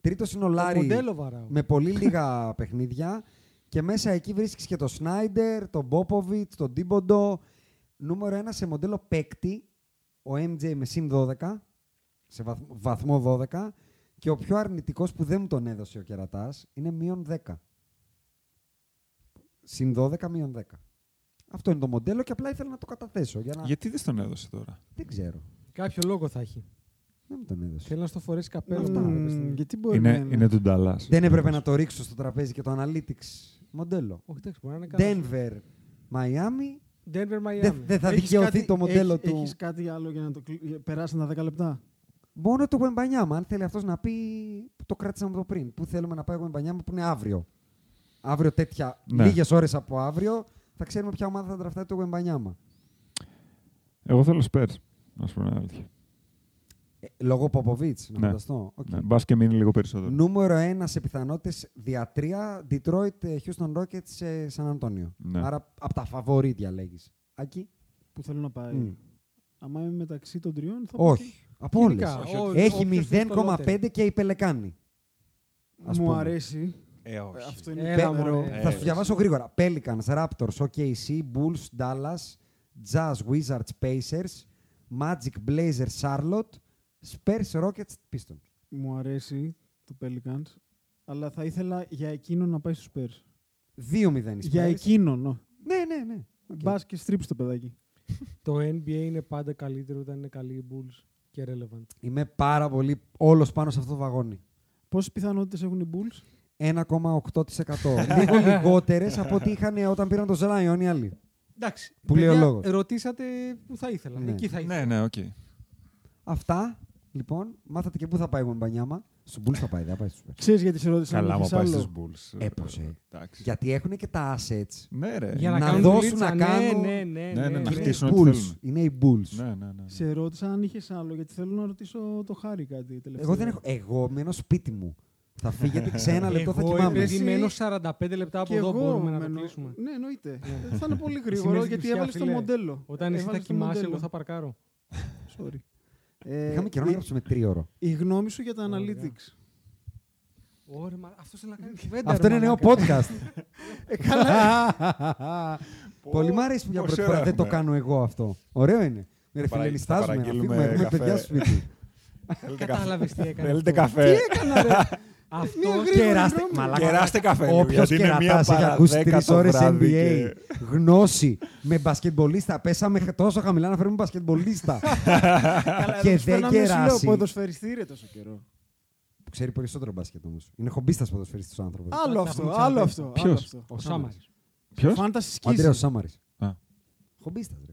S3: Τρίτο είναι ο
S4: Το
S3: Λάρι
S4: Μοντέλο βαράω.
S3: με πολύ λίγα παιχνίδια. Και μέσα εκεί βρίσκεις και τον Σνάιντερ, τον Μπόποβιτ, τον Τίμποντο. Νούμερο ένα σε μοντέλο παίκτη, ο MJ με συν 12, σε βαθ- βαθμό 12. Και ο πιο αρνητικός που δεν μου τον έδωσε ο κερατάς είναι μείον 10. Συν 12, μείον 10. Αυτό είναι το μοντέλο και απλά ήθελα να το καταθέσω. Για να...
S5: Γιατί δεν στον έδωσε τώρα.
S3: Δεν ξέρω.
S4: Κάποιο λόγο θα έχει.
S3: Δεν μου τον έδωσε.
S4: Θέλει να στο φορέσει καπέλο.
S3: Αυτά,
S4: τώρα,
S3: ρε,
S4: πες
S6: Μμμ,
S4: την.
S6: Γιατί μπορεί να
S5: Είναι, είναι του Ντάλλα.
S3: Δεν έπρεπε να το ρίξω στο τραπέζι και το analytics μοντέλο.
S4: Όχι, εντάξει, μπορεί να είναι καλά.
S3: Denver, Miami.
S4: Denver, Miami.
S3: Δεν δεν θα
S6: Έχεις
S3: δικαιωθεί
S6: κάτι-
S3: το μοντέλο
S6: έχ-
S3: του.
S6: Έχεις κάτι άλλο για να το κλει- περάσουν τα 10 λεπτά.
S3: Μόνο του Γουεμπανιάμα. Αν θέλει αυτός να πει. Το κράτησαμε από πριν. Πού θέλουμε να πάει ο Γουεμπανιάμα που είναι αύριο. Αύριο τέτοια.
S5: Ναι.
S3: Λίγες ώρες από αύριο θα ξέρουμε ποια ομάδα θα τραφτάει το Γουεμπανιάμα.
S5: Εγώ θέλω Spurs, να σου πω την αλήθεια.
S3: Λόγω Ποποβίτ, να
S5: Ναι.
S3: φανταστώ. Οκ.
S5: Ναι, μπας και μείνει λίγο περισσότερο.
S3: Νούμερο 1 σε πιθανότητες διατρία Detroit, ε, Houston Rockets, ε, San Antonio.
S5: Ναι.
S3: Άρα από τα φαβορή διαλέγεις. Ακεί.
S6: Που θέλω να πάει.
S3: Μμ.
S6: Άμα είμαι μεταξύ των τριών, θα πω
S3: Όχι.
S6: και-
S3: Από όλες.
S6: Γενικά, όχι, όχι.
S3: Έχει
S6: Όποιος είναι στο
S3: 0,5
S6: λότερο.
S3: και η Πελεκάνη. Ας
S6: Μου
S3: πούμε.
S6: αρέσει.
S5: Ε, όχι.
S6: Αυτό είναι
S3: Πε-
S6: Έλα, μωρέ.
S4: Ε,
S3: θα
S5: Ε,
S3: σου διαβάσω γρήγορα. Pelicans, Raptors, OKC, Bulls, Dallas, Jazz, Wizards, Pacers, Magic, Blazers, Charlotte, Spurs, Rockets, Pistons.
S6: Μου αρέσει το Pelicans, αλλά θα ήθελα για εκείνον να πάει στους Spurs.
S3: 2-0 οι
S6: Για
S3: Spurs.
S6: εκείνον, ναι.
S3: Ναι, ναι, ναι. Οκ.
S6: Μπας και στρίψει το παιδάκι.
S4: Το NBA είναι πάντα καλύτερο όταν είναι καλοί οι Bulls και relevant.
S3: Είμαι πάρα πολύ όλος πάνω σε αυτό το βαγόνι.
S6: Πόσες πιθανότητες έχουν οι Bulls?
S3: 1,8%. Λίγο λιγότερες από ό,τι είχαν ε, όταν πήραν το Zion οι άλλοι.
S4: Εντάξει.
S3: Που λέει ο
S4: παιδιά,
S3: λόγος.
S4: Ρωτήσατε που θα ήθελα.
S3: Ναι.
S4: Εκεί θα ήθελα.
S5: Ναι, ναι, οκ.
S3: Αυτά, λοιπόν, μάθατε και πού θα πάει ο Μπανιάμα. Στους Bulls θα πάει, δεν θα πάει στους Spurs.
S6: Ξέρεις γιατί σε ρώτησα
S5: Καλά,
S6: αν
S5: μου
S6: έχεις
S5: πάει
S6: άλλο.
S5: στους Bulls.
S3: Έπωσε.
S5: εντάξει.
S3: Γιατί έχουν και τα assets.
S5: Ναι, ρε.
S4: Για να,
S3: Να
S4: κάνουν
S3: δώσουν, να
S4: δουλίτσα. Ναι,
S3: κάνουν.
S4: Ναι, ναι,
S5: Ναι, ναι, να
S3: Και είναι
S5: χτίσουν.
S3: οι
S5: ό,τι
S3: Bulls.
S5: θέλουν.
S3: Είναι οι Bulls.
S5: Ναι, ναι, ναι.
S6: Σε ρώτησα αν είχες άλλο, γιατί θέλω να ρωτήσω το Χάρη κάτι τελευταίο.
S3: Εγώ δεν έχω. Εγώ μένω σπίτι μου. Θα φύγετε σε ένα λεπτό, θα
S4: Εγώ,
S3: κοιμάμαι.
S4: επειδή
S6: Εσύ-
S4: μένω 45 λεπτά από
S6: Και
S4: εδώ,
S6: εγώ
S4: μπορούμε να το
S6: μένω-
S4: κλείσουμε.
S6: Ναι, εννοείται.
S4: Ναι.
S6: θα είναι πολύ
S4: με
S6: γρήγορο
S4: έχεις
S6: γιατί
S4: δυσιά,
S6: έβαλες το
S4: φίλε.
S6: μοντέλο.
S4: Όταν εσύ θα
S6: Έβαλες το
S4: κοιμάσαι,
S6: μοντέλο.
S4: εγώ θα παρκάρω.
S6: Sorry. Ε,
S3: Είχαμε καιρό να
S6: η-
S3: γράψουμε τρίωρο.
S6: Η γνώμη σου για τα
S4: Ωραία.
S6: analytics.
S4: Ωραία, μα αυτό θέλει να κάνει κουβέντα.
S3: Αυτό είναι νέο podcast. Πολύ
S5: Πω,
S3: μου αρέσει που για
S5: πόση
S3: πρώτη
S5: ώρα
S3: φορά δεν το
S5: έχουμε.
S3: κάνω εγώ αυτό. Ωραίο είναι. Με ρε
S5: Θα παρα-
S3: φίλε, λιστάζουμε.
S5: θα
S3: να
S5: παραγγείλουμε
S3: φύγουμε, έχουμε
S5: καφέ.
S3: παιδιά στο σπίτι.
S5: Θέλετε καφέ.
S4: Κατάλαβες τι έκανες.
S5: Θέλετε
S4: αυτό.
S5: καφέ.
S4: Αυτό
S6: γρήγορη
S3: Κεράστε.
S6: γνώμη.
S3: Μαλάκα.
S5: Κεράστε καφέ. λίγο,
S3: Όποιος
S5: γιατί είναι μία
S3: κερατάς έχει
S5: παρά
S3: ακούσει
S5: δέκα
S3: τρει
S5: το
S3: ώρες
S5: βράδυ
S3: NBA.
S5: και-
S3: Γνώση με μπασκετμπολίστα. Πέσαμε τόσο χαμηλά να φέρουμε μπασκετμπολίστα. και δεν
S6: Λέω
S3: κεράσεις.
S6: ποδοσφαιριστή ρε τόσο καιρό.
S3: Που ξέρει περισσότερο μπάσκετ όμως. Είναι χομπίστας ποδοσφαιριστής ο άνθρωπος.
S6: Άλλο
S4: τα
S6: αυτό,
S4: έχουμε
S6: άλλο
S4: ξαναπεί.
S6: αυτό.
S5: Ποιος?
S6: άλλο αυτό.
S4: Ο Σάμα.
S5: Ποιος?
S6: Φάντασης
S3: Ο Αντρέο
S6: σκίζει.
S3: Σάμαρης.
S5: Α.
S3: Χομπίστας. ρε.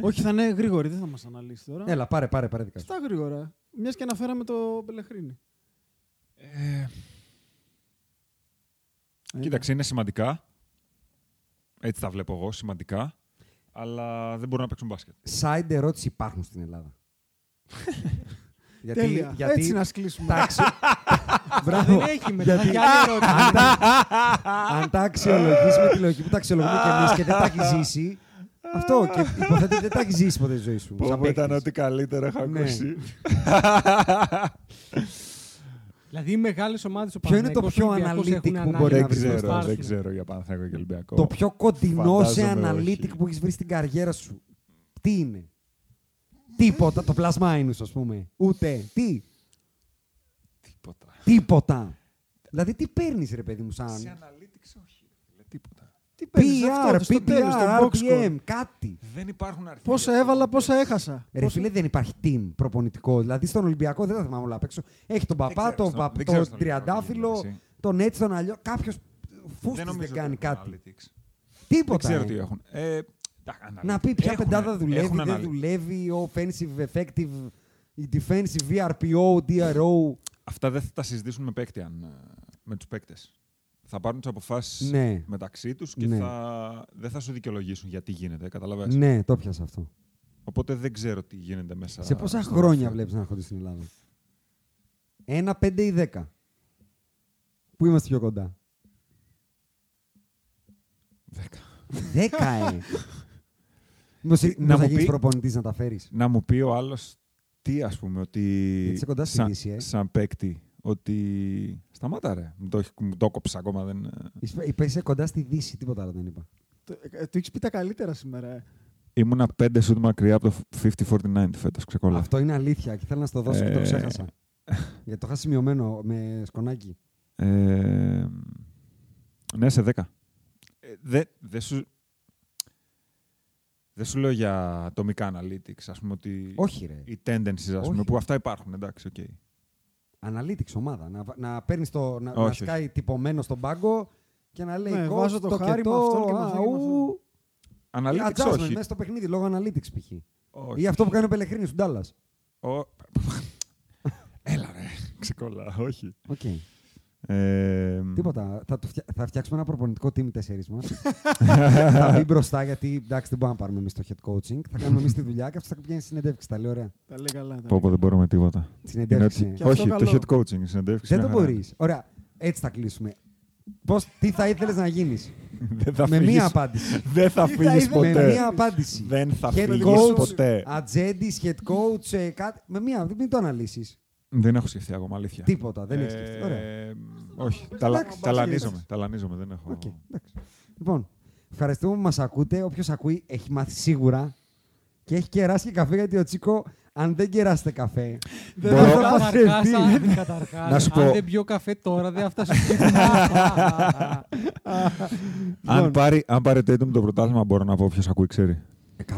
S6: Όχι, θα είναι γρήγορη, δεν θα μας αναλύσει τώρα.
S3: Έλα, πάρε, πάρε, πάρε δικά σου.
S6: Στα γρήγορα. Μιας και αναφέραμε το Πελεχρίνη.
S5: Κοίταξε, είναι σημαντικά. Έτσι τα βλέπω εγώ, σημαντικά. Αλλά δεν μπορούν να παίξουν μπάσκετ.
S3: Side ερώτηση υπάρχουν στην Ελλάδα. γιατί,
S6: Τέλεια.
S3: γιατί
S6: Έτσι να σκλείσουμε.
S3: τάξη...
S4: Δεν
S3: Μπράβο.
S4: έχει μετά. Για άλλη ερώτηση.
S3: αν, τα... αν τα αξιολογείς με τη λογική που τα αξιολογούμε και εμείς και δεν τα έχεις ζήσει, αυτό και υποθέτω ότι δεν τα έχεις ζήσει ποτέ στη ζωή σου. σαν παίκτης.
S5: καλύτερο είχα
S3: Ναι. ακούσει.
S4: Δηλαδή οι μεγάλες ομάδες ο
S3: Ποιο είναι το πιο analytic που μπορεί
S5: Δεν
S3: να βρεις στο
S5: ξέρω, δεν
S3: Στάρφιλ.
S5: ξέρω για Παναθηναϊκό και Ολυμπιακό.
S3: Το πιο κοντινό σε
S5: Φαντάζομαι
S3: analytic
S5: όχι.
S3: που έχεις βρει στην καριέρα σου. Τι είναι. Τίποτα. Το plus minus, ας πούμε. Ούτε. Τι.
S5: Τίποτα.
S3: Τίποτα. Δηλαδή, τι παίρνεις, ρε παιδί μου,
S5: Σε
S3: σαν.
S5: analytics όχι. ρε, Τίποτα.
S6: Τι παίρνεις
S3: PR,
S6: αυτό, στο τέλος,
S3: PPR,
S6: το box score.
S3: RPM, κάτι.
S5: Δεν υπάρχουν αριθμοί.
S6: Πόσα έβαλα, πόσα έχασα.
S3: Ρε φίλε, δεν υπάρχει team προπονητικό. Δηλαδή, στον Ολυμπιακό δεν τα θυμάμαι όλα απ' έξω. Έχει τον Παπά,
S5: ξέρω
S3: τον
S5: στον-
S3: Παπ-
S5: δεν ξέρω
S3: τον
S5: στον Ολυμπιακό τι
S3: Τριαντάφυλλο,
S5: γίνεται,
S3: τον έτσι, τον αλλιώ. Κάποιος φούστης δεν
S5: νομίζω
S3: κάνει
S5: ότι έχουν
S3: κάτι.
S5: analytics. Δεν
S3: Τίποτα.
S5: ξέρω
S3: ρε.
S5: τι έχουν. Ε, τα analytics.
S3: Να πει ποια
S5: Έχουν-
S3: πεντάδα δουλεύει,
S5: έχουν
S3: δεν
S5: analytics.
S3: δουλεύει, ο offensive, effective, η defensive, VRPO, DRO.
S5: Αυτά δεν θα τα συζητήσουν με παίκτη, αν, ε, με τους παίκτες. Θα πάρουν τις αποφάσεις
S3: Ναι.
S5: μεταξύ τους και
S3: Ναι.
S5: θα, δεν θα σου δικαιολογήσουν γιατί γίνεται, καταλαβαίνεις.
S3: Ναι, το πιάσα αυτό.
S5: Οπότε δεν ξέρω τι γίνεται μέσα.
S3: Σε πόσα
S5: στο
S3: χρόνια
S5: γραφείο.
S3: βλέπεις να έρχονται στην Ελλάδα. Ένα, πέντε ή δέκα. Πού είμαστε πιο κοντά.
S5: Δέκα.
S3: Δέκα, ε. Μήπως
S5: Να
S3: μήπως θα
S5: μου
S3: γίνεις
S5: πει-
S3: προπονητής να τα φέρεις.
S5: Να μου πει ο άλλος τι, ας πούμε, ότι.
S3: Γιατί είσαι κοντά στη
S5: σαν,
S3: λύση, ε.
S5: σαν παίκτη, ότι. Σταμάτα, ρε. Μου το, έχει- μου το κόψες ακόμα. Δεν... ε.
S3: Είσαι- Είπα είσαι κοντά στη Δύση, τίποτα άλλο δεν είπα.
S6: Το, ε, το έχεις πει τα καλύτερα σήμερα. ε.
S5: Ήμουνα πέντε σουτ μακριά από το 50-49 φέτο. Ξεκολλά.
S3: Αυτό είναι αλήθεια και θέλω να στο δώσω και το
S5: Ε.
S3: ξέχασα. Γιατί το είχα σημειωμένο με σκονάκι.
S5: Ε, ναι, σε 10. Ε, δεν δεν σου. Δεν σου λέω για ατομικά analytics, ας πούμε, ότι
S3: Όχι ρε.
S5: οι tendencies, ας πούμε,
S3: Όχι.
S5: που αυτά υπάρχουν, εντάξει, οκ.
S3: Analytics ομάδα. Να, βα- να παίρνεις το. Να, να
S5: Όχι,
S3: σκάει τυπωμένο στον πάγκο και να λέει.
S6: Ναι,
S3: «Coach,
S6: βάζω το
S3: και
S6: χάρι με αυτόν και με αυτόν και με
S3: αου».
S5: Analytics,
S3: Adjustment
S5: όχι.
S3: μέσα στο παιχνίδι λόγω analytics π.χ.
S5: όχι.
S3: Ή αυτό που κάνει ο Πελεχρίνης του Ντάλλας.
S5: Ο- Έλα ρε, ξεκολλά, όχι.
S3: Οκ.
S5: Ε,
S3: Τίποτα. Θα, το φτια- θα φτιάξουμε ένα προπονητικό team οι τέσσερις μας. θα μπει μπροστά γιατί εντάξει, δεν μπορούμε να πάρουμε εμείς το head coaching. Θα κάνουμε εμείς τη δουλειά και αυτό θα πηγαίνει συνεντεύξει. Τα λέει ωραία.
S6: Τα λέει καλά. τα
S5: Πω, πω,
S6: λέει.
S5: δεν μπορούμε τίποτα.
S3: Συνεντεύξη.
S5: Είναι ότι-
S6: Και αυτό
S5: Όχι, το
S6: καλό.
S5: head coaching, η συνεντεύξη.
S3: Δεν
S5: είναι
S3: το
S5: χαρά.
S3: μπορείς. Ωραία. Έτσι θα κλείσουμε. Πώς, τι θα ήθελες να γίνεις.
S5: Δεν θα
S3: με
S5: φύγεις.
S3: μία απάντηση.
S5: Δεν θα
S6: Τι θα
S5: φύγει
S6: ήθελες.
S5: ποτέ.
S3: Με μία απάντηση.
S5: Δεν θα
S3: Head
S5: φύγει
S3: coach,
S5: ποτέ.
S3: Ατζέντη, head coach, ε, κάτι. Με μία, μην το αναλύσεις.
S5: Δεν έχω σκεφτεί ακόμα, αλήθεια.
S3: Τίποτα, δεν έχεις
S5: Ε,
S3: σκεφτεί. Ωραία.
S5: Όχι, ταλα-
S3: Εντάξει,
S5: ταλανίζομαι.
S3: εντάξει.
S5: Ταλανίζομαι, δεν έχω.
S3: Οκ, εντάξει. Λοιπόν, ευχαριστούμε που μας ακούτε. Όποιος ακούει έχει μάθει σίγουρα και έχει κεράσει και καφέ γιατί ο Τσίκο, αν δεν κεράσετε καφέ,
S5: Μπορώ-
S3: δεν θα μα
S4: Καταρχάς,
S3: έρθει.
S4: αν- καταρχάς,
S5: Να σου πω.
S4: αν δεν πιω καφέ τώρα, δεν αυτά σου
S3: Λοιπόν.
S5: Αν πάρει, αν πάρει Tatum το πρωτάθλημα, μπορώ να πω ποιο ακούει, ξέρει.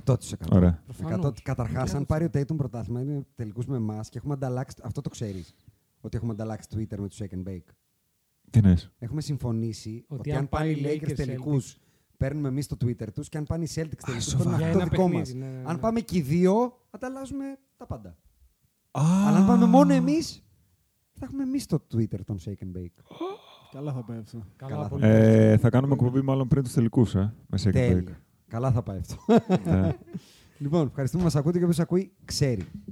S3: 100%.
S5: Ωραία.
S4: Προφανώς.
S3: Καταρχά, αν πάρει ο Tatum πρωτάθλημα, είναι τελικούς με εμάς και έχουμε ανταλλάξει. Αυτό το ξέρεις. Ότι έχουμε ανταλλάξει Twitter με τους Second Bake.
S5: Τι ναι.
S3: Έχουμε συμφωνήσει
S4: Ότι
S3: ότι,
S4: αν
S3: αν πάνε οι
S4: πάνε οι
S3: Lakers
S4: Lakers
S3: τελικούς, παίρνουμε εμείς το Twitter τους και αν πάνε οι Celtics τελικούς,
S5: σοβαρά.
S3: παίρνουμε
S4: Για
S3: αυτό το
S4: ένα
S3: δικό μα.
S4: παιχνίδι, ναι, ναι, ναι.
S3: Αν πάμε και οι δύο, ανταλλάζουμε τα πάντα. Αλλά αν πάμε μόνο εμείς, θα έχουμε εμείς το Twitter των Shake and Bake.
S6: Καλά θα πάει αυτό.
S3: Καλά.
S4: Καλά, πολύ.
S5: Ε, θα κάνουμε εκπομπή μάλλον πριν τους τελικούς, ε, με second break.
S3: Τέλεια. Καλά θα πάει αυτό.
S5: Ναι.
S3: λοιπόν, ευχαριστούμε που μας ακούτε και όποιος ακούει, ξέρει.